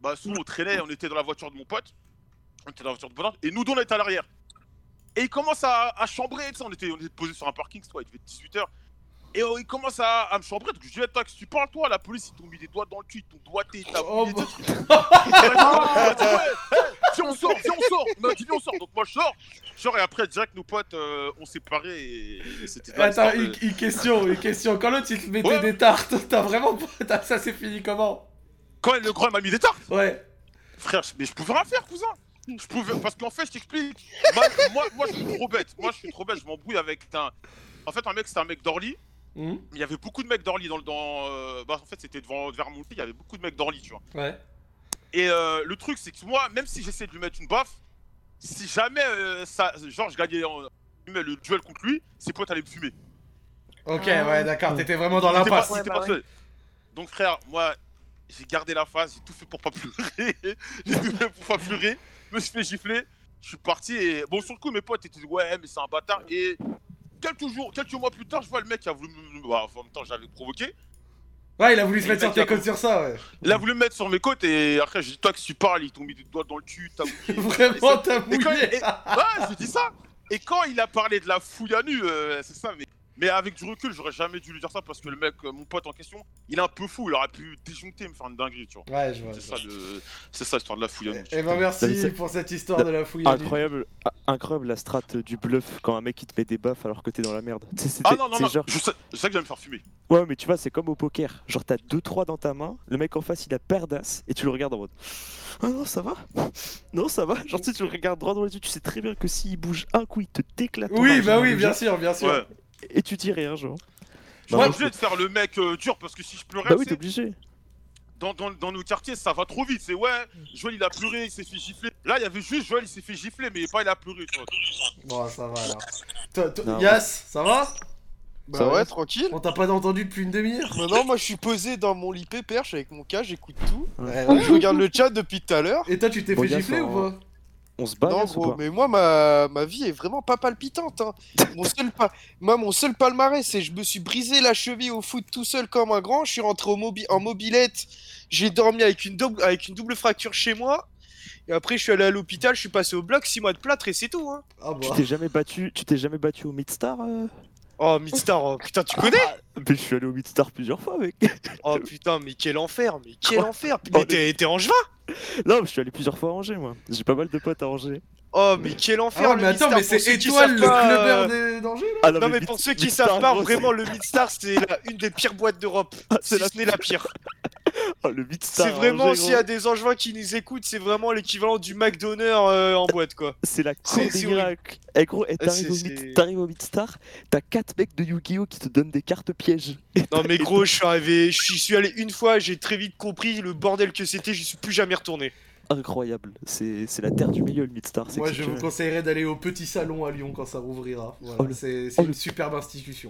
Speaker 2: Bah, souvent, on traînait, on était dans la voiture de mon pote. On était dans la voiture de Bonheur. Et nous, deux, on était à l'arrière. Et il commence à, à chambrer, tu sais, on était, on était posé sur un parking, c'est toi, il devait être 18h. Et euh, il commence à, à me chambrer, donc je dis, attends, qu'est-ce que tu parles, toi La police, ils t'ont mis des doigts dans le cul, ils t'ont doigté, ils t'ont mis des trucs. Il m'a dit, ouais, hey, viens, on sort, viens, on sort On m'a dit, viens, on sort Donc moi, je sors. Genre, et après, direct, nos potes, euh, on s'est séparés et, et c'était pas
Speaker 1: Attends,
Speaker 2: l'histoire
Speaker 1: une,
Speaker 2: de-
Speaker 1: une question, une question. Quand l'autre il te mettait
Speaker 2: Ouais.
Speaker 1: des tartes, t'as vraiment pas. t'as- Ça c'est fini comment
Speaker 2: Quand le grand il m'a mis des tartes
Speaker 1: Ouais.
Speaker 2: Frère, je- mais je pouvais rien faire, cousin Je pouvais. Parce qu'en fait, je t'explique. Ma- moi, moi, je suis trop bête. Moi, je suis trop bête. Je m'embrouille avec un. En fait, un mec, c'était un mec d'Orly.
Speaker 1: Hmm
Speaker 2: Il y avait beaucoup de mecs d'Orly dans le. Dans, euh, bah, en fait, c'était devant vers Montpellier. Il y avait beaucoup de mecs d'Orly, tu vois.
Speaker 1: Ouais.
Speaker 2: Et euh, le truc, c'est que moi, même si j'essaie de lui mettre une baffe, si jamais euh, ça. Genre, je gagnais en- le duel contre lui, ses potes allaient me fumer.
Speaker 1: Ok,
Speaker 7: Ah.
Speaker 1: ouais, bah d'accord, t'étais vraiment dans
Speaker 2: Il était pas-
Speaker 1: l'impasse.
Speaker 2: il était pas seul. Donc frère, moi, j'ai gardé la face, j'ai tout fait pour pas pleurer, j'ai tout fait pour pas pleurer, je me suis fait gifler, je suis parti et bon sur le coup mes potes étaient ouais mais c'est un bâtard et quelques jours, quelques mois plus tard je vois le mec qui a voulu me... bah, en même temps j'avais provoqué,
Speaker 1: Ouais, il a voulu se
Speaker 2: Et
Speaker 1: mettre
Speaker 2: le
Speaker 1: sur
Speaker 2: mec
Speaker 1: tes
Speaker 2: a-
Speaker 1: côtes sur ça, ouais.
Speaker 2: il a voulu me mettre sur mes côtes et après j'ai dit toi que tu parles, ils t'ont mis des doigts dans le cul, t'as mouillé.
Speaker 1: Vraiment,
Speaker 2: Et ça-
Speaker 1: t'as
Speaker 2: et quand-
Speaker 1: mouillé.
Speaker 2: et- Ouais, j'ai dit ça Et quand il a parlé de la fouille à nu, euh, c'est ça, mais... Mais avec du recul, j'aurais jamais dû lui dire ça parce que le mec, euh, mon pote en question, il est un peu fou, il aurait pu déjoncter et me faire une dinguerie, tu vois.
Speaker 1: Ouais, je vois,
Speaker 2: C'est
Speaker 1: je
Speaker 2: ça, le- c'est ça l'histoire de la fouille à nu.
Speaker 1: Eh ben
Speaker 3: David,
Speaker 1: merci
Speaker 3: c'est-
Speaker 1: pour cette histoire de la fouille. à nu.
Speaker 3: Incroyable, ah, incroyable la strat du bluff quand un mec il te met des baffes alors que t'es dans la merde. Tu sais, c'était-
Speaker 2: Ah non, non,
Speaker 3: c'est
Speaker 2: non,
Speaker 3: genre-
Speaker 2: je, sais, je sais que j'allais me faire
Speaker 1: Bah,
Speaker 2: fumer.
Speaker 3: Ouais, mais tu vois, c'est comme au poker. Genre, t'as 2-3 dans ta main, le mec en face il a paire d'as et tu le regardes en mode Ah non, ça va Non, ça va Genre, tu sais, tu le regardes droit dans les yeux, tu sais très bien que s'il bouge un coup, il te déclate. ton
Speaker 1: Oui,
Speaker 3: argent
Speaker 1: bah
Speaker 3: dans
Speaker 1: oui,
Speaker 3: le
Speaker 1: bien
Speaker 3: jet.
Speaker 1: sûr, bien sûr.
Speaker 3: Ouais. Et tu dis rien, genre.
Speaker 2: Je suis
Speaker 3: Bah,
Speaker 2: obligé de faire le mec euh, dur parce que si je pleurais,
Speaker 3: Bah oui,
Speaker 2: c'est-
Speaker 3: t'es obligé.
Speaker 2: dans, dans, dans nos quartiers, ça va trop vite. C'est ouais, Joël il a pleuré, il s'est fait gifler. Là, il y avait juste Joël, il s'est fait gifler, mais pas il a pleuré, tu vois.
Speaker 1: Bon, ça va alors. Toi- toi-
Speaker 6: Non.
Speaker 1: Yas, ça va Bah
Speaker 6: Ça va, tranquille.
Speaker 1: On t'a pas entendu depuis une demi-heure
Speaker 6: Non, non, moi je suis posé dans mon lit perche avec mon cas, j'écoute tout.
Speaker 1: Ouais,
Speaker 6: Je regarde le chat depuis tout à l'heure.
Speaker 1: Et toi, tu t'es
Speaker 6: Bon,
Speaker 1: fait
Speaker 6: bien
Speaker 1: gifler
Speaker 6: sûr,
Speaker 1: ou pas
Speaker 3: on se bat
Speaker 4: Non,
Speaker 3: Yass, ou
Speaker 4: gros,
Speaker 3: pas
Speaker 4: mais moi, ma, ma vie est vraiment pas palpitante. hein. Mon, seul pa- moi, mon seul palmarès, c'est je me suis brisé la cheville au foot tout seul comme un grand. Je suis rentré au mobi- en mobilette. J'ai dormi avec une, double, avec une double fracture chez moi. Et après, je suis allé à l'hôpital. Je suis passé au bloc, 6 mois de plâtre et c'est tout. Hein.
Speaker 1: Ah bah.
Speaker 3: Tu t'es jamais battu, tu t'es jamais battu au Midstar euh
Speaker 4: Oh, Midstar, oh, putain, tu connais
Speaker 3: Mais je suis allé au Midstar plusieurs fois, mec. Oh,
Speaker 4: Oh putain, mais quel enfer, mais quel enfer. Mais t'es t'es angevin
Speaker 3: Non, mais je suis allé plusieurs fois à Angers, moi. J'ai pas mal de potes à Angers.
Speaker 4: Oh, mais quel enfer.
Speaker 1: Ah,
Speaker 4: le
Speaker 1: mais
Speaker 4: Midstar,
Speaker 1: attends, mais
Speaker 4: pour
Speaker 1: c'est
Speaker 4: ceux qui
Speaker 1: Étoile,
Speaker 4: savent
Speaker 1: le
Speaker 4: pas, euh,
Speaker 1: clubber des- d'Angers, là
Speaker 3: Ah,
Speaker 4: non,
Speaker 3: non,
Speaker 4: mais,
Speaker 3: mais
Speaker 4: pour
Speaker 3: Mid-
Speaker 4: ceux qui
Speaker 3: Midstar,
Speaker 4: savent pas,
Speaker 3: gros, c'est-
Speaker 4: vraiment, le Midstar, c'est la- une des pires boîtes d'Europe. si ce n'est Ah, la pire.
Speaker 3: Oh, le Midstar.
Speaker 4: C'est
Speaker 3: à
Speaker 4: vraiment,
Speaker 3: Angers,
Speaker 4: s'il
Speaker 3: gros.
Speaker 4: y a des angevins qui nous écoutent, c'est vraiment l'équivalent du McDonald's euh, en boîte, quoi.
Speaker 3: C'est la cour
Speaker 4: C'est-
Speaker 3: des
Speaker 4: c'est horrible.
Speaker 3: miracles. Eh gros, eh,
Speaker 4: C'est-
Speaker 3: t'arrives au,
Speaker 4: c'est-
Speaker 3: Mid- t'arrives au Midstar, t'as 4 mecs de Yu-Gi-Oh! qui te donnent des cartes pièges. Et
Speaker 4: Non, mais gros, je suis arrivé, je suis allé une fois, j'ai très vite compris le bordel que c'était, je suis plus jamais retourné.
Speaker 3: Incroyable, c'est c'est la terre du milieu le Midstar. c'est
Speaker 1: Moi, je vous
Speaker 3: exceptionnel.
Speaker 1: conseillerais d'aller au Petit Salon à Lyon quand ça rouvrira. Voilà,
Speaker 3: Oh, le-
Speaker 1: c'est c'est une superbe institution.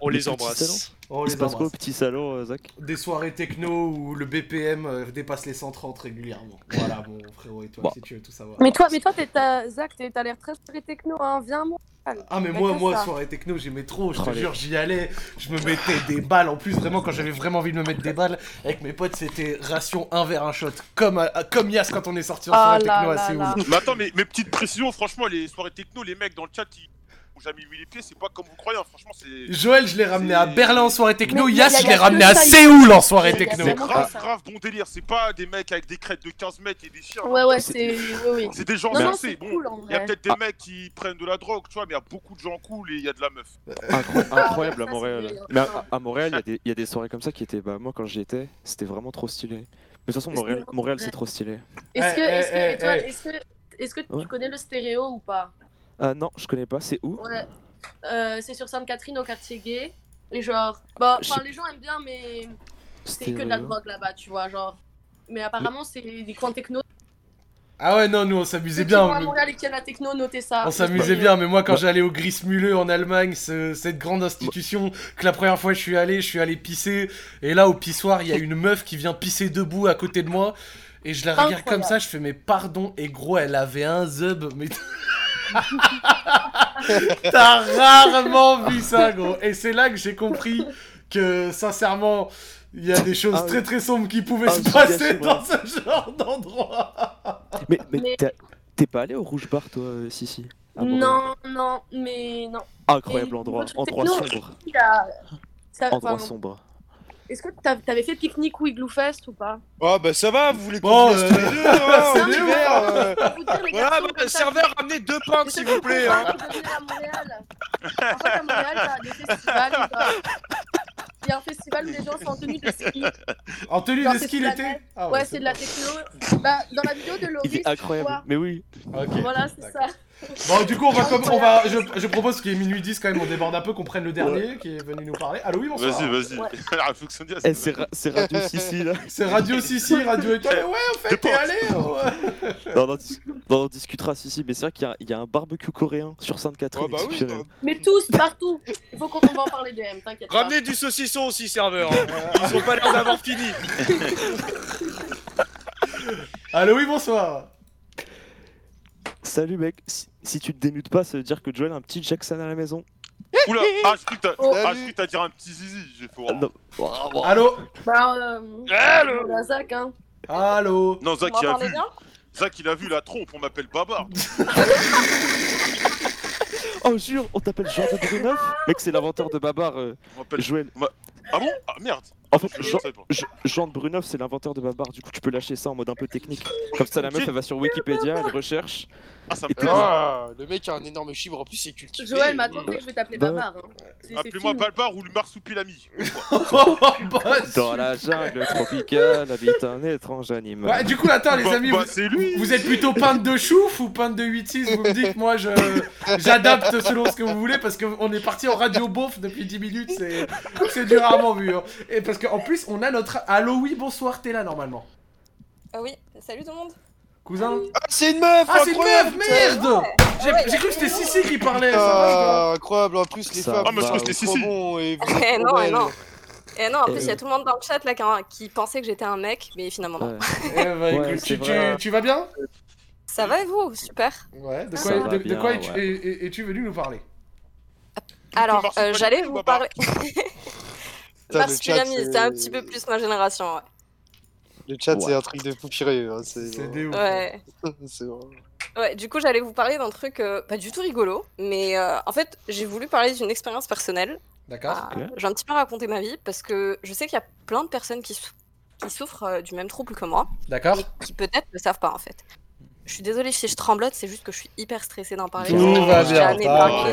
Speaker 4: On
Speaker 3: Le
Speaker 4: les
Speaker 3: petit
Speaker 4: embrasse.
Speaker 3: salon
Speaker 1: On
Speaker 3: Il
Speaker 1: les
Speaker 3: se passe quoi au
Speaker 1: embrasse.
Speaker 3: petit salon, euh, Zach
Speaker 1: Des soirées techno où le BPM euh, dépasse les 130 régulièrement. Voilà, mon frérot, et toi,
Speaker 3: Bon.
Speaker 1: si tu veux tout savoir.
Speaker 7: Mais toi, mais toi, t'es ta... Zach, t'es- t'as l'air très très techno, hein. Viens, à Montréal.
Speaker 1: Ah mais
Speaker 7: Fais
Speaker 1: moi
Speaker 7: bah, que
Speaker 1: moi
Speaker 7: ça.
Speaker 1: soirée techno j'aimais trop je te
Speaker 3: Oh, les-
Speaker 1: jure j'y allais je me mettais des balles en plus vraiment quand j'avais vraiment envie de me mettre des balles avec mes potes c'était ration 1 vers un shot comme à- comme Yas quand on est sorti en
Speaker 7: Ah
Speaker 1: soirée techno à Séoul
Speaker 2: Mais attends, mais, mes petites précisions, franchement, les soirées techno, les mecs dans le chat, ils ont jamais mis les pieds, c'est pas comme vous croyez, hein, franchement, c'est.
Speaker 1: Joël je l'ai ramené à Berlin en soirée techno
Speaker 7: Mais y a- y
Speaker 1: Yas
Speaker 7: a-
Speaker 1: je
Speaker 7: y a
Speaker 1: l'ai
Speaker 7: que
Speaker 1: ramené à
Speaker 7: ça, il-
Speaker 1: Séoul en
Speaker 7: y
Speaker 1: soirée
Speaker 7: a- y a
Speaker 1: techno
Speaker 2: C'est
Speaker 7: vraiment
Speaker 2: grave,
Speaker 7: ça.
Speaker 2: grave bon délire, c'est pas des mecs avec des crêtes de 15 mètres et des chiens. hein.
Speaker 7: Ouais, ouais,
Speaker 3: C'est-
Speaker 7: c'est. Oui, oui.
Speaker 2: C'est des gens
Speaker 7: Non, non,
Speaker 2: lancés.
Speaker 7: c'est
Speaker 2: Bon,
Speaker 7: cool en
Speaker 2: il y a
Speaker 7: vrai.
Speaker 2: peut-être des mecs qui prennent de la drogue, tu vois, mais il y a beaucoup de gens cool et il y a de la meuf.
Speaker 3: Incro-
Speaker 7: Ah,
Speaker 3: incroyable
Speaker 7: ouais,
Speaker 3: à
Speaker 7: ça,
Speaker 3: Montréal.
Speaker 7: c'est-
Speaker 3: Mais à, à Montréal, il y a des- il y, a des soirées comme ça qui étaient. Bah, moi, quand j'y étais, c'était vraiment trop stylé. Mais de toute façon,
Speaker 7: Est-ce que-
Speaker 3: Montréal, Montréal c'est trop stylé.
Speaker 7: Est-ce que,
Speaker 1: Eh,
Speaker 7: est-ce
Speaker 1: eh,
Speaker 7: que, Étoile,
Speaker 1: eh,
Speaker 7: est-ce que, est-ce que
Speaker 3: Ouais.
Speaker 7: tu connais le stéréo ou pas
Speaker 3: Ah non, je connais pas, c'est où
Speaker 7: Ouais. Euh, c'est sur Sainte-Catherine au quartier gay. Et genre, bah,
Speaker 3: Je-
Speaker 7: enfin, les gens aiment bien, mais c'est que de la
Speaker 3: Stéréo.
Speaker 7: drogue là-bas, tu vois, genre. Mais apparemment, c'est des coins techno.
Speaker 1: Ah ouais non nous on s'amusait
Speaker 7: Ceux
Speaker 1: bien
Speaker 7: qui vont à
Speaker 1: on-
Speaker 7: Montréal et qui aiment la techno, notez ça.
Speaker 1: On
Speaker 3: Bah,
Speaker 1: s'amusait bien, mais moi quand j'allais au Grismühle en Allemagne, ce- cette grande institution, que la première fois je suis allé, je suis allé pisser, et là au pissoir, il y a une meuf qui vient pisser debout à côté de moi, et je la regarde
Speaker 7: Incroyable.
Speaker 1: comme ça, je fais mais pardon, et gros, elle avait un zub, mais... T'as rarement vu ça, gros. Et c'est là que j'ai compris que, sincèrement, il y a des choses
Speaker 3: Ah oui.
Speaker 1: très très sombres qui pouvaient
Speaker 3: Ah,
Speaker 1: se
Speaker 3: je
Speaker 1: passer
Speaker 3: gâche,
Speaker 1: dans ce genre d'endroit.
Speaker 3: Mais, mais
Speaker 7: Mais-
Speaker 3: t'as- t'es pas allé au Rouge Bar, toi, euh, Sissi à Montréal
Speaker 7: Non, non, mais non.
Speaker 3: bah. Incroyable
Speaker 7: Et-
Speaker 3: endroit,
Speaker 7: Techno-
Speaker 3: endroit sombre.
Speaker 7: Il y a- ça-
Speaker 3: Endroit
Speaker 7: enfin,
Speaker 3: sombre.
Speaker 7: Est-ce que t'av- t'avais fait pique-nique ou Igloo Fest ou pas
Speaker 4: Oh, bah ça va, vous voulez qu'on
Speaker 1: Bon,
Speaker 4: vous laisse tous les
Speaker 1: euh,
Speaker 4: deux,
Speaker 2: Ah,
Speaker 4: hein,
Speaker 1: c'est
Speaker 4: en
Speaker 1: bien.
Speaker 4: hiver, euh,
Speaker 7: Pour vous dire, les
Speaker 4: Voilà,
Speaker 7: garçons,
Speaker 4: bah,
Speaker 7: comme ça,
Speaker 4: serveur, ramenez deux pintes, s'il vous plaît. hein.
Speaker 7: Je sais pas pourquoi on parle de venir à Montréal. En fait, à Montréal, t'as des festivals. où t'as- Il y a un festival où les gens sont en tenue de ski.
Speaker 1: En tenue
Speaker 7: Non,
Speaker 1: de
Speaker 7: c'est
Speaker 1: ski
Speaker 7: de la
Speaker 1: l'été
Speaker 7: neige.
Speaker 1: Ah
Speaker 7: Ouais, c'est de la techno. Bah, dans la vidéo de Loris,
Speaker 3: Il est
Speaker 7: tu
Speaker 3: incroyable.
Speaker 7: vois.
Speaker 3: Mais oui,
Speaker 1: Ok.
Speaker 7: Voilà, c'est ça.
Speaker 1: Bon, du coup, on va, comme, on va je, je propose qu'il est minuit 10 quand même, on déborde un peu, qu'on prenne le dernier qui est venu nous parler. Allô, oui, bonsoir.
Speaker 2: Vas-y, vas-y. Ah,
Speaker 7: Ouais.
Speaker 2: La réflexion d'Yas,
Speaker 3: Eh, c'est ra- c'est Radio Sissi là.
Speaker 1: C'est Radio Sissi, Radio Étoile. Ouais, en fait, t'es
Speaker 2: Dépense.
Speaker 1: allé oh, ouais.
Speaker 3: Non, on en dis- non, on en discutera, Sissi. Mais c'est vrai qu'il y a- il y, a un barbecue coréen sur Sainte-Catherine.
Speaker 4: Oh, bah oui,
Speaker 3: exceptionnel.
Speaker 7: Mais tous, partout. Il faut qu'on on va en parler de M, t'inquiète pas.
Speaker 4: Ramenez du saucisson aussi, serveur. hein. Ils ont pas l'air d'avoir fini.
Speaker 1: Allô, oui, bonsoir.
Speaker 3: Salut mec, si, si tu te démutes pas, ça veut dire que Joel a un petit Jackson à la maison.
Speaker 2: Oula, ah, je crois que t'as
Speaker 7: Oh.
Speaker 2: ah, je crois que t'as dit un petit zizi, j'ai fait.
Speaker 3: Ah,
Speaker 2: voir.
Speaker 3: non. Ouah, ouah.
Speaker 1: Allô
Speaker 7: Bah, euh,
Speaker 2: Allô
Speaker 7: on a Zach, hein.
Speaker 1: Allô
Speaker 2: Non, Zach,
Speaker 7: on
Speaker 2: il
Speaker 7: va
Speaker 2: a
Speaker 7: parler
Speaker 2: vu.
Speaker 7: bien
Speaker 2: Zach, il a vu la trompe, on m'appelle Babar.
Speaker 3: Oh jure, on t'appelle Jean de Bruneuf Mec, c'est l'inventeur de Babar, euh,
Speaker 2: On m'appelle.
Speaker 3: Joël.
Speaker 2: Ah bon Ah merde
Speaker 3: En fait,
Speaker 2: Je
Speaker 3: Jean,
Speaker 2: savais pas.
Speaker 3: Je- Jean de Bruneuf, c'est l'inventeur de Babar. Du coup, tu peux lâcher ça en mode un peu technique. Comme ça, la meuf, elle va sur Wikipédia, elle recherche.
Speaker 2: Ah, ça me
Speaker 3: Et
Speaker 2: plaît.
Speaker 3: toi
Speaker 4: Ah, le mec a un énorme chibre, en plus c'est cultivé.
Speaker 7: Joël m'a tenté que je vais t'appeler
Speaker 3: Bah,
Speaker 7: Babar. Hein. C'est- c'est
Speaker 2: Eh, Appelez-moi
Speaker 7: fini.
Speaker 2: Balbar ou le marsupilami.
Speaker 1: Oh, bah,
Speaker 3: Dans la jungle tropicale habite un étrange animal.
Speaker 1: Ouais, du coup, attends, les
Speaker 2: Bah-
Speaker 1: amis,
Speaker 2: bah,
Speaker 1: vous,
Speaker 2: c'est lui.
Speaker 1: vous êtes plutôt peintre de chouf ou peintre de 8-6 Vous me dites, moi, je j'adapte selon ce que vous voulez parce qu'on est parti en radio beauf depuis 10 minutes, c'est c'est du rarement vu. hein. Et parce qu'en plus, on a notre Allô, oui, bonsoir, t'es là normalement.
Speaker 13: Ah oui, salut tout le monde
Speaker 1: Cousin
Speaker 4: Ah, c'est une meuf
Speaker 1: Ah, c'est une
Speaker 4: incroyable,
Speaker 1: meuf, merde J'ai j'ai cru que c'était Sissi qui parlait. ça.
Speaker 4: Ah, incroyable, en plus les
Speaker 3: Ça
Speaker 4: femmes.
Speaker 3: va, Ah, mais je
Speaker 2: trouve que c'est
Speaker 4: trop
Speaker 2: Sissi.
Speaker 4: bon et vous
Speaker 13: Eh
Speaker 4: êtes euh, trop
Speaker 13: non, eh
Speaker 4: belles.
Speaker 13: non. Et non, en plus, il y
Speaker 3: Euh.
Speaker 13: a tout le monde dans le chat là qui, qui pensait que j'étais un mec, mais finalement non.
Speaker 3: Ouais.
Speaker 1: Eh bah,
Speaker 3: Ouais,
Speaker 1: écoute,
Speaker 3: c'est
Speaker 1: tu, tu-
Speaker 3: vrai.
Speaker 1: tu vas bien
Speaker 13: Ça va et vous Super.
Speaker 1: Ouais, de
Speaker 13: Ça
Speaker 1: quoi,
Speaker 13: va
Speaker 1: de- de
Speaker 13: bien,
Speaker 1: quoi es-tu
Speaker 13: ouais.
Speaker 1: es- es- es-tu venu nous parler
Speaker 13: Alors,
Speaker 1: marches pas
Speaker 13: euh,
Speaker 1: du
Speaker 13: j'allais
Speaker 1: tout,
Speaker 13: vous
Speaker 1: Baba.
Speaker 13: parler.
Speaker 6: Putain, le
Speaker 13: Mars
Speaker 6: chat,
Speaker 13: Pyramide, c'est un
Speaker 6: c'est-
Speaker 13: petit peu plus ma génération, ouais.
Speaker 6: Le chat, c'est un truc de poupiré. hein, C'est
Speaker 1: des
Speaker 13: Ouais.
Speaker 6: C'est vrai.
Speaker 13: Ouais, du coup, j'allais vous parler d'un truc euh, pas du tout rigolo, mais euh, en fait, j'ai voulu parler d'une expérience personnelle.
Speaker 1: D'accord.
Speaker 13: Euh, J'ai un petit peu raconté ma vie parce que je sais qu'il y a plein de personnes qui, sou- qui souffrent euh, du même trouble que moi,
Speaker 1: D'accord.
Speaker 13: qui peut-être ne savent pas en fait. Je suis désolée si je tremblote, c'est juste que je suis hyper stressée d'en parler.
Speaker 1: Tout va
Speaker 13: J'en
Speaker 1: bien, Ah,
Speaker 13: ai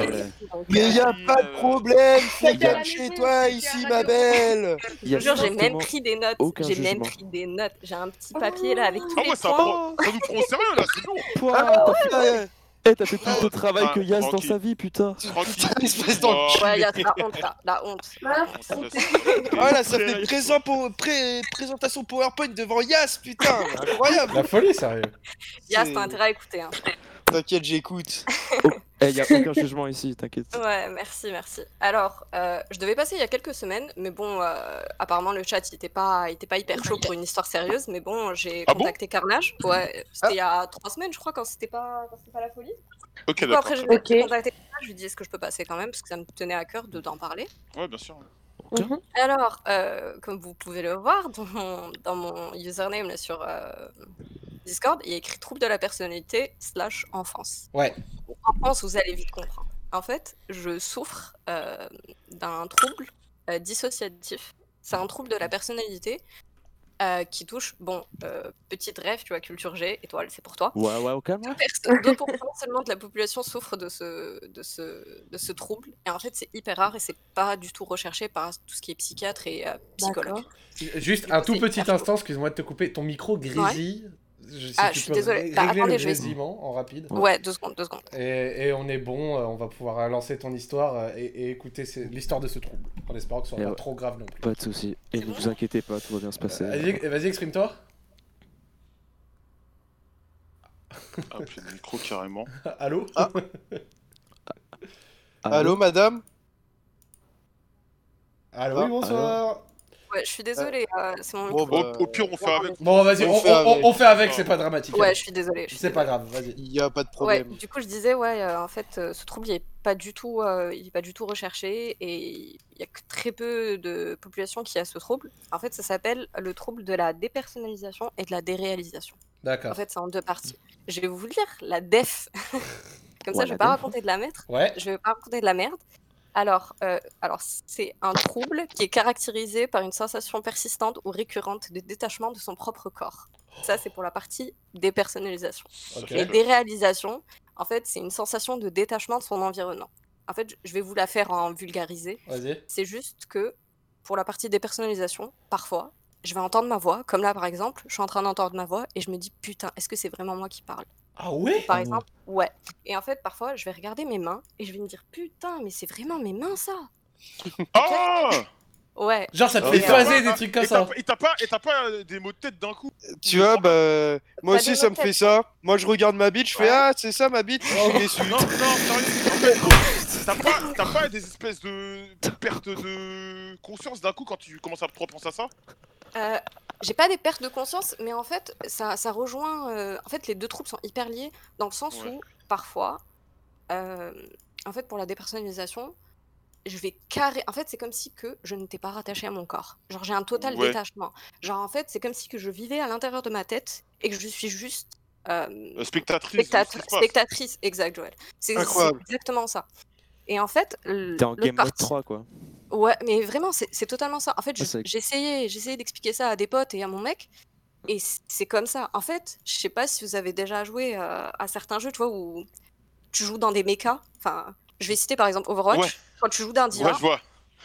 Speaker 1: t'inquiète.
Speaker 13: marre.
Speaker 6: Mais y a pas
Speaker 2: Euh,
Speaker 6: de problème, c'est bien chez toi ici, ma belle.
Speaker 13: Je vous jure, j'ai même pris des notes.
Speaker 6: aucun
Speaker 13: J'ai même
Speaker 6: jugement.
Speaker 13: pris des notes. J'ai un petit papier là avec tous les
Speaker 2: Ah, ça,
Speaker 13: points.
Speaker 2: prend- ça nous prend au sérieux là, c'est lourd
Speaker 3: Ah, t'as fait- Eh, t'as fait plus de travail que Yas dans
Speaker 2: Ah, tranquille.
Speaker 3: sa vie, putain.
Speaker 13: Ouais, y a la honte là, la honte.
Speaker 6: Ah là, ça fait présent pour... pré- présentation PowerPoint devant Yas, putain. Incroyable.
Speaker 1: La folie, sérieux.
Speaker 13: Yas, t'as intérêt à écouter. Hein.
Speaker 6: T'inquiète, j'écoute.
Speaker 3: Eh, y a aucun jugement ici, t'inquiète.
Speaker 13: Ouais, merci, merci. Alors, euh, je devais passer il y a quelques semaines, mais bon, euh, apparemment le chat il était pas, il était pas hyper chaud pour une histoire sérieuse, mais bon, j'ai
Speaker 2: Ah
Speaker 13: contacté Carnage. Ouais, c'était il y a trois semaines, je crois, quand c'était pas, quand c'était pas la folie.
Speaker 2: Ok,
Speaker 13: Du coup,
Speaker 2: d'accord.
Speaker 13: après, j'ai contacté Carnage, je lui ai dit est-ce que je peux passer quand même, parce que ça me tenait à cœur de d'en parler.
Speaker 2: Ouais, bien sûr.
Speaker 13: Alors, euh, comme vous pouvez le voir dans mon, dans mon username là, sur euh, Discord, il y a écrit trouble de la personnalité slash enfance.
Speaker 1: Ouais.
Speaker 13: Enfance, vous allez vite comprendre. En fait, je souffre euh, d'un trouble euh, dissociatif. C'est un trouble de la personnalité euh, qui touche, bon, euh, petite rêve, tu vois, culture G, étoile, c'est pour toi.
Speaker 3: Ouais, ouais, au calme.
Speaker 13: Perso- 2% seulement de la population souffre de ce, de ce, de ce trouble. Et en fait, c'est hyper rare et c'est pas du tout recherché par tout ce qui est psychiatre et euh, psychologue.
Speaker 1: Juste un tout petit instant, excuse-moi de te couper, ton micro grésille. Je- si
Speaker 13: Ah,
Speaker 1: tu
Speaker 13: je suis
Speaker 1: peux
Speaker 13: désolée.
Speaker 1: ré-
Speaker 13: Bah,
Speaker 1: régler
Speaker 13: attendez,
Speaker 1: le
Speaker 13: je vais-
Speaker 1: grésillement en rapide.
Speaker 13: Ouais, deux secondes, deux secondes.
Speaker 1: Et, et on est bon, euh, on va pouvoir euh, lancer ton histoire euh, et, et écouter ce- l'histoire de ce trouble, en espérant que ce soit
Speaker 3: Et
Speaker 1: pas
Speaker 3: Eh ouais.
Speaker 1: trop grave non plus.
Speaker 3: Pas de soucis. Et ne vous inquiétez pas, tout va bien se passer.
Speaker 1: Vas-y, vas-y, exprime-toi.
Speaker 2: Ah, puis le micro carrément.
Speaker 1: Allô
Speaker 6: Allô, madame
Speaker 1: Allô, Ah oui, bonsoir.
Speaker 13: Ouais, je suis désolée, euh, c'est mon
Speaker 1: Bon,
Speaker 13: micro.
Speaker 1: bah, Au- au pire, on fait avec.
Speaker 6: Bon, vas-y, on- on- on- on fait avec, c'est pas dramatique.
Speaker 13: Ouais, je suis désolée. je suis
Speaker 1: C'est pas grave, vas-y.
Speaker 6: Il y a pas de
Speaker 13: Ouais,
Speaker 6: problème.
Speaker 13: du coup, je disais, ouais, euh, en fait, euh, ce trouble, il est pas du tout, euh, il est pas du tout recherché et il y a que très peu de population qui a ce trouble. En fait, ça s'appelle le trouble de la dépersonnalisation et de la déréalisation.
Speaker 1: D'accord.
Speaker 13: En fait, c'est en deux parties. Je vais vous lire la def. Comme
Speaker 1: Ouais,
Speaker 13: ça, je
Speaker 1: la
Speaker 13: vais pas
Speaker 1: def.
Speaker 13: raconter de la merde.
Speaker 1: Ouais.
Speaker 13: Je vais pas raconter de la merde. Alors, euh, alors c'est un trouble qui est caractérisé par une sensation persistante ou récurrente de détachement de son propre corps. Ça, c'est pour la partie dépersonnalisation.
Speaker 7: Ok.
Speaker 13: Et déréalisation, en fait, c'est une sensation de détachement de son environnement. En fait, je- je vais vous la faire en vulgarisé.
Speaker 1: Vas-y.
Speaker 13: C'est juste que pour la partie dépersonnalisation, parfois, je vais entendre ma voix, comme là par exemple, je suis en train d'entendre ma voix et je me dis putain, est-ce que c'est vraiment moi qui parle
Speaker 1: Ah ouais
Speaker 13: Par exemple, ouais. Et en fait, parfois, je vais regarder mes mains et je vais me dire putain, mais c'est vraiment mes mains ça
Speaker 1: Ah
Speaker 13: Ouais.
Speaker 1: Genre, ça te
Speaker 6: fait
Speaker 2: Et t'as
Speaker 6: phaser
Speaker 2: pas-
Speaker 6: des trucs comme
Speaker 2: et t'as
Speaker 6: ça.
Speaker 2: pas- Et t'as pas, et t'as pas euh, des mots de tête d'un coup
Speaker 6: Tu vois, bah, moi
Speaker 2: Pas
Speaker 6: aussi
Speaker 2: de
Speaker 6: ça me
Speaker 2: moquette.
Speaker 6: fait ça. Moi je regarde ma bite, je fais Ah, c'est ça ma bite, je
Speaker 1: Oh,
Speaker 6: suis déçu.
Speaker 2: Non, non, sérieux. En fait, t'as pas, t'as pas des espèces de de perte de conscience d'un coup quand tu commences à te repenser à ça
Speaker 13: Euh, j'ai pas des pertes de conscience, mais en fait, ça, ça rejoint. euh, en fait, les deux troubles sont hyper liés dans le sens
Speaker 2: Ouais.
Speaker 13: où, parfois, euh, en fait, pour la dépersonnalisation, je vais carré. En fait, c'est comme si que je n'étais pas rattachée à mon corps. Genre, j'ai un total
Speaker 7: Ouais.
Speaker 13: détachement. Genre, en fait, c'est comme si que je vivais à l'intérieur de ma tête et que je suis juste. euh,
Speaker 2: Euh, Spectatrice.
Speaker 13: spectat-
Speaker 2: de ce qui se passe.
Speaker 13: spectatrice, exact, Joël. C'est c'est
Speaker 3: Incroyable.
Speaker 13: exactement ça. Et en fait, l-
Speaker 3: T'es en
Speaker 13: l'autre
Speaker 3: game mode
Speaker 13: partie-
Speaker 3: 3, quoi.
Speaker 13: Ouais, mais vraiment, c'est c'est totalement ça. En fait, je-
Speaker 3: Ah, c'est vrai que-
Speaker 13: j'ai essayé, j'ai essayé d'expliquer ça à des potes et à mon mec, et c- c'est comme ça. En fait, je sais pas si vous avez déjà joué euh, à certains jeux, tu vois, où tu joues dans des mechas. Enfin, je vais citer par exemple Overwatch.
Speaker 2: Ouais.
Speaker 13: Quand tu joues d'un
Speaker 2: Ouais,
Speaker 13: dira,
Speaker 2: je vois.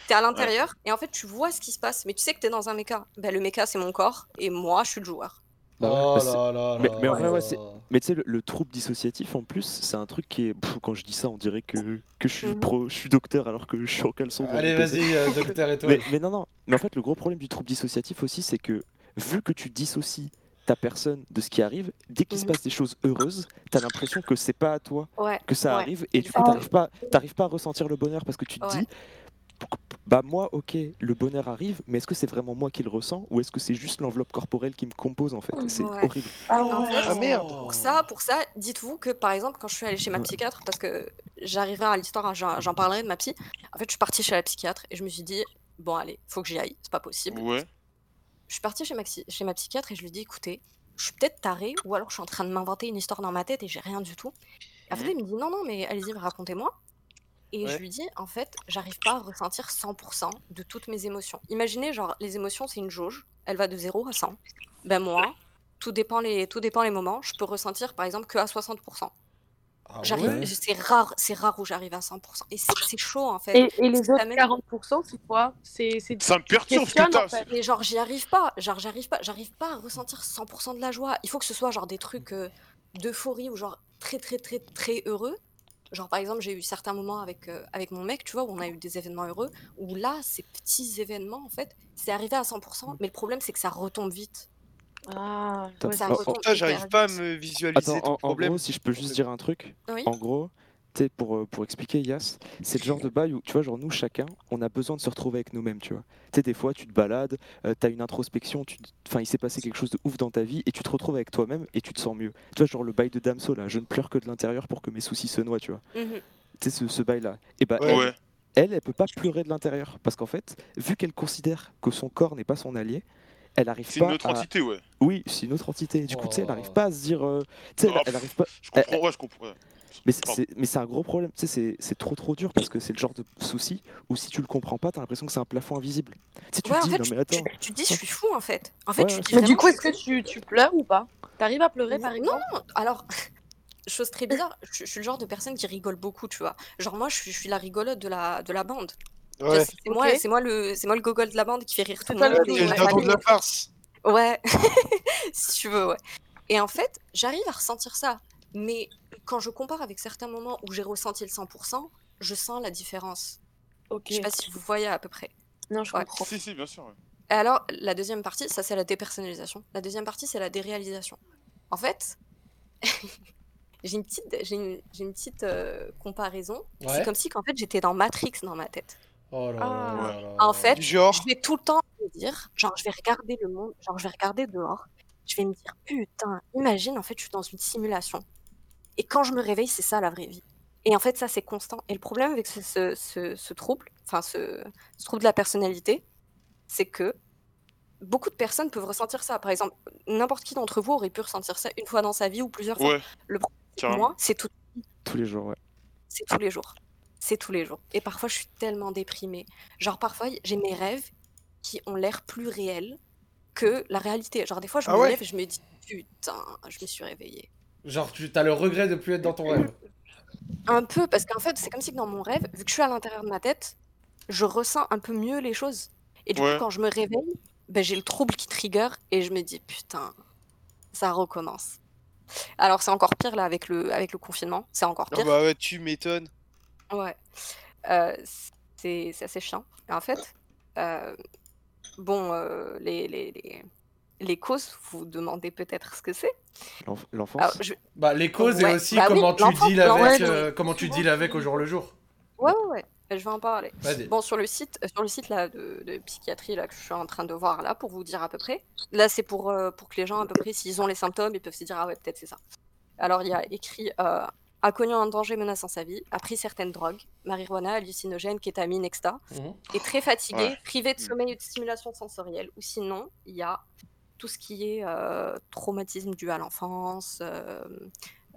Speaker 13: t'es à l'intérieur et en fait, tu vois ce qui se passe, mais tu sais que t'es dans un mecha. Ben, le mecha, c'est mon corps et moi, je suis le joueur.
Speaker 3: Bah ouais,
Speaker 1: Oh
Speaker 3: bah c'est-
Speaker 1: là là
Speaker 3: mais,
Speaker 1: là
Speaker 3: mais en vrai,
Speaker 1: là.
Speaker 3: ouais, c'est- mais tu sais, le, le trouble dissociatif en plus, c'est un truc qui est. Pff, quand je dis ça, on dirait que, que je, suis
Speaker 13: Mhm.
Speaker 3: pro, je suis docteur alors que je suis en caleçon. dans
Speaker 1: Allez,
Speaker 3: le PC.
Speaker 1: vas-y, euh, docteur Étoile.
Speaker 3: mais, mais non, non. Mais en fait, le gros problème du trouble dissociatif aussi, c'est que vu que tu dissocies ta personne de ce qui arrive, dès qu'il se passe des choses heureuses, t'as l'impression que c'est pas à toi
Speaker 13: Mhm. Ouais,
Speaker 3: que ça
Speaker 13: ouais,
Speaker 3: arrive et du coup,
Speaker 13: exactement.
Speaker 3: t'arrives pas, t'arrives pas à ressentir le bonheur parce que tu te
Speaker 13: Ouais.
Speaker 3: dis bah moi, ok, le bonheur arrive, mais est-ce que c'est vraiment moi qui le ressens ou est-ce que c'est juste l'enveloppe corporelle qui me compose en fait C'est
Speaker 13: Mm, Ouais.
Speaker 3: horrible.
Speaker 13: Et en fait,
Speaker 6: Ah, merde.
Speaker 13: Pour ça, pour ça, dites-vous que par exemple, quand je suis allée chez ma
Speaker 3: Ouais.
Speaker 13: psychiatre, parce que j'arriverai à l'histoire, hein, j'en j'en parlerai de ma psy. En fait, je suis partie chez la psychiatre et je me suis dit, bon, allez, faut que j'y aille, c'est pas possible.
Speaker 2: Ouais.
Speaker 13: Je suis partie chez ma, psy- chez ma psychiatre et je lui dis, écoutez, je suis peut-être tarée ou alors je suis en train de m'inventer une histoire dans ma tête et j'ai rien du tout. Et après, il me dit, non, non, mais allez-y, racontez-moi. Et je
Speaker 14: Ouais.
Speaker 13: lui dis, en fait, j'arrive pas à ressentir 100% de toutes mes émotions. Imaginez, genre, les émotions, c'est une jauge, elle va de 0 à 100. Ben moi, tout dépend les, tout dépend les moments, je peux ressentir par exemple que à 60%.
Speaker 1: Ah
Speaker 13: J'arrive-
Speaker 7: Ah ouais
Speaker 13: C'est rare, c'est rare où j'arrive à 100%. Et c'est c'est chaud en fait.
Speaker 7: Et, et les
Speaker 13: Ça
Speaker 7: autres
Speaker 13: m'amène-
Speaker 7: 40%, c'est quoi C'est c'est-
Speaker 2: Ça me perturbe,
Speaker 7: tu questionnes,
Speaker 2: putain,
Speaker 7: en fait.
Speaker 13: mais genre j'y arrive pas, genre j'arrive pas, j'arrive pas à ressentir 100% de la joie. Il faut que ce soit genre des trucs euh, d'euphorie ou genre très très très très heureux. Genre par exemple j'ai eu certains moments avec euh, avec mon mec, tu vois, où on a eu des événements heureux, où là ces petits événements en fait, c'est arrivé à 100%, mais le problème c'est que ça retombe vite.
Speaker 7: Ah,
Speaker 13: ça
Speaker 3: Oh, oh.
Speaker 13: retombe
Speaker 4: Putain, j'arrive
Speaker 13: hyper
Speaker 4: pas à me visualiser
Speaker 3: Attends,
Speaker 4: ton
Speaker 3: en- en,
Speaker 4: problème.
Speaker 3: gros, si je peux juste dire un truc,
Speaker 13: Oui.
Speaker 3: en gros, tu sais, pour, euh, pour expliquer, Yas, c'est le genre de bail où, tu vois, genre nous, chacun, on a besoin de se retrouver avec nous-mêmes, tu vois. Tu sais, des fois, tu te balades, tu t'as une introspection, tu te- enfin, il s'est passé quelque chose de ouf dans ta vie et tu te retrouves avec toi-même et tu te sens mieux. Tu vois, genre le bail de Damso, là, je ne pleure que de l'intérieur pour que mes soucis se noient, tu vois.
Speaker 4: Mhm.
Speaker 3: Tu sais, ce, ce bail-là. Et bah,
Speaker 2: Ouais.
Speaker 3: elle,
Speaker 2: Ouais.
Speaker 3: elle, elle peut pas pleurer de l'intérieur parce qu'en fait, vu qu'elle considère que son corps n'est pas son allié, elle arrive pas.
Speaker 2: C'est une autre
Speaker 3: à-
Speaker 2: entité, ouais.
Speaker 3: Oui, c'est une autre entité. Du coup, tu sais, elle
Speaker 13: Oh.
Speaker 3: n'arrive pas à se dire. euh, Tu sais, elle- elle n'arrive pas.
Speaker 2: Ah, Je comprends, ouais, je comprends.
Speaker 3: Mais c'est- c'est mais c'est un gros problème, tu sais, c'est- c'est trop trop dur parce que c'est le genre de souci où si tu le comprends pas, t'as l'impression que c'est un plafond invisible. Tu sais, tu
Speaker 13: Ouais,
Speaker 3: te
Speaker 13: en
Speaker 3: dis,
Speaker 13: fait,
Speaker 3: non
Speaker 13: tu-
Speaker 3: mais attends.
Speaker 13: Tu te dis, je suis fou en fait. En fait,
Speaker 3: Ouais,
Speaker 13: tu
Speaker 3: ouais,
Speaker 13: te dis
Speaker 3: c'est- Mais
Speaker 7: Du
Speaker 13: vraiment,
Speaker 7: coup,
Speaker 13: je
Speaker 7: est-ce que tu, tu pleures ou pas T'arrives à pleurer par exemple
Speaker 13: Non, non, alors, chose très bizarre, je, je suis le genre de personne qui rigole beaucoup, tu vois. Genre, moi, je suis, je suis la rigolote de la, de la bande.
Speaker 6: Ouais.
Speaker 13: C'est c'est moi,
Speaker 6: Ok.
Speaker 13: c'est moi, le- c'est moi le gogol de la bande qui fait rire tout le
Speaker 6: toi
Speaker 13: monde.
Speaker 6: le
Speaker 13: et
Speaker 6: gogol.
Speaker 13: ma
Speaker 6: T'es le dindon de la
Speaker 13: famille.
Speaker 6: farce.
Speaker 13: Ouais, si tu veux, ouais. Et en fait, j'arrive à ressentir ça. Mais quand je compare avec certains moments où j'ai ressenti le 100%, je sens la différence.
Speaker 7: Ok.
Speaker 13: Je sais pas si vous voyez à peu près.
Speaker 7: Non, je
Speaker 13: comprends.
Speaker 2: Si, si, bien sûr. ouais.
Speaker 13: Et alors, la deuxième partie, ça c'est la dépersonnalisation. La deuxième partie, c'est la déréalisation. En fait, j'ai une petite, j'ai une, j'ai une petite euh, comparaison.
Speaker 14: Ouais.
Speaker 13: C'est comme si, qu'en fait, j'étais dans Matrix dans ma tête.
Speaker 1: Oh là là là là.
Speaker 13: Ah. En fait,
Speaker 1: Du genre.
Speaker 13: je vais tout le temps me dire, genre, je vais regarder le monde, genre, je vais regarder dehors. Je vais me dire, putain, imagine, en fait, je suis dans une simulation. Et quand je me réveille, c'est ça la vraie vie. Et en fait, ça, c'est constant. Et le problème avec ce, ce- ce- ce trouble, enfin, ce, ce trouble de la personnalité, c'est que beaucoup de personnes peuvent ressentir ça. Par exemple, n'importe qui d'entre vous aurait pu ressentir ça une fois dans sa vie ou plusieurs fois.
Speaker 3: Ouais,
Speaker 13: Le problème, c'est que
Speaker 3: carrément.
Speaker 13: moi, c'est tout
Speaker 3: Tous les jours, ouais.
Speaker 13: c'est tous les jours. C'est tous les jours. Et parfois, je suis tellement déprimée. Genre, parfois, y- j'ai mes rêves qui ont l'air plus réels que la réalité. Genre, des fois, je
Speaker 1: Ah
Speaker 13: me
Speaker 1: ouais
Speaker 13: lève et je me dis Putain, je me suis réveillée.
Speaker 1: Genre, tu as le regret de plus être dans ton rêve.
Speaker 13: Un peu, parce qu'en fait, c'est comme si que dans mon rêve, vu que je suis à l'intérieur de ma tête, je ressens un peu mieux les choses. Et du
Speaker 14: Ouais.
Speaker 13: coup, quand je me réveille, ben, j'ai le trouble qui trigger et je me dis Putain, ça recommence. Alors, c'est encore pire là avec le, avec le confinement. C'est encore
Speaker 4: Ah
Speaker 13: pire.
Speaker 4: bah ouais, tu m'étonnes.
Speaker 13: Ouais. Euh, c'est c'est assez chiant. Et en fait, euh, bon, euh, les, les, les, les causes, vous vous demandez peut-être ce que c'est.
Speaker 3: L'enf-
Speaker 13: Ah,
Speaker 3: L'enfance.
Speaker 13: je-
Speaker 1: Bah, les causes
Speaker 13: Ouais.
Speaker 1: et aussi
Speaker 13: Bah oui,
Speaker 1: comment, tu
Speaker 13: l'enfance,
Speaker 1: deals avec,
Speaker 13: l'enfance.
Speaker 1: euh, comment tu deals avec au jour le jour.
Speaker 13: Ouais, ouais, ouais, Euh, je vais en parler.
Speaker 1: Vas-y.
Speaker 13: Bon, sur le site, euh, sur le site là, de, de psychiatrie là, que je suis en train de voir là, pour vous dire à peu près. Là, c'est pour, euh, pour que les gens, à peu près, s'ils ont les symptômes, ils peuvent se dire Ah ouais, peut-être c'est ça. Alors, il y a écrit euh, A connu un danger menaçant sa vie, a pris certaines drogues, marijuana, hallucinogène, kétamine, exta,
Speaker 11: Mmh.
Speaker 2: Mmh.
Speaker 1: Mhm.
Speaker 13: est très fatigué,
Speaker 14: Ouais.
Speaker 13: privé de sommeil ou de stimulation sensorielle. Ou sinon, il y a tout ce qui est euh, traumatisme dû à l'enfance, euh,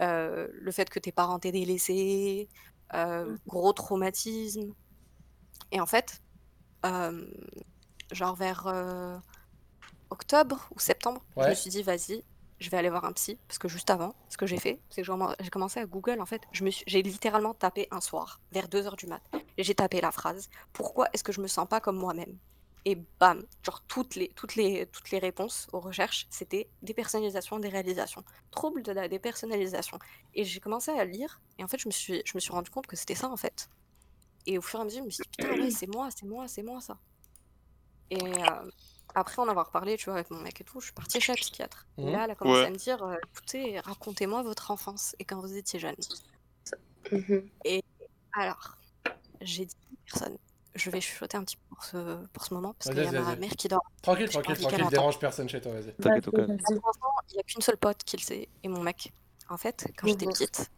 Speaker 13: euh, le fait que tes parents t'aient délaissé, euh, gros traumatisme. Et en fait, euh, genre vers euh, octobre ou septembre, je
Speaker 14: Ouais.
Speaker 13: me suis dit, vas-y, je vais aller voir un psy. Parce que juste avant, ce que j'ai fait, c'est que j'ai vraiment- j'ai commencé à Google, en fait. Je me suis- J'ai littéralement tapé un soir, vers 2h du mat. Et j'ai tapé la phrase, pourquoi est-ce que je me sens pas comme moi-même Et bam, genre toutes les, toutes les, toutes les réponses aux recherches, c'était dépersonnalisation, déréalisation. Trouble de la dépersonnalisation. Et j'ai commencé à lire, et en fait, je me suis, je me suis rendu compte que c'était ça, en fait. Et au fur et à mesure, je me suis dit, putain, ouais, c'est moi, c'est moi, c'est moi, ça. Et euh, après en avoir parlé, tu vois, avec mon mec et tout, je suis partie chez la psychiatre.
Speaker 14: Mhm.
Speaker 1: Mmh.
Speaker 13: Et là, elle a commencé
Speaker 14: Ouais.
Speaker 13: à me dire, euh, écoutez, racontez-moi votre enfance et quand vous
Speaker 1: Mmh.
Speaker 13: étiez jeune. Et alors, j'ai dit à personne. je vais chuchoter un petit peu pour ce, pour ce moment, parce qu'il
Speaker 1: Vas-y,
Speaker 13: y a
Speaker 1: vas-y,
Speaker 13: ma
Speaker 1: vas-y.
Speaker 13: mère qui dort. J'ai
Speaker 1: Tranquille,
Speaker 13: pas
Speaker 1: tranquille,
Speaker 13: envie qu'elle
Speaker 1: tranquille,
Speaker 13: entende.
Speaker 1: dérange personne chez toi, vas-y.
Speaker 3: T'inquiète, au calme.
Speaker 13: Pour l'instant, il n'y a qu'une seule pote qui le sait, et mon mec. En fait, quand j'étais petite,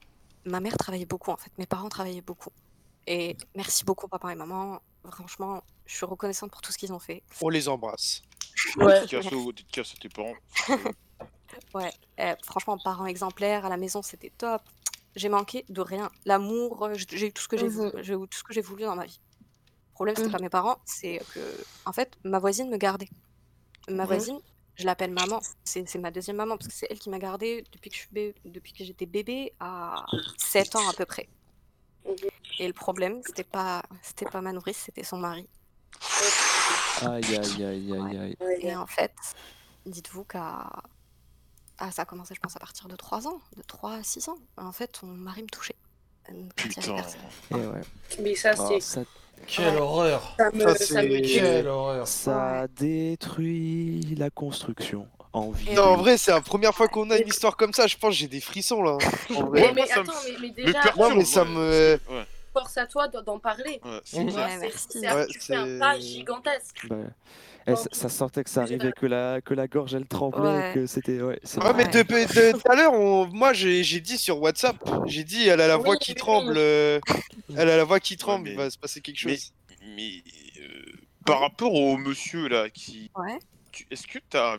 Speaker 13: ma mère travaillait beaucoup, en fait. Mes parents travaillaient beaucoup. Et merci beaucoup, papa et maman. Franchement, je suis reconnaissante pour tout ce qu'ils ont fait.
Speaker 4: On les embrasse.
Speaker 13: Ouais.
Speaker 2: Dédicace aux- dédicace à tes parents. euh,
Speaker 13: Ouais, euh, franchement, parents exemplaires, à la maison, c'était top. J'ai manqué de rien. L'amour, euh, j- j'ai eu tout ce que j'ai voulu, j'ai eu tout ce que j'ai voulu dans ma vie. Le problème, c'est pas mes parents, c'est que, en fait, ma voisine me gardait. Ma
Speaker 7: Mhm.
Speaker 13: voisine, je l'appelle maman. C'est c'est ma deuxième maman parce que c'est elle qui m'a gardée depuis que je suis bé- depuis que j'étais bébé à 7 ans à peu près. Et le problème, c'était pas c'était pas ma nourrice, c'était son mari.
Speaker 3: Aïe, aïe, aïe, aïe, aïe.
Speaker 13: Et en fait, dites-vous qu'à. Ah, ça a commencé, je pense, à partir de 3 ans, de 3 à 6 ans. En fait, mon mari me touchait. Euh, quand il y avait
Speaker 2: Putain.
Speaker 13: personne.
Speaker 3: Eh ouais.
Speaker 7: Mais ça,
Speaker 3: Ah,
Speaker 7: c'est.
Speaker 3: ça-
Speaker 1: Quelle horreur
Speaker 7: Ça me-
Speaker 1: Ça,
Speaker 7: ça me
Speaker 1: c'est-
Speaker 7: tue.
Speaker 1: Quelle horreur
Speaker 3: Ça détruit la construction en vie.
Speaker 6: Non, en vrai, c'est la première fois qu'on a une histoire comme ça. Je pense que j'ai des frissons là.
Speaker 4: Oh,
Speaker 6: En vrai.
Speaker 7: Eh, Mais, mais attends, mais, mais déjà,
Speaker 6: Non, mais ça me.
Speaker 7: force à toi d'en d'en parler.
Speaker 2: Ouais,
Speaker 7: Tu vois,
Speaker 13: clair.
Speaker 7: c'est-
Speaker 13: merci.
Speaker 7: c'est un-
Speaker 3: Ouais,
Speaker 7: tu fais un
Speaker 3: c'est-
Speaker 7: pas gigantesque.
Speaker 3: Bah, eh, ça, ça sentait que ça arrivait, que la, que la gorge elle tremblait,
Speaker 7: Ouais.
Speaker 3: que c'était. Ouais, c'est
Speaker 6: Ouais, mais
Speaker 3: vrai.
Speaker 6: depuis de- tout à l'heure, on- moi j'ai j'ai dit sur WhatsApp, j'ai dit elle a la voix qui tremble, euh, elle a la voix qui tremble, il va se passer quelque
Speaker 2: mais-
Speaker 6: chose.
Speaker 2: Mais euh, par rapport au monsieur là qui.
Speaker 13: Ouais.
Speaker 2: tu- Est-ce que t'as.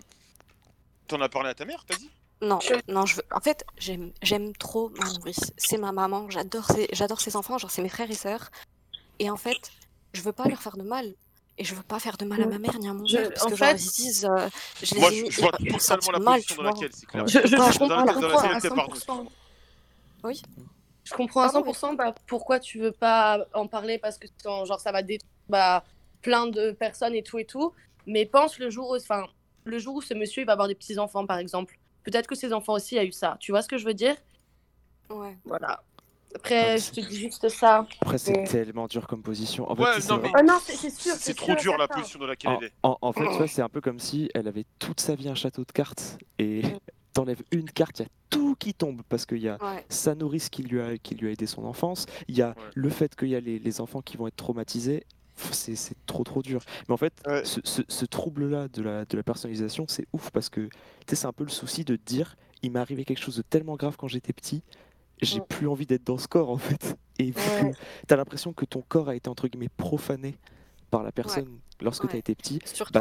Speaker 2: T'en as parlé à ta mère, t'as dit
Speaker 13: Non, non, je veux. En fait, j'aime, j'aime trop ma nourrice. C'est ma maman. J'adore ses, j'adore ses enfants. Genre, c'est mes frères et sœurs. Et en fait, je veux pas leur faire de mal. Et je veux pas faire de mal à ma mère ni à mon
Speaker 7: Je-
Speaker 13: père. Parce
Speaker 7: en
Speaker 13: que, genre,
Speaker 7: fait-
Speaker 13: ils se disent. euh, je les
Speaker 2: Moi,
Speaker 13: ai
Speaker 2: je,
Speaker 13: mis
Speaker 2: je vois
Speaker 13: pour se
Speaker 2: totalement
Speaker 13: sentir
Speaker 2: la
Speaker 13: mal,
Speaker 2: position
Speaker 13: tu
Speaker 2: dans
Speaker 13: vois.
Speaker 2: laquelle, c'est clair.
Speaker 7: Je, je- je
Speaker 2: Dans
Speaker 7: comprends
Speaker 2: la-
Speaker 7: la
Speaker 2: dans
Speaker 7: comprends à
Speaker 2: laquelle t'es partout.
Speaker 7: 100%.
Speaker 13: Oui.
Speaker 7: Je comprends à 100% bah, pourquoi tu veux pas en parler parce que t'en- genre, ça va détruire bah, plein de personnes et tout et tout. Mais pense le jour où, enfin, le jour où ce monsieur il va avoir des petits enfants par exemple. Peut-être que ses enfants aussi a eu ça. Tu vois ce que je veux dire
Speaker 13: Ouais.
Speaker 7: Voilà.
Speaker 2: Ah,
Speaker 7: Après, je te dis juste ça.
Speaker 3: Après, c'est
Speaker 7: Et-
Speaker 3: tellement dur comme position. En
Speaker 2: Ouais,
Speaker 3: fait, c'est
Speaker 2: non,
Speaker 3: vrai-
Speaker 2: mais-
Speaker 7: Ah non, c'est c'est sûr.
Speaker 2: C'est
Speaker 7: c'est
Speaker 2: trop
Speaker 7: sûr et
Speaker 2: dur la
Speaker 7: certain.
Speaker 2: position dans laquelle
Speaker 3: En,
Speaker 2: elle est.
Speaker 3: en- en fait, tu vois, c'est un peu comme si elle avait toute sa vie un château de cartes et t'enlèves une carte, il y a tout qui tombe parce qu'il y a
Speaker 13: Ouais.
Speaker 3: sa nourrice qui lui a, qui lui a aidé son enfance, il y a le fait qu'il y a les, les enfants qui vont être traumatisés. Pff, C'est c'est trop trop dur. Mais en fait, ce, ce- ce trouble-là de la, de la personnalisation, c'est ouf parce que tu sais, c'est un peu le souci de te dire il m'est arrivé quelque chose de tellement grave quand j'étais petit, j'ai
Speaker 13: Mm.
Speaker 3: plus envie d'être dans ce corps en fait. Et vu que t'as l'impression que ton corps a été entre guillemets profané par la personne lorsque t'as été petit,
Speaker 13: Surtout-
Speaker 3: bah,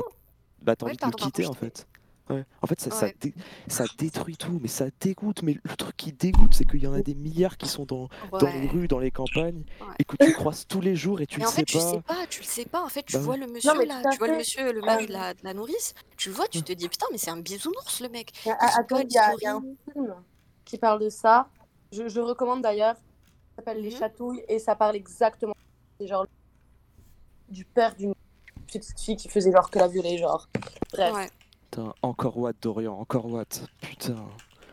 Speaker 3: bah, t'as
Speaker 13: Ouais,
Speaker 3: envie
Speaker 13: pardon,
Speaker 3: de le
Speaker 13: pardon,
Speaker 3: quitter
Speaker 13: je
Speaker 3: en fait. Ouais. En fait, ça, ça,
Speaker 13: Ouais.
Speaker 3: dé- ça détruit tout, mais ça dégoûte. Mais le truc qui dégoûte, c'est qu'il y en a des milliards qui sont dans, dans les
Speaker 13: Ouais.
Speaker 3: rues, dans les campagnes, et que tu croises tous les jours et tu
Speaker 13: Mais
Speaker 3: le
Speaker 13: en fait,
Speaker 3: sais
Speaker 13: tu
Speaker 3: pas.
Speaker 13: sais pas, tu le sais pas. En fait, tu
Speaker 3: Bah
Speaker 13: vois
Speaker 3: oui.
Speaker 13: le
Speaker 3: Non,
Speaker 13: monsieur
Speaker 7: mais
Speaker 13: là,
Speaker 7: tout à
Speaker 13: tu vois le
Speaker 7: fait.
Speaker 13: monsieur, le mari de la, de la nourrice, tu le vois,
Speaker 3: Mmh.
Speaker 13: tu te dis putain, mais c'est un bisounours le mec.
Speaker 7: Il y a-
Speaker 13: Il se
Speaker 7: Ah, attends,
Speaker 13: colle,
Speaker 7: il y, a-
Speaker 13: il
Speaker 7: il y a un
Speaker 13: sourit.
Speaker 7: film qui parle de ça. Je, je recommande d'ailleurs. Ça s'appelle
Speaker 13: Mhm.
Speaker 7: Les Chatouilles et ça parle exactement. C'est genre du père d'une petite fille qui faisait genre que la violer, genre. Bref.
Speaker 3: Putain, encore Watt, Dorian, encore Watt. Putain.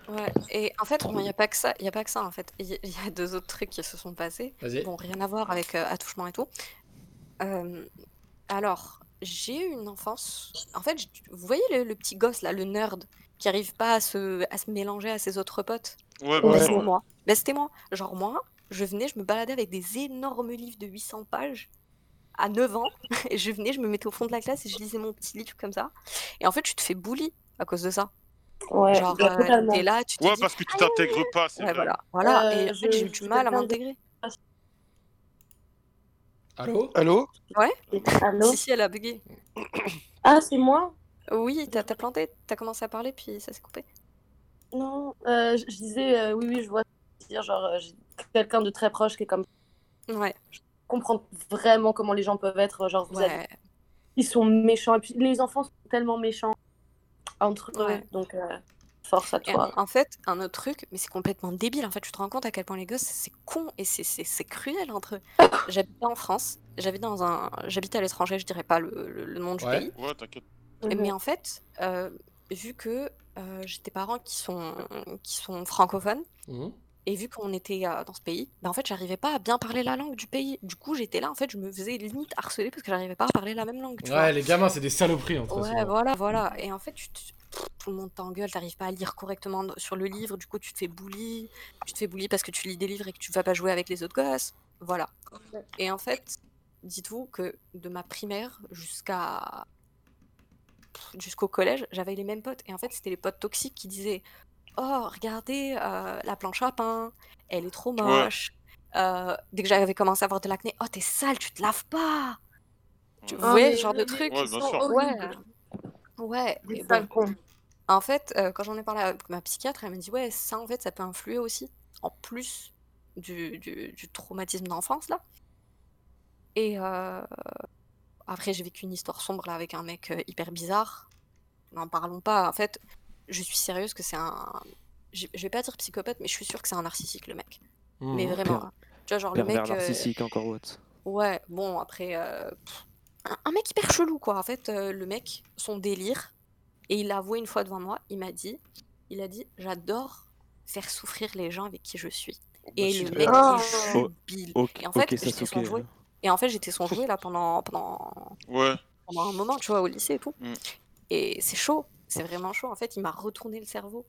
Speaker 13: Ouais, et en fait, il n'y a pas que ça, il y a pas que ça en fait. Il y, il y a deux autres trucs qui se sont passés.
Speaker 3: Vas-y.
Speaker 13: Bon, rien à voir avec euh, attouchement et tout. Euh, alors, j'ai eu une enfance. En fait, j- vous voyez le, le petit gosse là, le nerd, qui arrive pas à se, à se mélanger à ses autres potes.
Speaker 2: Ouais,
Speaker 13: Bah,
Speaker 2: bah,
Speaker 13: c'est
Speaker 2: ouais.
Speaker 13: moi. Bah, c'était moi. Genre moi, je venais, je me baladais avec des énormes livres de 800 pages à 9 ans. Et je venais, je me mettais au fond de la classe et je lisais mon petit livre comme ça. Et en fait, tu te fais bully à cause de ça.
Speaker 7: Ouais,
Speaker 13: Genre,
Speaker 7: bah,
Speaker 13: euh,
Speaker 7: totalement.
Speaker 13: t'es là, tu te
Speaker 2: Ouais,
Speaker 13: dis,
Speaker 2: parce que tu t'intègres pas, c'est
Speaker 13: Ouais,
Speaker 2: vrai.
Speaker 13: voilà. Voilà,
Speaker 7: Euh,
Speaker 13: et en fait,
Speaker 7: je-
Speaker 13: j'ai eu
Speaker 7: je suis
Speaker 13: du mal à
Speaker 7: quelqu'un de-
Speaker 13: m'intégrer.
Speaker 7: Ah,
Speaker 1: Allô
Speaker 6: Allô
Speaker 13: Ouais
Speaker 7: Allô
Speaker 13: Si, si, elle a bugué.
Speaker 7: Ah, c'est moi
Speaker 13: Oui, t'as t'as planté, t'as commencé à parler, puis ça s'est coupé.
Speaker 7: Non, euh, je, je disais, euh, oui, oui, je vois ce que tu veux dire. Genre, euh, j'ai quelqu'un de très proche qui est comme.
Speaker 13: Ouais.
Speaker 7: Je comprends vraiment comment les gens peuvent être. euh, Genre, vous
Speaker 13: Ouais.
Speaker 7: avez- Ils sont méchants. Et puis, les enfants sont tellement méchants entre eux.
Speaker 13: Ouais.
Speaker 7: Donc, euh, force à
Speaker 13: Et
Speaker 7: toi.
Speaker 13: en fait, un autre truc, mais c'est complètement débile. En fait, tu te rends compte à quel point les gosses, c'est con et c'est- c'est c'est cruel entre eux. J'habitais en France, j'habitais dans un, j'habitais à l'étranger, je dirais pas le, le- le nom du
Speaker 2: Ouais,
Speaker 13: pays.
Speaker 2: ouais t'inquiète.
Speaker 13: Mais en fait, euh, vu que euh, j'ai des parents qui sont, qui sont francophones, Et vu qu'on était euh, dans ce pays, bah, en fait, j'arrivais pas à bien parler la langue du pays. Du coup, j'étais là, en fait, je me faisais limite harceler parce que j'arrivais pas à parler la même langue. tu vois.
Speaker 1: Ouais, les gamins, c'est des saloperies hein, entre
Speaker 13: Ouais, voilà, voilà. Et en fait, tu te- pff, tout le monde t'engueule, t'arrives pas à lire correctement d- sur le livre, du coup, tu te fais bully. Tu te fais bully parce que tu lis des livres et que tu vas pas jouer avec les autres gosses. Voilà. Et en fait, dites-vous que de ma primaire jusqu'à pff, jusqu'au collège, j'avais les mêmes potes. Et en fait, c'était les potes toxiques qui disaient Oh, regardez, euh, la planche à pain, elle est trop
Speaker 2: Ouais.
Speaker 13: moche. Euh, dès que j'avais commencé à avoir de l'acné, Oh, t'es sale, tu te laves pas Tu
Speaker 2: Ouais.
Speaker 13: vois,
Speaker 2: Ouais,
Speaker 13: le genre de
Speaker 2: les-
Speaker 13: truc.
Speaker 2: Ouais, bien sûr.
Speaker 13: Ouais. Ouais, mais bon. En fait, euh, quand j'en ai parlé avec ma psychiatre, elle m'a dit ouais, ça en fait, ça peut influer aussi, en plus du, du- du traumatisme d'enfance là. Et euh, après, j'ai vécu une histoire sombre là avec un mec euh, hyper bizarre. N'en parlons pas. En fait, je suis sérieuse que c'est un. Je je vais pas dire psychopathe, mais je suis sûre que c'est un narcissique le mec.
Speaker 3: Mhm.
Speaker 13: Mais vraiment.
Speaker 3: Per-
Speaker 13: hein. Tu vois, genre le
Speaker 3: Pervers
Speaker 13: mec. euh,
Speaker 3: narcissique, encore autre.
Speaker 13: Ouais, bon, après. euh, pff, un, un mec hyper chelou, quoi. En fait, euh, le mec, son délire, et il l'a avoué une fois devant moi, il m'a dit il a dit, j'adore faire souffrir les gens avec qui je suis. et le mec,
Speaker 2: Ah.
Speaker 13: il
Speaker 2: Oh,
Speaker 13: jubile.
Speaker 2: ok-
Speaker 13: et en fait,
Speaker 2: ok,
Speaker 13: j'étais son
Speaker 2: Sasuke,
Speaker 13: jouet.
Speaker 2: là.
Speaker 13: Et en fait, j'étais son jouet, là, pendant, pendant,
Speaker 2: Ouais.
Speaker 13: pendant un moment, tu vois, au lycée et tout.
Speaker 2: Mm.
Speaker 13: Et c'est chaud, c'est vraiment chaud. En fait, il m'a retourné le cerveau.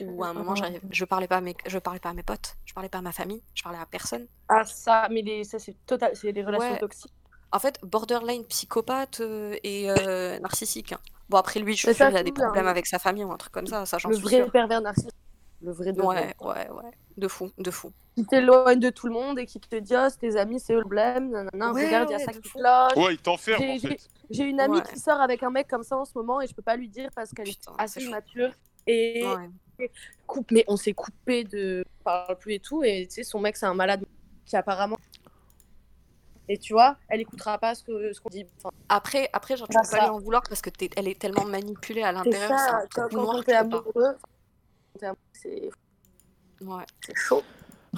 Speaker 13: Ou à un moment,
Speaker 7: Ah.
Speaker 13: j'arrivais- je parlais pas à mes, je parlais pas à mes potes, je parlais pas à ma famille, je parlais à personne.
Speaker 7: Ah, ça, mais les, ça, c'est total. C'est les relations
Speaker 13: Ouais.
Speaker 7: toxiques.
Speaker 13: En fait, borderline psychopathe euh, et euh, narcissique. hein. Bon, après, lui, je suis
Speaker 7: Mais ça,
Speaker 13: sûre, il a des
Speaker 7: tout, hein.
Speaker 13: problèmes avec sa famille ou un truc comme ça, ça, j'en
Speaker 7: Le
Speaker 13: suis
Speaker 7: vrai
Speaker 13: sûre.
Speaker 7: pervers narcissique. Le vrai de
Speaker 13: Ouais, ouais, ouais. De fou, de fou.
Speaker 7: Qui t'éloigne de tout le monde et qui te dit, oh, c'est tes amis, c'est eux le blême. Nanana,
Speaker 13: Ouais,
Speaker 7: regarde, il
Speaker 13: ouais,
Speaker 7: y a ça
Speaker 13: de
Speaker 7: qui cloche.
Speaker 2: Ouais, il t'enferme
Speaker 7: J'ai-
Speaker 2: en
Speaker 7: j'ai-
Speaker 2: fait.
Speaker 7: J'ai une amie
Speaker 13: Ouais.
Speaker 7: qui sort avec un mec comme ça en ce moment et je peux pas lui dire parce qu'elle est assez immature et coupe, mais on s'est coupé de on parle plus et tout et tu sais son mec c'est un malade qui apparemment et tu vois elle écoutera pas ce que ce qu'on dit. Enfin,
Speaker 13: Après, après genre, tu
Speaker 7: Bah,
Speaker 13: peux pas
Speaker 7: ça.
Speaker 13: lui en vouloir parce que t'es- elle est tellement manipulée à
Speaker 7: c'est
Speaker 13: l'intérieur. c'est
Speaker 7: ça
Speaker 13: un
Speaker 7: quand,
Speaker 13: trou
Speaker 7: quand
Speaker 13: noir
Speaker 7: on
Speaker 13: qui
Speaker 7: est
Speaker 13: se barre.
Speaker 7: amoureux, quand t'es amoureux, c'est
Speaker 13: ouais c'est chaud.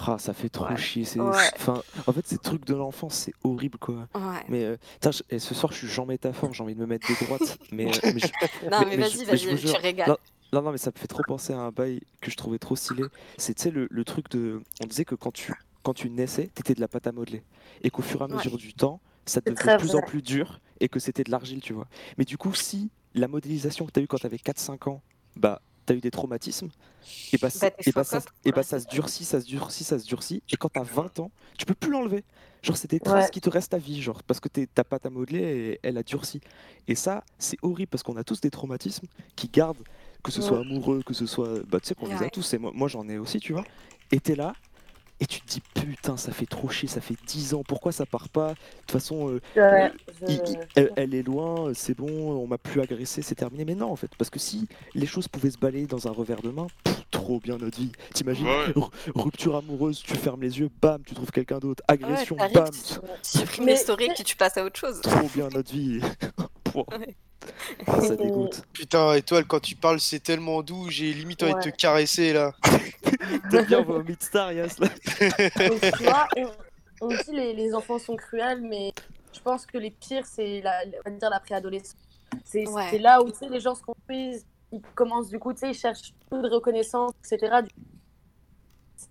Speaker 3: Ah, ça fait trop chier. c'est-
Speaker 7: Ouais.
Speaker 3: Enfin, en fait, ces trucs de l'enfance, c'est horrible, quoi.
Speaker 13: Ouais.
Speaker 3: Mais euh, putain, je- eh, ce soir, je suis Jean Métaphore, j'ai envie de me mettre de droite. mais, euh, mais je-
Speaker 13: Non, mais vas-y,
Speaker 3: je- mais je
Speaker 13: vas-y,
Speaker 3: vous jure-
Speaker 13: tu régales.
Speaker 3: Non, non, non, mais ça me fait trop penser à un bail que je trouvais trop stylé. C'est, tu sais, le, le truc de. On disait que quand tu, quand tu naissais, t'étais de la pâte à modeler. Et qu'au fur et à
Speaker 2: Ouais.
Speaker 3: mesure du temps, ça
Speaker 2: C'est
Speaker 3: devenait
Speaker 2: très
Speaker 3: de plus en
Speaker 2: vrai.
Speaker 3: plus dur et que c'était de l'argile, tu vois. Mais du coup, si la modélisation que t'as eue quand t'avais 4-5 ans, bah, t'as eu des traumatismes, et bah,
Speaker 2: Bah,
Speaker 3: ça,
Speaker 2: t'es
Speaker 3: et bah, ça,
Speaker 2: chocotte.
Speaker 3: et bah, ça se durcit, ça se durcit, ça se durcit, et quand t'as 20 ans, tu peux plus l'enlever. Genre, c'est des traces
Speaker 2: Ouais.
Speaker 3: qui te restent à vie, genre, parce que t'es- ta pâte à modeler, et, elle a durci. Et ça, c'est horrible, parce qu'on a tous des traumatismes qui gardent, que ce soit
Speaker 2: Ouais.
Speaker 3: amoureux, que ce soit. Bah, tu sais qu'on les a
Speaker 2: Ouais.
Speaker 3: tous, et moi, moi j'en ai aussi, tu vois. Et t'es là, et tu te dis, putain, ça fait trop chier, ça fait 10 ans, pourquoi ça part pas De toute façon, euh,
Speaker 7: Ouais,
Speaker 3: euh,
Speaker 7: je-
Speaker 3: il- il- elle, elle est loin, euh, c'est bon, on m'a plus agressé, c'est terminé. Mais non, en fait, parce que si les choses pouvaient se balayer dans un revers de main, pff, trop bien notre vie. T'imagines, ru- rupture amoureuse, tu fermes les yeux, bam, tu trouves quelqu'un d'autre, agression,
Speaker 13: t'arrives,
Speaker 3: bam,
Speaker 13: tu- tu supprimes l'historique et tu passes à autre chose.
Speaker 3: trop bien notre vie. Pouah. Ah, ça dégoûte.
Speaker 6: Putain, étoile, quand tu parles, c'est tellement doux, j'ai limite envie de
Speaker 7: Ouais.
Speaker 6: te caresser là.
Speaker 3: T'as bien vos Midstar, là.
Speaker 7: tu vois, on, on dit les, les enfants sont cruels, mais je pense que les pires, c'est la, on va dire la préadolescence. C'est
Speaker 13: Ouais.
Speaker 7: c'est là où tu sais, les gens se construisent, ils commencent du coup, tu sais, ils cherchent beaucoup de reconnaissance, etc. Du-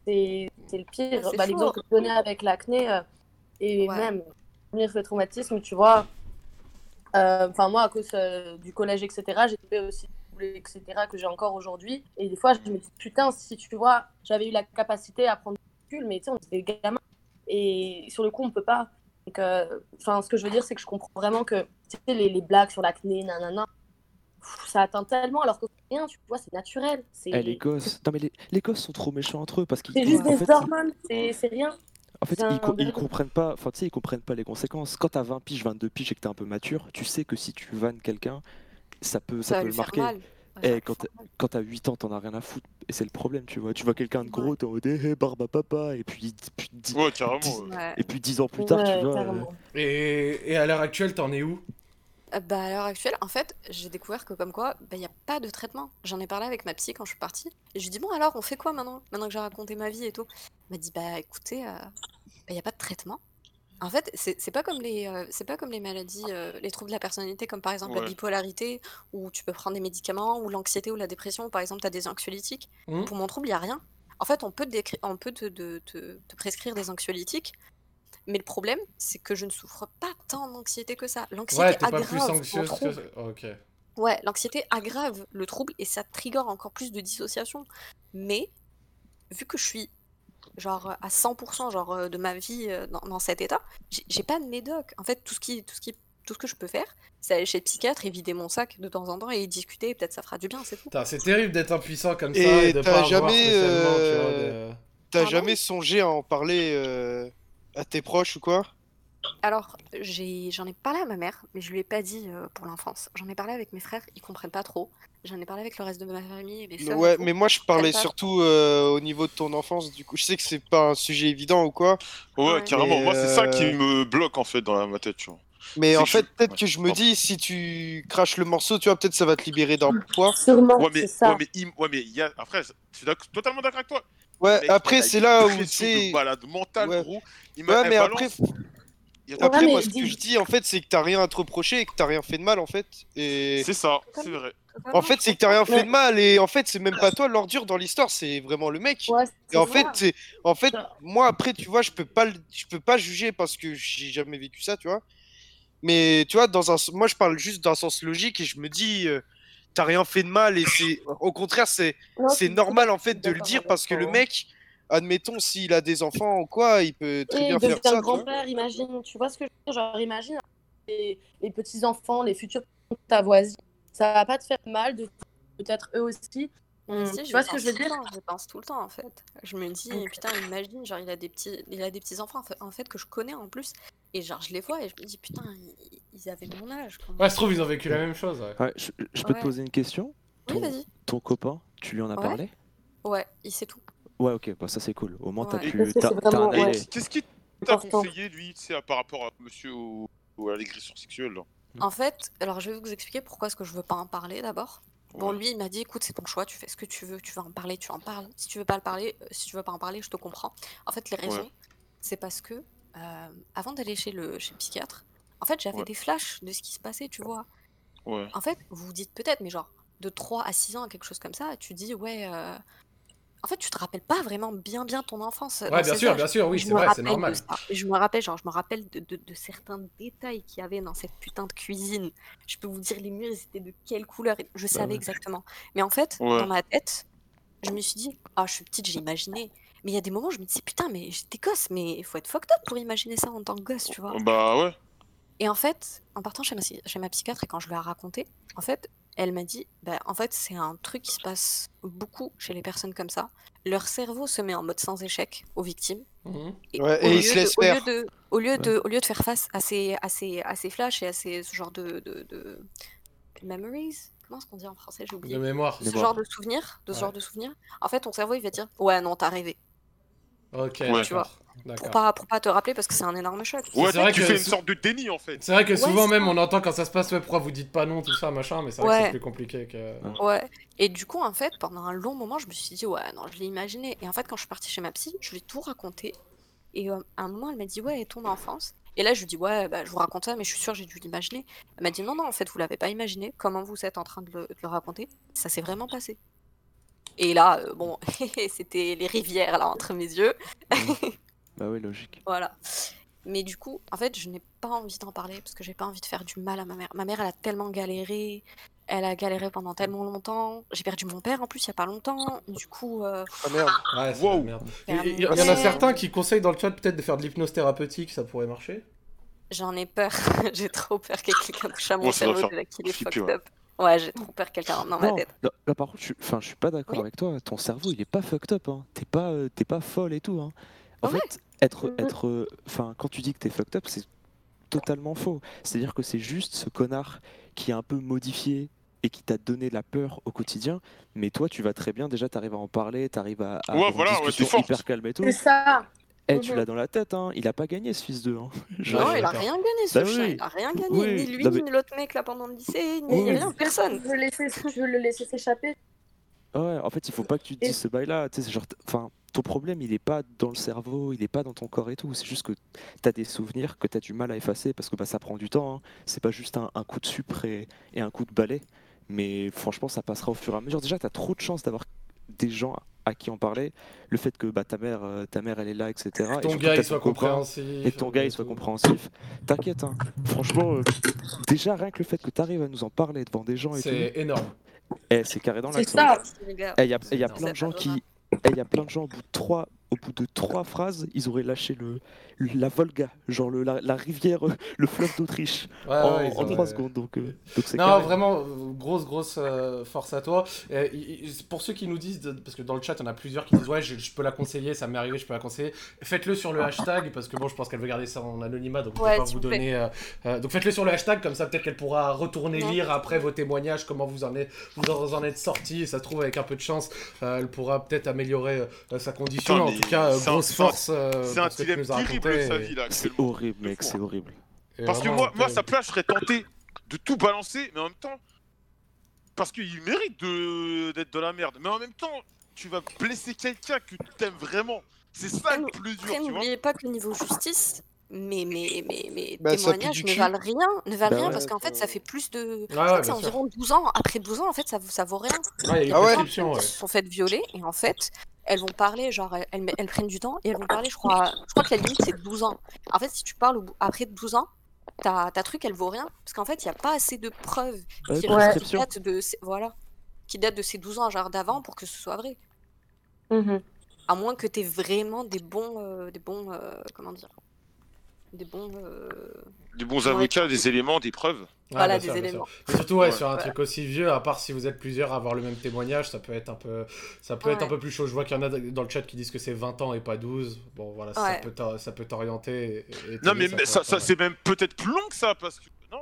Speaker 7: C'est c'est le
Speaker 13: Ouais,
Speaker 7: pire.
Speaker 13: c'est
Speaker 7: Bah, L'exemple
Speaker 13: chaud. hein.
Speaker 7: que je donnais avec l'acné euh, et même venir le traumatisme, tu vois. euh, Enfin, moi, à cause euh, du collège, etc., j'ai fait aussi des troubles, etc., que j'ai encore aujourd'hui. Et des fois, je me dis, putain, si tu vois, j'avais eu la capacité à prendre du recul, mais tu sais, on était des gamins. Et sur le coup, on peut pas. Donc, euh, enfin, ce que je veux dire, c'est que je comprends vraiment que tu sais, les, les blagues sur l'acné, nanana, pff, ça atteint tellement, alors que rien, tu vois, c'est naturel. C'est
Speaker 3: Eh, les gosses. Non, mais les, les gosses sont trop méchants entre eux parce qu'ils
Speaker 7: c'est juste
Speaker 3: en
Speaker 7: des
Speaker 3: fait,
Speaker 7: hormones, c'est c'est rien.
Speaker 3: En fait,
Speaker 7: C'est un
Speaker 3: ils, co- ils
Speaker 7: bug.
Speaker 3: comprennent pas. Enfin, tu sais, ils comprennent pas les conséquences. Quand t'as 20 piges, 22 piges et que t'es un peu mature, tu sais que si tu vannes quelqu'un, ça peut,
Speaker 2: Ça
Speaker 3: ça
Speaker 2: va
Speaker 3: peut
Speaker 2: lui
Speaker 3: le
Speaker 2: faire
Speaker 3: marquer.
Speaker 2: mal. Ouais, ça va
Speaker 3: Et
Speaker 2: lui
Speaker 3: quand t'as- quand t'as 8 ans, t'en as rien à foutre. Et c'est le problème, tu vois. Tu vois quelqu'un de gros, t'es en mode hé, hé, barbe à papa. Et puis, puis dix-
Speaker 2: Ouais, carrément,
Speaker 3: dix-
Speaker 2: ouais. Ouais.
Speaker 3: et puis 10 ans plus tard,
Speaker 2: Ouais,
Speaker 3: tu vois.
Speaker 2: carrément.
Speaker 1: Et, et à l'heure actuelle, t'en es où
Speaker 13: Euh, Bah, à l'heure actuelle, en fait, j'ai découvert que comme quoi, il n'y a pas de traitement. J'en ai parlé avec ma psy quand je suis partie. Et je lui ai dit, bon, alors, on fait quoi maintenant? Maintenant que j'ai raconté ma vie et tout. Elle m'a dit, bah, écoutez, il n'y a pas de traitement. En fait, c'est c'est pas comme les, euh, c'est pas comme les maladies, euh, les troubles de la personnalité, comme par exemple la
Speaker 7: Ouais.
Speaker 13: bipolarité, où tu peux prendre des médicaments, ou l'anxiété ou la dépression, par exemple, tu as des anxiolytiques.
Speaker 7: Mhm.
Speaker 13: Pour mon trouble, il n'y a rien. En fait, on peut, te décri- on peut te- te- te- te prescrire des anxiolytiques, mais le problème, c'est que je ne souffre pas tant d'anxiété que ça. L'anxiété
Speaker 1: Ouais, t'es pas
Speaker 13: aggrave
Speaker 1: plus
Speaker 13: mon
Speaker 1: anxieuse que
Speaker 13: trouble.
Speaker 1: ça. Ok.
Speaker 13: Ouais, l'anxiété aggrave le trouble et ça trigger encore plus de dissociation. Mais vu que je suis genre à 100% genre, euh, de ma vie euh, dans, dans cet état, j'ai- j'ai pas de médoc. En fait, tout ce, qui, tout, ce qui, tout ce que je peux faire, c'est aller chez le psychiatre et vider mon sac de temps en temps et y discuter, et peut-être ça fera du bien, c'est tout.
Speaker 1: Putain, c'est terrible d'être impuissant comme ça et,
Speaker 6: Et
Speaker 1: de
Speaker 6: t'as
Speaker 1: pas avoir
Speaker 6: jamais,
Speaker 1: spécialement, tu vois,
Speaker 6: euh,
Speaker 1: de-
Speaker 6: t'as
Speaker 13: Pardon
Speaker 6: jamais songé à en parler euh, à tes proches ou quoi
Speaker 13: Alors, j'ai- j'en ai, parlé à ma mère, mais je lui ai pas dit euh, pour l'enfance. J'en ai parlé avec mes frères, ils comprennent pas trop. J'en ai parlé avec le reste de ma famille et mes sœurs.
Speaker 6: Ouais,
Speaker 13: ils
Speaker 6: mais moi je
Speaker 13: comprennent
Speaker 6: parlais
Speaker 13: pas.
Speaker 6: surtout euh, au niveau de ton enfance. Du coup, je sais que c'est pas un sujet évident ou quoi.
Speaker 2: Ouais,
Speaker 6: mais,
Speaker 2: carrément. Moi, c'est ça qui
Speaker 6: euh,
Speaker 2: me bloque en fait dans la- ma tête, tu vois.
Speaker 6: Mais
Speaker 2: C'est
Speaker 6: en
Speaker 2: que
Speaker 6: fait,
Speaker 2: je-
Speaker 6: peut-être
Speaker 2: ouais,
Speaker 6: que je me
Speaker 2: pardon.
Speaker 6: dis, si tu craches le morceau, tu vois, peut-être ça va te libérer d'un poids.
Speaker 2: ouais, mais, Ouais, mais, im- ouais, mais il y a... après, je je suis d'accord- totalement d'accord avec toi.
Speaker 6: Ouais,
Speaker 2: Le mec,
Speaker 6: après,
Speaker 2: il a
Speaker 6: c'est
Speaker 2: une
Speaker 6: là où,
Speaker 2: pression
Speaker 6: tu sais-
Speaker 2: de balade mentale, gros. Il m'a-
Speaker 6: Ouais,
Speaker 2: elle
Speaker 6: mais
Speaker 2: balance-
Speaker 6: après,
Speaker 2: Il y a-
Speaker 6: après
Speaker 2: Ouais,
Speaker 6: moi,
Speaker 2: mais
Speaker 6: ce que
Speaker 2: dis-
Speaker 6: je dis, en fait, c'est que t'as rien à te reprocher et que t'as rien fait de mal, en fait. Et...
Speaker 2: C'est ça, c'est vrai.
Speaker 6: En fait, c'est que t'as rien fait
Speaker 2: Ouais.
Speaker 6: de mal et en fait, c'est même pas toi l'ordure dans l'histoire, c'est vraiment le mec. et en
Speaker 2: ça.
Speaker 6: fait, c'est- en fait, moi après, tu vois, je peux pas, le- je peux pas juger parce que j'ai jamais vécu ça, tu vois. Mais tu vois, dans un, moi, je parle juste d'un sens logique et je me dis, euh, t'as rien fait de mal et c'est, au contraire, c'est,
Speaker 5: Non,
Speaker 6: c'est
Speaker 5: je-
Speaker 6: normal en fait de le
Speaker 5: d'accord
Speaker 6: dire
Speaker 5: avec
Speaker 6: parce que
Speaker 5: toi,
Speaker 6: le
Speaker 5: ouais.
Speaker 6: mec, admettons, s'il a des enfants ou quoi, il peut très
Speaker 7: Et
Speaker 6: bien
Speaker 7: il
Speaker 6: faire
Speaker 7: devient
Speaker 6: ça. tu vois.
Speaker 7: grand-père, imagine. Tu vois ce que je veux dire Genre, imagine les, les petits-enfants, les futurs de ta voisine. Ça va pas te faire mal, de peut-être eux aussi.
Speaker 13: Mais
Speaker 7: On-
Speaker 13: si,
Speaker 7: Mm, tu vois ce que
Speaker 13: pense
Speaker 7: je veux
Speaker 13: tout le
Speaker 7: dire Mm.
Speaker 13: temps, Je pense tout le temps en fait. Je me dis, putain, imagine, genre il a des petits, il a des petits enfants en fait, en fait, que je connais en plus, et genre je les vois et je me dis putain, ils, ils avaient mon âge. comment-
Speaker 1: Ouais, se trouve, ils ont vécu la même chose. Ouais.
Speaker 3: Ouais, je, je peux
Speaker 13: Ouais.
Speaker 3: te poser une question
Speaker 13: Oui, vas-y.
Speaker 3: Ton copain, tu lui en as
Speaker 13: Ouais.
Speaker 3: parlé
Speaker 13: Ouais, il sait tout.
Speaker 3: Ouais, ok, bah ça c'est cool. Au moins, t'as
Speaker 13: Ouais.
Speaker 3: pu. t'as- t'as un
Speaker 2: Et
Speaker 3: aller.
Speaker 2: Qu'est-ce qui t'a conseillé, lui, tu sais, à- par rapport à monsieur ou, ou à l'agression sexuelle là
Speaker 13: En fait, alors je vais vous expliquer pourquoi est-ce que je veux pas en parler d'abord. Bon,
Speaker 2: Ouais.
Speaker 13: lui, il m'a dit, écoute, c'est ton choix, tu fais ce que tu veux, tu vas en parler, tu en parles. Si tu veux pas le parler, euh, si tu veux pas en parler, je te comprends. En fait, les
Speaker 2: Ouais.
Speaker 13: raisons, c'est parce que euh, avant d'aller chez le chez le psychiatre, en fait, j'avais
Speaker 2: Ouais.
Speaker 13: des flashs de ce qui se passait, tu vois.
Speaker 2: Ouais.
Speaker 13: En fait, vous vous dites peut-être, mais genre, de 3 à 6 ans, quelque chose comme ça, tu dis, ouais. euh, En fait, tu te rappelles pas vraiment bien bien ton enfance. dans
Speaker 1: bien
Speaker 13: ces
Speaker 1: sûr,
Speaker 13: âges.
Speaker 1: bien sûr, oui,
Speaker 13: Je
Speaker 1: c'est
Speaker 13: me
Speaker 1: vrai, c'est
Speaker 13: rappelle de
Speaker 1: normal.
Speaker 13: ça. Je me rappelle, genre, je me rappelle de, de- de certains détails qu'il y avait dans cette putain de cuisine. Je peux vous dire, les murs, ils étaient de quelle couleur. et
Speaker 1: Bah
Speaker 13: Je savais
Speaker 7: ouais.
Speaker 13: exactement. Mais en fait,
Speaker 7: Ouais.
Speaker 13: dans ma tête, je me suis dit, ah, je suis petite, j'ai imaginé. Mais il y a des moments où je me disais, putain, mais j'étais gosse, mais il faut être fucked up pour imaginer ça en tant que gosse, tu vois.
Speaker 2: Bah ouais.
Speaker 13: Et en fait, en partant chez ma, psy- chez ma psychiatre et quand je lui ai raconté, en fait, elle m'a dit, bah, en fait, c'est un truc qui se passe beaucoup chez les personnes comme ça. Leur cerveau se met en mode sans échec aux victimes.
Speaker 1: Mhm.
Speaker 6: Ouais, et
Speaker 13: au
Speaker 6: ils
Speaker 13: lieu
Speaker 6: se
Speaker 13: de-
Speaker 6: laissent
Speaker 13: au lieu
Speaker 6: faire.
Speaker 13: de- au lieu de, au lieu de faire face à ces, à ces, à ces flashs et à ces, ce genre de, de, de- memories, comment est-ce qu'on dit en français J'ai oublié.
Speaker 1: De mémoire.
Speaker 13: Ce
Speaker 1: Mémoire.
Speaker 13: genre de souvenirs, de ce
Speaker 1: Ouais.
Speaker 13: genre de souvenirs. En fait, ton cerveau, il va dire, ouais, non, t'as rêvé.
Speaker 1: Ok,
Speaker 13: tu vois,
Speaker 1: d'accord.
Speaker 13: pour
Speaker 1: d'accord.
Speaker 13: pas, pour pas te rappeler parce que c'est un énorme choc.
Speaker 2: Ouais, donc tu fais une
Speaker 1: sou-
Speaker 2: sorte de déni en fait.
Speaker 1: C'est vrai que
Speaker 13: Ouais,
Speaker 1: souvent,
Speaker 13: c'est
Speaker 1: même,
Speaker 13: ça.
Speaker 1: on entend quand ça se passe, ouais, pourquoi vous dites pas non, tout ça, machin, mais c'est vrai que
Speaker 13: Ouais.
Speaker 1: c'est plus compliqué que.
Speaker 13: Ouais. Et du coup, en fait, pendant un long moment, je me suis dit, ouais, non, je l'ai imaginé. Et en fait, quand je suis partie chez ma psy, je lui ai tout raconté. Et euh, à un moment, elle m'a dit, ouais, et ton enfance? Et là, je lui dis, ouais, bah, je vous raconte ça, mais je suis sûre, j'ai dû l'imaginer. Elle m'a dit, non, non, en fait, vous l'avez pas imaginé. Comment vous êtes en train de le, de le raconter? Ça s'est vraiment passé. Et là, euh, bon, c'était les rivières, là, entre mes yeux.
Speaker 3: Bah ouais, logique.
Speaker 13: Voilà. Mais du coup, en fait, je n'ai pas envie d'en parler parce que j'ai pas envie de faire du mal à ma mère. Ma mère, elle a tellement galéré. Elle a galéré pendant tellement longtemps. J'ai perdu mon père en plus il y a pas longtemps. Du coup, euh,
Speaker 6: Ah merde.
Speaker 1: Ouais, c'est la merde. Et- et- Il y, en a
Speaker 13: Ouais.
Speaker 1: certains qui conseillent dans le chat peut-être de faire de l'hypnose thérapeutique, ça pourrait marcher.
Speaker 13: j'en ai peur. j'ai trop peur que quelqu'un touche à mon
Speaker 3: Bon, Oh, ça va
Speaker 13: cerveau
Speaker 3: faire
Speaker 13: déjà qu'il est
Speaker 3: flipper,
Speaker 13: fucked
Speaker 3: ouais.
Speaker 13: up. Ouais, j'ai trop peur que quelqu'un rentre dans ma
Speaker 3: Non,
Speaker 13: tête.
Speaker 3: là, là, par contre, je, suis- enfin, je suis pas d'accord avec toi. Ton cerveau, il est pas fucked up. Hein. T'es pas, euh, t'es pas folle et tout. Hein. En fait, être,
Speaker 13: Mm-hmm.
Speaker 3: être, euh, enfin, quand tu dis que t'es fucked up, c'est totalement faux. C'est-à-dire que c'est juste ce connard qui a un peu modifié et qui t'a donné de la peur au quotidien. Mais toi, tu vas très bien. Déjà, t'arrives à en parler, t'arrives à, à
Speaker 2: Ouais,
Speaker 3: avoir
Speaker 2: voilà,
Speaker 3: une
Speaker 2: ouais,
Speaker 3: discussion
Speaker 2: t'es forte.
Speaker 3: hyper calme et tout.
Speaker 7: C'est ça.
Speaker 3: Eh, tu
Speaker 7: Mhm.
Speaker 3: l'as dans la tête, hein. Il a pas gagné ce fils de. Hein.
Speaker 13: Non, il a rien gagné ce
Speaker 3: Bah
Speaker 13: chien,
Speaker 3: oui.
Speaker 13: il a rien gagné,
Speaker 3: Oui.
Speaker 13: ni lui,
Speaker 3: Non, mais-
Speaker 13: ni l'autre mec là pendant le lycée, ni
Speaker 3: Oui.
Speaker 13: rien, personne.
Speaker 7: Je veux, laisser- je veux le laisser s'échapper.
Speaker 3: Ah Ouais, en fait, il faut pas que tu te dises ce bail-là. Tu sais, c'est genre, t- enfin, ton problème, il est pas dans le cerveau, il est pas dans ton corps et tout. C'est juste que tu as des souvenirs que tu as du mal à effacer parce que bah, ça prend du temps. hein. C'est pas juste un, un coup de sucre et, et un coup de balai. Mais franchement, ça passera au fur et à mesure. Déjà, tu as trop de chance d'avoir des gens à qui en parler. Le fait que bah, ta, mère, euh, ta mère, elle est là, etc.
Speaker 1: ton
Speaker 3: surtout,
Speaker 1: gars,
Speaker 3: t'as
Speaker 1: il
Speaker 3: ton
Speaker 1: soit
Speaker 3: copain,
Speaker 1: compréhensif, euh,
Speaker 3: Et que ton gars, il soit compréhensif. T'inquiète, hein. franchement, euh, déjà, rien que le fait que tu arrives à nous en parler devant des gens et
Speaker 1: C'est
Speaker 3: tout.
Speaker 1: énorme.
Speaker 3: Eh, c'est carré dans
Speaker 1: C'est
Speaker 3: l'action.
Speaker 1: ça.
Speaker 7: Ah,
Speaker 3: Eh, y a, eh, y a plein de gens qui. eh, y a plein de gens au bout de 3, au bout de trois phrases, ils auraient lâché le, la Volga, genre le, la, la rivière, euh, le fleuve d'Autriche,
Speaker 1: Ouais,
Speaker 3: en,
Speaker 1: ouais, ils
Speaker 3: en
Speaker 1: auraient-
Speaker 3: trois secondes. Donc, euh, donc c'est
Speaker 1: Non,
Speaker 3: carré.
Speaker 1: vraiment, euh, grosse, grosse euh, force à toi. Euh, y- y- pour ceux qui nous disent, de- parce que dans le chat, on a plusieurs qui disent Ouais, je, je peux la conseiller, ça m'est arrivé, je peux la conseiller. Faites-le sur le hashtag, parce que bon, je pense qu'elle veut garder ça en anonymat, donc on peut
Speaker 14: Ouais,
Speaker 1: pas
Speaker 14: s'il
Speaker 1: vous
Speaker 14: vous plaît.
Speaker 1: donner. euh, euh, donc faites-le sur le hashtag, comme ça, peut-être qu'elle pourra retourner
Speaker 14: Ouais.
Speaker 1: lire après vos témoignages, comment vous en êtes, vous en en êtes sorti. Ça se trouve, avec un peu de chance, euh, elle pourra peut-être améliorer euh, sa condition.
Speaker 2: Putain,
Speaker 1: en
Speaker 2: mais
Speaker 1: tout cas, euh,
Speaker 2: c'est un-
Speaker 1: grosse
Speaker 2: c'est un-
Speaker 1: force. euh,
Speaker 2: c'est
Speaker 1: pour
Speaker 2: un
Speaker 1: ce que tu
Speaker 2: dilemme
Speaker 1: nous as
Speaker 2: terrible,
Speaker 1: raconté,
Speaker 2: sa
Speaker 1: et-
Speaker 2: vie, là,
Speaker 3: C'est horrible, mec, c'est horrible.
Speaker 1: et
Speaker 2: Parce que
Speaker 1: vraiment,
Speaker 2: moi, moi,
Speaker 1: terrible.
Speaker 2: sa place, je serais tenté de tout balancer, mais en même temps, parce qu'il mérite de- d'être dans la merde. Mais en même temps, tu vas blesser quelqu'un que tu t'aimes vraiment. C'est ça le plus dur,
Speaker 13: Après,
Speaker 2: tu vois.
Speaker 13: n'oubliez pas que le niveau justice, mes, mes, mes, mes
Speaker 2: Bah, ça pue
Speaker 13: témoignages
Speaker 2: du
Speaker 13: ne
Speaker 2: cul.
Speaker 13: valent rien, ne valent
Speaker 2: Bah
Speaker 13: rien
Speaker 2: ouais,
Speaker 13: parce qu'en fait, ça fait plus de. je
Speaker 1: ouais,
Speaker 13: crois que c'est
Speaker 1: bien sûr.
Speaker 13: environ 12 ans. Après 12 ans, en fait, ça, vaut- ça vaut rien.
Speaker 1: Ouais, il
Speaker 2: Ah
Speaker 1: y a une
Speaker 13: Les
Speaker 1: prescription,
Speaker 13: femmes
Speaker 1: ouais.
Speaker 13: se sont faites violer et en fait, elles vont parler, genre, elles- elles, elles prennent du temps et elles vont parler, je crois, je crois que la limite, c'est 12 ans. En fait, si tu parles au bout- après 12 ans, ta, ta truc, elle vaut rien parce qu'en fait, il n'y a pas assez de preuves
Speaker 11: Ouais,
Speaker 13: qui, qui
Speaker 11: prescription.
Speaker 13: datent de, ces- voilà, qui datent de ces 12 ans, genre d'avant, pour que ce soit vrai. À moins que t'aies vraiment des bons. euh, des bons euh, comment dire Des bons. euh,
Speaker 2: Des bons avocats, des éléments, des preuves.
Speaker 1: Ouais,
Speaker 13: Voilà,
Speaker 1: Ah, bien
Speaker 13: des
Speaker 1: sûr, bien
Speaker 13: éléments.
Speaker 1: sûr. Mais surtout, ouais,
Speaker 2: Ouais.
Speaker 1: sur un
Speaker 13: Voilà.
Speaker 1: truc aussi vieux, à part si vous êtes plusieurs à avoir le même témoignage, ça peut être un peu, ça peut être un
Speaker 13: Ouais.
Speaker 1: peu plus chaud. Je vois qu'il y en a dans le chat qui disent que c'est 20 ans et pas 12. Bon, voilà, ça
Speaker 2: Ouais.
Speaker 1: peut t'or- ça peut t'orienter. et- et
Speaker 2: Non, mais
Speaker 1: t'aider,
Speaker 2: mais ça,
Speaker 1: correspond,
Speaker 2: ça,
Speaker 1: ouais.
Speaker 2: c'est même peut-être plus long que ça, parce que. Non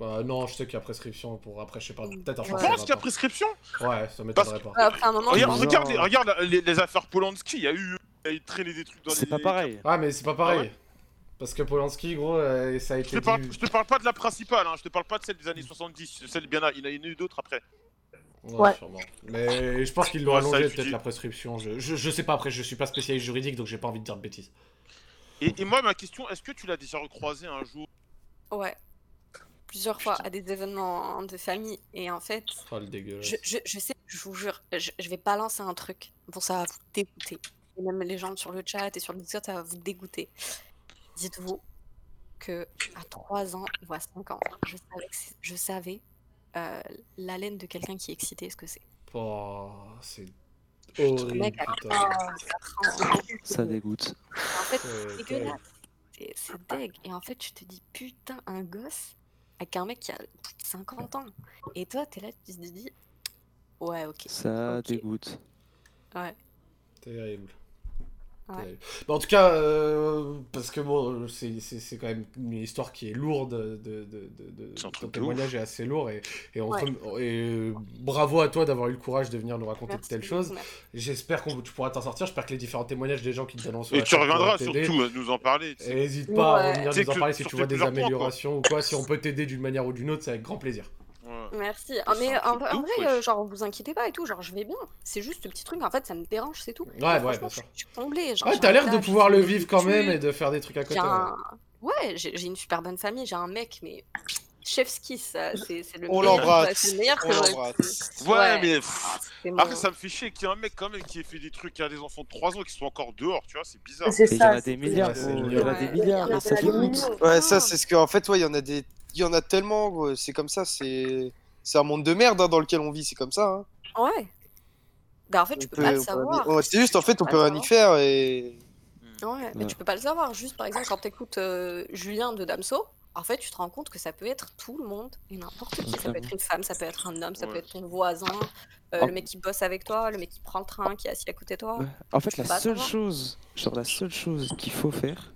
Speaker 1: Bah, non, je sais qu'il y a prescription pour après, je sais pas, peut-être en
Speaker 2: Tu
Speaker 1: France,
Speaker 2: penses
Speaker 1: c'est
Speaker 2: qu'il y a
Speaker 1: 20 ans.
Speaker 2: prescription
Speaker 1: Ouais, ça m'étonnerait pas.
Speaker 13: Après un moment,
Speaker 2: Regarde,
Speaker 1: Non.
Speaker 2: regarde, les, regarde les, les affaires Polanski, il y a eu. Il y a eu traîné des trucs dans les. C'est pas
Speaker 3: pareil.
Speaker 1: Ah, mais c'est pas pareil. Parce que Polanski, gros, euh, ça a été.
Speaker 2: Je te, parle,
Speaker 1: dit-
Speaker 2: je te parle pas de la principale, hein, je te parle pas de celle des années 70, celle bien là, il y en a- il y en a eu d'autres après.
Speaker 1: Ouais, sûrement. Mais je pense qu'ils l'ont
Speaker 2: Ouais, ça,
Speaker 1: allongé,
Speaker 2: tu
Speaker 1: peut-être
Speaker 2: dis.
Speaker 1: la prescription. Je, je, je sais pas, après, je suis pas spécialiste juridique, donc j'ai pas envie de dire de bêtises.
Speaker 2: Et, et moi, ma question, est-ce que tu l'as déjà recroisé un jour
Speaker 13: Ouais. Plusieurs fois à des événements de famille et en fait,
Speaker 1: Oh, le
Speaker 2: Euh.
Speaker 1: dégueulasse.
Speaker 13: je, je, je sais, je vous jure, je, je vais pas lancer un truc. Bon, ça va vous dégoûter. Et même les gens sur le chat et sur le Discord, ça va vous dégoûter. Dites-vous que à 3 ans ou à 5 ans, je savais, que c'est- je savais euh, l'haleine de quelqu'un qui est excité, ce que c'est.
Speaker 1: Oh, c'est
Speaker 13: Le
Speaker 1: horrible,
Speaker 13: mec a
Speaker 1: putain.
Speaker 13: 4 ans.
Speaker 3: Ça dégoûte.
Speaker 13: En fait,
Speaker 1: Euh,
Speaker 13: c'est dégueulasse. C'est- C'est deg. Et en fait, tu te dis, putain, un gosse avec un mec qui a plus de 50 ans. Et toi, t'es là, tu te dis, ouais, ok.
Speaker 3: Ça dégoûte.
Speaker 13: Ouais.
Speaker 1: Terrible.
Speaker 13: Ouais.
Speaker 1: Terrible. Bah, en tout cas, euh, parce que bon, c'est- c'est c'est quand même une histoire qui est lourde de, de, de, de- ton témoignage est assez lourd et, et, on te
Speaker 14: Ouais.
Speaker 1: rem- et, euh, bravo à toi d'avoir eu le courage de venir nous raconter de telles choses.
Speaker 2: merci.
Speaker 1: J'espère que tu pourras t'en sortir, j'espère que les différents témoignages des gens qui te lancent
Speaker 2: Et tu reviendras surtout à nous en parler. tu sais.
Speaker 1: N'hésite pas à venir
Speaker 2: Tu sais
Speaker 1: nous en
Speaker 2: que-
Speaker 1: parler si
Speaker 2: sur tes
Speaker 1: tu vois des
Speaker 2: plusieurs points, quoi.
Speaker 1: améliorations ou quoi. Si on peut t'aider d'une manière ou d'une autre, c'est avec grand plaisir.
Speaker 13: Merci. Ah, mais en, en vrai, euh, genre, vous inquiétez pas et tout, genre, je vais bien. C'est juste ce petit truc, en fait, ça me dérange, c'est tout.
Speaker 1: Ouais,
Speaker 13: Et
Speaker 1: ouais,
Speaker 13: franchement,
Speaker 1: bien sûr.
Speaker 13: Je suis comblée. Genre,
Speaker 1: Ouais,
Speaker 13: j'ai
Speaker 1: t'as
Speaker 13: un
Speaker 1: l'air de
Speaker 13: taf,
Speaker 1: pouvoir
Speaker 13: j'ai
Speaker 1: le
Speaker 13: des
Speaker 1: vivre quand même et
Speaker 13: études,
Speaker 1: de faire des trucs à
Speaker 13: j'ai
Speaker 1: côté. hein. ouais.
Speaker 13: un- Ouais, j'ai j'ai une super bonne famille, j'ai un mec, mais chef's kiss, ça, c'est c'est le
Speaker 2: On
Speaker 13: meilleur,
Speaker 2: l'embrasse,
Speaker 13: bah, c'est le meilleur
Speaker 2: on
Speaker 13: que j'aurais
Speaker 2: l'embrasse.
Speaker 13: pu-
Speaker 2: Ouais, mais pff,
Speaker 13: c'est mon-
Speaker 2: après, ça me fait chier qu'il y ait un mec quand même qui ait fait des trucs à des enfants de 3 ans qui sont encore dehors, tu vois, c'est bizarre.
Speaker 3: C'est Mais il y en a ça, des c'est- milliards,
Speaker 2: euh,
Speaker 3: Oh.
Speaker 6: c'est-
Speaker 3: gros, il y en a des milliards,
Speaker 6: Ouais,
Speaker 3: ça fait honte.
Speaker 6: Ouais, ça, c'est ce que. En fait, ouais, il y en a des. Il y en a tellement, gros, c'est comme ça, c'est. C'est un monde de merde hein, dans lequel on vit, c'est comme ça. Hein.
Speaker 13: Ouais. Bah, en fait, tu peux pas le
Speaker 6: On peut- on peut-
Speaker 13: savoir.
Speaker 6: ouais, c'est juste, en fait, on
Speaker 13: pas
Speaker 6: peut
Speaker 13: le
Speaker 6: rien y faire et.
Speaker 13: Ouais, mais tu peux pas le savoir. Juste, par exemple, quand t'écoutes euh, Julien de Damso, en fait, tu te rends compte que ça peut être tout le monde et n'importe qui. Ça peut être une femme, ça peut être un homme, ça peut être ton voisin, euh,
Speaker 3: Ah.
Speaker 13: le mec qui bosse avec toi, le mec qui prend le train, qui est assis à côté de toi.
Speaker 3: Ouais. En fait,
Speaker 13: Tu peux
Speaker 3: la
Speaker 13: pas
Speaker 3: seule
Speaker 13: savoir.
Speaker 3: chose, genre la seule chose qu'il faut faire,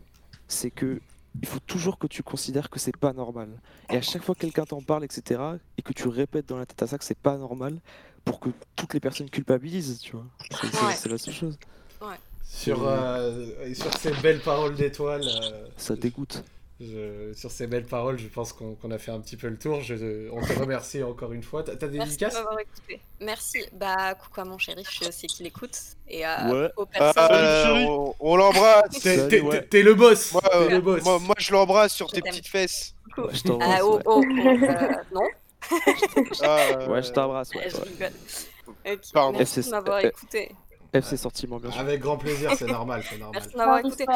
Speaker 3: c'est que il faut toujours que tu considères que c'est pas normal. Et à chaque fois que quelqu'un t'en parle, etc., et que tu répètes dans la tête à ça que c'est pas normal, pour que toutes les personnes culpabilisent, tu vois. C'est c'est-
Speaker 1: Ouais.
Speaker 3: c'est la seule chose.
Speaker 1: Sur, euh, et sur ces belles paroles d'étoiles. euh,
Speaker 3: Ça dégoûte.
Speaker 1: je- sur ces belles paroles, je pense qu'on qu'on a fait un petit peu le tour. Je, on te remercie encore une fois. T'as t'as des
Speaker 13: Merci de
Speaker 1: dédicaces
Speaker 13: m'avoir écouté. Merci. Bah, coucou à mon chéri, je sais aussi qu'il écoute. Et à
Speaker 6: Ouais.
Speaker 13: aux personnes.
Speaker 6: Euh, on on l'embrasse.
Speaker 1: T'es- t'es- t'es- t'es le boss.
Speaker 6: Moi,
Speaker 1: T'es
Speaker 6: euh,
Speaker 1: le boss.
Speaker 6: moi, moi, je l'embrasse sur
Speaker 13: Je
Speaker 6: tes
Speaker 13: t'aime.
Speaker 6: petites fesses.
Speaker 3: je t'embrasse,
Speaker 13: Ah, oh, oh, euh, non.
Speaker 1: ah,
Speaker 3: Ouais, je t'embrasse. Ouais,
Speaker 13: Je
Speaker 3: ouais.
Speaker 13: rigole. Ok,
Speaker 3: Pardon.
Speaker 13: Merci
Speaker 3: FC,
Speaker 13: de m'avoir
Speaker 3: euh,
Speaker 13: écouté.
Speaker 3: FC Sortiment, bien sûr.
Speaker 1: Avec grand plaisir, c'est normal, c'est normal.
Speaker 13: Merci de m'avoir écouté.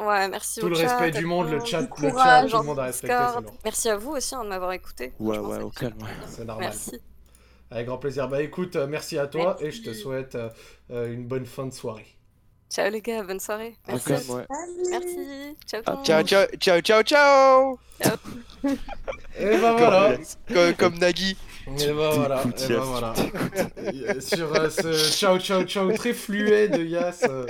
Speaker 13: Ouais, merci.
Speaker 1: Tout
Speaker 13: au
Speaker 1: le
Speaker 13: chat,
Speaker 1: respect
Speaker 13: à
Speaker 1: du monde, le
Speaker 13: tout
Speaker 1: chat, le
Speaker 13: courage,
Speaker 1: chat, tout le
Speaker 13: gentil
Speaker 1: monde a respecté,
Speaker 13: Discord.
Speaker 1: c'est lourd.
Speaker 13: Merci à vous aussi hein, de m'avoir écouté.
Speaker 3: Ouais, ouais, au calme. ouais.
Speaker 1: C'est normal.
Speaker 13: Merci.
Speaker 1: Avec grand plaisir. Bah écoute, euh, merci à toi et je te
Speaker 13: Merci.
Speaker 1: souhaite euh, euh, une bonne fin de soirée.
Speaker 13: Ciao les gars, bonne soirée. Merci.
Speaker 6: Encore, ouais. Ah,
Speaker 13: Merci. Ciao. tout le monde.
Speaker 6: Ciao, ciao, ciao, ciao, ciao
Speaker 1: Et ben voilà.
Speaker 6: Comme, comme Nagui.
Speaker 1: Et bah voilà, et bah voilà. Et Sur euh, ce ciao ciao ciao très fluet de Yas, euh,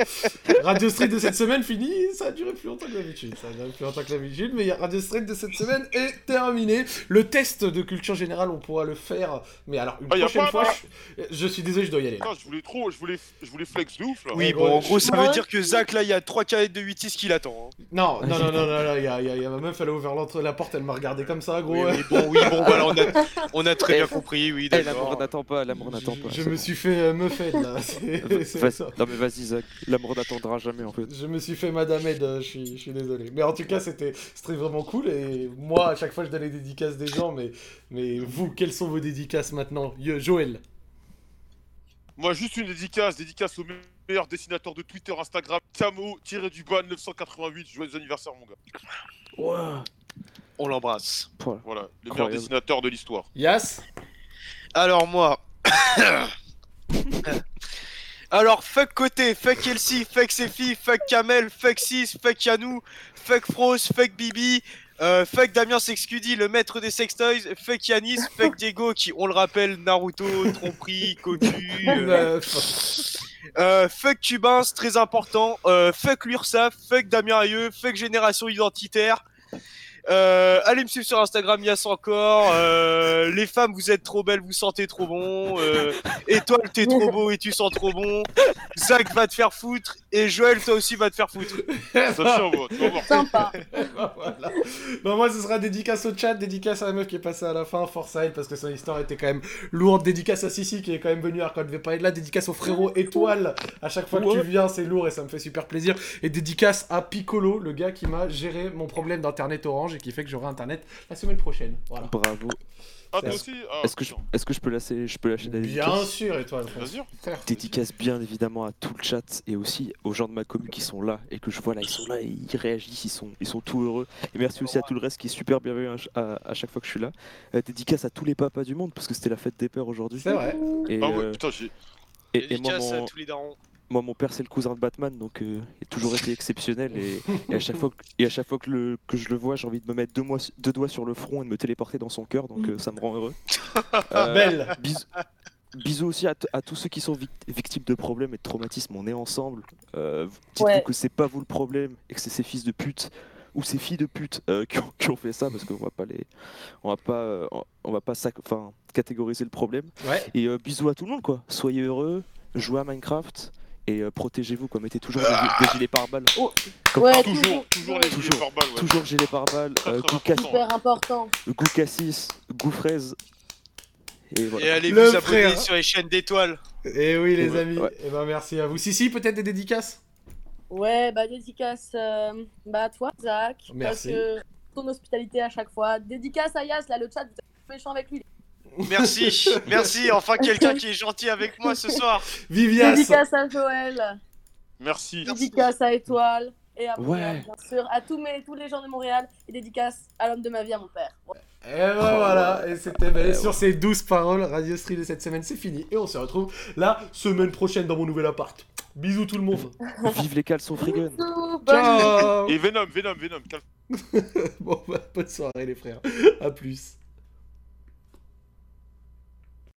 Speaker 1: Radio Street de cette semaine fini, ça a duré plus longtemps que d'habitude, ça a duré plus longtemps que d'habitude, mais Radio Street de cette semaine est terminé. Le test de culture générale, on pourra le faire, mais alors une
Speaker 2: Ah, y a
Speaker 1: prochaine
Speaker 2: pas-
Speaker 1: fois, je, je suis désolé, je dois y aller.
Speaker 2: Putain, je voulais trop, je voulais, je voulais flex de ouf là.
Speaker 1: Ouais,
Speaker 4: Oui, bon, en gros, ça veut
Speaker 1: Ouais.
Speaker 4: dire que Zach, là, il y a 3 canettes de 8 qui l'attend. hein.
Speaker 1: Non, non, non, non, non, non, il y a, il y a- il y a ma meuf, elle a ouvert l'entre la porte, elle m'a regardé comme ça, gros.
Speaker 4: Oui, oui, bon, oui, bon, voilà, on a, on a très bien compris, oui,
Speaker 3: Eh,
Speaker 4: d'accord.
Speaker 3: l'amour n'attend pas, l'amour n'attend pas.
Speaker 1: Je
Speaker 3: c'est
Speaker 1: me
Speaker 3: bon.
Speaker 1: suis fait euh, meufette là, c'est c'est
Speaker 3: Vas-
Speaker 1: ça.
Speaker 3: Non mais vas-y Zach, l'amour n'attendra jamais en fait.
Speaker 1: Je me suis fait Madame Ed, euh, je suis, je suis désolé. Mais en tout cas, c'était c'était vraiment cool. Et moi, à chaque fois, je donne les dédicaces des gens. Mais, mais vous, quelles sont vos dédicaces maintenant Yo, Joël
Speaker 2: Moi, juste une dédicace, dédicace au meilleur dessinateur de Twitter, Instagram, Camo, tiré du ban 988. Joyeux anniversaire, mon gars.
Speaker 4: On l'embrasse.
Speaker 2: Voilà, le meilleur
Speaker 4: Incroyable.
Speaker 2: dessinateur de l'histoire.
Speaker 1: Yas
Speaker 4: Alors, moi. Alors, fuck Côté, fuck Elsie, fuck Sefi, fuck Kamel, fuck Sis, fuck Yanou, fuck Frost, fuck Bibi, euh, fuck Damien Sexcudi, le maître des sextoys, fuck Yanis, fuck Diego, qui, on le rappelle, Naruto, tromperie, cocu. euh, Euh, fuck Cubains, c'est très important. Euh, fuck l'URSAF, fuck Damien Aïeux, fuck Génération Identitaire. Euh, allez me suivre sur Instagram, Yass encore. Euh, les femmes, vous êtes trop belles, vous sentez trop bon. Euh, Étoile, t'es trop beau et tu sens trop bon. Zach va te faire foutre. Et Joël, toi aussi, va te faire foutre.
Speaker 1: Sympa. voilà. Bon, moi, ce sera dédicace au chat, dédicace à la meuf qui est passée à la fin, force à elle, parce que son histoire était quand même lourde. Dédicace à Sissi qui est quand même venue alors qu'on devait pas être là. Dédicace au frérot Étoile. À chaque fois que tu viens, c'est lourd et ça me fait super plaisir. Et dédicace à Piccolo, le gars qui m'a géré mon problème d'internet orange et qui fait que j'aurai internet la semaine prochaine. Voilà.
Speaker 3: Bravo.
Speaker 1: Ah, toi
Speaker 3: Est-ce-
Speaker 1: aussi Ah,
Speaker 3: Est-ce que je est-ce que je peux lâcher je peux lâcher la
Speaker 1: Bien
Speaker 3: dédicace
Speaker 1: sûr, Étoile. Bien
Speaker 2: sûr.
Speaker 3: Dédicace bien évidemment à tout le chat et aussi aux gens de ma commu qui sont là et que je vois là, ils sont là et ils réagissent, ils sont, ils sont tout heureux. Et merci aussi à tout le reste qui est super bienvenu à, ch- à- à chaque fois que je suis là. Euh, dédicace à tous les papas du monde parce que c'était la fête des pères aujourd'hui.
Speaker 1: C'est vrai.
Speaker 3: Et,
Speaker 2: Ah ouais,
Speaker 3: euh,
Speaker 2: putain, j'ai-
Speaker 3: et- et moi,
Speaker 4: Dédicace à
Speaker 3: mon-
Speaker 4: tous les darons.
Speaker 3: moi, mon père, c'est le cousin de Batman, donc euh, il a toujours été exceptionnel. Et, et à chaque fois, que, et à chaque fois que, le- que je le vois, j'ai envie de me mettre deux, mois- deux doigts sur le front et de me téléporter dans son cœur, donc euh, ça me rend heureux. Euh,
Speaker 1: Belle.
Speaker 3: bis- Bisous aussi à, t- à tous ceux qui sont vic- victimes de problèmes et de traumatismes, on est ensemble. Euh, vous- Dites-vous
Speaker 14: Ouais.
Speaker 3: que c'est pas vous le problème et que c'est ces fils de pute ou ces filles de pute euh, qui, ont, qui ont fait ça parce qu'on va pas les. On va pas, euh, on- on va pas sac- enfin, catégoriser le problème.
Speaker 1: Ouais.
Speaker 3: Et euh, bisous à tout le monde quoi. Soyez heureux, jouez à Minecraft et euh, protégez-vous quoi. Mettez toujours des, gi- des gilets pare-balles. Comme-
Speaker 7: Ouais,
Speaker 3: toujours,
Speaker 7: toujours,
Speaker 2: toujours les
Speaker 3: toujours, toujours gilets pare-balles. Euh, goût
Speaker 7: Super important.
Speaker 3: cas- goût cassis, goût fraise. Et, voilà.
Speaker 4: Et allez
Speaker 1: Le
Speaker 4: vous abonner
Speaker 1: frère.
Speaker 4: sur les chaînes d'étoiles.
Speaker 1: Et Eh oui, les
Speaker 3: Ouais.
Speaker 1: amis.
Speaker 3: Ouais.
Speaker 1: Et ben, merci à vous. Sissi, peut-être des dédicaces
Speaker 7: Ouais, bah dédicace euh, bah, à toi,
Speaker 6: Oh,
Speaker 7: Zach.
Speaker 1: Merci.
Speaker 7: Parce que ton hospitalité à chaque fois. Dédicace à Yas, là, le chat, vous êtes méchant avec lui.
Speaker 4: Merci, merci. Enfin, quelqu'un qui est gentil avec moi ce soir.
Speaker 7: Dédicace à Joël.
Speaker 2: Merci.
Speaker 7: Dédicace à Étoile. Et à
Speaker 2: Ouais.
Speaker 7: Montréal, bien sûr. À tous, mes, tous les gens de Montréal. Et dédicace à l'homme de ma vie, à mon père. Ouais.
Speaker 1: Et ben voilà, et c'était ben, sur ces douces paroles, Radio Street de cette semaine, c'est fini. Et on se retrouve la semaine prochaine dans mon nouvel appart. Bisous tout le monde.
Speaker 3: Vive les caleçons frigun.
Speaker 1: Ciao. Oh.
Speaker 2: Et Venom, Venom, Venom, calme.
Speaker 1: Bon, bah, bonne soirée les frères. À plus.